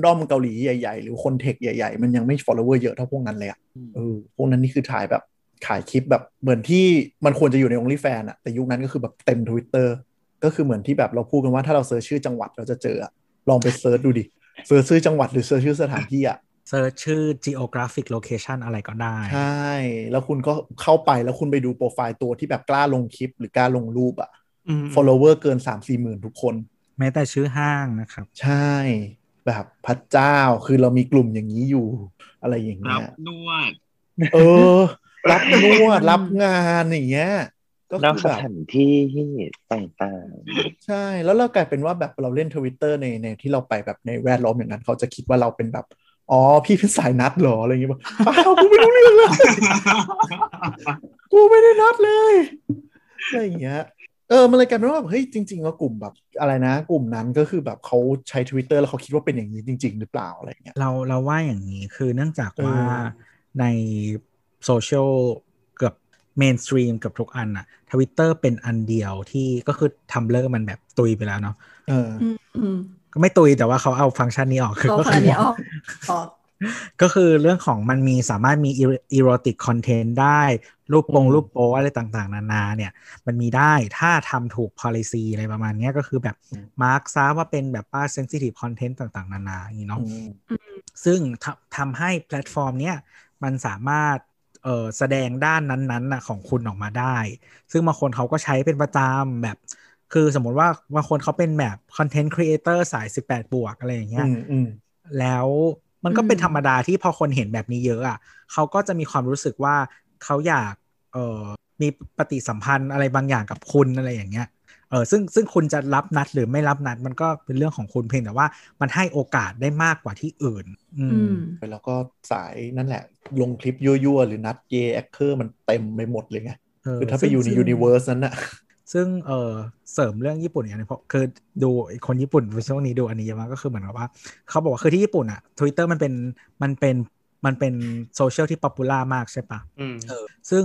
S3: ด้อมเกาหลีใหญ่ๆ หรือคนเทคใหญ่ๆ มันยังไม่ follower เยอะเท่าพวกนั้นเลยอะเออพวกนั้นนี่คือถ่ายแบบขายคลิปแบบเหมือนที่มันควรจะอยู่ใน OnlyFans อะแต่ยุคนั้นก็คือแบบเต็ม Twitter ก็คือเหมือนที่แบบเราพูดกันว่าถ้าเราเซิร์ชชื่อจังหวัดเราจะเจออะลองไปเซิร์ชดูดิเซิร์ชชื่อจังหวัดหรือเซิร์ชชื่อสถานที่อะ
S5: เซิร์ชชื่อ geographic location อะไรก็ได้
S3: ใช่ แล้วคุณก็เข้าไปแล้วคุณไปดูโปรไฟล์ตัวที่แบบกล้าลงคลิปหรือกล้าลงรูปอะ
S6: อืม
S3: follower เกิน 3 4มสี่หมื่นทุกคน
S5: แม้แต่ชื่อห้างนะครับ
S3: ใช่ แบบพระเจ้าคือเรามีกลุ่มอย่างนี้อยู่ อะไรอย่าง
S1: รั
S3: เงี้
S1: บ
S3: ย
S1: นวด
S3: เออ รับนวด รับงานอย่างเงี้ยก็
S7: นอก
S3: คือ
S7: ส
S3: แบบ
S7: ถานที่ต่าง
S3: ใช่ แล้วเรากลายเป็นว่าแบบเราเล่นทวิตเตอร์ในในที่เราไปแบบในแวดล้อมอย่างนั้น เขาจะคิดว่าเราเป็นแบบ อ๋อ พี่เป็นสายนัดเหรอ อะไรอย่างเงี้ยบอกเปล่ากูไม่รู้เรื่องเลย กูไม่ได้นัดเลยอะไรอย่างเงี้ย เออ มันเลยกลายเป็นว่าแบบเฮ้ยจริงๆแล้วกลุ่มแบบอะไรนะ กลุ่มนั้นก็คือแบบเขาใช้ Twitter แล้วเขาคิดว่าเป็นอย่างนี้จริง ๆ หรือเปล่าอะไรอย่างเงี้ย
S5: เราเราว่าอย่างนี้คือเนื่องจากว่า
S3: เออ
S5: ในโซเชียลเกือบเมนสตรีมเกือบทุกอันอะทวิตเตอร์เป็นอันเดียวที่ก็คือทำเลิกมันแบบตุยไปแล้วเนาะ
S3: เออ
S4: อืมอืม
S5: ก็ไม่ตุยแต่ว่าเขาเอาฟังก์ชันนี้ออกคือ
S4: ก็
S5: ก็
S4: ค
S5: คื
S4: น
S5: อ
S4: นี้ออกออก
S5: ก็คือเรื่องของมันมีสามารถมีอีโรติกคอนเทนต์ได้ รูปปง
S3: อืม
S5: รูปโป๊อะไรต่างๆ นานาเนี่ย มันมีได้ถ้าทำถูก policy อะไรประมาณเนี้ยก็คือแบบมาร์กซะว่าเป็นแบบว่า sensitive content ต่างๆ นานาอย่างนี้เนาะ
S3: อืม
S5: ซึ่งทำทำให้แพลตฟอร์มเนี้ยมันสามารถ เออแสดงด้านนั้นๆน่ะของคุณออกมาได้ ซึ่งบางคนเขาก็ใช้เป็นประจำแบบ คือสมมติว่าบางคนเขาเป็นแบบคอนเทนต์ครีเอเตอร์สาย 18 บวกอะไรอย่างเงี้ย
S3: อืมอืม
S5: แล้วมันก็เป็น
S4: อืม
S5: ธรรมดาที่พอคนเห็นแบบนี้เยอะอ่ะเขาก็จะมีความรู้สึกว่าเขาอยากเออมีปฏิสัมพันธ์อะไรบางอย่างกับคุณอะไรอย่างเงี้ยเออซึ่งซึ่งคุณจะรับนัดหรือไม่รับนัดมันก็เป็นเรื่องของคุณเพียงแต่ว่ามันให้โอกาสได้มากกว่าที่อื่น อื
S4: อื
S5: ม
S4: ม
S3: แล้วก็สายนั่นแหละ ลงคลิปยั่วๆ หรือนัดเยแอคเคอร์มันเต็มไปหมดเลยไง
S5: เ
S3: คือถ้าไปอยู่ใน
S5: ซึ่ง
S3: ยูนิเวอร์สนั้นอะ
S5: ซึ่งเออเสริมเรื่องญี่ปุ่นอย่างนึงเพราะคือดูคนญี่ปุ่นช่วงนี้ดูอันนี้เยอะมากก็คือเหมือนกับว่า เขาบอกว่าคือที่ญี่ปุ่นอะ Twitter มันเป็นมันเป็นมันเป็นโซเชียลที่ป๊อปปูล่ามากใช่ปะ
S6: อืม
S5: ซึ่ง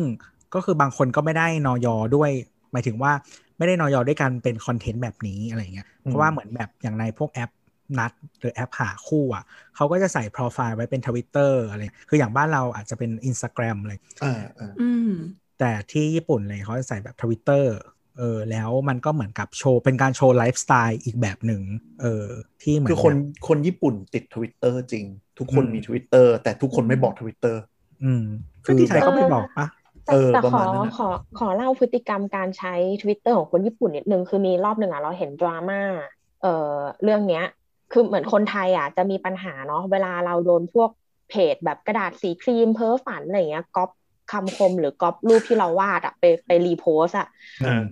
S5: ก็คือบางคนก็ไม่ได้นอยอด้วย หมายถึงว่าไม่ได้นอยอด้วยการเป็นคอนเทนต์แบบนี้อะไรอย่างเงี้ยเพราะว่าเหมือนแบบอย่างในพวกแอปนัด หรือแอปหาคู่อ่ะเขาก็จะใส่โปรไฟล์ไว้เป็นทวิตเตอร์อะไรคืออย่างบ้านเราอาจจะเป็น Instagram เลย
S3: อ่าอ่า
S4: อืม
S5: แต่ที่ญี่ปุ่นเลยเขาจะใส่แบบทวิตเตอร์เออแล้วมันก็เหมือนกับโชว์ เป็นการโชว์ไลฟ์สไตล์อีกแบบหนึ่งเออที่เหมือน
S3: คือคน
S5: แบบ
S3: คนญี่ปุ่นติดทวิตเตอร์จริง ทุกคน
S5: อืม
S3: มีทวิตเตอร์แต่ทุกคนไม่บอกทวิตเตอร์
S5: อืม
S3: คื
S5: ก็
S3: อ
S5: ที่ไทยก็ไม่บอกปะ
S3: เออ
S2: แต่
S3: ประ
S2: ขอ
S3: มาณนั้นอะ
S2: ขอขอเล่าพฤติกรรมการใช้ Twitter ของคนญี่ปุ่นนิดนึงคือมีรอบหนึ่งอ่ะเราเห็นดราม่าเอ่อเรื่องเนี้ย คือเหมือนคนไทยอ่ะจะมีปัญหาเนาะเวลาเราโดนพวกเพจแบบกระดาษสีครีมเพ้อฝันอะไรอย่างเงี้ยก๊อปคำคมหรือก๊อปรูปที่เราวาดอ่ะไปไปรีโพสอ่ะ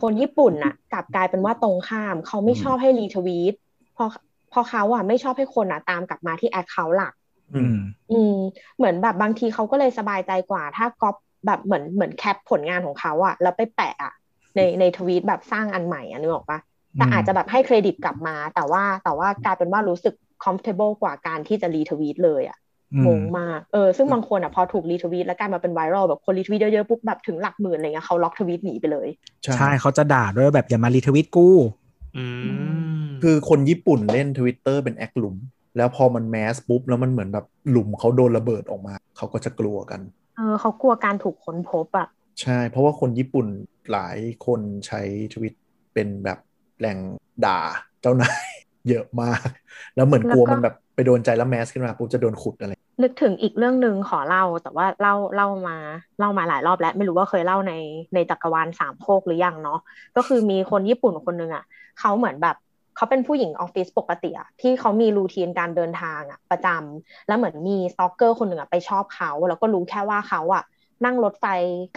S2: คนญี่ปุ่นน่ะกลับกลายเป็นว่าตรงข้ามเขาไม่
S3: อืม
S2: ชอบให้รีทวีตเพราะเพราะเขาอ่ะไม่ชอบให้คนอ่ะตามกลับมาที่แอคเคาท์หลัก
S3: อืม
S2: อืมเหมือนแบบบางทีเขาก็เลยสบายใจกว่า ถ้าก๊อปแบบเหมือนเหมือนแคปผลงานของเขาอะแล้วไปแปะอะในในทวีตแบบสร้างอันใหม่อะนึกออกปะแต่อาจจะแบบให้เครดิตกลับมา แต่ว่าแต่ว่ากลายเป็นว่ารู้สึก comfortable กว่าการที่จะรีทวีตเลยอะงงมากเออซึ่งบางคนอะพอถูกรีทวีตแล้วกลายมาเป็นไวรัลแบบคนรีทวีตเยอะๆปุ๊บแบบถึงหลักหมื่นอะไรเงี้ยเขาล็อกทวีตหนีไปเลย
S5: ใช่เขาจะด่าด้วยแบบอย่ามารีทวิตกู
S6: อืม
S3: คือคนญี่ปุ่นเล่น Twitter เป็นแอคหลุม แล้วพอมันแมสปุ๊บ แล้วมันเหมือนแบบหลุมเขาโดนระเบิดออกมา เขาก็จะกลัวกัน
S2: เออเขากลัวการถูกค้นพบอะ
S3: ใช่ เพราะว่าคนญี่ปุ่นหลายคนใช้ทวิตเป็นแบบแหล่งด่าเจ้านาย เยอะมาก แล้วเหมือนกลัวมันแบบไปโดนใจแล้วแมสขึ้นมาปุ๊บจะโดนขุดอะไร
S2: นึกถึงอีกเรื่องหนึ่งขอเล่าแต่ว่าเล่าเล่ามาเล่ามาหลายรอบแล้ว ไม่รู้ว่าเคยเล่าในในจักรวาลสามโคกหรือยังเนาะ ก็คือมีคนญี่ปุ่นคนหนึ่งอ่ะเขาเหมือนแบบเขาเป็นผู้หญิงออฟฟิศปกติอะที่เขามีรูทีนการเดินทางอะประจำแล้วเหมือนมีสตอกเกอร์คนหนึ่งอะไปชอบเขา แล้วก็รู้แค่ว่าเขาอะนั่งรถไฟ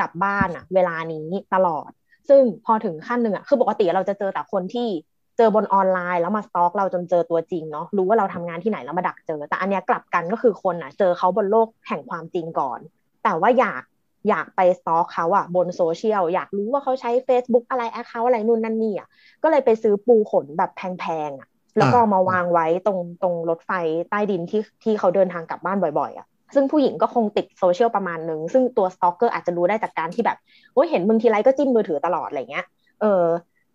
S2: กลับบ้านอะเวลานี้ตลอด ซึ่งพอถึงขั้นหนึ่งอะคือปกติเราจะเจอแต่คนที่เจอบนออนไลน์แล้วมาสตอกเราจนเจอตัวจริงเนาะรู้ว่าเราทำงานที่ไหนแล้วมาดักเจอ แต่อันเนี้ยกลับกันก็คือคนอะเจอเขาบนโลกแห่งความจริงก่อน แต่ว่าอยากอยากไปสตอกเขาอะบนโซเชียลอยากรู้ว่าเขาใช้ Facebook อะไรแอคเคาท์อะไรนู่นนั่นนี่อะก็เลยไปซื้อปูขนแบบแพงๆอะแล้วก็
S3: อ่า
S2: เอามาวางไว้ตรงตรงรถไฟใต้ดินที่ที่เขาเดินทางกลับบ้านบ่อยๆอะซึ่งผู้หญิงก็คงติดโซเชียลประมาณนึง ซึ่งตัวสตอกเกอร์อาจจะรู้ได้จากการที่แบบโอ้ยเห็นมึงทีไรก็จิ้มมือถือตลอดอะไรเงี้ยเออ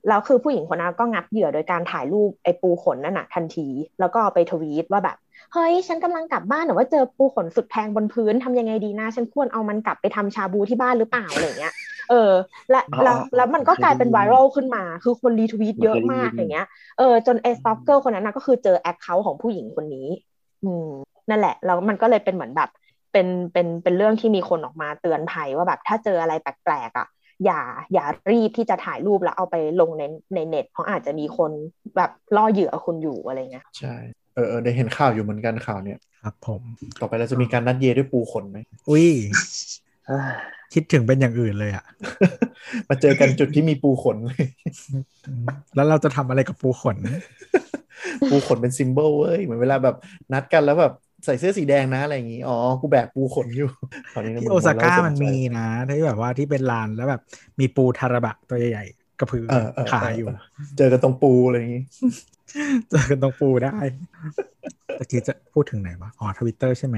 S2: แล้วคือผู้หญิงคนนั้นก็งัดเหยื่อโดยการถ่ายรูปไอ้ปูขนนั่นน่ะทันที แล้วก็เอาไปทวีตว่าแบบ เฮ้ย ฉันกำลังกลับบ้านแต่ว่าเจอปูขนสุดแพงบนพื้นทำยังไงดีนะฉันควรเอามันกลับไปทำชาบูที่บ้านหรือเปล่าอะไรเงี้ย เออ และ
S7: อ๋อ
S2: แล้วแล้วมันก็กลายเป็นไวรัลขึ้นมา คือคนรีทวีตเยอะมาก
S7: เคย
S2: อ
S7: ได้ยิน
S2: ย่างเงี้ยเออจนไอ้สต็อกเกอร์คนนั้นนะก็คือเจอแอคเคาท์ของผู้หญิงคนนี้ อืมนั่นแหละ แล้วมันก็เลยเป็นเหมือนแบบเป็นเป็นเป็นเรื่องที่มีคนออกมาเตือนภัยว่าแบบถ้าเจออะไรแปลกๆอ่ะ อย่าอย่ารีบที่จะถ่ายรูปแล้วเอาไปลงในในเน็ต เพราะอาจจะมีคนแบบล่อเหยื่อคุณอยู่อะไรเงี้ย
S3: ใช่ เออเออได้เห็นข่าวอยู่เหมือนกันข่าวเนี่ย
S5: ครับผม
S3: ต่อไปเราจะมีการนัดเยด้วยปูขนไหม
S5: อุ้ย
S7: เอ้ย
S5: คิดถึงเป็นอย่างอื่นเลยอะ
S3: มาเจอกันจุดที่มีปูขน เลย
S5: แล้วเราจะทำอะไรกับปูขน
S3: ปูขนเป็นซิมโบลเว้ยเหมือนเวลาแบบนัดกันแล้วแบบใส่เสื้อสีแดงนะอะไรอย่างงี้อ๋อกูแบกปูขนอยู่ ตนนี้นะ
S5: ที่
S3: มึง
S5: โอซาก้า
S3: หัวเระ
S5: มัน
S3: สใจ
S5: มีนะที่แบบว่าที่เป็นลานแล้วแบบมีปูทาราบะตัวใหญ่ๆ กระพือ
S3: เออเออ
S5: ขายอยู่
S3: เเจอกันตรงปูอะไรอย่างงี้
S5: เจอกันตรงปู ได้ตะกี้จะพูดถึงไหนวะอ๋อทวิตเตอร์ใช่ไหม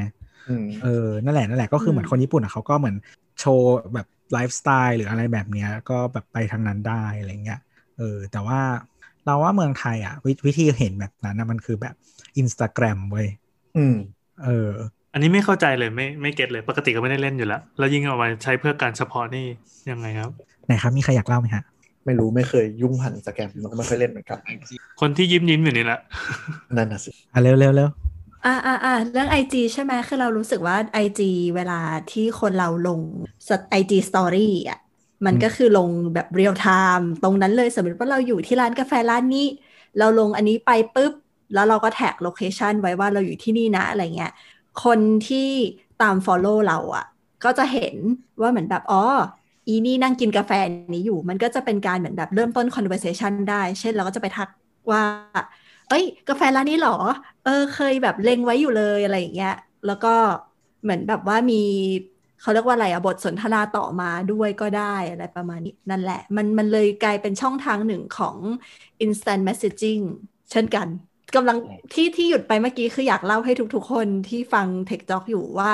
S3: อืม
S5: เออ นั่นแหละ นั่นแหละ ก็คือเหมือนคนญี่ปุ่นอ่ะเขาก็เหมือนโชว์แบบไลฟ์สไตล์หรืออะไรแบบเนี้ย ก็แบบไปทางนั้นได้อะไรเงี้ย เออ แต่ว่าเราว่าเมืองไทยอ่ะววิธีเห็นแบบนั้นนะมันคือแบบอินสตาแกรมเว้ย
S3: อืม
S5: เออ
S6: อันนี้ไม่เข้าใจเลยไม่ไม่เก็ตเลยปกติก็ไม่ได้เล่นอยู่แล้ว แล้วยิ่งเอามาใช้เพื่อการเฉพาะนี่ยังไงครับ
S5: ไหนครับ มีใครอยากเล่าไหมฮะ
S3: ไม่รู้ไม่เคยยุ่งหันสแกมมันก็ไม่เคยเล่นเหมือนกัน
S1: ไอจี
S6: คนที่ยิ้มยิ้มอยู่นี่แหละ
S3: นั่นน่ะสิ
S5: อ่ะเร็วเร็วเร็ว
S4: อ่าอ่าอ่าเรื่อง IG ใช่ไหมคือเรารู้สึกว่า IG เวลาที่คนเราลงไอจีสตอรี่อ่ะมันก็คือลงแบบเรียลไทม์ตรงนั้นเลยสมมติว่าเราอยู่ที่ร้านกาแฟร้านนี้ เราลงอันนี้ไปปุ๊บ แล้วเราก็แท็กโลเคชันไว้ว่าเราอยู่ที่นี่นะอะไรเงี้ยคนที่ตาม Follow เราอ่ะ ก็จะเห็นว่าเหมือนแบบอ๋ออีนี่นั่งกินกาแฟนี้อยู่ มันก็จะเป็นการเหมือนแบบเริ่มต้น conversation ได้ เช่นเราก็จะไปทักว่า เอ้ย กาแฟร้านนี้เหรอ เออ เคยแบบเล็งไว้อยู่เลยอะไรอย่างเงี้ย แล้วก็เหมือนแบบว่ามีเขาเรียกว่าอะไรอะบทสนทนาต่อมาด้วยก็ได้อะไรประมาณนี้นั่นแหละ มันมันเลยกลายเป็นช่องทางหนึ่งของ instant messaging เช่นกันกำลังที่ที่หยุดไปเมื่อกี้คืออยากเล่าให้ทุกๆ คนที่ฟัง Tech j o อกอยู่ว่า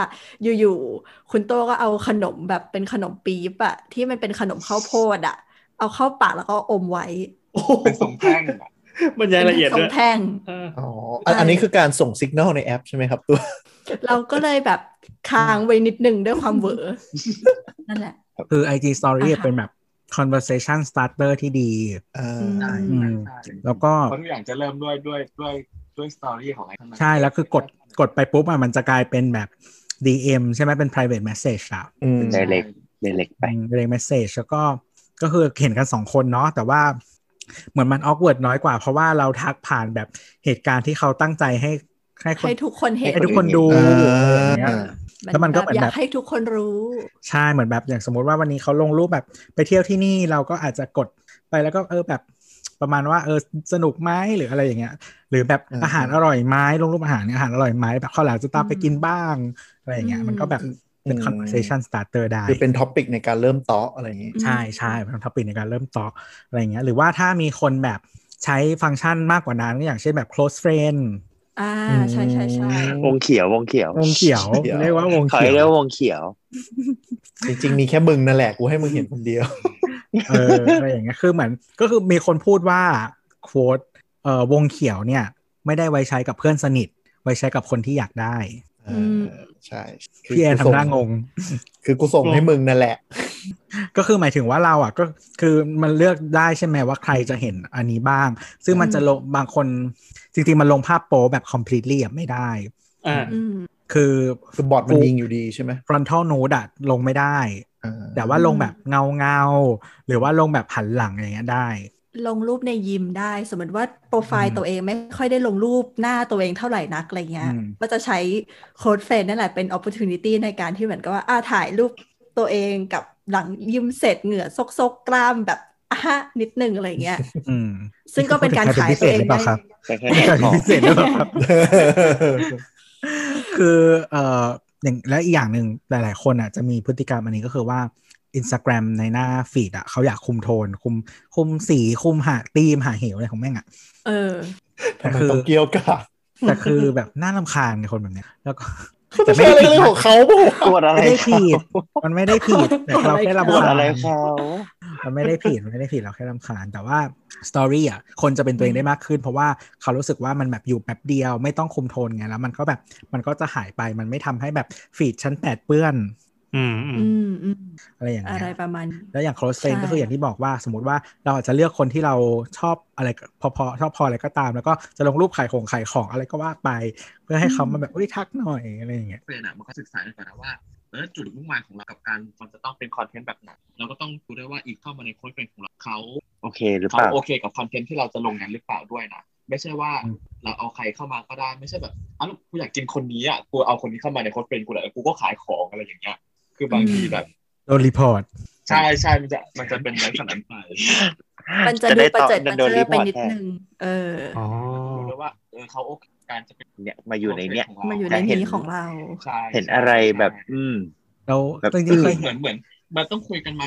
S4: อยู่ๆ คุณโตก็เอาขนมแบบเป็นขนมปี๊บอะที่มันเป็นขนมข้าวโพดอะเอาเข้าปากแล้วก็อมไว้โอ้โห
S1: เป็นสองแท่งอะ
S9: บรรยายละเอียด
S4: ขอ
S9: ด้ว
S4: ง
S9: ย
S4: แท่ง
S9: เออ
S3: อ๋ออันอันนี้คือการส่งสัญญาณในแอปใช่ไหมครับตัว
S4: เราก็เลยแบบค้างไว้นิดหนึ่งด้วยความเหวอนั่นแหละ
S5: คือ IG Story
S4: อ่ะค่ะ
S5: เป็นแบบ conversation starter ที่ดี
S3: เอ่อ
S4: อืม
S5: อืม แล้วก็
S1: เพราะทุกอย่างจะเริ่มด้วยด้วยด้วยด้วยสตอรี่ของไอ้ทั้งนั้น
S5: ใช่แล้วคือกดกดไปปุ๊บอ่ะมันจะกลายเป็นแบบ DM ใช่ไหมเป็น private message อ่ะ
S3: อืม
S7: ได้เล็กได้เล็กไป
S5: เป็น message แล้วก็ก็คือเห็นกันสองคนเนาะแต่ว่าเหมือนมัน awkward น้อยกว่า เพราะว่าเราทักผ่านแบบเหตุการณ์ที่เขาตั้งใจให้ให้คน
S4: ให้ทุกคนเห็น
S5: ให้ทุกคนดู
S3: อ่
S5: อะไรอา ย่างเงี้ย แล้วมันก็เป็น
S4: อยา
S5: แบ
S4: ก
S5: บ
S4: ให้ทุกคนรู้
S5: ใช่เหมือนแบบอย่างสมมติว่าวันนี้เขาลงรูปแบบไปเที่ยวที่นี่เราก็อาจจะกดไปแล้วก็เออแบบประมาณว่าเออสนุกไหมหรืออะไรอย่างเงี้ย หรือแบบอาหารอร่อยไหมลงรูปอาหารเนี่ยอาหารอร่อยไหมแบบข้าวหลามจะตามไปกินบ้างอะไรอย่างเงี้ย
S4: อืม
S5: มันก็แบบเป็น conversation starter ได้
S3: คือเป็นท็อปิกในการเริ่มเตาะอะไรอย่างงี้
S5: ใช่ใช่เป็นท็อปิกในการเริ่มต่ออะไรอย่างเงี้ยหรือว่าถ้ามีคนแบบใช้ฟังก์ชันมากกว่านั้นก็อย่างเช่นแบบ close friend
S4: อ่าใช่ใช่ใช่
S7: วงเขียววงเขียว
S5: วงเขียวเรียกว่าวง
S7: ขอ
S5: เขี
S7: ให้เรีย
S5: ยว
S7: กว่าวงเขียว
S3: จริง ๆ มีแค่มึงนั่นแหละกูให้มึงเห็นคนเดียว
S5: เอออะไรอย่างเงี้ยคือเหมือนก็คือมีคนพูดว่าโค้ดเอ่อวงเขียวเนี่ย ไม่ได้ไว้ใช้กับเพื่อนสนิท ไว้ใช้กับคนที่อยากได้
S3: เออใช่
S5: พี่แอน
S3: กูส่
S5: ทำหน้างง
S3: คือกูส่งให้มึงนั่นแหละ
S5: ก็คือหมายถึงว่าเราอ่ะก็คือมันเลือกได้ใช่ไหมว่าใครจะเห็นอันนี้บ้าง ซึ่งมันจะลงบางคนจริงๆ มันลงภาพโป๊แบบ completely อะไม่ได้
S9: อ่า
S4: อืม
S5: คือ
S3: คือบอทมันยิงอยู่ดีใช่ไหม
S5: frontal nude อะลงไม่ได้
S3: อ่า
S5: แต่ว่าลงแบบเงาเงาๆหรือว่าลงแบบหันหลังอย่างเงี้ยได้
S4: ลงรูปในยิมได้ สมมติว่าโปรไฟ
S5: อื
S4: ล์
S5: ม
S4: ตัวเองไม่ค่อยได้ลงรูปหน้าตัวเองเท่าไหร่นักอะไรเงี้ย
S5: อืม
S4: ก็จะใช้โค้ดเฟรนนั่นแหละเป็น opportunity ในการที่เหมือนกับว่าอ่าถ่ายรูปตัวเองกับหลังยิมเสร็จเหงื่อซกๆกล้ามแบบอ่ะฮะนิดนึงอะไรเงี้ย
S5: อืม
S4: ซึ่งก็เป็นการขายตัวเอง
S5: หรือเปล่าครับ
S7: แต่แค่
S5: ไม่
S7: ขาย
S5: ได้
S7: ของ
S5: พิเศษ หรือเปล่าครับ คือเอ่ออย่างและอีกอย่างหนึ่งหลาย ๆ คนอ่ะจะมีพฤติกรรมอันนี้ก็คือว่า Instagram ในหน้าฟีดอ่ะเขาอยากคุมโทน คุมคุมสีคุมหาธีมหาเหวอะไรของแม่งอ่ะ
S4: เออ
S3: ทำไมต้องเกี่ยวกาบ
S5: แต่คือแบบน่ารำคาญไงคนแบบเนี้ย แล้วก็
S3: เขาจะใช้อะไรเรื่องของเขาป่ะ
S7: กดอะไร
S5: ไม่ได้
S7: เขา
S5: ผิดมัน ไม่ได้ผิดแต่เราแค่
S7: ก
S5: รำ
S7: ด
S5: คาญ
S7: อะไรเขา
S5: มันไม่ได้ผิดมันไม่ได้ผิดเราแค่รำคาญแต่ว่าสตอรี่อ่ะคนจะเป็นตัวเองได้มากขึ้น เพราะว่าเขารู้สึกว่ามันแบบอยู่แป๊บเดียวไม่ต้องคุมโทนไงแล้วมันก็แบบมันก็จะหายไปมันไม่ทำให้แบบฟีดชั้นแปดเปื้อน
S6: อืมอืม
S4: อืมอืม
S5: อะไรอย่าง
S4: อะ
S5: เงี้ย
S4: ไรประมาณนี้
S5: แล้วอย่าง close friend
S4: ใช่
S5: ก็คืออย่างที่บอกว่าสมมติว่าเราอาจจะเลือกคนที่เราชอบอะไรพอพอชอบพออะไรก็ตาม แล้วก็จะลงรูปขายของขายของอะไรก็ว่าไป เพื่อให้เขามาแบบอุ้ยทักหน่อยอะไรอย่างเงี้ย
S1: เฟรนอะมันก็ศึกษาด้วยกันนะว่าเออจุดมุ่งหมายของเรากับการมันจะต้องเป็นคอนเทนต์แบบไหนเราก็ต้องดูด้วยว่าอีกเข้ามาในโค้ดเฟรนของเราเขา
S7: โอเคหรือเป
S1: เขา
S7: ล่า
S1: โอเคกับคอนเทนต์ที่เราจะลงนั้นหรือเปล่าด้วยนะ ไม่ใช่ว่าเราเอาใครเข้ามาก็ได้ไม่ใช่แบบอ้าวกูอยากกินคนนี้อ่ะกูเอาคนนี้เข้ามาในโค้ดเป็นกูเลยกูก็ขายของอะไรอย่างเงี้ย คือบางทีแบบ
S5: โดนรีพอร์ต
S1: ใช่ใช่มันจะมันจะเป็นลักษณะนั้นไป
S4: มันจะดูประเจิดประเจอไปนิดนึง เออ
S6: อ๋อ
S1: ดูด้วยว่าเออเขาโอเคการจะเป็น
S7: เนี่ยมาอยู่ในเนี่ย
S4: มาอยู่ใน
S7: แต่เห็น
S4: นี้ของเรา
S1: ใช่
S7: เห็นอะไรแบบ อืม
S5: เรา
S7: แบบ
S5: จริงๆเคย
S1: เหมือนเหมือนมันต้องคุยกันมา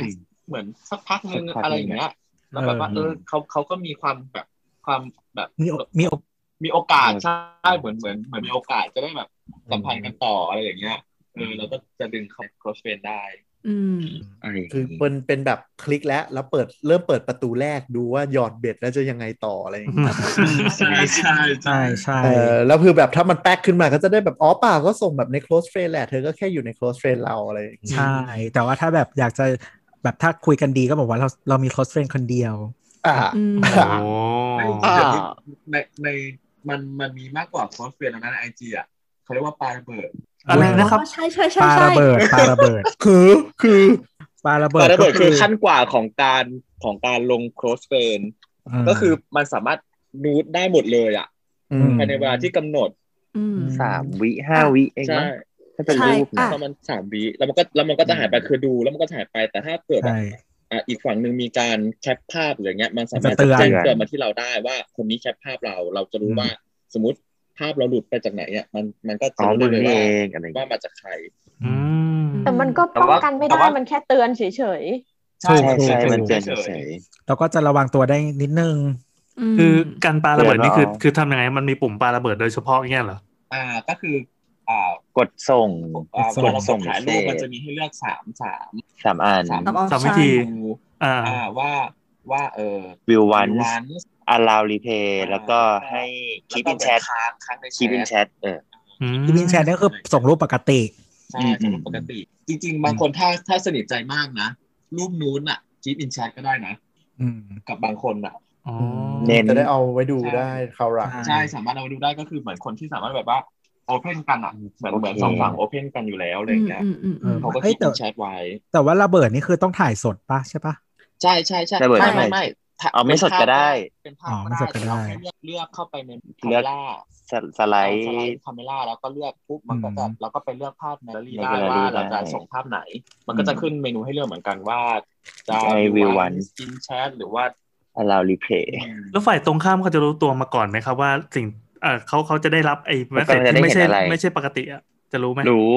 S1: เหมือนสักพักนึง
S7: สักพัก
S1: อะไรอย่างเงี้ยแล้วแบบว่าเออเขาเขาก็มีความแบบความแบบ
S5: มีมีโอกาส
S1: มีโอกาสใช่เหมือนเหมือนเหมือนมีโอกาสจะได้แบบสัมพันธ์กันต่ออะไรอย่างเงี้ยเออเราก็จะดึงเขา cross f r i e n ได้
S4: อืม
S7: อะไรย่างงี้
S3: คือมันเป็นแบบคลิกแล้วแล้วเปิดเริ่มเปิดประตูแรกดูว่าหยอดเบ็ดแล้วจะยังไงต่ออะไรอย่างเงี้ย
S1: ใช่ใช่
S5: ใช่ใช่
S3: เออแล้วคือแบบถ้ามันแป๊กขึ้นมาก็จะได้แบบอ๋อเปล่าก็ส่งแบบใน close friend แหละ เธอก็แค่อยู่ใน close friend เราอะไรอย่างงี้
S5: ใช่ แต่ว่าถ้าแบบอยากจะแบบถ้าคุยกันดีก็บอกว่าเราเรามี close friend คนเดียว
S3: อ่า
S4: อืม
S6: โอ้
S1: ใน
S3: อ่า
S1: ในในมันมันมีมากกว่า cross f r i e n แล้วนะไอจีอ่ะ เขาเรียกว่าปลาระเบิด
S6: อะไรนะครับ
S4: ใช่ใช่ใช่
S5: ปา
S4: ใช่
S5: ระเบิดปาระเบิด
S3: คือคือ
S5: ปาระเบิ
S8: ป
S5: ด
S8: ลาระเบิด
S5: ก็
S8: คือขั้นกว่าของการของการลง close f r i e n ก็คือมันสามารถนูดได้หมดเลยอ่ะ
S3: อืม
S8: ภายในเวลาที่กำหนด
S4: อืม
S7: สามวิห้าวิเอง
S8: ใช่
S7: มั้งถ้าเป็นรูป
S4: ใช่
S7: นะ
S4: อ่ะ
S8: ถ้ามันสามวิแล้วมันก็แล้วมันก็จะหายไปคือดูแล้วมันก็จะหายไปแต่ถ้าเกิดแบบ
S5: ใช่
S8: อ่ะอีกฝั่งหนึ่งมีการแคปภาพหรืออย่างเงี้ยมันสามารถ
S5: จะเตือน
S8: แจ้งเตือนมาที่เราได้ว่าคนนี้แคปภาพเราเราจะรู้
S5: อืม
S8: ว่าสมมติภาพเราหลุดไปจากไหนเนี่ยมันมันก็
S7: อ๋
S8: จะ
S7: อ
S8: รู้
S7: มึ
S8: ได้
S7: ง
S8: เลย
S7: นี่
S8: ว่า
S7: เองอะไรอย่าง
S8: ว่า
S7: เงี้ย
S8: มาจากใคร
S6: อืม
S2: แต่มันก็
S1: แต่
S2: ป้อง
S1: ว่า
S2: กันไม่
S1: แต่
S2: ได้
S1: ว่ามั
S2: มันแค่เตือนเฉย
S5: ถูก
S7: ใช่
S5: ถูก
S7: ใช่
S5: ถู
S7: มัน
S5: ก
S7: เตือนเฉย
S5: แล้วก็จะระวังตัวได้นิดนึง
S4: ม
S6: คือการปาระเบิดนี่คือ
S7: เดี๋ยวนะ
S6: คือทำยังไงมันมีปุ่มปาระเบิดโดยเฉพาะอย่างเงี้ยเหรอ
S1: อ่าก็คืออ่าก
S7: ดส่ง
S1: อ่าเวลา
S7: กด
S1: เราก
S7: ส่ง
S1: ด
S7: เม
S1: ถ่าย
S7: สเซ
S1: รูป
S7: จ
S1: มันจะมีให้เลือกสามสาม
S7: สามอัน
S1: สาม
S4: ตามออป
S6: สามวิ
S4: ชั่น
S6: ธี
S1: ดู
S6: อ่า
S1: อ่าว่าว่าเออ
S7: view once
S1: once
S7: allow replay
S1: อ่า
S7: แล้วก็
S1: แล้วก็
S7: ให้
S1: แล้ว
S7: keep
S1: ก็
S7: in chat
S1: ค้างค้างในแช
S7: keep in
S1: ท
S7: chat เออ
S6: อืม
S5: ที่บินแชร์นี่ก็คือส่งรูปปกติ
S1: ใช่
S7: อื
S1: สำห
S7: ม
S1: รับปกติ จริง ๆ บางคนถ้าถ้าสนิทใจมากนะ รูปนู้นอ่ะคีปอินแชทก็ได้นะ
S5: อืม
S1: กับบางคนอ่ะ
S6: อ๋อ
S7: เน้น
S3: จะได้เอาไว้ดูได้คราวหลัง
S1: ใช่สามารถเอาไปดูได้ก็คือเหมือนคนที่สามารถแบบว่าโอเพนกันอ่ะเหมือน
S7: โอ
S1: เห
S7: เค
S1: มือนสองฝั่งโอเพนกันอยู่แล้วอะไรอย่างเงี้ย
S4: อืมอืมอืม
S1: เขาก็
S5: เอ้
S1: คี
S5: ย
S1: ป
S5: แต่
S1: อินแชทไว้
S5: แต่ว่าระเบิดนี่คือต้องถ่ายสดปะใช่ปะ
S1: ใช่ใช่ใช่
S7: ระเบิด
S1: ไม่
S7: ได้
S1: ไม่ไม่ถ้
S7: เอาไม่สดก็ได้
S1: เป็นภาพ
S5: อ๋อไม่สดก็ได้
S1: เราแค่เลือกเลือกเข้าไปใน
S7: เลือก
S1: คาเมล่า
S7: สส
S1: ไล
S7: ไลด์
S1: ด์คาเมล่าแล้วก็เลือกปุ๊บมันก็จะ
S5: อืม
S1: เราก็ไปเลือกภาพในแกลเลอรี่
S7: ใน
S1: ได้
S7: แกลเลอรี่
S1: ว่าเราจะ
S7: ได้
S1: ส่งภาพไหน มันก็จะขึ้นเมนูให้เลือกเหมือนกันว่า จะ
S7: จะให้ view one
S1: สกินแชทหรือว่า
S7: allow replay
S6: แล้วฝ่ายตรงข้ามเขาจะรู้ตัวมาก่อนไหมครับว่าสิ่งเออเขาเขาจะได้รับไอ้เมสเซจ
S7: เขาจะได้
S6: ที่ไม่ใช่
S7: เห็นอะไร
S6: ไม่ใช่ปกติอ่ะจะรู้ไหม
S7: รู้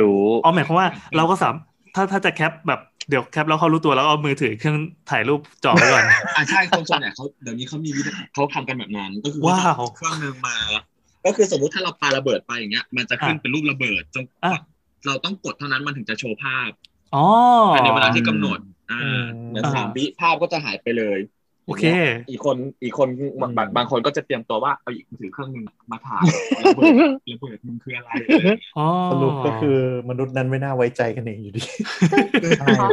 S7: รู้
S6: อ๋อหมายความว่าเราก็สามถ้าถ้าจะแคปแบบเดี๋ยวแคปแล้วเขารู้ตัวแล้วก็เอามือถือเครื่องถ่ายรูปจ่อไว้ก่อน
S1: อ่าใช่คนส่วนใหญ่เขาเดี๋ยวนี้เขามีวิธีเขาทำกันแบบนั้นก็คือ
S6: ว้าว
S1: เครื่องหนึงมา ก็คือสมมุติถ้าเราปาระเบิดไปอย่างเงี้ย มันจะขึ้นเป็นรูประเบิดจน
S6: อ่ะ
S1: เราต้องกดเท่านั้นมันถึงจะโชว์ภาพ
S6: อ๋อ
S1: ภายในเวลาที่กำหนด อ่า
S3: อืม
S1: เหมือน
S6: อ่า
S1: สามวิภาพก็จะหายไปเลย
S6: โอเค
S1: ย่างงี้ยอีกคนอีกคนบางบางบางคนก็จะเตรียมตัวว่าเอาอีกมือถือเครื่องหนึงมาถ่ายระเบิดระเบิดมึงคืออะไรอะไรอย่างเงี้ย
S6: อ๋อ
S3: สรุปก็คือมนุษย์นั้นไม่น่าไว้ใจกันเองอยู่ดี
S2: ๆขอ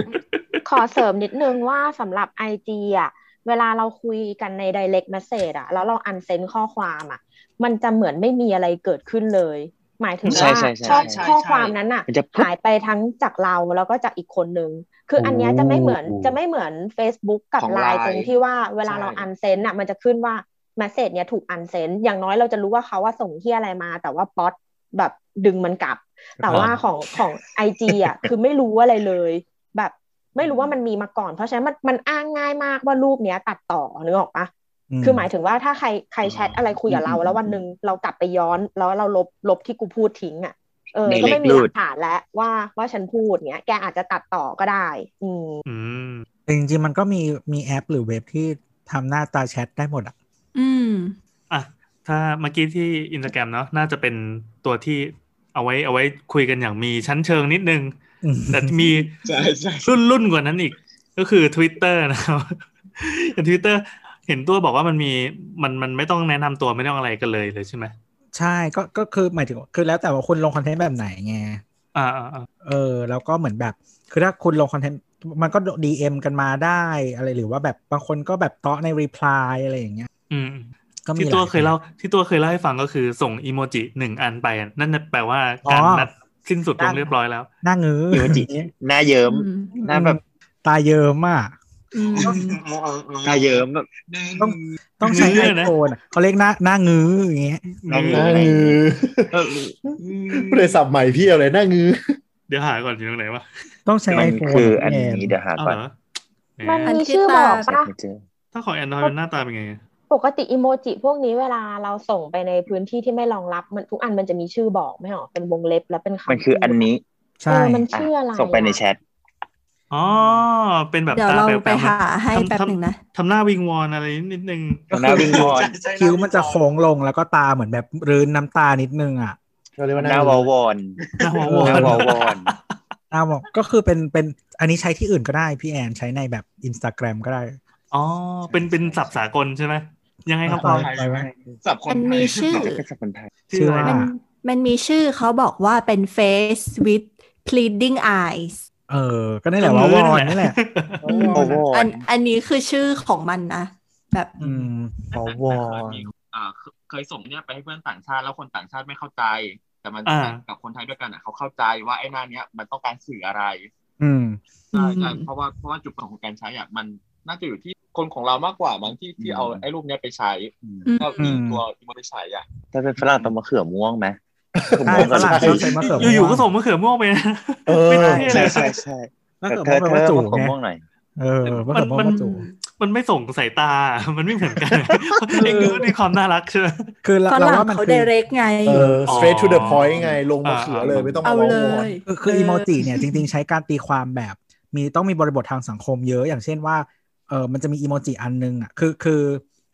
S2: ขอเสริมนิดนึงว่าสำหรับ IG อ่ะ เวลาเราคุยกันใน direct message อ่ะ แล้วเราอันเซนข้อความอ่ะ มันจะเหมือนไม่มีอะไรเกิดขึ้นเลย หมายถึง
S7: ใช่
S2: ว่า
S7: ใช่ใช่
S2: ข้อ
S7: ใช่
S2: ข้อความนั้นอ่ะ
S7: มันจะปุ๊บ
S2: หายไปทั้งจากเราแล้วก็จากอีกคนนึง คืออันเนี้ยจะไม่เหมือน
S7: โอ้
S2: จะไม่เหมือน Facebook กับ
S1: ของ
S2: Line ตรง
S1: Line
S2: ที่ว่าเวลาเรา
S1: ใช่
S2: อันเซนอ่ะ มันจะขึ้นว่า m มสเซจเนี้ยถูกอันเซนอย่างน้อยเราจะรู้ว่าเขาว่าส่งที่อะไรมา แต่ว่าป๊อตแบบดึงมันกลับ แต่ว่าของของไอจีอ่ะ คือไม่รู้อะไรเลย แบบไม่รู้ว่ามันมีมาก่อน เพราะฉะนั้นมันมันอ้างง่ายมากว่ารูปเนี้ยตัดต่อนึกออกปะคือหมายถึงว่าถ้าใครใครแชทอะไรคุยกับเรา แล้ววันหนึ่งเรากลับไปย้อนแล้วเราลบลบที่กูพูดทิ้งอ่ะเออ
S7: Direct
S2: ก็ไม่มีห
S7: รู
S2: ลั
S7: ด
S2: กฐานแล้วว่าว่าฉันพูดเนี้ยแกอาจจะตัดต่อก็ได้ อืม
S6: อืม
S5: แต่จริงๆมันก็มีมีแอปหรือเว็บที่ทำหน้าตาแชทได้หมดอ่ะ
S4: อืม
S6: อ่ะถ้าเมื่อกี้ที่อินสตาแกรมเนาะน่าจะเป็นตัวที่เอาไว้เอาไว้คุยกันอย่างมีชั้นเชิงนิดนึง
S5: อืม
S6: แต่มี
S1: ใช่ใช่
S6: รุ่นรุ่นกว่านั้นอีก ก็คือ Twitter นะครับ อย่าง Twitter เห็นตัวบอกว่ามันมีมันมันไม่ต้องแนะนำตัวไม่ต้องอะไรกันเลยเลยใช่ไหม
S5: ใช่ก็ก็คือหมายถึงคือแล้วแต่ว่าคุณลงคอนเทนต์แบบไหนไง
S6: อ่าอ่าอ่า
S5: เออแล้วก็เหมือนแบบ คือถ้าคุณลงคอนเทนต์มันก็ DM กันมาได้อะไรหรือว่าแบบบางคนก็แบบเตาะในรีพลายอะไรอย่างเงี้ย
S6: อืม
S5: ก็มี
S6: ที่
S5: ห
S6: ตัว
S5: แบบ
S6: เคยเล่าที่ตัวเคยเล่าให้ฟังก็คือส่งอีโมจิหนึ่งอันไปอ่ะนั่นน่ะแปลว่าการ
S5: อ๋อ
S6: นัดสิ้นสุดลงเรียบร้อยแล้ว
S5: หน้างื้อ
S7: อิโมจิหน้าเยิ้ม
S4: อืม
S7: หน้าแบบ
S5: ตาเยิ้มอ่ะ
S4: อืม
S1: เออเออเออ
S7: หน้าเยิ้มแบบ
S5: ต้องต้องใช้
S6: งื้
S5: ไอ
S6: อนะ
S5: โฟนอะเขาเรียกหน้าหน้างื้ออย่างเงี้ย
S7: หน้างื้
S3: หน้างือ
S1: อืม
S3: ผู้โดยสารใหม่เพี่เลยหน้างือ
S6: เดี๋ยวหาก่อนอยู่ตรงไหนวะ
S5: ต้องใช้ไอ
S7: มัน
S5: โฟน
S7: คืออันนี้เดี๋ยวหา
S6: เอา
S7: ก่
S6: เห
S7: อ
S6: ร
S7: น
S6: อ
S2: มัน
S6: แหม
S2: มีชื่อบอก
S7: เสิร์
S2: ปะ
S7: ชไม่เจอ
S6: ถ้าของ Android มันหน้าตาเป็นไงอะ
S2: ปกติอีโมจิพวกนี้เวลาเราส่งไปในพื้นที่ที่ไม่รองรับมันทุกอันมันจะมีชื่อบอกไม่หรอเป็นวงเล็บแล้วเป็นคำ
S7: มันคืออันนี้
S2: เอ
S5: ใช่
S2: อมัน
S7: อ่ะ
S2: ชื่ออะไร
S7: ส่งไปในแช
S2: อะ
S7: ท
S6: อ๋อ เป็นแบบ
S4: เดี๋ยว
S6: ตา
S4: เรา
S6: แบบ
S4: ไปหาให้
S6: ทำ
S4: แป๊บ
S6: ทำ
S4: หนึ่งนะ
S6: ทำหน้าวิงวอนอะไรนิด นึง
S5: ก็
S7: ห
S5: คื
S7: น้า
S5: อ
S7: วิงวอน
S5: คิ้วมันจะโค้งลงแล้วก็ตาเหมือนแบบรื้นน้ำตานิดนึงอ่ะ
S3: ก็เรียกว่าห
S7: หน้า
S3: น้าว ว
S7: อ
S3: อ
S7: ล
S3: ว
S7: ว
S3: อ
S7: อน
S6: หน้าวอวอ
S7: หน้าน วอลวอน
S5: ตาบอกก็คือเป็นเป็นอันนี้ใช้ที่อื่นก็ได้พี่แอนใช้ในแบบ Instagram ก็ได้
S6: อ๋อ เป็นเป็นศัพท์สากลใช่ไหม ยังไงครับ
S1: ป
S6: พ่อ
S1: ลาไทยไหม สับคน
S4: มัน
S1: ไท
S4: มี
S1: ย
S4: ชื่อ
S7: เป็นสัพท์คนไทย
S5: ชื่อว่า
S4: มันมันมีชื่อเขาบอกว่าเป็น face with pleading eyes
S5: เออ ก็นี่แหละว่าวอนนี่แหละ
S4: อืม
S7: โอวอ
S4: อั
S7: น
S4: นอันนี้คือชื่อของมันนะ แบบ
S5: อืม
S3: วอวอน
S1: อ่าเคยส่งเนี่ยไปให้เพื่อนต่างชาติแล้วคนต่างชาติไม่เข้าใจ แต่มัน
S6: อ่า
S1: กับคนไทยด้วยกันอ่ะเขาเข้าใจว่าไอ้หน้าเนี้ยมันต้องการสื่ออะไร
S5: อืม
S1: ใช่ใช่
S4: อืม
S1: เพราะว่าเพราะว่าจุดประสงค์ของการใช้อ่ะมันน่าจะอยู่ที่
S8: คนของเรามากกว่ามั้งที่ที่
S1: อืม
S8: เอาไอ้รูปเนี้ยไปใช้
S4: อืม
S8: ก็มีตัวอีโมไปใช้อ่ะ
S7: ถ้าเป็นฝรั่งต้องมะเขือม่วงไหม
S5: ใช่
S7: มะเขือม่วง
S5: ฝ
S7: ก็
S5: รั่งชอบใช้มะเขือม่วง
S6: อยู่ๆก็ส่งมะเขือม่วงไปนะ
S3: เออ
S6: ไม่ได้
S7: ใช่ใช่ใช่
S5: มะเขือม่วงแปลว่า
S7: เธอ
S5: จู
S7: มะเขื
S5: ไง
S7: อม่วงหน่อย
S5: เออมะเขือม่วงแปลว่าจู
S6: มันไม่ส่งสายตา มันไม่เหมือนกัน เองก็มีความน่ารักใช่ไหม
S5: คือเรา
S4: ฝ
S5: เรา
S4: รั่ง
S5: ว่ามัน
S4: เขา
S5: คื
S4: เด
S5: อ
S4: เรกไง
S3: เออ straight to the
S6: อ๋อ
S3: point ไงลงมาเขือเลยไม่ต้องมา
S4: เอา
S3: ลอง
S4: เล
S3: วอน
S4: ย
S5: คือคืออีโมจิเนี่ยจริง ๆ ใช้การตีความแบบ มีต้องมีบริบททางสังคมเยอะอย่างเช่นว่าเออมันจะมีอีโมจิอันนึงอ่ะคือคือ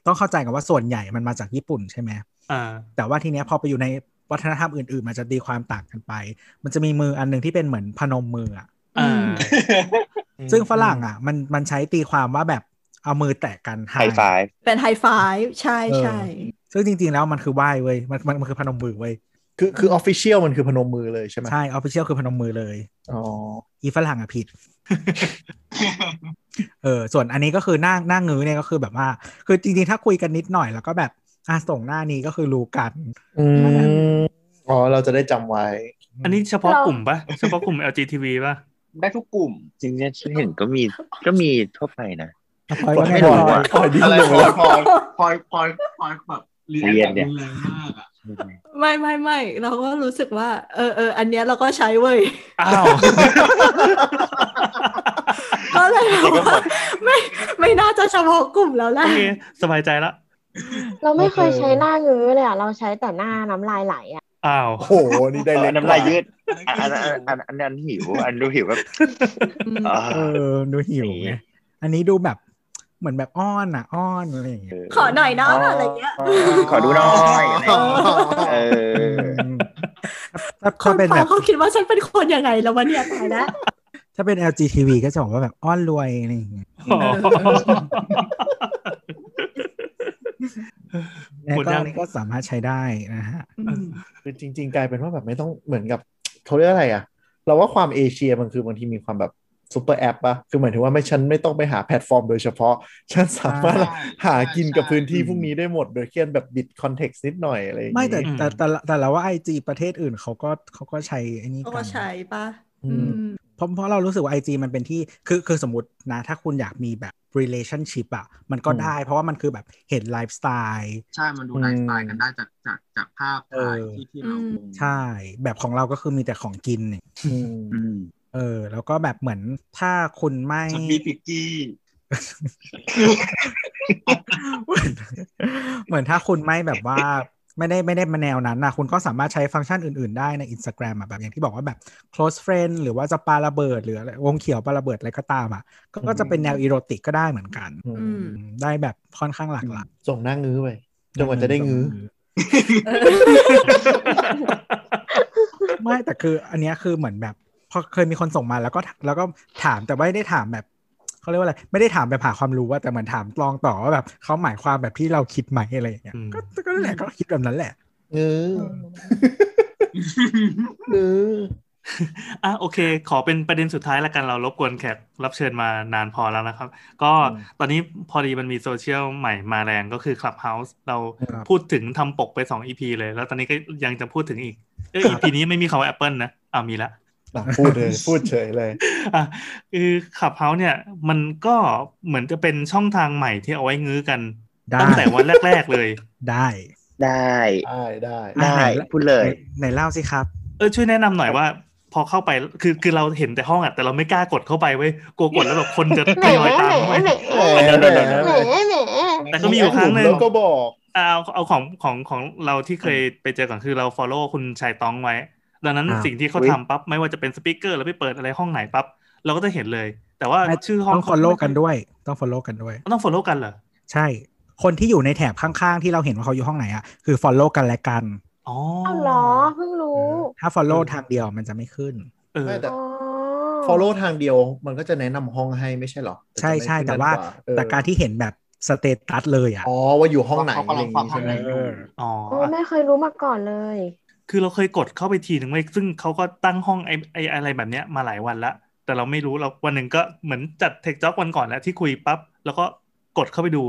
S5: ต้องเข้าใจกันว่าส่วนใหญ่มันมาจากญี่ปุ่นใช่ไหม
S6: อ่า
S5: แต่ว่าทีเนี้ยพอไปอยู่ในวัฒนธรรมอื่นๆ มันจะตีความต่างกันไป มันจะมีมืออันนึงที่เป็นเหมือนพนมมืออ่ะ
S6: อ่า
S5: ซึ่งฝรั่งอ่ะมันมันใช้ตีความว่าแบบเอามือแตะกัน
S7: ไฮ
S5: high
S7: ไฟว์
S4: เป็นไฮไฟว์ใช่
S5: เออ
S4: ใช่
S5: ซึ่งจริง ๆ แล้วมันคือไหว้เว้ยมันมันมันคือพนมมือเว้ย
S3: คือคือออฟฟิเชียลมันคือพนมมือเลยใช่ไหม
S5: ใช่ออฟฟิเชียลคือพนมมือเลย
S3: อ๋อ
S5: อีฝรั่งอะผิด เออ ส่วนอันนี้ก็คือหน้าหน้างื้อเนี่ยก็คือแบบว่า คือจริงๆ ถ้าคุยกันนิดหน่อยแล้วก็แบบอ่ะส่งหน้านี้ก็คือรู้กัน
S3: อืมอ๋อ เราจะได้จำไว้
S6: อันนี้เฉพาะกลุ่มปะเฉพาะกลุ่ม LGTV ปะ
S8: ได้ทุกกลุ่ม
S7: จริงๆฉันเห็นก็มีก็มีทั่วไปนะ
S5: พลอยว่าไง
S7: ไม่
S5: พ
S7: รู้
S5: ลอย
S7: อะ
S3: พลอยดิ้น
S1: อะไร
S3: ลง
S1: พ
S3: ไป
S1: ลอ
S3: แล้
S1: ยว พลอยพลอยพลอยพลอยแบบรีแอคแบบรุนแรงมากอ่ะ
S4: ไม่ไม่ไม่เราก็รู้สึกว่า เออเอออันเนี้ยเราก็ใช้เว้ย
S6: อ้าว
S4: ก็เลยแบบว่าไม่ไม่น่าจะเฉพาะกลุ่มแล้วแห
S6: โอ
S4: ละ
S6: เค สบายใจละ
S2: เราไม่เคยใช้หน้างื้อเลยอ่ะเราใช้แต่หน้าน้ำลายไหลอ่ะ
S6: อ้าว
S3: โอ้โห นี่ได้
S7: เอ
S3: เล็
S7: อก น้ำลายยืดอันอันอันอันอันอันหิว อันดูหิวแบบ
S4: อืม
S7: อ่า
S5: เออ ดูหิวไงอันนี้ดูแบบเหมือนแบบอ้อนอ่ะ อ้อนอะไรอย่างเงี้ย
S4: ขอหน่อยนะอะไรเงี้ย
S7: ขอดูหน่อยอะไรอย่างเงี้ยเออ
S5: มถ้า
S4: ค
S5: ถ้าน เป็น
S4: ฟั
S5: แบ
S4: ง
S5: บ
S4: เขาคิดว่าฉันเป็นคนยังไงแล้ววันเนี้ยตายแล้ว
S5: ถ้าเป็น LGTV ก็จะบอกว่าแบบอ้อนรวยอะไรอย่างเงี้ย
S6: อ๋อ
S5: แล้ว
S6: หมด
S5: ก็
S6: ยั
S5: อั
S6: ง
S5: นนี้ก็สามารถใช้ได้นะฮะ
S3: คือจริง ๆ กลายเป็นว่าแบบไม่ต้องเหมือนกับเขาเรียกอะไรอ่ะ เราว่าความเอเชียมันคือบางทีมีความแบบซูเปอร์แอปปะคือหมายถึงว่าไม่ฉันไม่ต้องไปหาแพลตฟอร์มโดยเฉพาะ ฉันสามารถ
S5: ใช่
S3: หากินกับพื้นที่พวกนี้ได้หมดโดยแค่แบบบิดคอนเท็กซ์นิดหน่อยอะไรอย่าง
S5: ไม่
S3: งี้
S5: แต่แต่แต่ละแต่เราว่าไอจีประเทศอื่นเขาก็เขาก็ใช้ไอ้นี่
S4: เขา
S5: กั
S4: ก็
S5: น
S4: ใช้ปะ
S3: อื
S4: อื
S3: ม
S4: ม
S5: เพราะเพราะเรารู้สึกว่า IG มันเป็นที่คือคือสมมตินะ ถ้าคุณอยากมีแบบ relationship อะมันก็
S3: อืม
S5: ได้ เพราะว่ามันคือแบบเห็นไลฟ์สไตล์
S1: ใช่มันดูไลฟ์สไตล์กันได้จากจากจากภาพถ่ายที่ที่เรา
S4: อืม
S5: ใช่ แบบของเราก็คือมีแต่ของกินเนี่ย
S3: อืม
S5: เออ แล้วก็แบบเหมือนถ้าคุณไม่
S1: จะมีพิกกี้
S5: เหมือนถ้าคุณไม่แบบว่าไม่ได้ไม่ได้มาแนวนั้นนะคุณก็สามารถใช้ฟังก์ชันอื่น ๆ ได้ใน Instagram อ่ะแบบอย่างที่บอกว่าแบบ close friend หรือว่าจะปาระเบิด หรืออะไรวงเขียวปาระเบิดอะไรก็ตามอ่ะก็ก็จะเป็นแนวอีโรติกก็ได้เหมือนกัน
S3: อื
S4: อื
S3: ม
S4: ม
S5: ได้แบบค่อนข้างหลากหลาย
S3: ส่งหน้างื้อไปจนกว่าจะได้งื้อ
S4: เออ
S5: ไม่แต่คืออันเนี้ยคือเหมือนแบบพอเคยมีคนส่งมาแล้วก็แล้วก็ถามแต่ว่าไม่ได้ถามแบบเขาเรียกว่าอะไรไม่ได้ถามแบบหาความรู้ว่าแต่เหมือนถามลองต่อว่าแบบเขาหมายความแบบที่เราคิดไหมอะไรอย่างเงี้ย
S6: อืม
S5: ก็ก็นั่นแหละก็คิดแบบนั้นแหละ
S3: งื้อเออ
S6: อ่ะโอเค ขอเป็นประเด็นสุดท้ายละกันเรารบกวนแขกรับเชิญมานานพอแล้วนะครับ ก็ตอนนี้พอดีมันมีโซเชียลใหม่มาแรงก็คือ Clubhouse เรา
S5: ครับ
S6: พูดถึงทำปกไป 2 EP เลย แล้วตอนนี้ก็ยังจะพูดถึงอีกเออ EP นี้ไม่มีคำว่า Apple นะอ่ามีละ
S3: อ่ะพูดเลย พูดเฉยเลย
S6: อ่ะคือขับเฮาเนี่ยมันก็เหมือนจะเป็นช่องทางใหม่ที่เอาไว้งื้อกัน
S5: ได้
S6: ตั้งแต่วันแรก ๆ เลย
S5: ได้
S7: ได้
S3: ได้ได้
S7: ได้พูดเลย
S5: ไหนเล่าสิครับ
S6: เออช่วยแนะนำหน่อยว่า พอเข้าไปคือคือเราเห็นแต่ห้องอ่ะแต่เราไม่กล้ากดเข้าไปเว้ยกลัวกดแล้วแบบคนจะ
S2: แห
S6: ท
S2: ม
S6: ยอยตามเข้าไป
S2: แหม
S3: แหม
S7: เดี๋ยวเดี๋ยวเดี๋ยว
S2: แหมแหม
S6: แต่ก็มีอยู่ครั้งหนึ่ง
S3: แล้วก็บอก
S6: เอาเอาของของของเราที่เคยไปเจอก่อนคือเรา follow คุณชายตองไว้ ดังนั้น
S5: ครับ
S6: สิ่งที่เขาทำปั๊บไม่ว่าจะเป็นสปีกเกอร์แล้วไปเปิดอะไรห้องไหนปั๊บเราก็จะเห็นเลย แต่ว่าชื่อห้อง
S5: ต้องฟอลโล่กันด้วย ต้องฟอลโล่กันด้วย
S6: ต้อง follow กันเหรอ
S5: ใช่ คนที่อยู่ในแถบข้างๆ ที่เราเห็นว่าเขาอยู่ห้องไหนอ่ะคือฟอลโล่กันและกัน
S6: อ๋อ
S2: เอาเหรอเพิ่ง
S5: เอ
S2: รู้
S5: อถ้าฟอลโล่ทางเดียวมันจะไม่ขึ้น
S6: เออ
S3: ไม่แต่
S2: อ๋อ
S3: follow ทางเดียวมันก็จะแนะนำห้องให้ไม่ใช่เหรอ
S5: ใช่ใช่
S3: จะไม่
S5: แต่ว่า
S3: ขึ้นนั้นกเออ
S5: แต่การที่เห็นแบบสเตตัสเลยอ่ะ
S3: อ๋อว่าอยู่ห้องไหน
S1: เขา
S3: อะไร
S1: กำลั
S3: อง ย่าง
S1: ฟั
S3: นี้
S1: ง
S3: ใช่ไหม
S1: ห้องไหนอยู่
S5: เออ
S6: อ๋อ
S2: โอ้ไม่เคยรู้มาก่อนเลย
S6: คือเราเคยกดเข้าไปทีหนึ่งเว้ยซึ่งเขาก็ตั้งห้องไอ้ไอ้อะไรแบบเนี้ยมาหลายวันละ แต่เราไม่รู้เราวันหนึ่งก็เหมือนจัดเทคจ็อกวันก่อนแล้วที่คุยปั๊บแล้วก็กดเข้าไปดู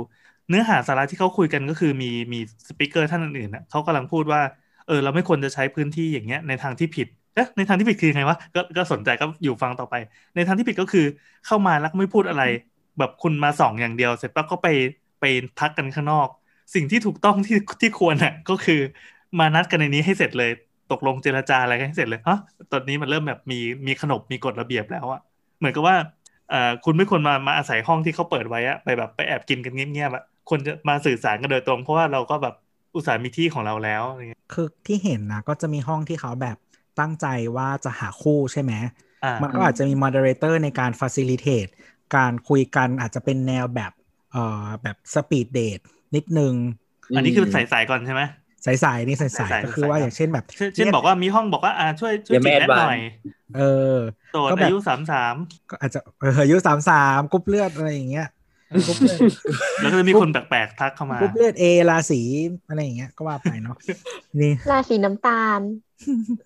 S6: เนื้อหาสาระที่เขาคุยกันก็คือมีมีสปิเกอร์ท่านอื่นๆนะเขากำลังพูดว่า เอ อเราไม่ควรจะใช้พื้นที่อย่างเงี้ยในทางที่ผิดเอ๊ะในทางที่ผิดคือยังไงวะก็ก็สนใจก็อยู่ฟังต่อไป ในทางที่ผิดก็คือเข้ามาแล้วก็ไม่พูดอะไร แบบคุณมาส่องอย่างเดียว เสร็จปั๊บก็ไปไปทักกันข้างนอก สิ่งที่ถูกต้องที่ที่ควรน่ะก็คือมานัดกันในนี้ให้เสร็จเลยตกลงเจรจาอะไรกันให้เสร็จเลยฮะตอนนี้มันเริ่มแบบมีมีขนบมีกฎระเบียบแล้วอะเหมือนกับว่าเอ่อคุณไม่ควรมามาอาศัยห้องที่เขาเปิดไว้อะไปแบบไปแอบกินกันเงียบๆอะควรจะมาสื่อสารกันโดยตรง เพราะว่าเราก็แบบอุตส่าห์มีที่ของเราแล้วอะไรเงี้ย
S5: คือที่เห็นนะก็จะมีห้องที่เขาแบบตั้งใจว่าจะหาคู่ใช่ไหม
S6: อ่า
S5: มันก็อาจจะมีมอดเ r เตอร์ในการ facilitate การคุยกันอาจจะเป็นแนวแบบเอ่อแบบสปีดเดทนิดนึง
S6: อันนี้คือใส่ๆก่อนใช่ไหม
S5: ใสายๆนี่ใสาย
S6: สายๆ
S5: ๆก็คือ
S6: สายๆ
S5: ว่าอย่างเช่นแบบ
S6: เช่นเช่นบอกว่ามีห้องบอกว่าอ่าช่วยช่วย
S8: ยังไม่
S6: จีบแนะ
S8: advance
S6: หน่อย
S5: เออ
S6: โสด
S5: ก็แบบ
S6: อายุสามสาม
S5: ก็อาจจะเอออายุสามสามกรุ๊ปเลือดอะไรอย่างเงี้ยกรุ๊ปเลือด
S6: แล้วก็จะมีคนแปลกๆทักเข้ ามาก
S5: รุ๊ปเลือดเอราศีอะไรอย่างเงี้ยก็ว่าไป เนาะนี่
S2: ราศีน้ำตาล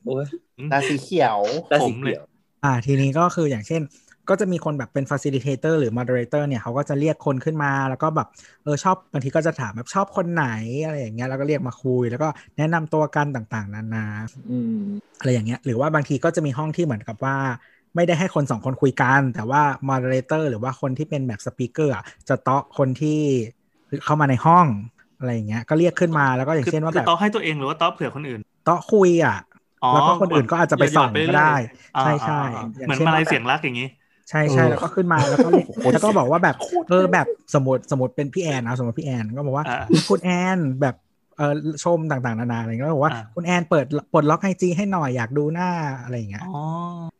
S8: โอ้ย
S3: ราศีเขียว
S8: รา
S6: ผ
S8: ศี
S6: มเล
S8: เขี
S6: ย
S8: ยว
S5: อ่าทีนี้ก็คืออย่างเช่น ก็จะมีคนแบบเป็น facilitator หรือ moderator เนี่ยเขาก็จะเรียกคนขึ้นมา แล้วก็แบบเออชอบบางทีก็จะถามแบบชอบคนไหนอะไรอย่างเงี้ยแล้วก็เรียกมาคุย แล้วก็แนะนำตัวกันต่างๆนานา
S8: อืม
S5: อะไรอย่างเงี้ยหรือว่าบางทีก็จะมีห้องที่เหมือนกับว่า ไม่ได้ให้คนสองคนคุยกัน แต่ว่า moderator หรือว่าคนที่เป็นแบบ speaker อะจะเตาะคนที่เข้ามาในห้องอะไรอย่างเงี้ยก็เรียกขึ้นมาแล้วก็อย่าง
S6: คือ
S5: เช่นว่า
S6: คื
S5: แบ
S6: อบ ต๊อกให้ตัวเองหรือว่าต๊อกเผื่อคนอื่น
S5: เตาะคุยอ่ะ แล้วก็คนอื่นก็อาจจะไปส่อง
S6: หยดๆ
S5: ก็ได้
S6: เรื่อยๆ
S5: ใช่ใช่
S6: อ่าๆๆ
S5: อย่าง
S6: เหมือน
S5: ช่น
S6: มาลาย
S5: ว่าแบบ
S6: เสียงรักอย่างนี้
S5: ใช่ใช่
S3: เออ
S5: แล้วก็ขึ้นมาแล้วก็เรียก
S3: โคตร
S5: แล้วก็บอกว่าแบบ
S3: โคตร
S5: เออแบบสมมติสมมติเป็นพี่แอนนะสมมติพี่แอนก็บอกว่า
S6: อ่า
S5: คุณแอนแบบเออชมต่างๆนานาอะไรเงี้ยก็บอกว่า
S6: อ่า
S5: คุณแอนเปิดปลดล็อกไอจีให้หน่อยอยากดูหน้าอะไรอย่างเงี้ย
S6: อ๋อ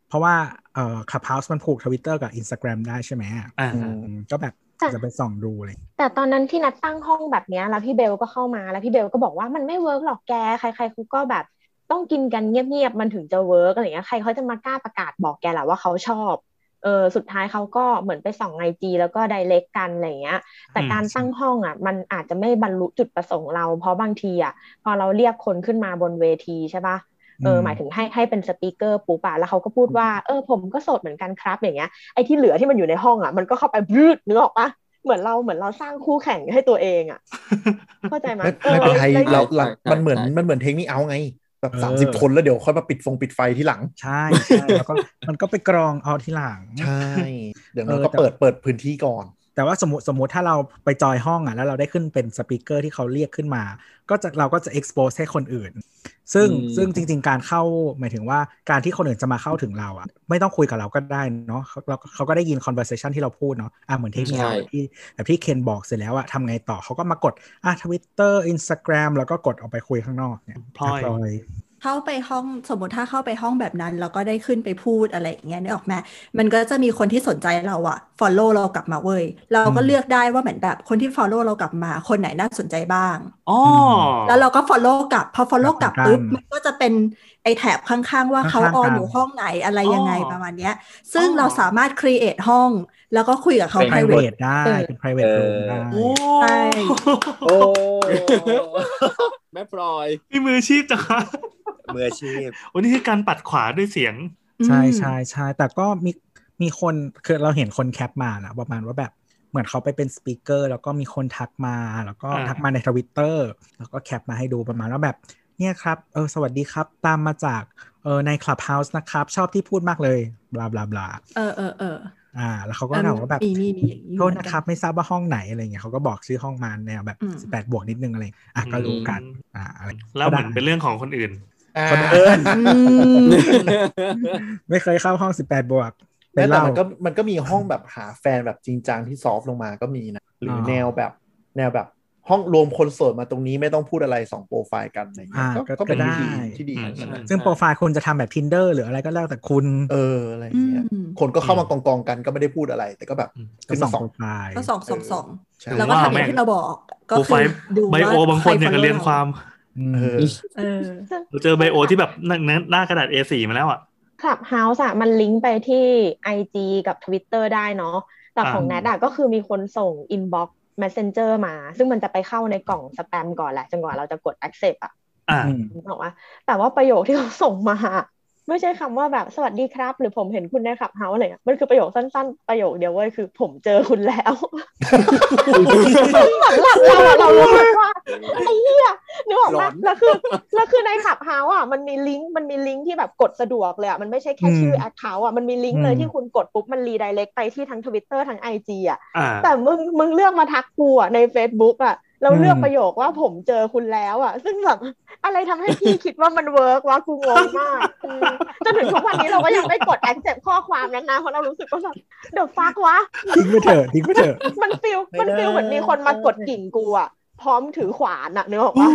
S5: เพราะว่าเออคลับเฮาส์มันผูกทวิตเตอร์กับ Instagram ได้ใช่ไหม
S6: อ่า
S3: อืม
S5: อืมก็แบบ
S2: จ้ะ
S5: จะไปส่องดูเลย
S2: แต่ตอนนั้นที่นัดตั้งห้องแบบเนี้ยแล้วพี่เบลก็เข้ามาแล้วพี่เบลก็บอกว่ามันไม่เวิร์กหรอกแกใครๆเขาก็แบบต้องกินกันเงียบๆมันถึงจะเวิร์กอะไรเงี้ยใครเขาจะมากล้าประกาศบอกแกล่ะว่าเขาชอบเออสุดท้ายเขาก็เหมือนไปส่องไอจีแล้วก็ไดเรกกันอะไรเงี้ย แต่การตั้งห้องอ่ะ มันอาจจะไม่บรรลุจุดประสงค์เรา เพราะบางทีอ่ะพอเราเรียกคนขึ้นมาบนเวทีใช่ปะเออ
S5: อืม
S2: หมายถึงให้ให้เป็นสปีกเกอร์ปุ๊บอะแล้วเขาก็พูดว่าเออผมก็โสดเหมือนกันครับอย่างเงี้ยไอ้ที่เหลือที่มันอยู่ในห้องอ่ะมันก็เข้าไป บืดนึกออกปะเหมือนเราเหมือนเราสร้างคู่แข่งให้ตัวเองอ่ะเข้าใจไหมออ
S3: ไม่ไม่เป็นไร
S2: แล้ว
S3: เราเรามันเหมือนมันเหมือนเทคนิคเอาไง แบบสามสิบคนแล้วเดี๋ยวค่อยมาปิดฟงปิดไฟที่หลัง
S5: ใช่ใช่แล้วก็มันก็ไปกรองเอาทีหลัง
S3: ใช่ เดี๋ยวเรา
S5: เออ
S3: ก็
S5: แต่
S3: เปิดเปิดพื้นที่ก่อน
S5: แต่ว่าสมมติสมมติถ้าเราไปจอยห้องอ่ะแล้วเราได้ขึ้นเป็นสปีกเกอร์ที่เขาเรียกขึ้นมา ก็จะเราก็จะ expose ให้คนอื่น ซึ่งซึ่งจริง ๆ การเข้าหมายถึงว่าการที่คนอื่นจะมาเข้าถึงเราอ่ะไม่ต้องคุยกับเราก็ได้เนาะเขาเราเขาก็ได้ยิน conversation ที่เราพูดเนาะอ่ะเหมือนที่มีที่แบบที่เคนบอกเสร็จแล้วอ่ะทำไงต่อเขาก็มากดอ่ะ Twitter Instagram แล้วก็กดออกไปคุยข้างนอกเนี่ย
S6: พลอย
S5: พลอย
S4: เข้าไปห้องสมมติถ้าเข้าไปห้องแบบนั้น แล้วก็ได้ขึ้นไปพูดอะไรอย่างเงี้ยนึกออกไหมมันก็จะมีคนที่สนใจเราอะ follow เรากลับมาเว้ย เราก็
S5: อืม
S4: เลือกได้ว่าเหมือนแบบคนที่ follow เรากลับมาคนไหนน่าสนใจบ้าง
S6: อ๋อ
S4: แล้วเราก็ follow กลับ พอ follow
S5: ก
S4: ก
S5: ลั
S4: ลั
S5: บบ กัน
S4: ปุ๊บมันก็จะเป็นไอ้แถบข้างๆ ว่าเขา
S5: ข้างๆ
S4: ออน
S5: กัน
S4: อยู่ห้องไหนอะไรยังไงประมาณเนี้ย ซึ่ง
S6: อ๋อ
S4: เราสามารถ create ห้อง แล้วก็คุยกับเขา
S8: เป็น
S4: private
S5: private ได้
S2: เออ
S5: เป็น private room ได้
S6: โอ้
S4: ใช่
S8: โอ้ แม่พลอย
S6: นี่มืออาชีพจังคะ
S8: มืออาชีพ
S6: วันนี้คือการปัดขวาด้วยเสียง
S5: ใช่
S4: อืม
S5: ใช่ใช่แต่ก็มีมีคนคือเราเห็นคนแคปมานะประมาณว่าแบบเหมือนเขาไปเป็นสปีกเกอร์แล้วก็มีคนทักมา แล้วก็
S6: อ่า
S5: ทักมาในทวิตเตอร์แล้วก็แคปมาให้ดูประมาณว่าแบบเนี่ยครับเออสวัสดีครับ ตามมาจากเออในคลับเฮาส์นะครับ ชอบที่พูดมากเลยบลาบลาบลา
S4: เออเออเอ อ
S5: อ่า แล้วเขาก็ถามว่าแบบ
S4: มีมีมีอย่างนี้
S5: โทษนะครับ ไม่ทราบว่าห้องไหนอะไรเงี้ยเขาก็บอกชื่อห้องมาแนวแบบ 18 บวกนิดนึงอะไรอ่ะก็รู้กันอ่าอะไร
S6: แล้วเหมือน
S5: ก็ได้
S6: เป็นเรื่องของคนอื่น
S5: คนเดิน
S4: อืม
S5: ไม่เคยเข้าห้อง 18 บวกเป็
S3: แม้
S5: น
S3: แต่
S5: เล่า
S3: มันก็มันก็มีห้องแบบหาแฟนแบบจริงจังที่ซอฟต์ลงมาก็มีนะ หรืออ
S5: อ
S3: แนวแบบแนวแบบห้องรวมคนโสดมาตรงนี้ไม่ต้องพูดอะไรสองโปรไฟล์กันอะไรเงี้
S5: อ่าย
S3: ก็
S5: ก็
S3: ก็
S5: ก็
S3: เป็น
S5: ได้
S3: วิธีที่ดีเหมือนกันนะ
S5: ซึ่งโปรไฟล์คุณจะทำแบบ tinder หรืออะไรก็แล้วแต่คุณ
S3: เอออะไรเงี้ย
S4: อืม
S3: คนก็เข้ามากองกองๆกันก็ไม่ได้พูดอะไร แต่ก็แบบ
S6: อืม
S5: ก็
S3: ขึ้น
S5: ส่
S3: มา
S5: อง
S3: สอ
S5: โปร
S3: ง
S5: ไฟล์
S4: ก็สองสองสอง
S3: ใช่
S6: หรื
S4: แล้ว
S6: อ
S4: ก็
S6: ว่า
S4: ทำอ
S6: แม่
S4: ย่าง
S6: ง
S4: ที่เราบอก ก็
S6: โปรไฟ
S4: คือ
S6: ล์
S4: ดู
S6: ไบ
S4: ว่า
S6: โอบางคนเนี่ย
S4: ใร
S6: ก็
S4: follow
S6: เรียนความ
S5: อืม
S3: เออ
S4: เออ
S6: เราเจอไบโอที่แบบหน้าหน้ากระดาษ A4 มาแล้วอ่ะ
S2: คลับเฮาส์อะมันลิงก์ไปที่ IG กับ Twitter ได้เนาะแต่
S6: อ่า
S2: ของแนทอะก็คือมีคนส่ง inbox messenger มา ซึ่งมันจะไปเข้าในกล่องสแปมก่อนแหละจนกว่าเราจะกด accept อะ
S6: อ่า
S5: อืม
S2: นึกออกว่าแต่ว่าประโยคที่เขาส่งมาอะไม่ใช่คำว่าแบบสวัสดีครับ หรือผมเห็นคุณในคลับเฮาส์อะไรเงี้ยมันคือประโยคสั้นๆ ประโยคเดียวเว้ยคือผมเจอคุณแล้วเหมือนหลับเราอะเรารู้สึกว่าไอ้เหี้ยนึกออกไหม
S8: อน
S2: แล้วคือแล้วคือในขับเฮาอ่ะมันมีลิงก์มันมีลิงก์ที่แบบกดสะดวกเลยอ่ะมันไม่ใช่แค่ชื่อ
S5: ม
S2: แอคเคาท์อ่ะมันมีลิงก์เลย
S5: อืม
S2: ที่คุณกดปุ๊บมันรีไดเรกไปที่ทั้งทวิตเตอร์ทั้งไอจีอ่ะ
S6: อ่า
S2: แต่มึงมึงเลือกมาทักกูอ่ะใน Facebook อ่ะแล้วเลือก
S5: อืม
S2: ประโยคว่าผมเจอคุณแล้วอ่ะ ซึ่งแบบอะไรทำให้พี่ คิดว่ามันเวิร์กวะกูงงมากอืมจนถึงทุกวันนี้เราก็ยังไม่กด accept ข้อความนั้นนะเพราะเรารู้สึกว่าแบบเดอะฟักวะ
S5: ทิ้งไปเถอะทิ้งไปเถอะ
S2: มันฟิลมันฟิลเหมือนมีคนมากดกิ่งกูอะพร้อมถือขวานอะนึกออกปะ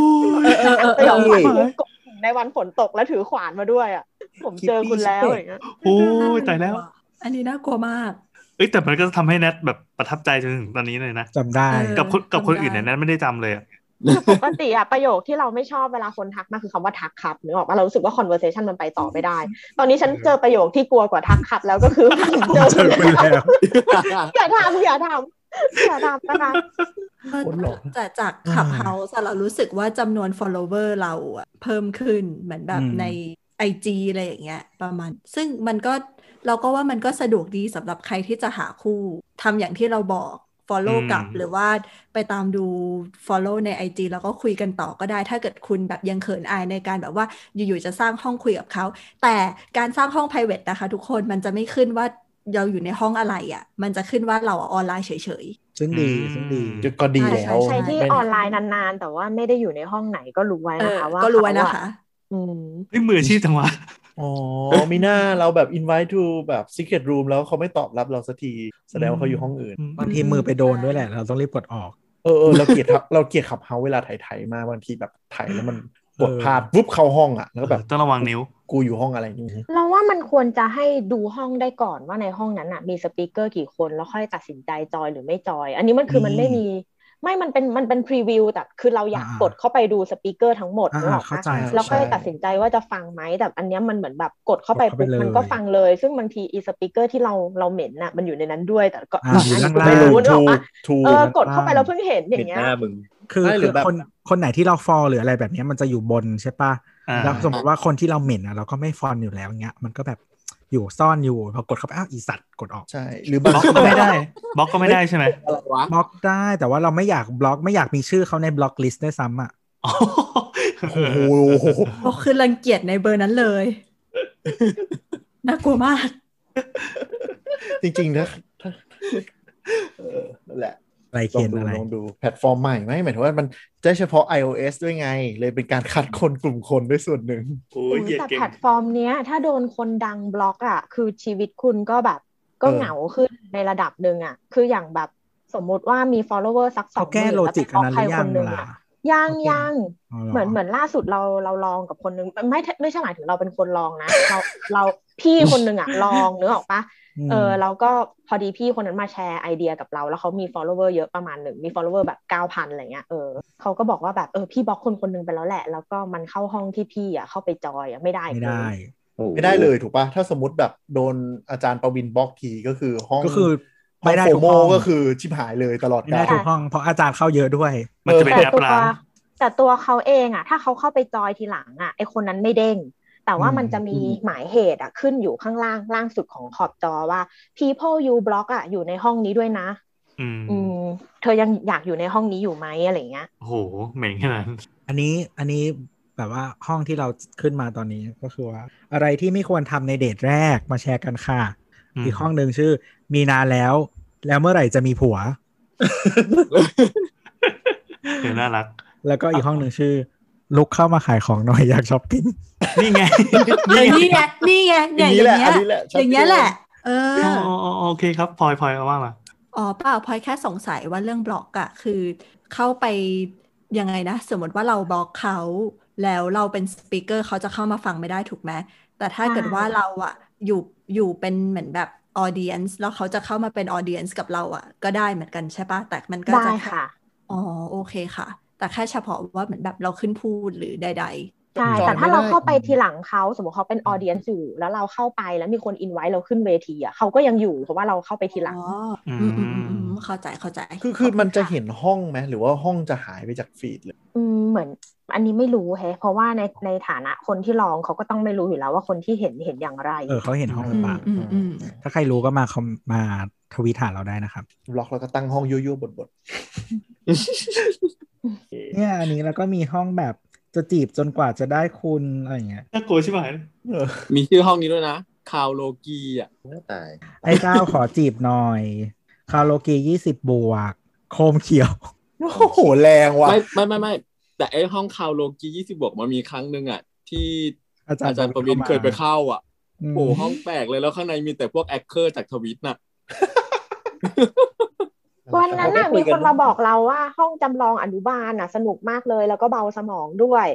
S3: เออเออ
S2: ไป
S3: เออ
S2: เอาขวานกูกดกิ่งในวันฝนตกแล้วถือขวานมาด้วยอะผมเจอคุณแล้วอย่างเงี้ย
S6: โอ้ยตายแล้ว
S4: อันนี้น่ากลัวมาก
S6: เอ้ยแต่มันก็ทำให้แนทแบบประทับใจจนถึงตอนนี้เลยนะ
S5: จำได้
S4: เออ
S6: กับคนกับคนอื่นเนี่ย
S4: จำได้
S6: แนทไม่ได้จำเลยอะ
S2: คือปกติอะประโยคที่เราไม่ชอบเวลาคนทักมาคือคำว่าทักครับนึกออกปะเรารู้สึกว่า conversation มันไปต่อไม่ได้ ตอนนี้ฉันเจอประโยคที่กลัวกว่าทักครับแล้วก็คือ ผมเจอ
S5: เจ
S2: คุ
S5: อ
S2: ณ
S5: คุย
S2: แล้ว
S5: แล้ว
S2: อย่าทำอย่าทำอย่าทำนะคะ
S3: โคตรหลอก
S4: แต่จากขับเฮาส์เรารู้สึกว่าจำนวน follower เราอะเพิ่มขึ้นเหมือนแบบ
S5: อืม
S4: ใน IG อะไรอย่างเงี้ยประมาณ ซึ่งมันก็เราก็ว่ามันก็สะดวกดีสำหรับใครที่จะหาคู่ทำอย่างที่เราบอก follow กลับ หรือว่าไปตามดู follow ใน IG แล้วก็คุยกันต่อก็ได้ ถ้าเกิดคุณแบบยังเขินอายในการแบบว่าอยู่ๆจะสร้างห้องคุยกับเขา แต่การสร้างห้อง private นะคะ ทุกคนมันจะไม่ขึ้นว่าเราอยู่ในห้องอะไรอะ่ะ มันจะขึ้นว่าเราออนไลน์เฉย
S5: ซึ่งดีซึ่งดี
S3: ก็ดีแล้ว
S2: ใครที่
S4: ไม่
S2: ออนไลน์นานๆ แต่ว่าไม่ได้อยู่ในห้องไหนก็รู้ไว้
S4: ๆเออ
S2: นะคะว่า
S4: ก็รู้ไว้นะ
S2: เขา
S4: คะ
S2: อะอืม
S6: เฮ้ยมืออาชีพจังวะ
S3: อ๋อมีหน้าเราแบบ invite to แบบ secret room แล้วเขาไม่ตอบรับเราสักทีแสดงว่าเขาอยู่ห้องอื่น
S5: บางทีมือไปโดนด้วยแหละ เราต้องรีบกดออก
S3: เออเออเราเกลียดทับ เราเกลียดขับเฮาเวลาถ่ายไทยมากบางทีแบบถ่ายแล้วมันกดพลาดปุ๊บเข้าห้องอ่ะแล้วก็แบบ
S6: เออต้องระวังนิ้ว
S3: กูอยู่ห้องอะไรอย่างงี้
S2: เราว่ามันควรจะให้ดูห้องได้ก่อนว่าในห้องนั้นน่ะมีสปีกเกอร์กี่คนแล้วค่อยตัดสินใจจอยหรือไม่จอย อันนี้มันคือมันไม่มี ไม่มันเป็นมันเป็นพรีวิวแต่คือเราอยาก
S5: อ่าก
S2: ดเข้าไปดูสปีกเกอร์ทั้งหมด
S5: อ่า
S2: นึกออก
S5: เข้า
S2: ปะ
S5: ใจเข้าใจ
S2: แล้วค่อยตัดสินใจว่าจะฟังไหมแต่อันเนี้ยมันเหมือนแบบกดเข้าไป
S5: กดเข้าไป
S2: ปุ๊บ
S5: เลย
S2: มันก็ฟังเลย ซึ่งบางทีอีสปีกเกอร์ที่เราเราเหม็นน่ะมันอยู่ในนั้นด้วยแต่ก็
S5: อ่า
S2: อันนั้นก็
S5: ไม่
S2: ไม่
S5: รู้
S2: รู้นึกออกปะ
S3: ถูก
S2: เออกดเข้าไปแล้วเพิ่งเห็นอ
S8: เห็
S2: ย่าน งเงี้
S8: ห
S2: ย
S8: น้ามึง
S5: คือ
S3: ใช่ห
S5: คื
S3: รื
S5: อ อ
S3: แบบ
S5: คนคนไหนที่เราฟอลหรืออะไรแบบเนี้ยมันจะอยู่บนใช่ปะ
S6: อ่า
S5: แล้วสมมติว่าคนที่เราเหม็นอ่ะเราก็ไม่ฟอลอยู่แล้วเงี้ยมันก็แบบอยู่ซ่อนอยู่พอกดเข้าไปอ้าวอีสัตว์กดออก
S3: ใช่ หรือบาง
S6: บล็อกก็ไม่ได้บล็อกก็ไม่ได้ใช่ไหม
S3: อะไรวะ
S5: บล็อกได้แต่ว่าเราไม่อยากบล็อกไม่อยากมีชื่อเขาในบล็อกลิสต์ด้วยซ้ำอ่ะ
S6: โอ้
S3: โอ้โห
S4: โอ้คือรังเกียจในเบอร์นั้นเลย น่ากลัวมาก
S3: จริงๆนะถ้าเออนั่นแหละ
S5: อะไร
S3: ลอ
S5: เขีย
S3: ง
S5: น
S3: ดู
S5: อะไร
S3: ลองดูแพลตฟอร์มใหม่ไหมหมายถึงว่ามันได้เฉพาะ iOS ด้วยไง เลยเป็นการคัดคนกลุ่มคนด้วยส่วนหนึ่ง
S8: โอ้
S2: โอ้
S8: ย
S2: ย
S8: เหยียด
S2: แต่
S8: เก่ง
S2: แพลตฟอร์มเนี้ย ถ้าโดนคนดังบล็อกอ่ะ คือชีวิตคุณก็แบบก็
S3: เออ
S2: เหงาขึ้นในระดับหนึ่งอ่ะ คืออย่างแบบสมมุติว่ามี follower สักสอ
S5: เขา
S2: งห
S5: แก้
S2: มื่น
S5: โล
S2: แล้ว
S5: จิ
S2: ไปบ
S5: กอั
S2: ล็อก
S5: นนั้น
S2: ใคร
S5: หรือ
S2: ค
S5: ยัง
S2: นหนึ่ง
S5: ล่ะ
S2: อ่ะยัง
S5: โอเค
S2: ยังเหมือนเหมือนล่าสุดเราเราลองกับคนหนึงไม่ไม่ใช่หมายถึงเราเป็นคนลองนะ เราเราพี่คนหนึงอ่ะ ลองนึกออกปะ เออแล้วก็พอดีพี่คนนั้นมาแชร์ไอเดียกับเรา แล้วเขามี follower เยอะประมาณหนึ่งมี follower แบบ 9,000อะไรเงี้ยเออเขาก็บอกว่าแบบเออพี่บล็อกคนคนหนึงไปแล้วแหละ แล้วก็มันเข้าห้องที่พี่อ่ะเข้าไปจอยอ่ะไม่ได้
S5: ไม่ได้
S2: เลย
S3: ไม่ได้เลยถูกปะถ้าสมมติแบบโดนอาจารย์ประวินบล็อกทีก็คือห้อง
S5: ก็คือ
S3: ห้อ
S5: ไม่
S3: ง
S5: ได้
S3: โฟ
S5: ทุก
S3: โม
S5: ห้อง
S3: ก็คือชิบหายเลยตลอด
S5: ไม่
S3: กา
S5: ได้
S3: ล
S5: ทุกห้องเพราะอาจารย์เข้าเยอะด้วย
S6: มันจะเป็น
S2: แต่
S6: แอป
S2: ตัว
S6: ล้าง
S2: แต่ตัวเขาเองอ่ะ ถ้าเขาเข้าไปจอยทีหลังอ่ะไอคนนั้นไม่เด้ง แต่ว่ามันจะมีหมายเหตุอ่ะขึ้นอยู่ข้างล่างล่างสุดของขอบจอว่า people you block อ่ะอยู่ในห้องนี้ด้วยนะ
S6: อืม
S2: อืมเธอยังอยากอยู่ในห้องนี้อยู่ไหมอะไรเงี้ย
S6: โอ้โหเหม่งขนาดนั้น
S5: อันนี้อันนี้แบบว่าห้องที่เราขึ้นมาตอนนี้ก็คือว่า อะไรที่ไม่ควรทำในเดทแรกมาแชร์กันค่ะ
S6: ม
S5: อีกห้องหนึ่งชื่อ มีนานแล้ว แล้วเมื่อไหร่จะมีผัว
S6: เดี๋ยวน่ารัก
S5: แล้วก็อีกห้องหนึ่งชื่อ ลุกเข้ามาขายของหน่อยอยากช้อปปิ้ง
S6: นี่ไงนี่ไง
S4: นี่ไงนี่ไงเนี่ยอ
S3: อันนี้แหละ
S4: ย่าง
S3: อั
S4: เงี้ย
S3: นนี้แหละชัด
S4: อ
S3: เจน
S4: ย่างเงี้ยแหละ เออ
S6: อ๋ออ๋ออ๋อโอเคครับพลอยพลอยเอาว่ามา
S4: อ๋อเปล่าพลอยแค่สงสัยว่าเรื่องบล็อกอะคือเข้าไปยังไงนะ สมมติว่าเราบล็อกเขาแล้วเราเป็นสปีกเกอร์เขาจะเข้ามาฟังไม่ได้ถูกไหมแต่ถ้า
S2: ใช่
S4: เกิดว่าเราอะอยู่อยู่เป็นเหมือนแบบออเดียนส์แล้วเขาจะเข้ามาเป็นออเดียนส์กับเราอะก็ได้เหมือนกันใช่ปะแต่มันก็
S2: ได้
S4: จะ
S2: ค่ะ
S4: อ๋อโอเคค่ะ แต่แค่เฉพาะว่าเหมือนแบบเราขึ้นพูดหรือใด ๆ
S2: ใช่
S3: จอย
S2: แต่ถ้า
S3: ไม่
S2: เรา
S3: ได้
S2: เข้าไปทีหลังเขาสมมติเขาเป็นออเดียนอยู่แล้วเราเข้าไปแล้วมีคนอินไว้เราขึ้นเวทีอ่ะเขาก็ยังอยู่เพราะว่าเราเข้าไปทีหลัง
S4: อ๋อ
S6: อื
S4: อื
S6: ม
S4: มอืมอืมอืมเข้าใจเข้าใจ
S3: คือคือมันจะ
S4: ค่ะ
S3: เห็นห้องไหมหรือว่าห้องจะหายไปจากฟีดเลย
S2: อืมเหมือน อันนี้ไม่รู้แฮะ เพราะว่าในในฐานะคนที่ลองเขาก็ต้องไม่รู้อยู่แล้วว่าคนที่เห็นเห็นอย่างไร
S5: เออเขาเห็นห้องห
S4: อื
S5: รื
S4: ม
S5: อเปล่า
S4: อืมอืม
S5: ถ้าใครรู้ก็มาคอมมาทวีตหาเราได้นะครับ
S3: บล็อกแล้วก็ตั้งห้องยั่วๆบด
S5: เนี่ยอันนี้แล้วก็มีห้องแบบ จะจีบจนกว่าจะได้คุณอะไรอย่างเงี้ย
S6: น่ากลัวใช่ไหม
S3: เออ
S9: มีชื่อห้องนี้ด้วยนะคาวโลกีอ่ะ
S7: ตาย
S5: ไอ้เจ้าขอจีบหน่อย คาโลกียี่สิบบวก โคมเขียว
S3: โอ้โหแรงว่ะ
S9: ไม่ไม่ไม่ไม่แต่ไอ้ห้องคาวโลกียี่สิบบวกมันมีครั้งหนึ่งอ่ะ ที่
S5: อาจารย์
S9: อาจารย์ประวิน
S5: เข้ามา
S9: เคยไปเข้าอ่ะ
S5: ม
S9: โอ้ห้องแปลกเลยแล้วข้างในมีแต่พวกแอคเคอร์จากทวิตน่ะ
S2: วันนั้นน่ะ
S8: เขาไม่
S2: มี
S8: คุย
S2: ค
S8: กั
S2: น นมาบอกเราว่าห้องจำลองอนุบาลน่ะ สนุกมากเลยแล้วก็เบาสมองด้วย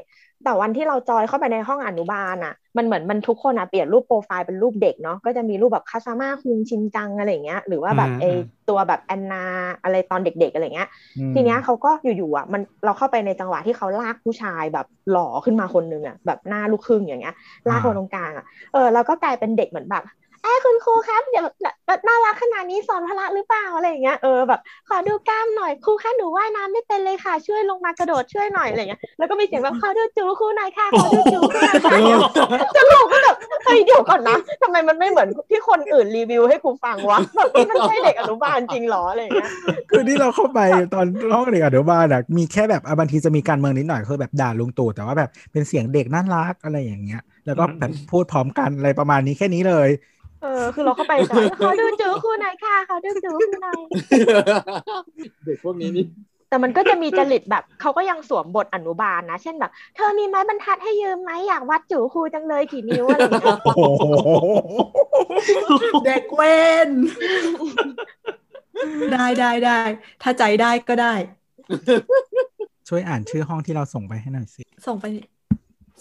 S2: แต่วันที่เราจอยเข้าไปในห้องอนุบาลน่ะ มันเหมือนมันทุกคนอ่ะเปลี่ยนรูปโปรไฟล์เป็นรูปเด็กเนาะก็จะมีรูปแบบคาซาม่าคุงชินจังอะไรอย่างเงี้ยหรือว่าแบบ
S6: อืม
S2: ไอตัวแบบแอนนาอะไรตอนเด็ก ๆอะไรอย่างเงี้ย
S5: อืม
S2: ทีเนี้ยเขาก็อยู่ๆอ่ะมันเราเข้าไปในจังหวะที่เขาลากผู้ชายแบบหล่อขึ้นมาคนหนึงอ่ะแบบหน้าลูกครึ่งอย่างเงี้ยลากคนตรงกลางอ่ะเออเราก็กลายเป็นเด็กเหมือนแบบไอ้ยคุณครูครับอย่าแบบน่ารักขนาดนี้สอนพละหรือเปล่าอะไรอย่างเงี้ยเออแบบขอดูกล้ามหน่อยครูคะหนูว่ายน้ำไม่เป็นเลยค่ะช่วยลงมากระโดดช่วยหน่อยอะไรอย่างเงี้ยแล้วก็มีเสียงแบบขอดูจูครูหน่อยค่ะขอดูจูครูหน่อยค่ะ ตลกก็แบบเฮ้ยเดี๋ยวก่อนนะทำไมมันไม่เหมือนที่คนอื่นรีวิวให้กูฟังวะแบบนี่มันใช่เด็กอนุบาลจริงเหรออะไรอย่างเงี้ย
S5: คือที่เราเข้าไปตอนห้องเด็กอนุบาลอ่ะมีแค่แบบอ่ะบางทีจะมีการเมืองนิดหน่อยคือแบบด่าลุงตู่แต่ว่าแบบเป็นเสียงเด็กน่ารักอะไรอย่างเงี้ย แล้วก็แบบพูดพร้อมกันอะไรประมาณนี้แค่นี้เลย
S2: เออคือ เราเข้าไปจ้ะขอดูจูคุณหน่อยค่ะขอดูจูคุณหน่อย
S9: เด็กพวกนี้นี่
S2: แต่มันก็จะมีจริตแบบเขาก็ยังสวมบทอนุบาลนะ เช่นแบบ เธอมีไม้บรรทัดให้ยืมไหมอยากวัดจูครูจังเลยกี่นิ้วอะไรอย่างเงี้ย
S5: โอ้โห
S4: เด็กเว้น ได้ได้ได้ ถ้าใจได้ก็ได้
S5: ช่วยอ่านชื่อห้องที่เราส่งไปให้หน่อยสิ
S4: ส่งไป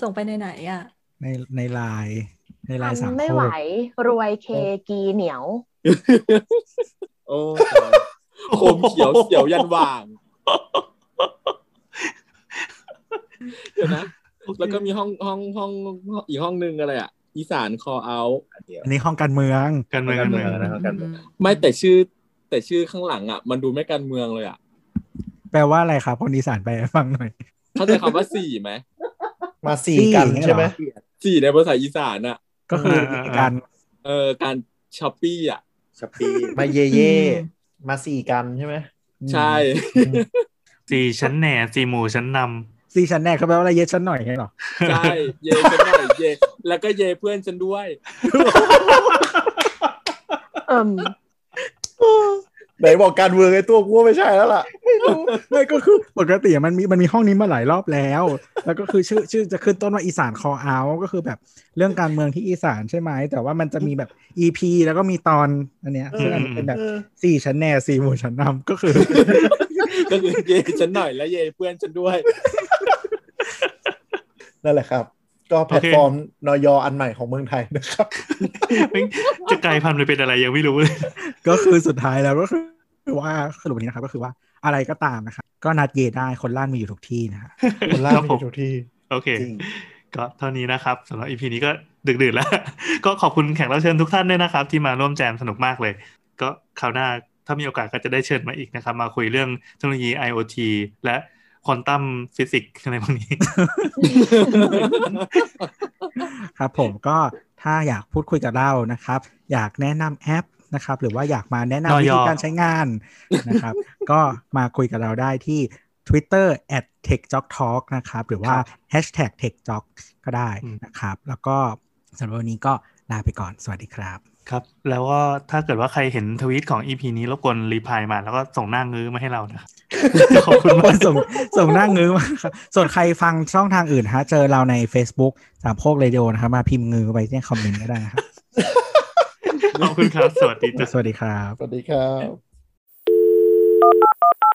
S4: ส่งไปในไหนอ่ะ
S5: ในในไลน์ในไลน์สาม
S2: ทำ
S5: โค
S2: ไม่ไหว
S5: ก
S2: รวยเคกีเหนียว
S9: โอ้โคมเขียวเขียวยันว่างเดี๋ยวนะ แล้วก็มีห้องห้องห้องอีกห้องนึงอะไรอ่ะ อีสานคอเอา
S5: อันนี้ห้องการเมือง
S6: การเมืองการเมือง
S7: นะครับการเมือง
S9: ไม่แต่ชื่อแต่ชื่อข้างหลังอ่ะ มันดูไม่การเมืองเลยอ่ะ
S5: แปลว่าอะไรครับคนอีสานไปลให้ฟังหน่อย
S9: เข้าใจคำว่าสี่ไหม
S3: มาสี่กันใช่ไหม
S9: สี่ในภาษาอีสานอ่ะ
S5: ก็คือมีการ
S9: เออการช้อปปี้อ่ะ
S7: ช้อปปี้
S3: มาเย่เย่มาสี่กันใช่ไหม
S9: ใช่
S6: สี่ชั้นแหน่สี่หมู่ชั้นน
S5: ซีชันแนกเขาแปลว่าอะไรเย็ดชั้นหน่อยไงหรอ
S9: ใช่เย่ฉันหน่อยเย่แล้วก็เย่เพื่อนฉันด้วย
S2: เอิ่ม
S3: ไหนบอกการเมืองไอ้ตัวกูว่าไม่ใช่แล้วล่ะ
S5: ไม่ก็คือปกติมันมีมันมีห้องนี้มาหลายรอบแล้ว แล้วก็คือชื่อชื่อจะขึ้นต้นว่าอีสานคอเอาก็คือแบบเรื่องการเมืองที่อีสานใช่ไหมแต่ว่ามันจะมีแบบอีพีแล้วก็มีตอนอันเนี้ยซึ่งอันนี้เป็นแบบสี่ชั้นแหน่สี่หมู่ชั้นนำก็คือ
S9: ก็คือเย่ฉันหน่อยและเย่เพื่อนฉันด้วย
S3: นั่นแหละครับ ก็แพลตฟอร์มนยอันใหม่ของเมืองไทยนะครับ
S6: ำแม่งจะกลายพันธุ์ไปเป็นอะไรยังไม่รู้เลย
S5: ก็คือสุดท้ายแล้วก็คือว่าสรุปวันนี้นะครับก็คือว่าอะไรก็ตามนะครับก็นัดเยได้คนล่างมีอยู่ทุกที่นะฮะ
S3: คนล่า
S6: ค
S3: ง
S6: รับ
S3: มี
S6: ผ
S3: อ
S6: ม
S3: ยู่ทุกที่
S6: โอเค
S3: จริง
S6: ก็เท่านี้นะครับสำหรับ EP นี้ก็ดึกดื่นแล้ว ก็ขอบคุณแขกรับเชิญทุกท่านด้วยนะครับ ที่มาร่วมแจมสนุกมากเลย ก็คราวหน้าถ้ามีโอกาสก็จะได้เชิญมาอีกนะครับ มาคุยเรื่องเทคโนโลยี IoT และควอนตัมฟิสิกส์อะไรพวกนี้
S5: ครับผมก็ถ้าอยากพูดคุยกับเรานะครับ อยากแนะนำแอปนะครับ หรือว่าอยากมา
S6: นอน
S5: แนะำวิ
S6: ยอ
S5: ธีการใช้งานนะครับ ก็มาคุยกับเราได้ที่ Twitter @techjocktalk นะครับ หรือว่า hashtag #techjock ก็ได้นะครับ แล้วก็สำหรับวันนี้ก็ลาไปก่อนสวัสดีครับ
S6: ครับ แล้วก็ถ้าเกิดว่าใครเห็นทวีตของ EP นี้รบกวนรีพายมาแล้วก็ส่งหน้างื้อมาให้เรานะครับ ขอบคุณมาก
S5: ส่งส่งหน้างื้อมาครับ ส่วนใครฟังช่องทางอื่นฮะ เจอเราใน Facebook สามโคกเรดิโอนะครับ มาพิมพ์งื้อไว้ในคอมเมนต์ก็ได้นะครับ
S6: ขอบคุณครับ สวัสดีจ้ะ
S5: สวัสดีครับ
S3: สวัสดีครับ